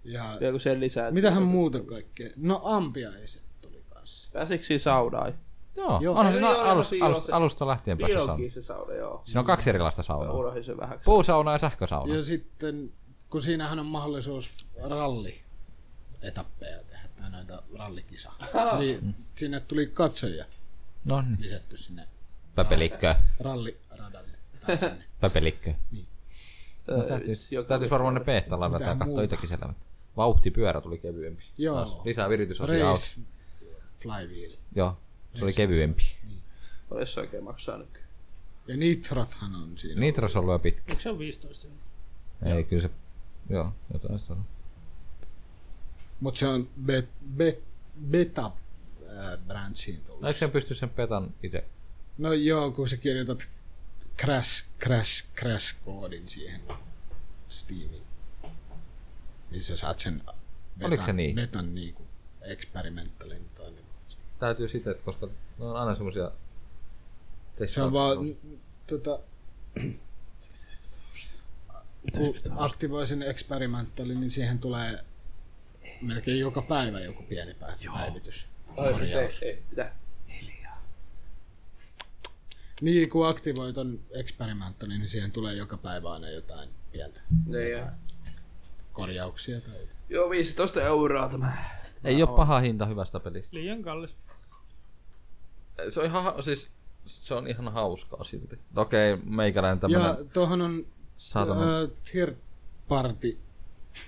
Speaker 5: Ja
Speaker 3: Vielä kun sen lisää.
Speaker 5: mitähän muuta kaikkea? No ampiaiset tuli kanssa.
Speaker 3: Pääsikö siinä saunaan?
Speaker 4: Joo,
Speaker 5: Joo.
Speaker 4: onhan siinä
Speaker 3: Joo, joo,
Speaker 4: alus,
Speaker 3: siinä on
Speaker 4: alus,
Speaker 3: se-
Speaker 4: alusta lähtien päässä sauna.
Speaker 3: Biologi se sauna, joo.
Speaker 4: Siinä on kaksi erilaista
Speaker 3: Mä
Speaker 4: saunaa.
Speaker 3: unohdin sen vähäksi.
Speaker 4: Puusauna ja sähkösauna.
Speaker 5: Ja sitten, kun siinähän on mahdollisuus ralli etappeja tehdä, tai noita rallikisaa, niin sinne tuli katsojia
Speaker 4: No niin.
Speaker 5: lisätty sinne
Speaker 4: Pöpelikkö.
Speaker 5: ralliradalle. tai sinne.
Speaker 4: Pöpelikkö. No,
Speaker 3: Öö,
Speaker 4: täytyys,
Speaker 3: joka-
Speaker 4: täytyys varmaan ne peehtaa ladata ja
Speaker 5: Mitään
Speaker 4: katsoa
Speaker 5: muuta.
Speaker 4: itsekin selvä. Vauhtipyörä tuli kevyempi.
Speaker 5: Joo.
Speaker 4: Taas lisää viritysosia auto.
Speaker 5: Race Flywheel.
Speaker 4: Joo, se oli kevyempi.
Speaker 3: Paljon se oikein maksaa nykyään?
Speaker 5: Ja Nitrothan on siinä.
Speaker 4: Nitros on ollut jo pitkä.
Speaker 2: Eikö se ole 15?
Speaker 4: Ei, kyllä se... Joo, jotain sitä on.
Speaker 5: Mutta se on bet, bet, beta äh, branchiin tullut.
Speaker 4: No, eikö sen pysty sen petan itse?
Speaker 5: No joo, kun sä kirjoitat crash, crash, crash koodin siihen Steamiin. Niin sä saat sen
Speaker 4: Oliko se niin?
Speaker 5: betan niinku experimentalin toimimaan.
Speaker 4: Täytyy sitä, että koska ne on aina semmosia...
Speaker 5: Se on vaan, n- tota, kun aktivoi sen experimentalin, niin siihen tulee melkein joka päivä joku pieni pä- päivitys.
Speaker 3: Ai,
Speaker 5: Korjaus.
Speaker 3: mitä- ei- mitä?
Speaker 5: Niin, kun aktivoi ton experimentalin, niin siihen tulee joka päivä aina jotain pientä
Speaker 3: Niin, joo.
Speaker 5: korjauksia. Tai...
Speaker 3: Joo, 15 euroa tämä.
Speaker 4: Ei oo paha hinta hyvästä pelistä.
Speaker 2: Liian kallis.
Speaker 4: Se on ihan... ha- Siis, se on ihan hauskaa silti. Okei, meikäläinen
Speaker 5: Ja
Speaker 4: tämmönen...
Speaker 5: tuohon on
Speaker 4: Saatana.
Speaker 5: ö, third party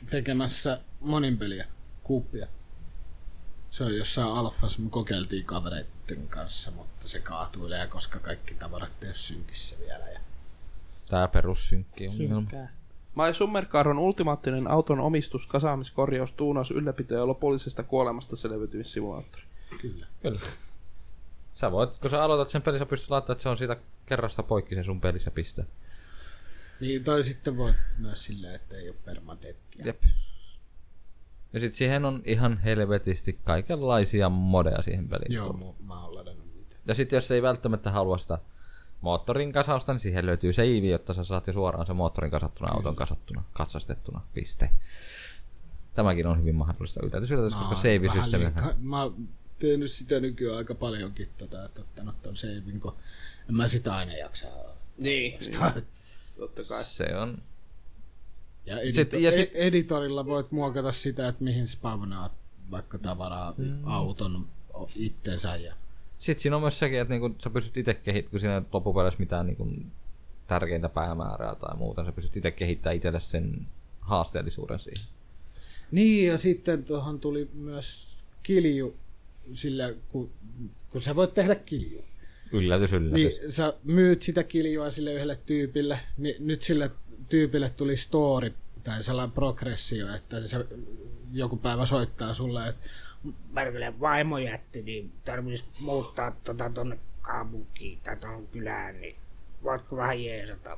Speaker 5: tekemässä monin peliä, kuuppia. Se on jossain alfassa, me kokeiltiin kavereiden kanssa, mutta se kaatui lää, koska kaikki tavarat ei ole synkissä vielä. Ja
Speaker 4: Tää perussynkki ongelma.
Speaker 2: Synkkää.
Speaker 3: My Summercar on ultimaattinen auton omistus, kasaamiskorjaus, tuunaus, ylläpito ja lopullisesta kuolemasta selviytymissimulaattori.
Speaker 5: kyllä.
Speaker 4: Sä voit, kun sä aloitat sen pelin, sä pystyt laittamaan, että se on siitä kerrasta poikki sen sun pelissä piste.
Speaker 5: Niin, tai sitten voi myös silleen, että ei ole permadettiä.
Speaker 4: Jep. Ja sit siihen on ihan helvetisti kaikenlaisia modeja siihen peliin.
Speaker 5: Joo, mu- mä oon ladannut niitä.
Speaker 4: Ja sitten jos ei välttämättä halua sitä moottorin kasausta, niin siihen löytyy seivi, jotta sä saat jo suoraan se moottorin kasattuna, auton kasattuna, katsastettuna, piste. Tämäkin on hyvin mahdollista yllätys, yllätys, koska
Speaker 5: oon
Speaker 4: seivisysteemi...
Speaker 5: No, vähän liikaa- Mä oon tehnyt sitä nykyään aika paljonkin, tota, että ottanut ton seivin, kun en mä sitä aina jaksaa.
Speaker 3: Niin.
Speaker 5: ottaa.
Speaker 3: Totta kai.
Speaker 4: Se on...
Speaker 5: Ja, edito-
Speaker 4: Sitten- ja sit-
Speaker 5: e- editorilla voit muokata sitä, että mihin spavnaat vaikka tavaraa, mm. auton o- itsensä ja
Speaker 4: Sitten siinä on myös sekin, että niinku, sä pystyt itse kehittämään, kun siinä ei loppupeleissä mitään niinku, tärkeintä päämäärää tai muuta, sä pystyt itse kehittämään itselle sen haasteellisuuden siihen.
Speaker 5: Niin, ja sitten tuohon tuli myös kilju, sillä kun, kun sä voit tehdä kilju,
Speaker 4: Yllätys, yllätys. Niin.
Speaker 5: niin sä myyt sitä kiljua sille yhdelle tyypille, niin nyt sille tyypille tuli story tai sellainen progressio, että se joku päivä soittaa sulle, että
Speaker 8: Märkylä vaimo jätti, niin tarvitsisi muuttaa tota tonne kaupunkiin tai tuohon kylään, niin voitko vähän jeesata?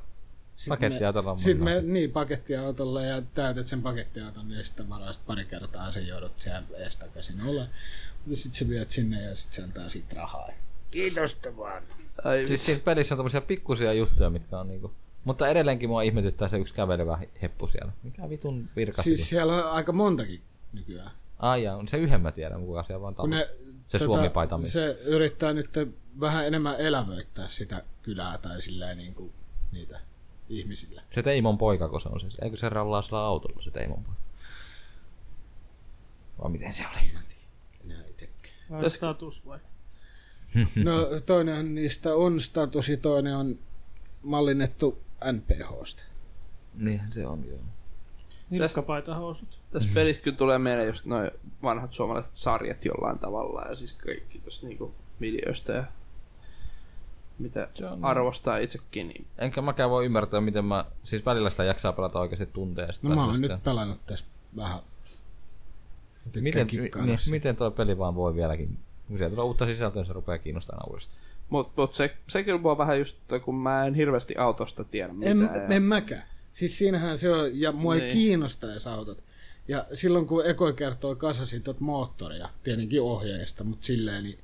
Speaker 5: sit
Speaker 4: Pakettiautolla
Speaker 5: me,
Speaker 4: on
Speaker 5: sit me,
Speaker 4: moninakin.
Speaker 5: niin pakettiautolla ja täytät sen pakettiauton ja sitten varaista pari kertaa sen joudut siellä eestakaisin olla. Mutta sitten sä viet sinne ja sitten se antaa siitä rahaa.
Speaker 8: Kiitosta vaan.
Speaker 3: Ai,
Speaker 4: Siis siinä pelissä on tommosia pikkusia juttuja, mitkä on niinku... Mutta edelleenkin mua ihmetyttää se yksi kävelevä heppu siellä. Mikä vitun virka
Speaker 5: Siis
Speaker 4: siis...
Speaker 5: siellä on aika montakin nykyään.
Speaker 4: Ai jaa, se yhden mä tiedän, kuka siellä vaan
Speaker 5: Kun
Speaker 4: tallista.
Speaker 5: ne,
Speaker 4: Se
Speaker 5: tota,
Speaker 4: suomipaita mies.
Speaker 5: Se yrittää nyt vähän enemmän elävöittää sitä kylää tai silleen niin kuin niitä ihmisillä.
Speaker 4: Se Teimon poika, kun se on siis. Eikö se rallaa sillä autolla, se Teimon poika? Vai miten se oli?
Speaker 5: Minä itsekin.
Speaker 2: Vai status vai?
Speaker 5: No toinen niistä on status ja toinen on mallinnettu NPHsta.
Speaker 4: Niinhän se on, joo.
Speaker 2: Nilkkapaitahousut.
Speaker 3: tässä pelissä kyllä tulee meille just noin vanhat suomalaiset sarjat jollain tavalla ja siis kaikki tuossa niinku miljöistä ja mitä
Speaker 4: Se on-
Speaker 3: arvostaa itsekin. Niin
Speaker 4: Enkä mäkään voi ymmärtää, miten mä... Siis välillä sitä jaksaa pelata oikeasti tunteja. ja sit
Speaker 5: No mä
Speaker 4: välillä
Speaker 5: oon
Speaker 4: sitä-
Speaker 5: nyt pelannut tässä vähän. Mä tykkään
Speaker 4: Miten,
Speaker 5: kikkailla
Speaker 4: niin,
Speaker 5: sitä.
Speaker 4: miten toi peli vaan voi vieläkin... Kun siellä tulee uutta sisältöä, niin se rupeaa kiinnostamaan uudestaan.
Speaker 3: Mut, mut se, se kyllä mua vähän just, että kun mä en hirveästi autosta tiedä
Speaker 5: En,
Speaker 3: mitään. ja-
Speaker 5: en mäkään. Siis siinähän se on, ja mua ei
Speaker 3: Niin.
Speaker 5: kiinnosta edes autot. Ja silloin kun Eko kertoi kasasin tuot moottoria, tietenkin ohjeista, mutta silleen, niin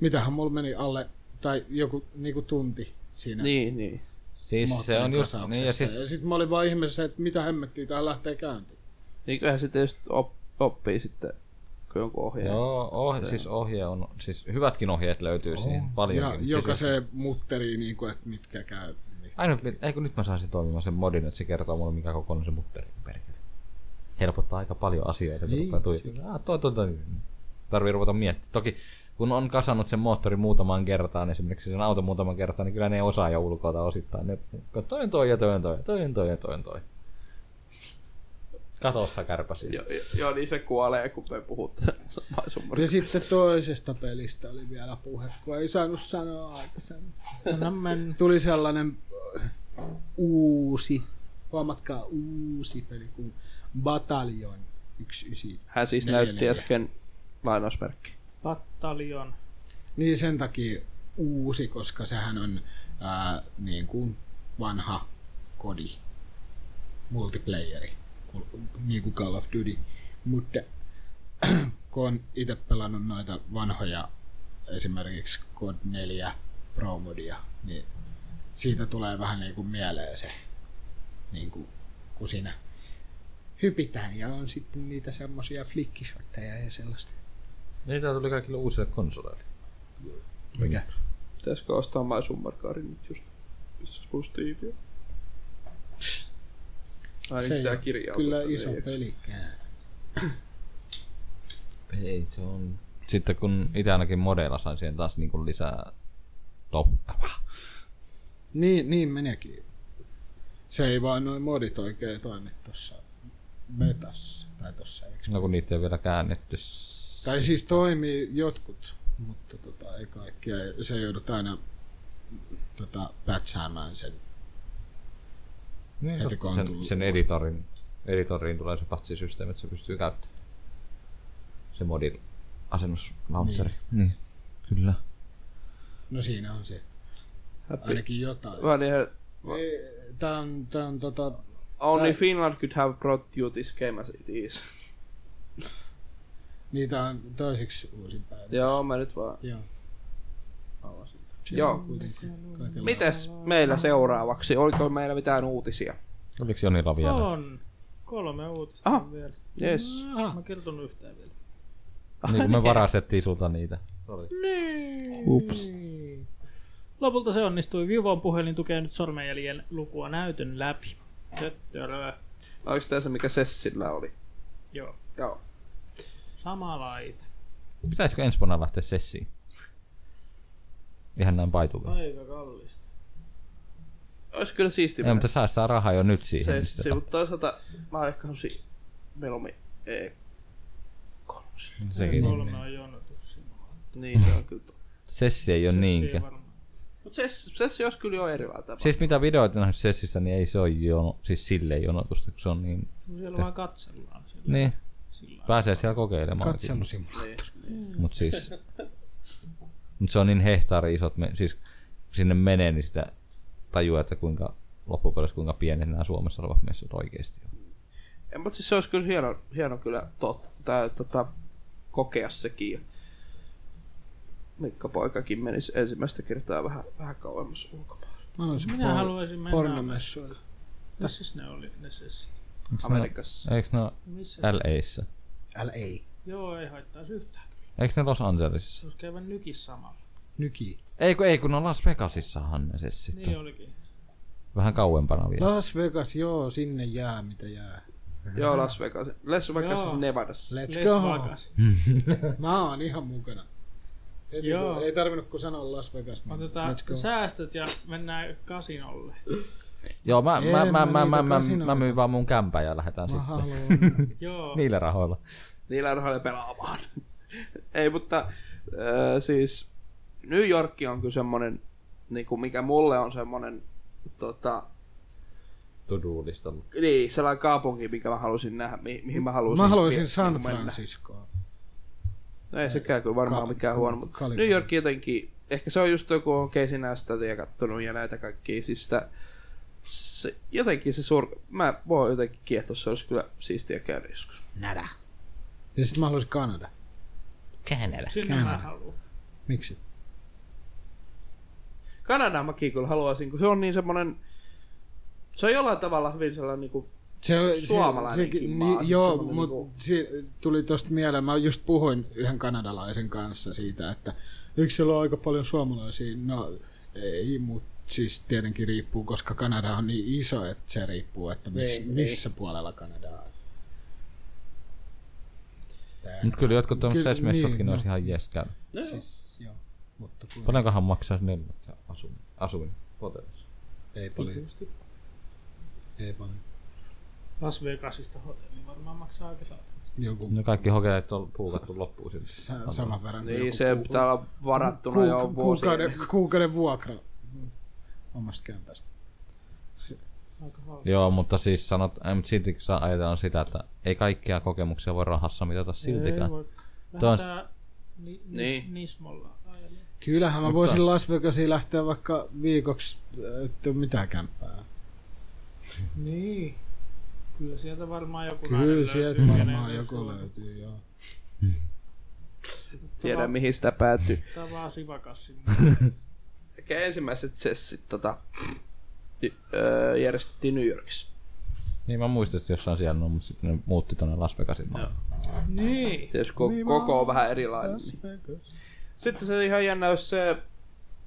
Speaker 5: mitähän mulla meni alle, tai joku niinku tunti siinä
Speaker 3: Niin, niin.
Speaker 4: Siis se on just... Niin, ja siis...
Speaker 5: sit mä olin vaan ihmeessä, että mitä hemmettiä tää lähtee käyntiin.
Speaker 3: Niin kyllähän sitten just op, oppii sitten, kun jonkun ohjeen.
Speaker 4: Joo, ohje, siis ohje on, siis hyvätkin ohjeet löytyy oh. siihen
Speaker 5: Niin. Ja
Speaker 4: paljonkin.
Speaker 5: joka
Speaker 4: siis,
Speaker 5: se mutterii, niinku, että mitkä käy. Niin.
Speaker 4: Ainut, ei kun nyt mä saisin toimimaan sen modin, että se kertoo mulle mikä kokoinen se mutteri on, perkele. Helpottaa aika paljon asioita, kun
Speaker 5: Niin,
Speaker 4: rupeaa tuijottamaan. Ah, toi, toi, toi. Tarvii ruveta miettimään. Toki kun on kasannut sen moottorin muutamaan kertaan, esimerkiksi sen auton muutaman kertaan, niin kyllä ne osaa jo ulkoa osittain. Ne, toi on toi ja toi on toi, ja toi on toi ja toi on toi. Katossa kärpäsi.
Speaker 3: Joo, jo, joo, niin se kuolee, kun me puhutaan samaa summaa.
Speaker 5: Ja sitten toisesta pelistä oli vielä puhe, kun ei saanut sanoa aikaisemmin.
Speaker 2: Anna mennä.
Speaker 5: tuli sellainen äh, uusi, huomatkaa uusi peli kuin Battalion 19.
Speaker 3: Hän siis
Speaker 5: Neljä,
Speaker 3: näytti
Speaker 5: neljä.
Speaker 3: äsken lainausmerkki.
Speaker 2: Battalion.
Speaker 5: Niin sen takia uusi, koska sehän on ää, niin kuin vanha kodi, multiplayeri, kul- niin kuin Call of Duty. Mutta kun on itse pelannut noita vanhoja, esimerkiksi COD 4 Pro Modia, niin siitä tulee vähän niin kuin mieleen se, niin kuin, kun siinä hypitään ja on sitten niitä semmoisia flikkishotteja ja sellaista.
Speaker 4: Niitä tuli kaikille uusille konsoleille.
Speaker 5: Mikä?
Speaker 3: Pitäisikö ostaa My Summercarin nyt just? Missä se on Steve? Ai
Speaker 5: Se
Speaker 3: niin,
Speaker 5: ei
Speaker 3: tää
Speaker 5: ole
Speaker 3: kirja on
Speaker 5: kyllä
Speaker 3: totta,
Speaker 5: iso
Speaker 3: ei, eks?
Speaker 5: pelikään.
Speaker 4: Ei, se on... Sitten kun itse ainakin modeilla sain siihen taas niin kuin lisää tokkavaa.
Speaker 5: Niin, niin menekin. Se ei vaan noin modit oikein toimi tuossa betassa tai tossa, eikö?
Speaker 4: No kun niitä ei ole vielä käännetty.
Speaker 5: Tai siis toimii jotkut, mutta tota, ei kaikkia. Ja Se joudut aina tota, pätsäämään sen.
Speaker 4: Niin,
Speaker 5: Heti
Speaker 4: totta,
Speaker 5: kun on
Speaker 4: sen,
Speaker 5: tullut
Speaker 4: sen
Speaker 5: uusi.
Speaker 4: editorin, editoriin tulee se patsisysteemi, että se pystyy käyttämään. Se modin asennuslauncheri. Niin. niin. Kyllä.
Speaker 5: No siinä on se.
Speaker 3: Happy.
Speaker 5: Ainakin jotain.
Speaker 3: Vaan niin, ihan,
Speaker 5: Ei, Tää on, tää on tota,
Speaker 3: only
Speaker 5: Ai.
Speaker 3: Finland could have brought you this game as it is.
Speaker 5: niitä on toiseksi uusin päivä.
Speaker 3: Joo, mä nyt vaan
Speaker 5: Joo.
Speaker 3: avasin.
Speaker 5: Siellä
Speaker 3: Joo.
Speaker 5: on kuitenkin kaikenlaista.
Speaker 3: Mites meillä seuraavaksi? Oliko meillä mitään uutisia?
Speaker 4: Oliko Jonilla vielä?
Speaker 2: On. Kolme uutista
Speaker 3: Aha.
Speaker 2: on vielä.
Speaker 3: Yes.
Speaker 2: Mä oon kertonut yhtään vielä.
Speaker 4: Niin kuin me varastettiin sulta niitä.
Speaker 3: Ups.
Speaker 2: Niin. Lopulta se onnistui. Vivon puhelin tukee nyt sormenjäljen lukua näytön läpi. Töttörö.
Speaker 3: Oliko tää se, mikä Sessillä oli?
Speaker 2: Joo.
Speaker 3: Joo.
Speaker 2: Sama laite.
Speaker 4: Pitäisikö ensi vuonna lähteä sessiin? Ihan näin paituvaa.
Speaker 2: Aika kallista.
Speaker 3: Ois kyllä siisti
Speaker 4: Ei, mutta säästää rahaa jo nyt siihen. niin
Speaker 3: Sessi,
Speaker 4: tota,
Speaker 3: mutta toisaalta mä oon ehkä halusin mieluummin E.
Speaker 4: sekin.
Speaker 2: Kolme on jonotus.
Speaker 3: Niin se on kyllä. totta.
Speaker 4: Sessi ei ole niinkään.
Speaker 3: Mut Sessi, Sessi olisi kyllä jo erilainen tapa.
Speaker 4: Siis mitä videoita nähnyt Sessistä, niin ei se ole jono, siis sille jonotusta, kun se on niin...
Speaker 2: Siellä vaan katsellaan. Siellä.
Speaker 4: Niin,
Speaker 2: Sillä
Speaker 4: pääsee siellä kokeilemaan.
Speaker 5: Katselusimulaattori.
Speaker 4: Mut siis... Mut se on niin hehtaari isot, me, siis kun sinne menee, niin sitä tajuu, että kuinka loppupeleissä kuinka pienet nämä Suomessa olevat messut oikeesti on.
Speaker 3: En, mutta siis se olisi kyllä hieno, hieno kyllä tot, tää, tota, kokea sekin. Ja Mikka poikakin menisi ensimmäistä kertaa vähän, vähän kauemmas ulkomaille.
Speaker 5: Mä olisin
Speaker 2: Minä haluaisin mennä
Speaker 5: pornomessuilla.
Speaker 2: Missäs ne oli? Ne siis.
Speaker 4: Eiks ne-
Speaker 3: Amerikassa.
Speaker 4: Eiks ne ole
Speaker 2: Missä?
Speaker 4: LA:ssa?
Speaker 5: Älä ei.
Speaker 2: Joo, ei haittaisi yhtään.
Speaker 4: Eiks ne Los Angelesissa?
Speaker 2: Se olisi käydä nykissä samalla.
Speaker 5: Nyki.
Speaker 4: Ei kun, ei kun on Las Vegasissahan ne se sitten.
Speaker 2: Niin olikin.
Speaker 4: Vähän kauempana vielä.
Speaker 5: Las Vegas, joo, sinne jää mitä jää.
Speaker 3: Joo, Las Vegas. Las Vegas
Speaker 2: Joo.
Speaker 3: on Nevadassa.
Speaker 5: Let's
Speaker 2: Les
Speaker 5: go.
Speaker 2: Vegas.
Speaker 4: Mm.
Speaker 5: Mä oon ihan mukana. Heti,
Speaker 2: Joo.
Speaker 5: kun- Ei tarvinnut kun sanoa Las Vegas. Niin
Speaker 2: Otetaan
Speaker 5: let's go.
Speaker 2: säästöt ja mennään kasinolle.
Speaker 4: Joo, mä,
Speaker 5: En
Speaker 4: mä, mä,
Speaker 5: mä
Speaker 4: mä,
Speaker 5: niitä
Speaker 4: mä, mä,
Speaker 5: kasinoita.
Speaker 4: mä myyn vaan mun kämpää ja lähdetään
Speaker 5: Mä
Speaker 4: sitten.
Speaker 5: haluan.
Speaker 2: Joo.
Speaker 4: Niillä rahoilla.
Speaker 3: Niillä rahoilla Niin pelaamaan. Ei, mutta äh, siis New York on kyllä semmonen, niinku, mikä mulle on semmonen tota,
Speaker 4: To-do-listalla.
Speaker 3: niin, sellainen kaupunki, mikä mä halusin nähdä, mi- mihin mä halusin.
Speaker 5: Mä
Speaker 3: vie-
Speaker 5: haluaisin San
Speaker 3: niinku mennä.
Speaker 5: Franciscoa.
Speaker 3: No ei sekään kyllä varmaan
Speaker 5: Kal-
Speaker 3: mikään huono, mutta
Speaker 5: Kalifornia.
Speaker 3: New York jotenkin, ehkä se on just joku on Casey Neistatia kattonut ja näitä kaikkia, siis sitä, se, jotenkin se sur... Mä voin jotenkin kiehtoa, se olisi kyllä siistiä käydä joskus.
Speaker 8: Nada.
Speaker 5: Ja sit mä haluaisin Kanada.
Speaker 2: Sinne mä haluan.
Speaker 5: Miksi?
Speaker 3: Kanadaa mäkin kyllä haluaisin, kun se on niin semmonen, se on jollain tavalla hyvin sellainen niin kuin,
Speaker 5: Se, on- se-
Speaker 3: Suomalainenkin
Speaker 5: sekin- niin,
Speaker 3: maa, siis
Speaker 5: joo,
Speaker 3: semmonen niinku-
Speaker 5: mutta si, tuli tosta mieleen, mä just puhuin yhden kanadalaisen kanssa siitä, että eikö siellä ole aika paljon suomalaisia? No ei, mutta siis tietenkin riippuu, koska Kanada on niin iso, että se riippuu, että miss,
Speaker 8: Ei,
Speaker 3: Niin,
Speaker 8: ei.
Speaker 5: missä puolella Kanadaa on. Tää-
Speaker 4: Nyt kyllä jotkut
Speaker 5: Kyllä,
Speaker 4: tuommoiset messutkin
Speaker 5: niin,
Speaker 4: niin, olisi
Speaker 5: no.
Speaker 4: ihan jes käy.
Speaker 5: Siis, joo. Mutta kun
Speaker 4: Paljonkohan maksaa ne asuin, asuin hotellissa?
Speaker 5: ei paljon. Ei paljon.
Speaker 2: Las Vegasista hotelli varmaan maksaa aika saatavasti.
Speaker 5: Joku
Speaker 4: No kaikki hokeet on puukattu loppuun sille.
Speaker 5: sa- saman verran. kuin
Speaker 3: niin
Speaker 5: joku
Speaker 3: se
Speaker 5: kuu-
Speaker 3: pitää olla varattuna jo
Speaker 5: Kuuka-
Speaker 3: vuosia.
Speaker 5: kuukauden, kuukauden vuokra omasta kämpästä.
Speaker 2: Aika halpa.
Speaker 4: Joo, mutta siis sanot, ei, mutta siltikin saa ajatella sitä, että ei kaikkia kokemuksia voi rahassa mitata siltikään.
Speaker 2: Ei voi.
Speaker 4: Tuo
Speaker 2: Vähän
Speaker 4: on-
Speaker 2: tää ni, nis,
Speaker 3: Niin.
Speaker 2: Nismolla ajelee.
Speaker 5: Kyllähän mä voisin Las Vegasiin lähteä vaikka viikoksi, äh, että mitään kämppää.
Speaker 2: Niin. Kyllä sieltä varmaan joku nainen
Speaker 5: Kyllä sieltä
Speaker 2: löytyy, kenen
Speaker 5: varmaan
Speaker 2: kanssa
Speaker 5: joku
Speaker 2: on.
Speaker 5: löytyy, joo.
Speaker 3: Tiedä mihin sitä päätyy.
Speaker 2: Tää vaan sivakassi.
Speaker 3: Ehkä ensimmäiset sessit tota, y- öö, järjestettiin New Yorkissa.
Speaker 4: Niin mä muistan, että jossain siellä on, mutta sitten ne muutti tonne Las Vegasin maahan.
Speaker 2: niin.
Speaker 3: Tietysti ko- koko on vähän erilainen.
Speaker 5: Las Vegas.
Speaker 3: Sitten se ihan jännä, jos se,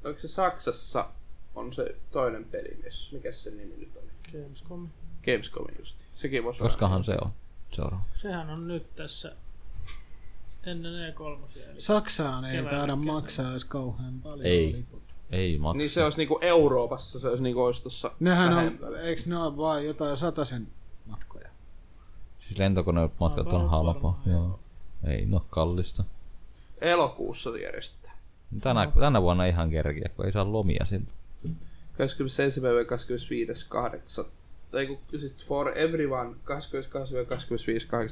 Speaker 3: oliko se Saksassa, on se toinen pelimessu. Mikä se nimi nyt on?
Speaker 2: Gamescom.
Speaker 3: Gamescom justi. Sekin voisi
Speaker 4: Koskahan se on? Seuraava.
Speaker 2: Sehän on nyt tässä ennen E3. Eli
Speaker 5: Saksaan ei
Speaker 2: Keväällä
Speaker 5: taida
Speaker 2: kesällä.
Speaker 5: maksaa edes kauhean paljon.
Speaker 4: Ei.
Speaker 5: liput.
Speaker 4: Ei
Speaker 3: olla.
Speaker 4: maksa.
Speaker 3: Niin se olisi niinku Euroopassa, se olisi niinku olisi tossa
Speaker 5: Nehän on,
Speaker 3: vähemmällä.
Speaker 5: eiks ne ole vaan jotain sen matkoja?
Speaker 4: Siis lentokonematkat on
Speaker 2: Aivan
Speaker 4: halpa.
Speaker 2: varmaan,
Speaker 4: Joo. Ei no kallista.
Speaker 3: Elokuussa se järjestetään.
Speaker 4: Tänä, tänä vuonna ihan kerkiä, kun ei saa lomia siltä.
Speaker 3: 27.–25.8. Tai kun siis for everyone 22.–25.8.
Speaker 4: Joo,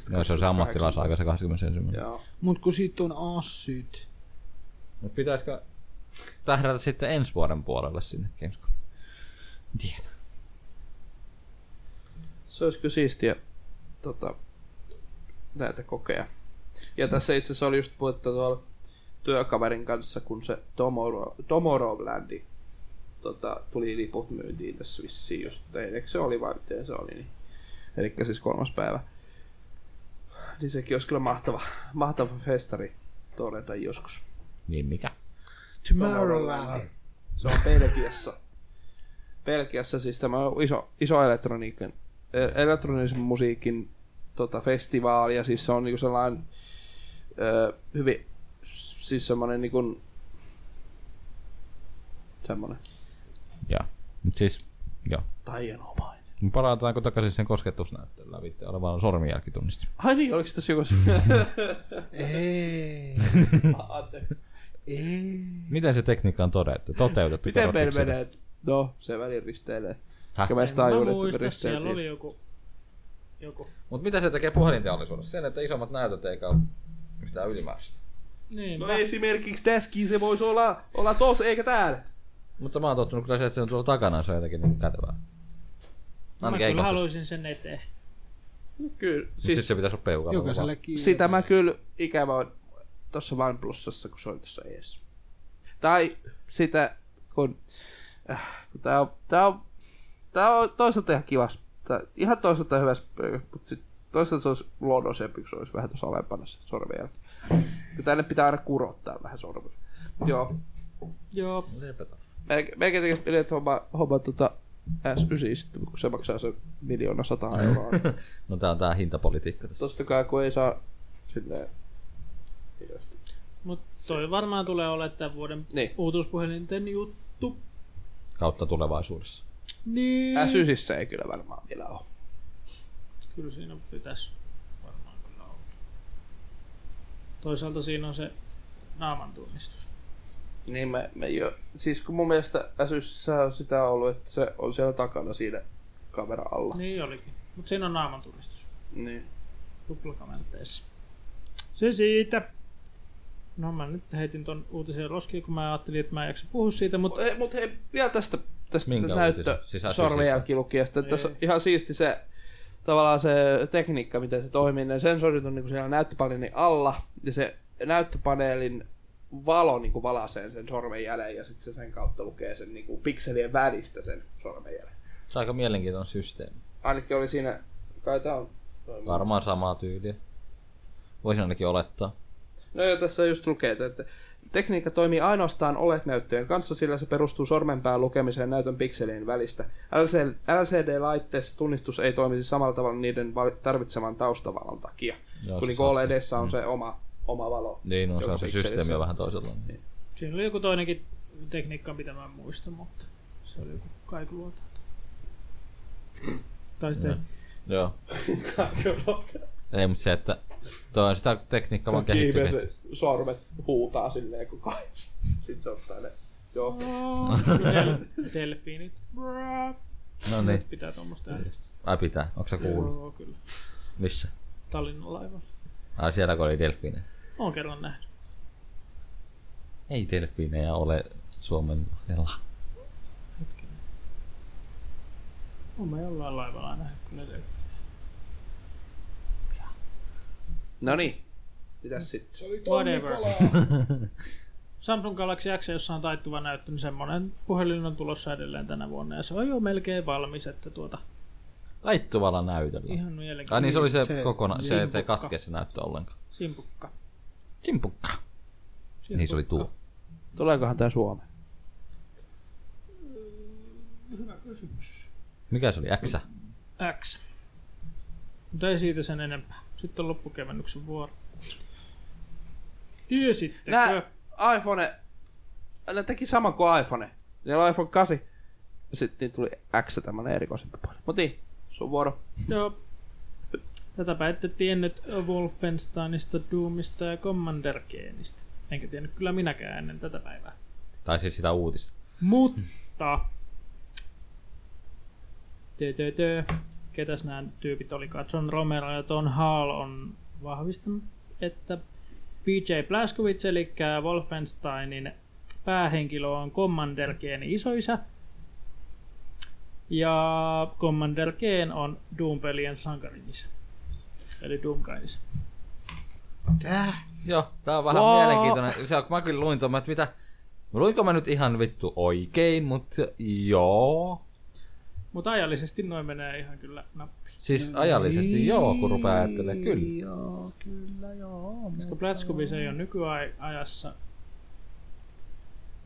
Speaker 4: No, se on se ammattilaisaika se 21.
Speaker 3: Joo.
Speaker 5: Mut kun siitä on assyt.
Speaker 4: Mut pitäisikö tähdätä sitten ensi vuoden puolelle sinne Gamescom?
Speaker 3: Se olisi kyllä siistiä tota, näitä kokea. Ja tässä itse asiassa oli just puhetta tuolla työkaverin kanssa, kun se Tomorrow, Tomorrowlandi tota, tuli liput myyntiin tässä vissiin just, tai eikö se oli vai miten se oli, niin. eli siis kolmas päivä. Niin sekin olisi kyllä mahtava, mahtava festari todeta joskus.
Speaker 4: Niin mikä?
Speaker 5: Tomorrowland.
Speaker 3: Se on Belgiassa. Belgiassa siis tämä on iso, iso elektroniikan, e- elektronisen musiikin tota, festivaali ja siis se on niinku sellainen ö, hyvin siis semmoinen niinku semmoinen
Speaker 4: Joo. Mut siis, joo.
Speaker 3: taianomainen.
Speaker 4: Me palataanko takaisin sen kosketusnäyttöön läpi olevan sormenjälkitunnistin?
Speaker 3: Ai niin, oliko tässä joku...
Speaker 5: Ei.
Speaker 3: Anteeksi.
Speaker 5: Ei.
Speaker 4: Miten se tekniikka on todettu, toteutettu?
Speaker 3: Miten meillä
Speaker 4: kadotiksella?
Speaker 3: menee? No, se väli risteilee.
Speaker 4: Häh?
Speaker 3: Ja mä
Speaker 2: En
Speaker 3: sitä
Speaker 2: Mä
Speaker 3: tajuin, että me
Speaker 2: muistan, siellä oli
Speaker 3: risteiltiin.
Speaker 2: joku, joku.
Speaker 4: Mut mitä se tekee puhelinteollisuudessa? Sen, että isommat näytöt eikä ole mitään ylimääräistä.
Speaker 2: Niin,
Speaker 3: No
Speaker 2: no,
Speaker 3: esimerkiksi tässäkin se voisi olla, olla tossa eikä täällä.
Speaker 4: Mutta mä oon tottunut kyllä se, että se on tuolla takana, se on jotenkin niin kätevää.
Speaker 2: mä
Speaker 4: Ainakin
Speaker 2: kyllä
Speaker 4: eikä haluaisin.
Speaker 2: haluaisin sen eteen.
Speaker 3: Kyllä,
Speaker 4: Siis...
Speaker 3: siis
Speaker 4: Sitten se pitäisi olla peukalla.
Speaker 5: Jokaiselle kiinni.
Speaker 3: Sitä mä kyllä ikävä on tuossa OnePlusassa, kun se oli tuossa ees. Tai sitä, kun... Äh, kun tää on, tää on, tää on toisaalta ihan kivas. Tää, ihan toisaalta hyvä, mutta sit toisaalta se olisi luonnollisempi, kun se olisi vähän tuossa alempana se sormenjälki. Kun tänne pitää aina kurottaa vähän sormen. Joo.
Speaker 2: Joo,
Speaker 3: Melkein melkein tekisi mieli, että homma, homma tota S9 sitten, kun se maksaa se miljoona sata euroa.
Speaker 4: No tää on tää hintapolitiikka tässä.
Speaker 3: Tosta kai, kun ei saa silleen...
Speaker 2: mutta toi varmaan tulee olemaan tämän vuoden
Speaker 3: Niin.
Speaker 2: uutuuspuhelinten juttu.
Speaker 4: Kautta tulevaisuudessa.
Speaker 2: Niin.
Speaker 3: S9 ei kyllä varmaan vielä ole.
Speaker 2: Kyllä siinä pitäisi varmaan kyllä olla. Toisaalta siinä on se naaman tunnistus.
Speaker 3: Niin me, me jo, siis kun mun mielestä Asyssä on sitä ollut, että se on siellä takana siinä kamera alla.
Speaker 2: Niin olikin. Mutta siinä on naaman tunnistus.
Speaker 3: Niin.
Speaker 2: Tuplakamerteissa. Se siitä. No mä nyt heitin ton uutisen roskiin, kun mä ajattelin, että mä en jaksa puhua siitä, mutta...
Speaker 3: Mutta mut hei, vielä tästä, tästä
Speaker 4: Minkä
Speaker 3: näyttö
Speaker 4: uutisen? Siis Niin. Asyssistä?
Speaker 3: sormenjälkilukijasta. että Tässä on
Speaker 2: Ei.
Speaker 3: ihan siisti se tavallaan se tekniikka, miten se toimii. Ne sensorit on niinku siellä näyttöpaneelin alla ja se näyttöpaneelin valo niinku valaisee sen sormenjäljen ja sitten se sen kautta lukee sen niinku pikselien välistä sen sormenjäljen.
Speaker 4: Se on aika mielenkiintoinen systeemi.
Speaker 3: Ainakin oli siinä, kai tää on
Speaker 4: Varmaan samaa tyyliä. Voisin ainakin olettaa.
Speaker 3: No joo, tässä just lukee, että tekniikka toimii ainoastaan oletnäyttöjen kanssa, sillä se perustuu sormenpään lukemiseen näytön pikselien välistä. LC- LCD-laitteessa tunnistus ei toimisi samalla tavalla niiden val- tarvitseman taustavalan takia.
Speaker 4: Joo,
Speaker 3: kun
Speaker 4: se
Speaker 3: niinku
Speaker 4: saa-
Speaker 3: OLEDssä on se oma, oma valo.
Speaker 4: Niin, no, se
Speaker 3: joka
Speaker 4: on se
Speaker 3: pikselissä.
Speaker 4: systeemi on vähän toisenlainen. Niin.
Speaker 2: Siinä oli joku toinenkin tekniikka, mitä mä en muista, mutta se oli joku kaikuluota. Tai sitten...
Speaker 4: Joo. Ei, mutta se, että toi on sitä tekniikkaa vaan kehittynyt.
Speaker 3: Ihmiset Niin, sormet huutaa silleen koko ajan. Sitten se ottaa ne. Joo.
Speaker 2: Del- delfiinit.
Speaker 4: No niin.
Speaker 2: Pitää tuommoista ääntä.
Speaker 4: Ai pitää, onko se kuullut?
Speaker 2: Joo, kyllä.
Speaker 4: Missä?
Speaker 2: Tallinnan laivalla.
Speaker 4: Ai siellä kun oli delfiinejä.
Speaker 2: Oon kerran nähnyt.
Speaker 4: Ei delfiinejä ole Suomen lahdella.
Speaker 2: Oon mä jollain laivalla nähnyt kyllä delfiinit.
Speaker 3: No niin. Mitäs sitten?
Speaker 5: Se oli tonni
Speaker 2: Whatever.
Speaker 5: kalaa.
Speaker 2: Samsung Galaxy X, jossa on taittuva näyttö, niin semmonen puhelin on tulossa edelleen tänä vuonna ja se on jo melkein valmis, että tuota
Speaker 4: Taittuvalla näytöllä.
Speaker 2: ihan
Speaker 4: Ai
Speaker 2: mielenkiintoinen
Speaker 4: niin, se oli se, se
Speaker 5: Se-
Speaker 4: kokonaan, se, että ei
Speaker 2: simpukka.
Speaker 4: katke se näyttö ollenkaan.
Speaker 2: simpukka.
Speaker 4: Simpukka. Niin se oli tuo.
Speaker 3: Tuleekohan tää Suomeen?
Speaker 2: Hyvä kysymys.
Speaker 4: Mikä se oli? X?
Speaker 2: X. Mutta ei siitä sen enempää. Sitten on loppukevennyksen vuoro. Tiesittekö?
Speaker 3: Nää iPhone, ne teki sama kuin iPhone. Niillä on iPhone 8. Sitten niin tuli X tämmönen erikoisempi puoli. Mut niin, sun vuoro.
Speaker 2: Joo. Tätä ette tiennyt Wolfensteinista, Doomista ja Commander Keenistä. Enkä tiennyt kyllä minäkään ennen tätä päivää.
Speaker 4: Tai siis sitä uutista.
Speaker 2: Mutta... Tö, tö, tö. Ketäs nämä tyypit olikaan? John Romero ja Tom Hall on vahvistanut, että PJ Blaskowitz, eli Wolfensteinin päähenkilö on Commander Keen isoisä. Ja Commander Keen on Doom-pelien sankarin isä. Eli Doomkain isä.
Speaker 4: Joo, tää on vähän
Speaker 3: Wow.
Speaker 4: wow. mielenkiintoinen. Se, on- kun mä kyllä luin tuon, että mitä... Luinko mä nyt ihan vittu oikein, mutta joo.
Speaker 2: Mutta ajallisesti noin menee ihan kyllä nappiin.
Speaker 4: Siis ajallisesti joo, kun rupeaa ajattelemaan, kyllä.
Speaker 5: Joo, kyllä joo.
Speaker 2: Koska Blatskubis ei ole nykyajassa,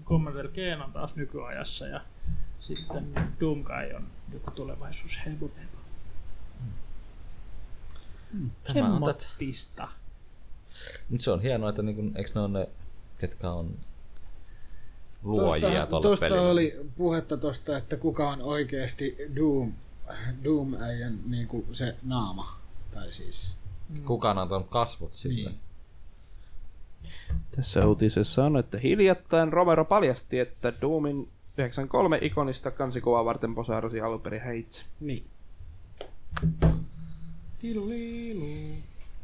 Speaker 2: Commander Keen on taas nykyajassa ja sitten Doomkai on joku tulevaisuus hebo
Speaker 4: Tämä on tätä.
Speaker 2: Semmottista.
Speaker 4: Nyt se on hienoa, että niinku, eikö ne on ne, ketkä on luojia tuolla
Speaker 5: tuosta
Speaker 4: pelillä.
Speaker 5: oli puhetta tuosta, että kuka on oikeasti Doom, Doom äijän niin kuin se naama. Tai siis,
Speaker 4: Kuka on antanut kasvot sille?
Speaker 5: Niin.
Speaker 4: Niin.
Speaker 3: Tässä uutisessa on, että hiljattain Romero paljasti, että Doomin 93 ikonista kansikuvaa varten posaarasi alun perin hän itse.
Speaker 5: niin.
Speaker 2: Tiluliilu.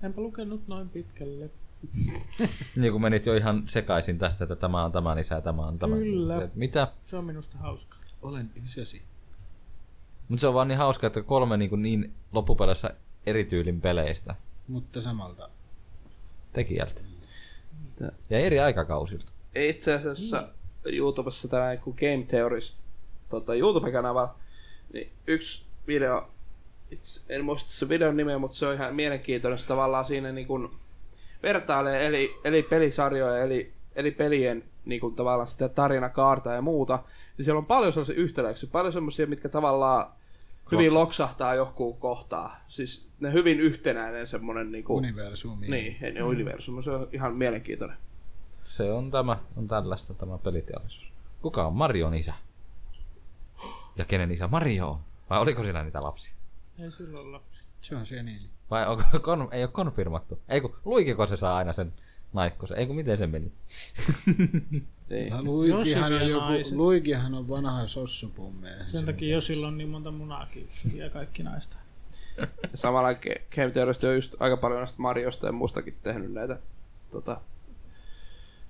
Speaker 2: Enpä lukenut noin pitkälle.
Speaker 4: niin kun menit jo ihan sekaisin tästä, että tämä on tämän isä, tämä on tämä.
Speaker 2: Kyllä.
Speaker 4: Et Mitä?
Speaker 2: Se on minusta hauskaa.
Speaker 5: Olen isäsi.
Speaker 4: Mutta se on vaan niin hauska, että kolme niin, kuin niin loppupeleissä eri tyylin peleistä
Speaker 5: Mutta samalta.
Speaker 4: tekijältä.
Speaker 3: Tää.
Speaker 4: Ja eri aikakausilta.
Speaker 3: Itse asiassa YouTubessa tällainen kuin Game Theorist tota, YouTube-kanava, niin yksi video, itse, en muista se videon nimeä, mutta se on ihan mielenkiintoinen, se tavallaan siinä niin kuin vertailee eli, eli pelisarjoja, eli, eli pelien niin kuin tavallaan sitä tarinakaarta ja muuta, niin siellä on paljon sellaisia yhtäläisiä, paljon sellaisia, mitkä tavallaan hyvin loksahtaa johonkin kohtaan. Siis ne hyvin yhtenäinen semmoinen niin kuin,
Speaker 5: Universumi.
Speaker 3: niin, mm. universumi, se on ihan mielenkiintoinen.
Speaker 4: Se on tämä, on tällaista tämä peliteollisuus. Kuka on Marion isä? Ja kenen isä Mario on? Vai oliko siinä niitä lapsia?
Speaker 2: Ei silloin ole lapsi.
Speaker 5: Se on seniili.
Speaker 4: Vai onko, kon, ei ole konfirmattu? Ei kun, luikiko se saa aina sen naisko se? Ei kun, miten se meni?
Speaker 3: Niin.
Speaker 5: Luikihan
Speaker 2: Jos
Speaker 5: on,
Speaker 2: hyviä
Speaker 5: joku,
Speaker 2: naiset.
Speaker 5: Luikihan on vanha sossupumme.
Speaker 2: Sen takia jo silloin on niin monta munaakin ja kaikki naista.
Speaker 3: samalla Ke- Game Theorist on just aika paljon näistä Mariosta ja muustakin tehnyt näitä tota,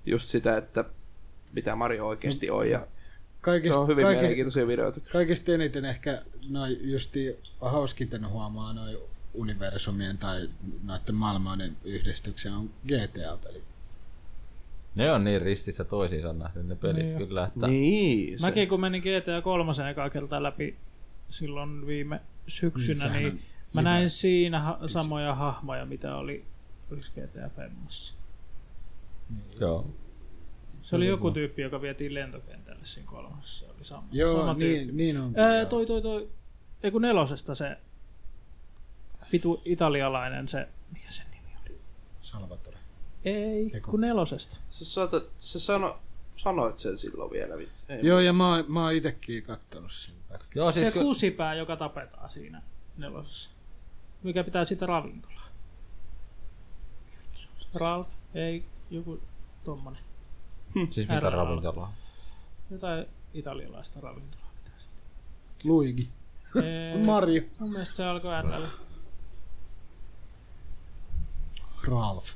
Speaker 3: just sitä, että mitä Mario oikeasti on ja ne
Speaker 5: Kaikista,
Speaker 3: on hyvin
Speaker 5: kaikki-
Speaker 3: mielenkiintoisia videoita.
Speaker 5: Kaikista eniten ehkä noin justi hauskiten huomaa noin universumien tai noiden maailmoiden yhdistyksen on GTA-peli.
Speaker 4: Ne on niin ristissä toisiinsa nähden ne pelit
Speaker 2: Niin
Speaker 4: niin
Speaker 2: jo.
Speaker 4: kyllä, että niin.
Speaker 3: Niin, se.
Speaker 2: Mäkin kun menin GTA 3 ekaa kertaa läpi silloin viime syksynä,
Speaker 5: Niin,
Speaker 2: niin,
Speaker 5: sehän
Speaker 2: niin mä näin siinä ha- samoja hahmoja, mitä oli oliko GTA 5.
Speaker 4: joo.
Speaker 2: Se oli joku tyyppi, joka vietiin lentokentälle siinä kolmassa. Se oli sama,
Speaker 5: Joo,
Speaker 2: sama tyyppi.
Speaker 5: niin, niin on.
Speaker 2: Ää,
Speaker 5: joo.
Speaker 2: toi, toi, toi, ei kun nelosesta se vitu italialainen se, mikä sen nimi oli?
Speaker 5: Salvatore.
Speaker 2: Ei,
Speaker 5: Eiku.
Speaker 2: kun nelosesta.
Speaker 3: Sä, saatat, sä sano, sanoit sen silloin vielä. Vitsi. Ei,
Speaker 5: Joo, ja mä, oon- mä oon itekin kattonut sen pätkän.
Speaker 4: Joo, siis
Speaker 2: Se
Speaker 4: kun,
Speaker 2: kusipää, joka tapetaan siinä nelosessa. Mikä pitää sitä ravintolaa. Ralf, ei, joku tommonen.
Speaker 4: siis mitä
Speaker 2: RL.
Speaker 4: ravintolaa?
Speaker 2: Jotain italialaista ravintolaa pitää siinä.
Speaker 5: Luigi.
Speaker 2: Ei,
Speaker 5: Mario.
Speaker 2: mun mielestä se alkoi RL.
Speaker 5: Ralph.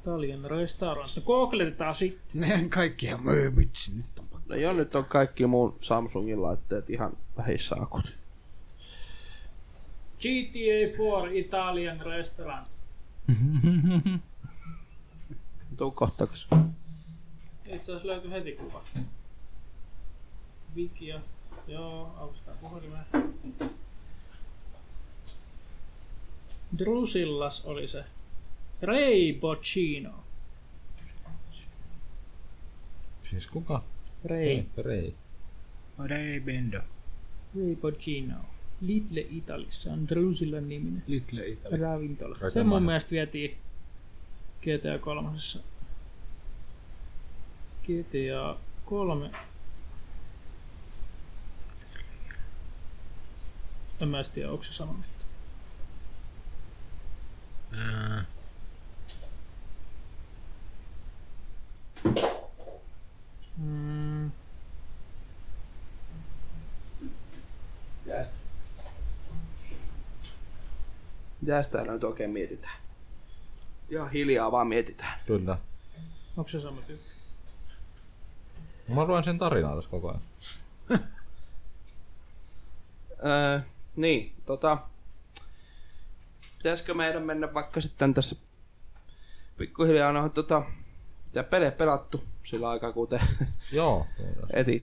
Speaker 2: Italian restaurant. No googletetaan sitten.
Speaker 5: Ne kaikkia myy, vitsi, nyt on pakko.
Speaker 3: No joo, nyt on kaikki muun Samsungin laitteet ihan vähissä akut.
Speaker 2: GTA 4 Italian restaurant.
Speaker 3: Tuu kohtaaks.
Speaker 2: Itse asiassa löytyi heti kuva. Wikia. Joo, aukastaan puhelimeen. Drusillas oli se. Ray Bocchino.
Speaker 4: Siis kuka?
Speaker 2: Ray.
Speaker 4: Rei.
Speaker 8: Ray Bendo.
Speaker 2: Ray Bocchino. Little Italissa on Drusillan niminen
Speaker 5: Little Italy.
Speaker 2: ravintola.
Speaker 4: Aika
Speaker 2: Se mun
Speaker 4: mahdoton.
Speaker 2: mielestä vietiin GTA 3. GTA 3. En mä edes tiedä, onko se sama.
Speaker 5: Ää,
Speaker 2: Mm.
Speaker 3: Mitäs täällä nyt oikein mietitään? Ihan hiljaa vaan mietitään.
Speaker 4: Kyllä.
Speaker 2: Onko se sama tyyppi?
Speaker 4: Mä luen sen tarinaa tässä koko ajan.
Speaker 3: Öö, niin, tota... Pitäisikö meidän mennä vaikka sitten tässä pikkuhiljaa noihin tota... Mitä pelejä pelattu sillä aikaa, kun te
Speaker 4: Joo.
Speaker 3: etit.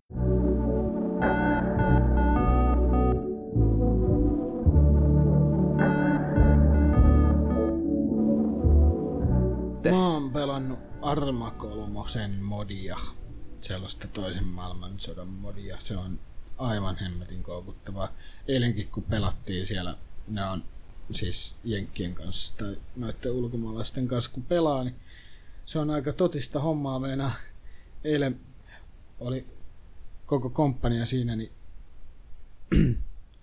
Speaker 5: Mä oon pelannut Arma kolmosen modia. Sellaista toisen maailmansodan modia. Se on aivan hemmetin koukuttavaa. Eilenkin kun pelattiin siellä, ne on siis jenkkien kanssa tai noiden ulkomaalaisten kanssa kun pelaa, niin se on aika totista hommaa meinaa. Eilen oli koko komppania siinä, niin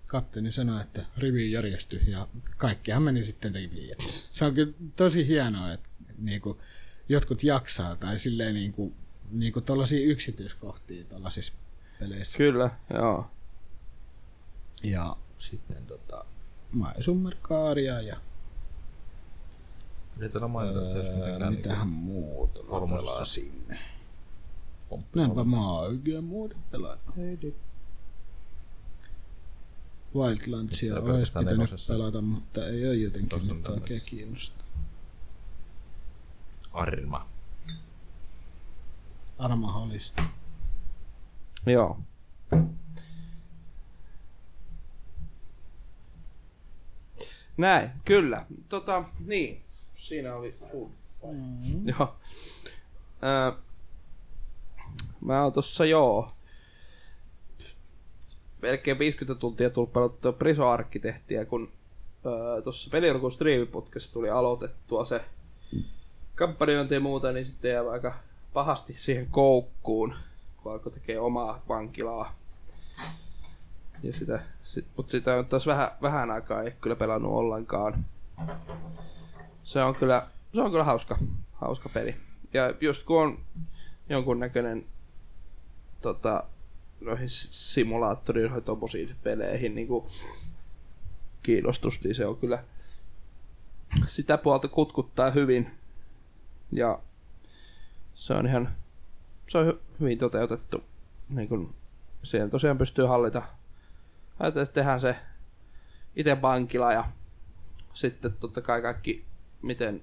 Speaker 5: kapteeni sanoi, että rivi järjestyi ja kaikkihan meni sitten riviin. Ja Se on kyllä tosi hienoa, että niinku jotkut jaksaa tai silleen niinku, niinku tollasia yksityiskohtia tollasissa peleissä.
Speaker 3: Kyllä, joo.
Speaker 5: Ja sitten tota, mä Summer Kaaria ja
Speaker 4: Ei täällä mainita se, jos
Speaker 5: öö,
Speaker 4: mitenkään niin
Speaker 5: mitähän muuta mä
Speaker 4: kolmosessa.
Speaker 5: pelasin.
Speaker 4: niinku pomppi-
Speaker 5: Näinpä mä oon oikein muuta pelannut.
Speaker 4: Ei
Speaker 5: Wildlandsia olisi
Speaker 4: pelkästään
Speaker 5: pitänyt
Speaker 4: nelosessa.
Speaker 5: pelata, mutta ei ole jotenkin
Speaker 4: Tossa on
Speaker 5: nyt oikein
Speaker 4: tämmöis.
Speaker 5: kiinnostaa.
Speaker 4: Arma.
Speaker 5: Armaholista.
Speaker 3: Joo. Näin, kyllä. Tota, niin. Siinä oli sun. Mm-hmm. Joo. Ää, mä oon tossa joo. Melkein 50 tuntia tullut pelattua Priso-arkkitehtiä, kun ää, tuossa pelirukun striimiputkessa tuli aloitettua se kampanjointi ja muuta, niin sitten jää aika pahasti siihen koukkuun, kun alkoi tekee omaa vankilaa. Ja sitä, sit, mutta sitä on taas vähän, vähän aikaa ei kyllä pelannut ollenkaan. Se on kyllä, se on kyllä hauska, hauska peli. Ja just kun on jonkunnäköinen tota, noihin simulaattoriin, noihin tommosiin peleihin niin kuin kiinnostus, niin se on kyllä sitä puolta kutkuttaa hyvin. Ja se on ihan se on hy- hyvin toteutettu. Niin kun siihen tosiaan pystyy hallita. Ajatellaan, että tehdään se itse vankila ja sitten totta kai kaikki, miten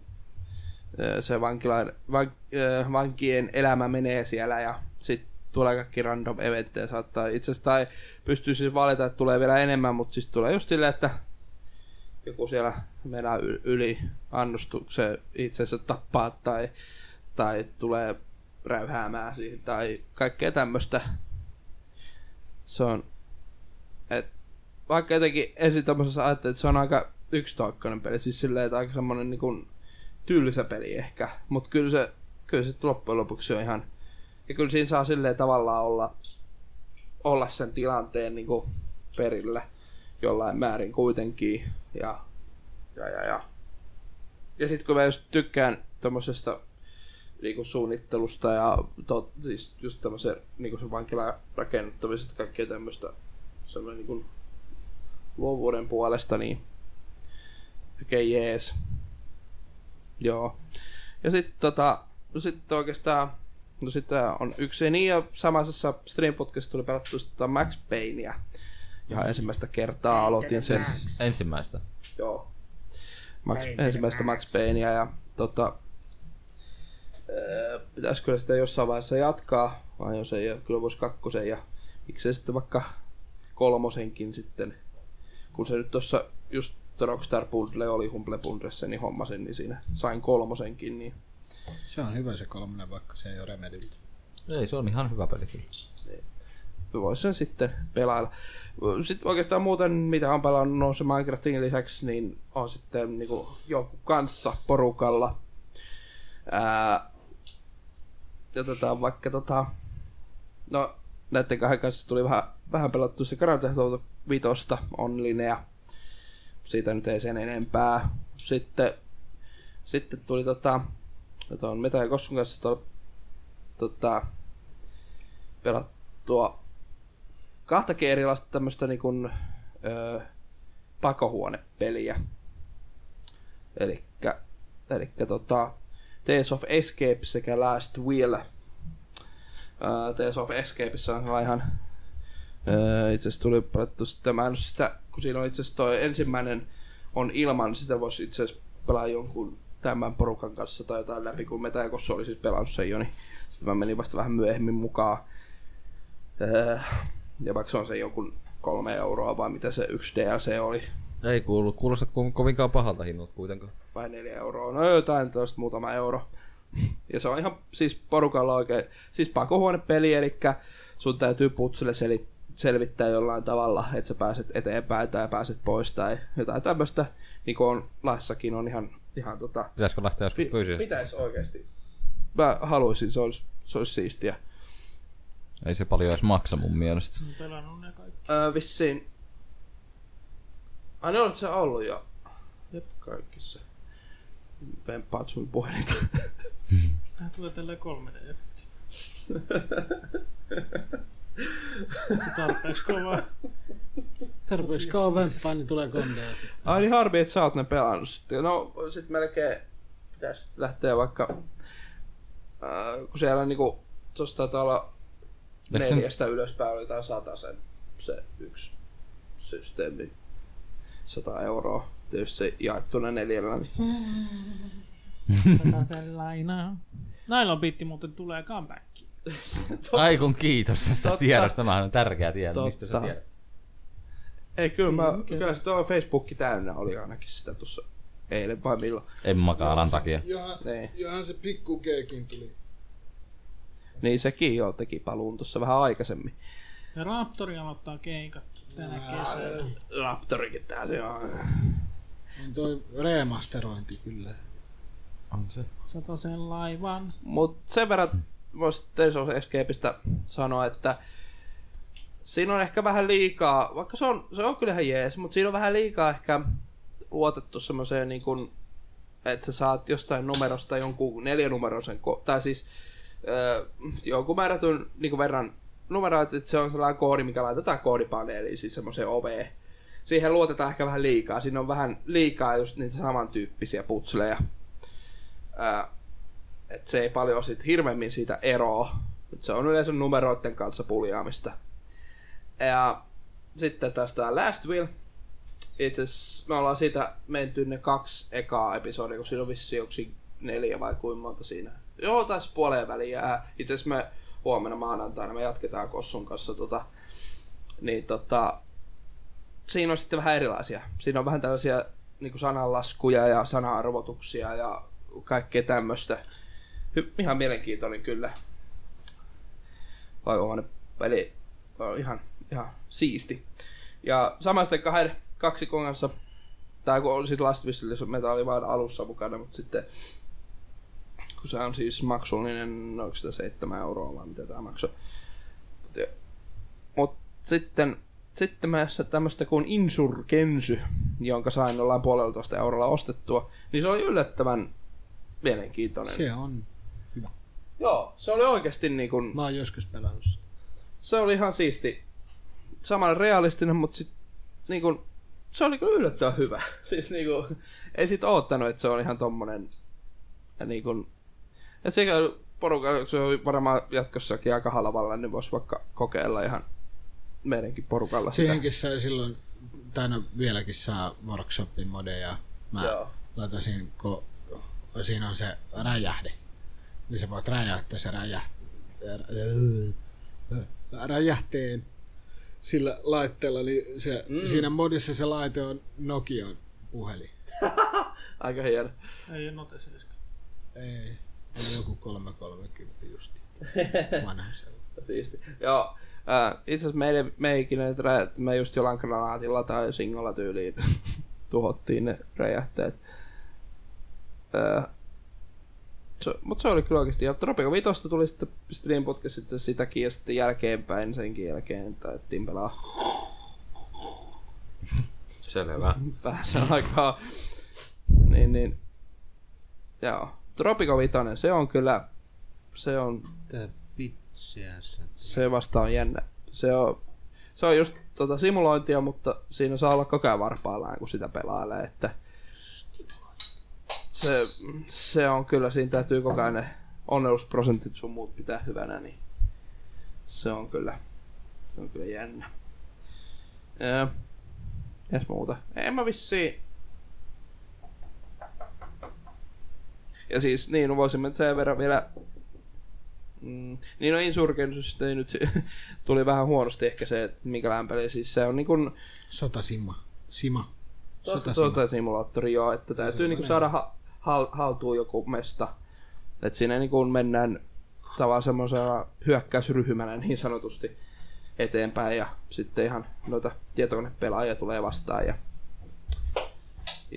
Speaker 3: ö, se vankilan, van, ö, vankien elämä menee siellä ja sitten tulee kaikki random eventtejä saattaa itse asiassa tai pystyy siis valita, että tulee vielä enemmän, mutta siis tulee just silleen, että joku siellä meinaa y- yli annostukseen itsensä tappaa tai, tai tulee räyhäämään siihen tai kaikkea tämmöistä. Se on, et, vaikka jotenkin ensin tommosessa ajattelin, että se on aika yksitoikkoinen peli, siis silleen, että aika semmonen niin kuin tylsä peli ehkä, mutta kyllä se, kyllä se loppujen lopuksi se on ihan, ja kyllä siinä saa silleen tavallaan olla, olla sen tilanteen niin kuin perillä jollain määrin kuitenkin. Ja, ja, ja, ja. ja sitten kun mä just tykkään tuommoisesta niinku suunnittelusta ja to, siis just tämmöisen niinku sen vankilan rakennuttamisesta kaikkea tämmöistä semmoinen niinku luovuuden puolesta, niin okei okay, jees. Joo. Ja sitten tota, no sit oikeastaan, no sitä on yksi niin, ja samassa stream podcastissa tuli pelattu sitä Max Payneä. Ihan ensimmäistä kertaa aloitin sen.
Speaker 4: Ensimmäistä.
Speaker 3: Joo. Max,
Speaker 8: Payne,
Speaker 3: ensimmäistä Max Payneä ja tota, öö, pitäisi kyllä sitä jossain vaiheessa jatkaa, vai jos ei, ja kyllä voisi kakkosen ja miksei sitten vaikka kolmosenkin sitten, kun se nyt tuossa just Rockstar Bundle oli Humble Bundlessa, niin hommasin, niin siinä sain kolmosenkin, niin
Speaker 5: Se on hyvä se kolmonen, vaikka se ei ole Remedyltä.
Speaker 4: Ei, se on ihan hyvä peli kyllä.
Speaker 3: voisi sen sitten pelailla. Sitten oikeastaan muuten, mitä on pelannut se Minecraftin lisäksi, niin on sitten niin kuin, jonkun kanssa porukalla. Ää, ja tota, vaikka tota, no näiden kahden kanssa tuli vähän, vähän pelattu se Grand Theft Auto 5 on linea. Siitä nyt ei sen enempää. Sitten Sitten tuli tota, tuon Meta ja Kossun kanssa tuolla, tota, pelattua kahtakin erilaista tämmöistä niin kuin, ö, pakohuonepeliä. Elikkä, elikkä tota, Tales of Escape sekä Last Will. Ää, Tales of Escapeissa on sellainen ihan ää, itse asiassa tuli pelattu sitä, mä en oo sitä, kun siinä on itse asiassa toi ensimmäinen on ilman, niin sitä voisi itse asiassa pelaa jonkun tämän porukan kanssa tai jotain läpi, kun me tai Kossu oli siis pelannut sen jo, niin sitten mä menin vasta vähän myöhemmin mukaan. Ää, ja vaikka se on se jonkun kolme euroa vai mitä se yksi DLC oli,
Speaker 6: Ei kuulu, kuulosta ko- kovinkaan pahalta hinnalta kuitenkaan.
Speaker 3: vai neljä euroa, no jotain tällaista muutama euro. Ja se on ihan siis porukalla oikein, siis pakohuonepeli, eli sun täytyy putselle sel- selvittää jollain tavalla, että sä pääset eteenpäin tai pääset pois tai jotain tämmöistä, niin kuin on Lassakin on ihan, ihan tota,
Speaker 6: Pitäisikö lähteä joskus
Speaker 3: pi-
Speaker 6: fyysisesti?
Speaker 3: pitäisi oikeasti. Mä haluaisin, se olisi, se olisi siistiä.
Speaker 6: Ei se paljon edes maksa mun mielestä.
Speaker 2: Mä oon pelannut ne kaikki.
Speaker 3: Öö, vissiin... Ai ne on se ollut jo. Jep, kaikissa. Vempaat sun puhelinta.
Speaker 2: Tää tulee tällä 3D. Tarpeeksi kovaa.
Speaker 9: Tarpeeksi kauan vemppaa, niin tulee kondeja.
Speaker 3: Ai niin harmi, että sä oot ne pelannut sitten. No sit melkein pitäis lähteä vaikka... Äh, kun siellä niinku... Tuosta taitaa olla
Speaker 6: Eikö sen-
Speaker 3: neljästä ylöspäin oli jotain sata sen, se yksi systeemi. 100 euroa. Tietysti se jaettuna neljällä, niin
Speaker 2: Tätä lainaa. Nylon biitti muuten tulee comebackiin.
Speaker 6: Ai kun kiitos tästä
Speaker 3: Totta.
Speaker 6: tiedosta, tämähän on tärkeä tieto, mistä sä
Speaker 3: Totta.
Speaker 6: tiedät.
Speaker 3: tota- Ei, kyllä, mä,
Speaker 2: Okei.
Speaker 3: kyllä se tuo Facebookki täynnä oli ainakin sitä tuossa eilen vai milloin.
Speaker 6: Emma Kaalan takia.
Speaker 5: Johan,
Speaker 3: Niin.
Speaker 5: johan se pikku G-kin tuli.
Speaker 3: Niin sekin jo teki paluun tuossa vähän aikaisemmin.
Speaker 2: Ja Raptori aloittaa keikat tänä kesänä.
Speaker 3: Raptorikin täällä joo.
Speaker 5: On toi remasterointi kyllä.
Speaker 6: On se.
Speaker 2: Satasen laivan.
Speaker 3: Mut sen verran voisi Tales of Escapeista sanoa, että siinä on ehkä vähän liikaa, vaikka se on, se on kyllä ihan jees, mutta siinä on vähän liikaa ehkä luotettu semmoiseen niin kuin, että sä saat jostain numerosta jonkun neljänumeroisen, ko- tai siis öö, jonkun määrätyn niin kuin verran numeroita, että se on sellainen koodi, mikä laitetaan koodipaneeliin, siis semmoiseen oveen. Siihen luotetaan ehkä vähän liikaa, siinä on vähän liikaa just niitä samantyyppisiä putsleja. Öö, et se ei paljon sit hirvemmin siitä eroa. Et se on yleensä numeroiden kanssa puljaamista. Ja sitten tästä Last Will. Itse asiassa me ollaan siitä menty ne kaksi ekaa episodia, kun siinä on vissiin onko siinä neljä vai kuinka monta siinä. Joo, tässä puoleen väliin jää. Itse asiassa me huomenna maanantaina me jatketaan Kossun kanssa tota, niin tota, siinä on sitten vähän erilaisia. Siinä on vähän tällaisia niin kuin sananlaskuja ja sana-arvotuksia ja kaikkea tämmöistä. Hy- ihan mielenkiintoinen kyllä. Vaikuvainen peli on ihan, ihan siisti. Ja samaisten kahden kaksikon kanssa, tai kun oli siis Last Whistle, meitä oli vain alussa mukana, mutta sitten kun se on siis maksullinen, onko sitä 7 euroa vai mitä tämä maksoi. Mutta sitten, sitten mä tämmöistä kuin Insurgensy, jonka sain jollain puoleltoista eurolla ostettua, niin se oli yllättävän mielenkiintoinen.
Speaker 5: Se on.
Speaker 3: Joo, se oli oikeasti niin kuin,
Speaker 5: Mä oon joskus pelannut sitä.
Speaker 3: se oli ihan siisti. Samalla realistinen, mutta sit niin kuin, se oli kyllä yllättävän hyvä. Siis niin kuin, ei sit oottanut, että se on ihan tommonen, niin kuin, että sekä porukka, se on varmaan jatkossakin aika halvalla, niin voisi vaikka kokeilla ihan meidänkin porukalla sitä.
Speaker 5: Siihenkin sai silloin, tai no vieläkin saa workshopin modeja. Mä Joo.
Speaker 3: Joo.
Speaker 5: laitasin, kun siinä on se räjähde. Niin sä voit räjäyttää se räjähteen. räjähteen sillä laitteella, niin se, mm. siinä modissa se laite on Nokian puhelin.
Speaker 3: Aika hieno.
Speaker 2: Ei oo note seiska.
Speaker 5: Ei, on joku 330 just. Vanha se.
Speaker 3: Siisti. Joo. Äh, itse asiassa meille, me ei ikinä niitä räjä- me just jollain granaatilla tai singolla tyyliin tuhottiin ne räjähteet. Äh, se, mutta se oli kyllä oikeasti. Ja Tropico Vitosta tuli sitten Stream Podcast itse asiassa sitäkin ja sitten jälkeenpäin senkin jälkeen taettiin pelaa
Speaker 6: Selvä.
Speaker 3: vähän sen aikaa. Niin, niin. Joo. Tropico Vitoinen, se on kyllä, se on
Speaker 9: Tää pitsiänsä.
Speaker 3: se vasta on jännä. Se on, se on just tota simulointia, mutta siinä saa olla koko ajan varpaillaan, kun sitä pelailee. Että se, se on kyllä, siinä täytyy koko ajan ne onneusprosentit sun muut pitää hyvänä, niin se on kyllä, se on kyllä jännä. Öö, mitäs muuta? En mä vissiin... Ja siis niin, no voisimme sen verran vielä Mm, niin no Insurgency ei nyt tuli vähän huonosti ehkä se, että minkälainen peli. Siis se on niin kuin
Speaker 5: Sotasima. Sima.
Speaker 3: tuota,
Speaker 5: Sotasima.
Speaker 3: simulaattori joo, että täytyy
Speaker 5: on
Speaker 3: niin kuin
Speaker 5: näin.
Speaker 3: saada ha- hal- haltuun joku mesta. Että siinä niin kuin mennään tavallaan semmoisena hyökkäysryhmänä niin sanotusti eteenpäin ja sitten ihan noita tietokonepelaajia tulee vastaan ja,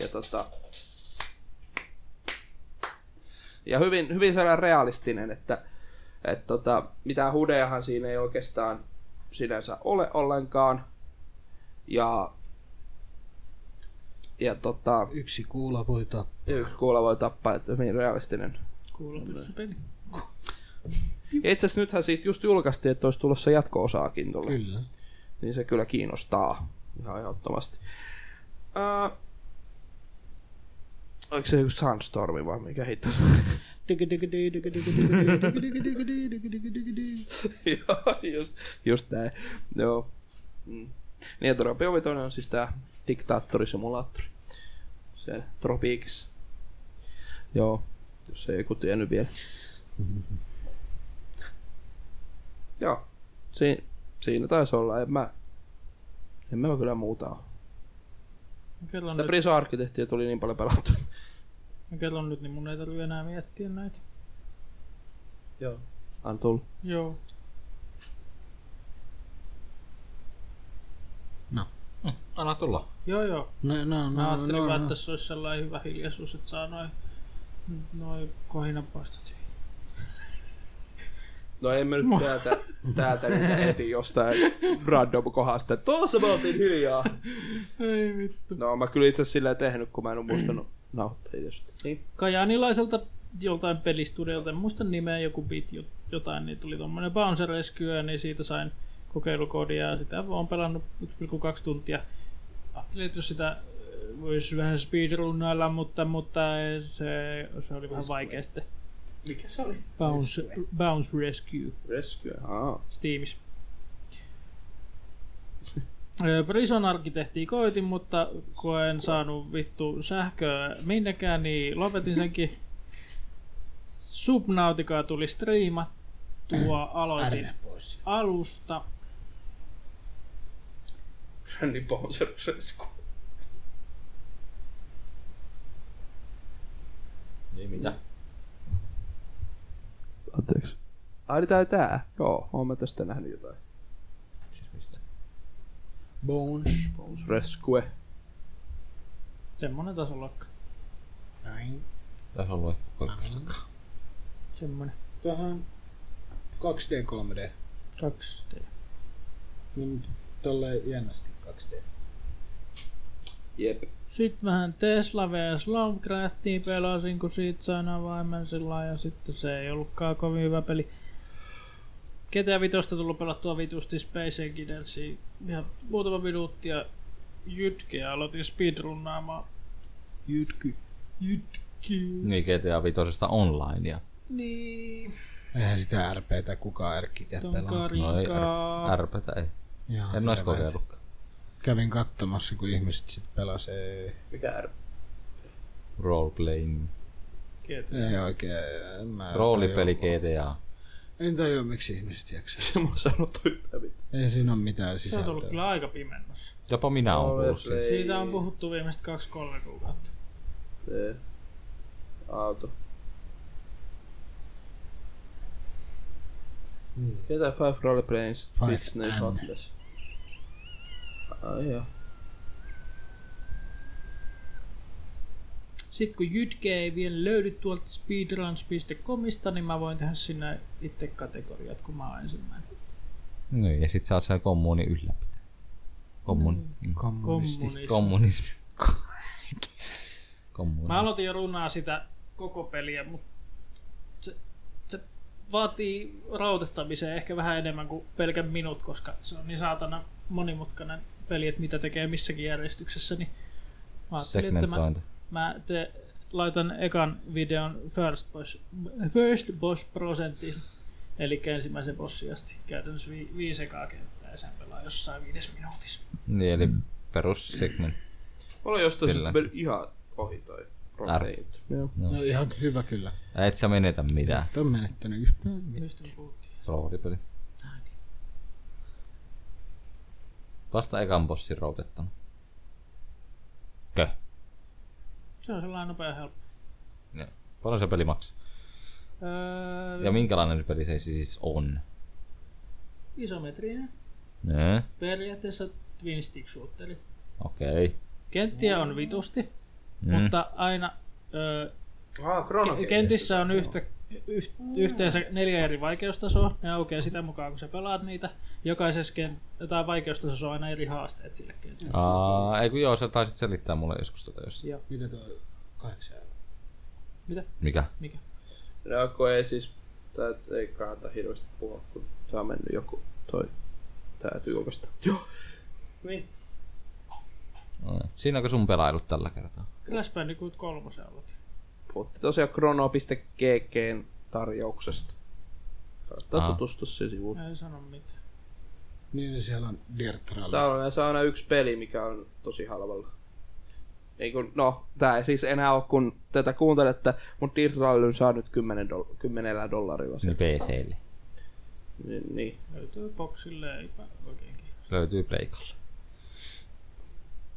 Speaker 3: ja tota, ja hyvin, hyvin sellainen realistinen, että et tota, mitään hudeahan siinä ei oikeastaan sinänsä ole ollenkaan. Ja, ja tota,
Speaker 9: Yksi kuula voi tappaa.
Speaker 3: yksi kuulla voi tappaa, että hyvin realistinen.
Speaker 2: Kuulopyssy peli.
Speaker 3: Ja itse asiassa nythän siitä just julkaistiin, että olisi tulossa jatko-osaakin tuolle.
Speaker 9: Kyllä.
Speaker 3: Niin se kyllä kiinnostaa ihan ehdottomasti. Ää, oliko se joku Sandstormi vai mikä hitto se on? Joo, just, just näin. Joo. Mm. Niin ja Tropio Vitoinen on siis tää diktaattorisimulaattori. Se Tropiikissa. Joo, jos ei joku tiennyt vielä. Joo, si- siinä taisi olla. En mä, en mä kyllä muuta oo.
Speaker 2: Kello on,
Speaker 3: Sitä
Speaker 2: nyt,
Speaker 3: Priso Arkkitehtiä tuli niin paljon pelattu.
Speaker 2: kello on nyt, niin mun ei tarvi enää miettiä näitä.
Speaker 3: An tullut.
Speaker 2: Joo.
Speaker 6: Anna tulla.
Speaker 2: Joo joo.
Speaker 9: No, no,
Speaker 2: Mä
Speaker 9: no,
Speaker 2: ajattelin
Speaker 9: no,
Speaker 2: vaan,
Speaker 9: no,
Speaker 2: että tässä olisi sellainen hyvä hiljaisuus, että saa noin noi kohinan poistot.
Speaker 3: No emme nyt täältä, täältä niitä heti jostain random kohdasta. Tuossa me oltiin hiljaa.
Speaker 2: Ei vittu.
Speaker 3: No mä kyllä itse asiassa silleen tehnyt, kun mä en ole muistanut nauhoittaa itsestä. Niin.
Speaker 2: Kajaanilaiselta joltain pelistudiolta, en muista nimeä, joku bit jo- jotain, niin tuli tommonen Bouncer Rescue, niin siitä sain kokeilukoodia ja sitä on pelannut 1,2 tuntia. Ajattelin, että jos sitä voisi vähän speedrunnailla, mutta, mutta ei, se, se oli vähän vaikea sitten.
Speaker 3: Mikä se oli?
Speaker 2: Bounce, Bounce Rescue.
Speaker 3: Rescue. Aa.
Speaker 2: Steamissa. Öö, Prison arkkitehtiä koitin, mutta kun en saanut vittu sähköä minnekään, niin lopetin senkin. Subnautikaa tuli striimattua, aloitin
Speaker 9: Ärnä pois.
Speaker 2: alusta.
Speaker 3: Granny Bouncer Rescue.
Speaker 6: Niin mitä?
Speaker 3: Anteeksi. Ai tää tää. Joo, oon mä tästä nähnyt jotain.
Speaker 6: Siis mistä?
Speaker 9: Bones.
Speaker 3: Bounce Rescue.
Speaker 2: Semmonen tasolokka.
Speaker 9: Näin.
Speaker 6: Tässä on luekku koko
Speaker 2: Semmonen.
Speaker 9: Tähän 2D, 3D.
Speaker 2: 2D.
Speaker 9: Niin tolleen jännästi 2D.
Speaker 3: Jep.
Speaker 2: Sitten vähän Tesla vs. Lovecraftia pelasin, kun siitä sain avaimen sillä ja sitten se ei ollutkaan kovin hyvä peli. GTA Vitosta tullut pelattua vitusti Space Engineersia ihan muutama minuutti ja jytkeä aloitin speedrunnaamaan. Jytky. Jytky.
Speaker 6: Niin GTA Vitosesta onlinea.
Speaker 2: Niin.
Speaker 5: Eihän sitä RPtä kukaan RPtä pelaa.
Speaker 6: No ei,
Speaker 2: Tonkarinkaa.
Speaker 6: RPtä ei.
Speaker 5: Jaa,
Speaker 6: En ois
Speaker 5: hyvä.
Speaker 6: kokeillutkaan.
Speaker 5: Kävin katsomassa, kun ihmiset sit pelasee.
Speaker 3: Mikä R?
Speaker 6: Roleplaying.
Speaker 5: Ei oikein. en Mä
Speaker 6: Roolipeli GTA.
Speaker 5: tajua- En tajua, miksi ihmiset jaksaa.
Speaker 3: Se mulla sanottu yhtään mitään.
Speaker 5: Ei siinä ole mitään
Speaker 2: Se on tullut
Speaker 5: sisältöä.
Speaker 2: kyllä aika pimennossa.
Speaker 6: Jopa minä oon kuullut siitä.
Speaker 2: Siitä on puhuttu viimeiset 2-3 kuukautta.
Speaker 3: Se. Auto. Ketä Niin, Five Roleplays
Speaker 5: Five
Speaker 3: Disney
Speaker 5: M.
Speaker 3: Hotness? Ai joo.
Speaker 2: Sitten kun Jytke ei vielä löydy tuolta speedruns.comista, niin mä voin tehdä sinne itse kategoriat, kun mä oon ensimmäinen.
Speaker 6: Niin, ja sit sä oot sen kommuni ylläpitää. Kommuni. Mm.
Speaker 2: Kommunisti.
Speaker 6: Kommunismi. Kommunismi.
Speaker 2: Mä aloitin jo runnaa sitä koko peliä, mutta se, se vaatii rautettamiseen ehkä vähän enemmän kuin pelkän minut, koska se on niin saatana monimutkainen peli, että mitä tekee missäkin järjestyksessä, niin mä ajattelin, että mä,
Speaker 4: Segmentointi.
Speaker 2: mä te, laitan ekan videon First Boss, first boss prosentin, eli ensimmäisen bossin asti käytännössä vi, viisi ekaa kenttää ja sen pelaa jossain viides minuutissa.
Speaker 4: Niin, eli perussegment.
Speaker 3: Mulla on jostain
Speaker 4: Kyllä.
Speaker 3: sitten mennyt ihan ohi toi Rockdale.
Speaker 5: No ihan hyvä kyllä.
Speaker 4: Et sä menetä mitään.
Speaker 5: Et on menettänyt yhtään mitään.
Speaker 2: Mistä me puhuttiin?
Speaker 4: Roolipeli. Vasta ekan bossin routettanut. Kö?
Speaker 2: Se on sellainen nopea ja helppo.
Speaker 4: Joo. Paljon se peli maksaa?
Speaker 2: Öö,
Speaker 4: Ja minkälainen peli se siis on?
Speaker 2: isometrinen.
Speaker 4: Nää,
Speaker 2: Periaatteessa twin stick shooteri.
Speaker 4: okei. Okay.
Speaker 2: Kenttiä on vitusti, mm. mutta aina öö, ö,
Speaker 3: Ah, Chrono
Speaker 2: ke-
Speaker 3: Trigger.
Speaker 2: kentissä on yhtä, yh, yhteensä neljä eri vaikeustasoa. Ne aukeaa sitä mukaan, kun sä pelaat niitä. Jokaisessa ken- tai vaikeustasossa on aina eri haasteet sille kentälle.
Speaker 4: Aa, ei kun joo, sä taisit selittää mulle joskus tätä jos...
Speaker 2: Joo.
Speaker 5: Mitä toi kahdeksan euroa? Mm.
Speaker 2: Mitä?
Speaker 4: Mikä?
Speaker 2: Mikä?
Speaker 3: Jaakko ei siis, tää et- ei kannata hirveästi puhua, kun tää on mennyt joku toi, täytyy julkaista. Joo. Niin.
Speaker 4: No, Siinäkö sun pelailut tällä kertaa?
Speaker 2: Crash Bandicoot 3 aloitin.
Speaker 3: Puhutti tosiaan chrono.ggn tarjouksesta. Saattaa
Speaker 4: Aha.
Speaker 3: tutustua se sivuun.
Speaker 2: Mä en sano mitään.
Speaker 5: Niin siellä on Dirt Rally.
Speaker 3: Tää on yleensä aina yksi peli, mikä on tosi halvalla. Niin kun, no, tää ei siis enää ole, kun tätä kuuntelette, mutta Dirrallyn saa nyt 10 doll- 10 dollarilla sen.
Speaker 4: Niin PClle.
Speaker 3: Niin. niin.
Speaker 2: Löytyy boxille, eipä oikeinkin.
Speaker 4: Se löytyy Pleikalla.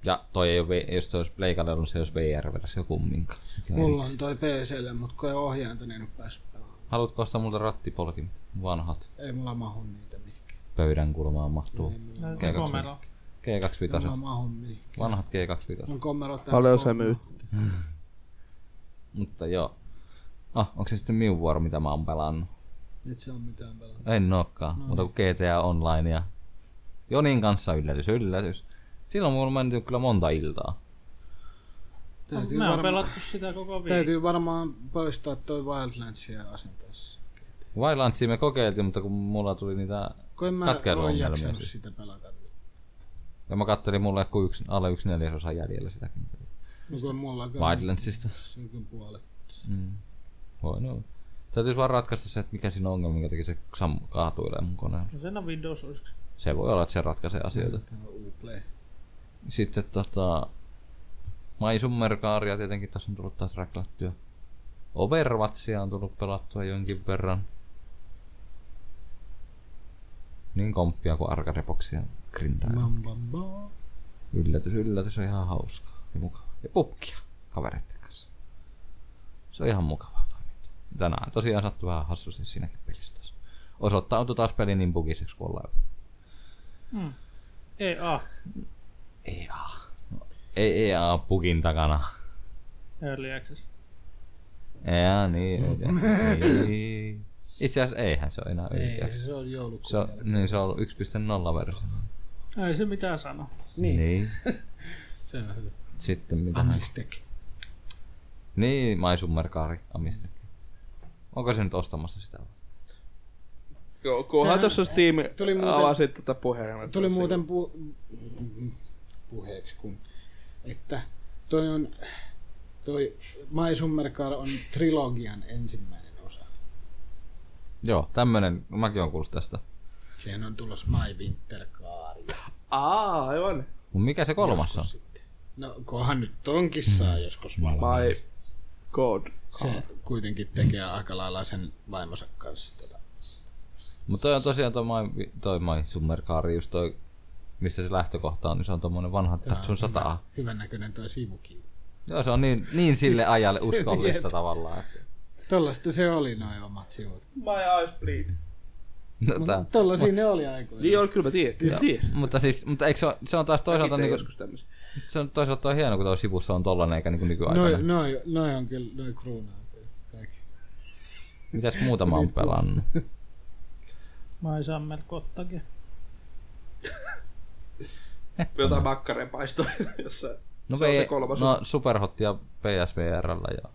Speaker 4: Ja toi ei ole, V- jos toi olisi Pleikalle ollut, se ei olisi VR-versio kumminkaan. Sekin on
Speaker 5: Mulla
Speaker 4: erikseen.
Speaker 5: on toi PClle, mutta kun ei ohjainta, niin en oo päässyt pelaamaan.
Speaker 4: Haluatko ostaa multa rattipolkin? Vanhat.
Speaker 5: Ei mulla mahu niitä mihinkään.
Speaker 4: Pöydän kulmaan mahtuu.
Speaker 2: Löytyy
Speaker 4: kaksi.
Speaker 2: komero.
Speaker 5: Ei mulla
Speaker 4: G25.
Speaker 5: mahu mihinkään.
Speaker 4: Vanhat G25.
Speaker 5: Mun komero tää
Speaker 3: Paljon
Speaker 5: koko-
Speaker 3: se myy?
Speaker 4: Mutta joo. Ah, onko se sitten minun vuoro, mitä mä oon pelannut?
Speaker 5: Nyt se on mitään pelannut.
Speaker 4: En ookaan, no. mutta kun GTA Online ja Jonin kanssa yllätys, yllätys. Silloin mulla on mennyt kyllä monta iltaa.
Speaker 5: Täytyy,
Speaker 2: Me on
Speaker 5: varma,
Speaker 2: pelattu sitä koko viikon.
Speaker 5: täytyy varmaan poistaa toi Wildlandsia asenteessa.
Speaker 4: Wildlandsia me kokeiltiin, mutta kun mulla tuli niitä...
Speaker 5: Kun en mä oo
Speaker 4: Katkailuongelmia
Speaker 5: jaksanut
Speaker 4: siis.
Speaker 5: sitä pelata. nyt.
Speaker 4: Ja mä kattelin mulle kun yksi, alle yksi neljäsosa jäljellä sitäkin.
Speaker 5: No kun mulla on
Speaker 4: Wildlandsista.
Speaker 5: synkin puolet.
Speaker 4: Mm. Voi no. Täytyis vaan ratkaista se, että mikä siinä on ongelma, minkä takia se sam- kaatuilee mun koneella.
Speaker 2: No sen on Windows 1.
Speaker 4: Se voi olla, että se ratkaisee asioita.
Speaker 5: Tämä on Uplay.
Speaker 4: Sitten tota... Maisummerkaaria tietenkin tässä on tullut taas räklättyä. Overwatchia on tullut pelattua jonkin verran. Niin komppia kuin arcadeboksia grindaa.
Speaker 5: Mamba ba.
Speaker 4: Yllätys, yllätys on ihan hauskaa ja mukavaa. Ja pupkia kavereiden kanssa. Se on ihan mukavaa toimintaa. Tänään tosiaan sattui vähän hassusti siinäkin pelissä taas. Osoittautui taas peli niin bugiseksi kuin ollaan.
Speaker 2: EA.
Speaker 5: E
Speaker 4: EA. No, Ei EA on bugin takana.
Speaker 2: Early Access.
Speaker 4: Jaa, niin. ei- ei. Itse asiassa eihän se ole enää
Speaker 5: Ei,
Speaker 4: ylikäs.
Speaker 5: se on joulukuun.
Speaker 4: Se on, niin se on ollut 1.0 versio.
Speaker 2: Ei se mitään sano.
Speaker 4: Niin. niin.
Speaker 5: Se on hyvä.
Speaker 4: Sitten mitä
Speaker 5: Amistek.
Speaker 4: Niin, Maisummerkaari, Amistek. Onko se nyt ostamassa sitä? vai?
Speaker 3: Joo, kunhan
Speaker 5: Sehän-
Speaker 3: tuossa Steam
Speaker 5: tuli muuten-
Speaker 3: avasit tätä tuota puhelimen.
Speaker 5: Tuli muuten pu- puheeksi, kun, että toi on, toi My Summer Car on trilogian ensimmäinen osa.
Speaker 4: Joo, tämmönen, no mäkin oon kuullut tästä.
Speaker 5: Siihen on tulossa My Winter Car. ja
Speaker 3: Aa, aivan.
Speaker 4: Mut mikä se kolmas on?
Speaker 5: joskus sitten. No, kohan nyt tonkin
Speaker 4: Mm.
Speaker 5: saa joskus valmiin.
Speaker 3: My god.
Speaker 5: Se kuitenkin tekee aika lailla sen vaimonsa kanssa. Tuota.
Speaker 4: Mutta toi on tosiaan toi, my, toi my Summerkaari, just toi, mistä se lähtökohta on, niin se on tommonen vanha Datsun 100.
Speaker 5: Hyvän näköinen toi sivukin.
Speaker 4: Joo, se on niin,
Speaker 3: Siis
Speaker 4: niin sille ajalle uskollista tavallaan. että-
Speaker 5: Tällaista se oli noin omat sivut.
Speaker 3: My eyes bleed.
Speaker 4: No, tää-
Speaker 5: Tällaisia ne oli aikoina.
Speaker 3: Niin on, kyllä mä tiedän. Kyllä mä tiedän.
Speaker 4: mutta siis, mutta eikö se, ole- se on taas toisaalta,
Speaker 3: Toisaalta
Speaker 4: niinku,
Speaker 3: joskus No, tämmöisiä.
Speaker 4: se on toisaalta toi hieno, kun tuo sivussa on tollanen eikä niinku nykyaikainen.
Speaker 5: Noin, noin, noin on kyllä, noin kruunaa. kyllä kaikki.
Speaker 4: Mitäs muuta mä oon
Speaker 3: Niin.
Speaker 4: pelannut?
Speaker 2: Mä en saa meiltä kottakin.
Speaker 3: Jotain makkareen paistoa jossain.
Speaker 4: No,
Speaker 3: Se on
Speaker 4: vei-
Speaker 3: se kolmas
Speaker 4: no Superhottia PSVRllä ja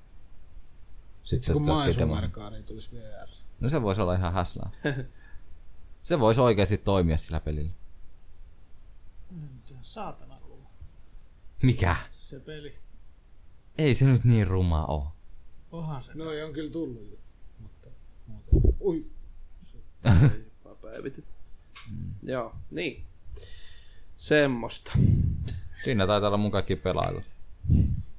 Speaker 4: Sitten
Speaker 5: Kun
Speaker 4: se pökkii
Speaker 5: Main
Speaker 4: demon.
Speaker 5: Markaa, niin tulisi VR.
Speaker 4: No se voisi olla ihan häslää. se voisi oikeasti toimia sillä pelillä.
Speaker 2: Mitä Saatana ruma.
Speaker 4: Mikä?
Speaker 2: Se peli.
Speaker 4: Ei se nyt niin ruma oo.
Speaker 2: Onhan se.
Speaker 5: No ei on kyllä tullut jo.
Speaker 3: Vaan päivitet. Joo, niin. Semmosta.
Speaker 4: Siinä taitaa olla mun kaikki pelailu.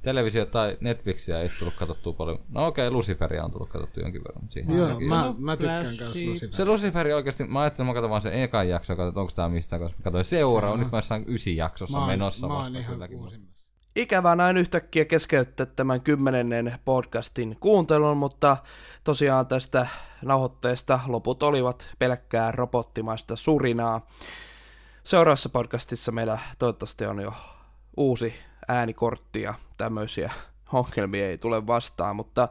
Speaker 4: Televisio tai Netflixiä ei tullut katsottua paljon. No okei, okay, Luciferia on tullut katsottua jonkin verran. Mutta siihen
Speaker 5: Joo,
Speaker 4: ainakin-
Speaker 5: mä, mä tykkään
Speaker 2: Flashi.
Speaker 5: kans Lucifer.
Speaker 4: Se Luciferi oikeasti, mä ajattelin, että mä katson vaan sen ekan jakson, katson, että onko tää mistään, koska mä katsoin seuraava, nyt mä saan ysi jaksossa
Speaker 5: Mä oon-
Speaker 4: menossa
Speaker 5: mä oon
Speaker 4: vasta
Speaker 5: ihan
Speaker 4: kylläkin. mutta-
Speaker 5: uusimmassa.
Speaker 3: Ikävää näin yhtäkkiä keskeyttää tämän kymmenennen podcastin kuuntelun, mutta tosiaan tästä nauhoitteesta loput olivat pelkkää robottimaista surinaa. Seuraavassa podcastissa meillä toivottavasti on jo uusi äänikortti ja tämmöisiä ongelmia ei tule vastaan, mutta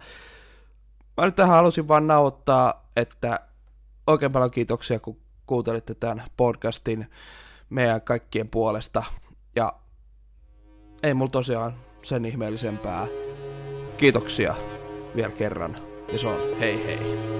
Speaker 3: mä nyt tähän halusin vaan nauhoittaa, että oikein paljon kiitoksia, kun kuuntelitte tämän podcastin meidän kaikkien puolesta. Ja ei mulla tosiaan sen ihmeellisempää. Kiitoksia vielä kerran ja se on hei hei.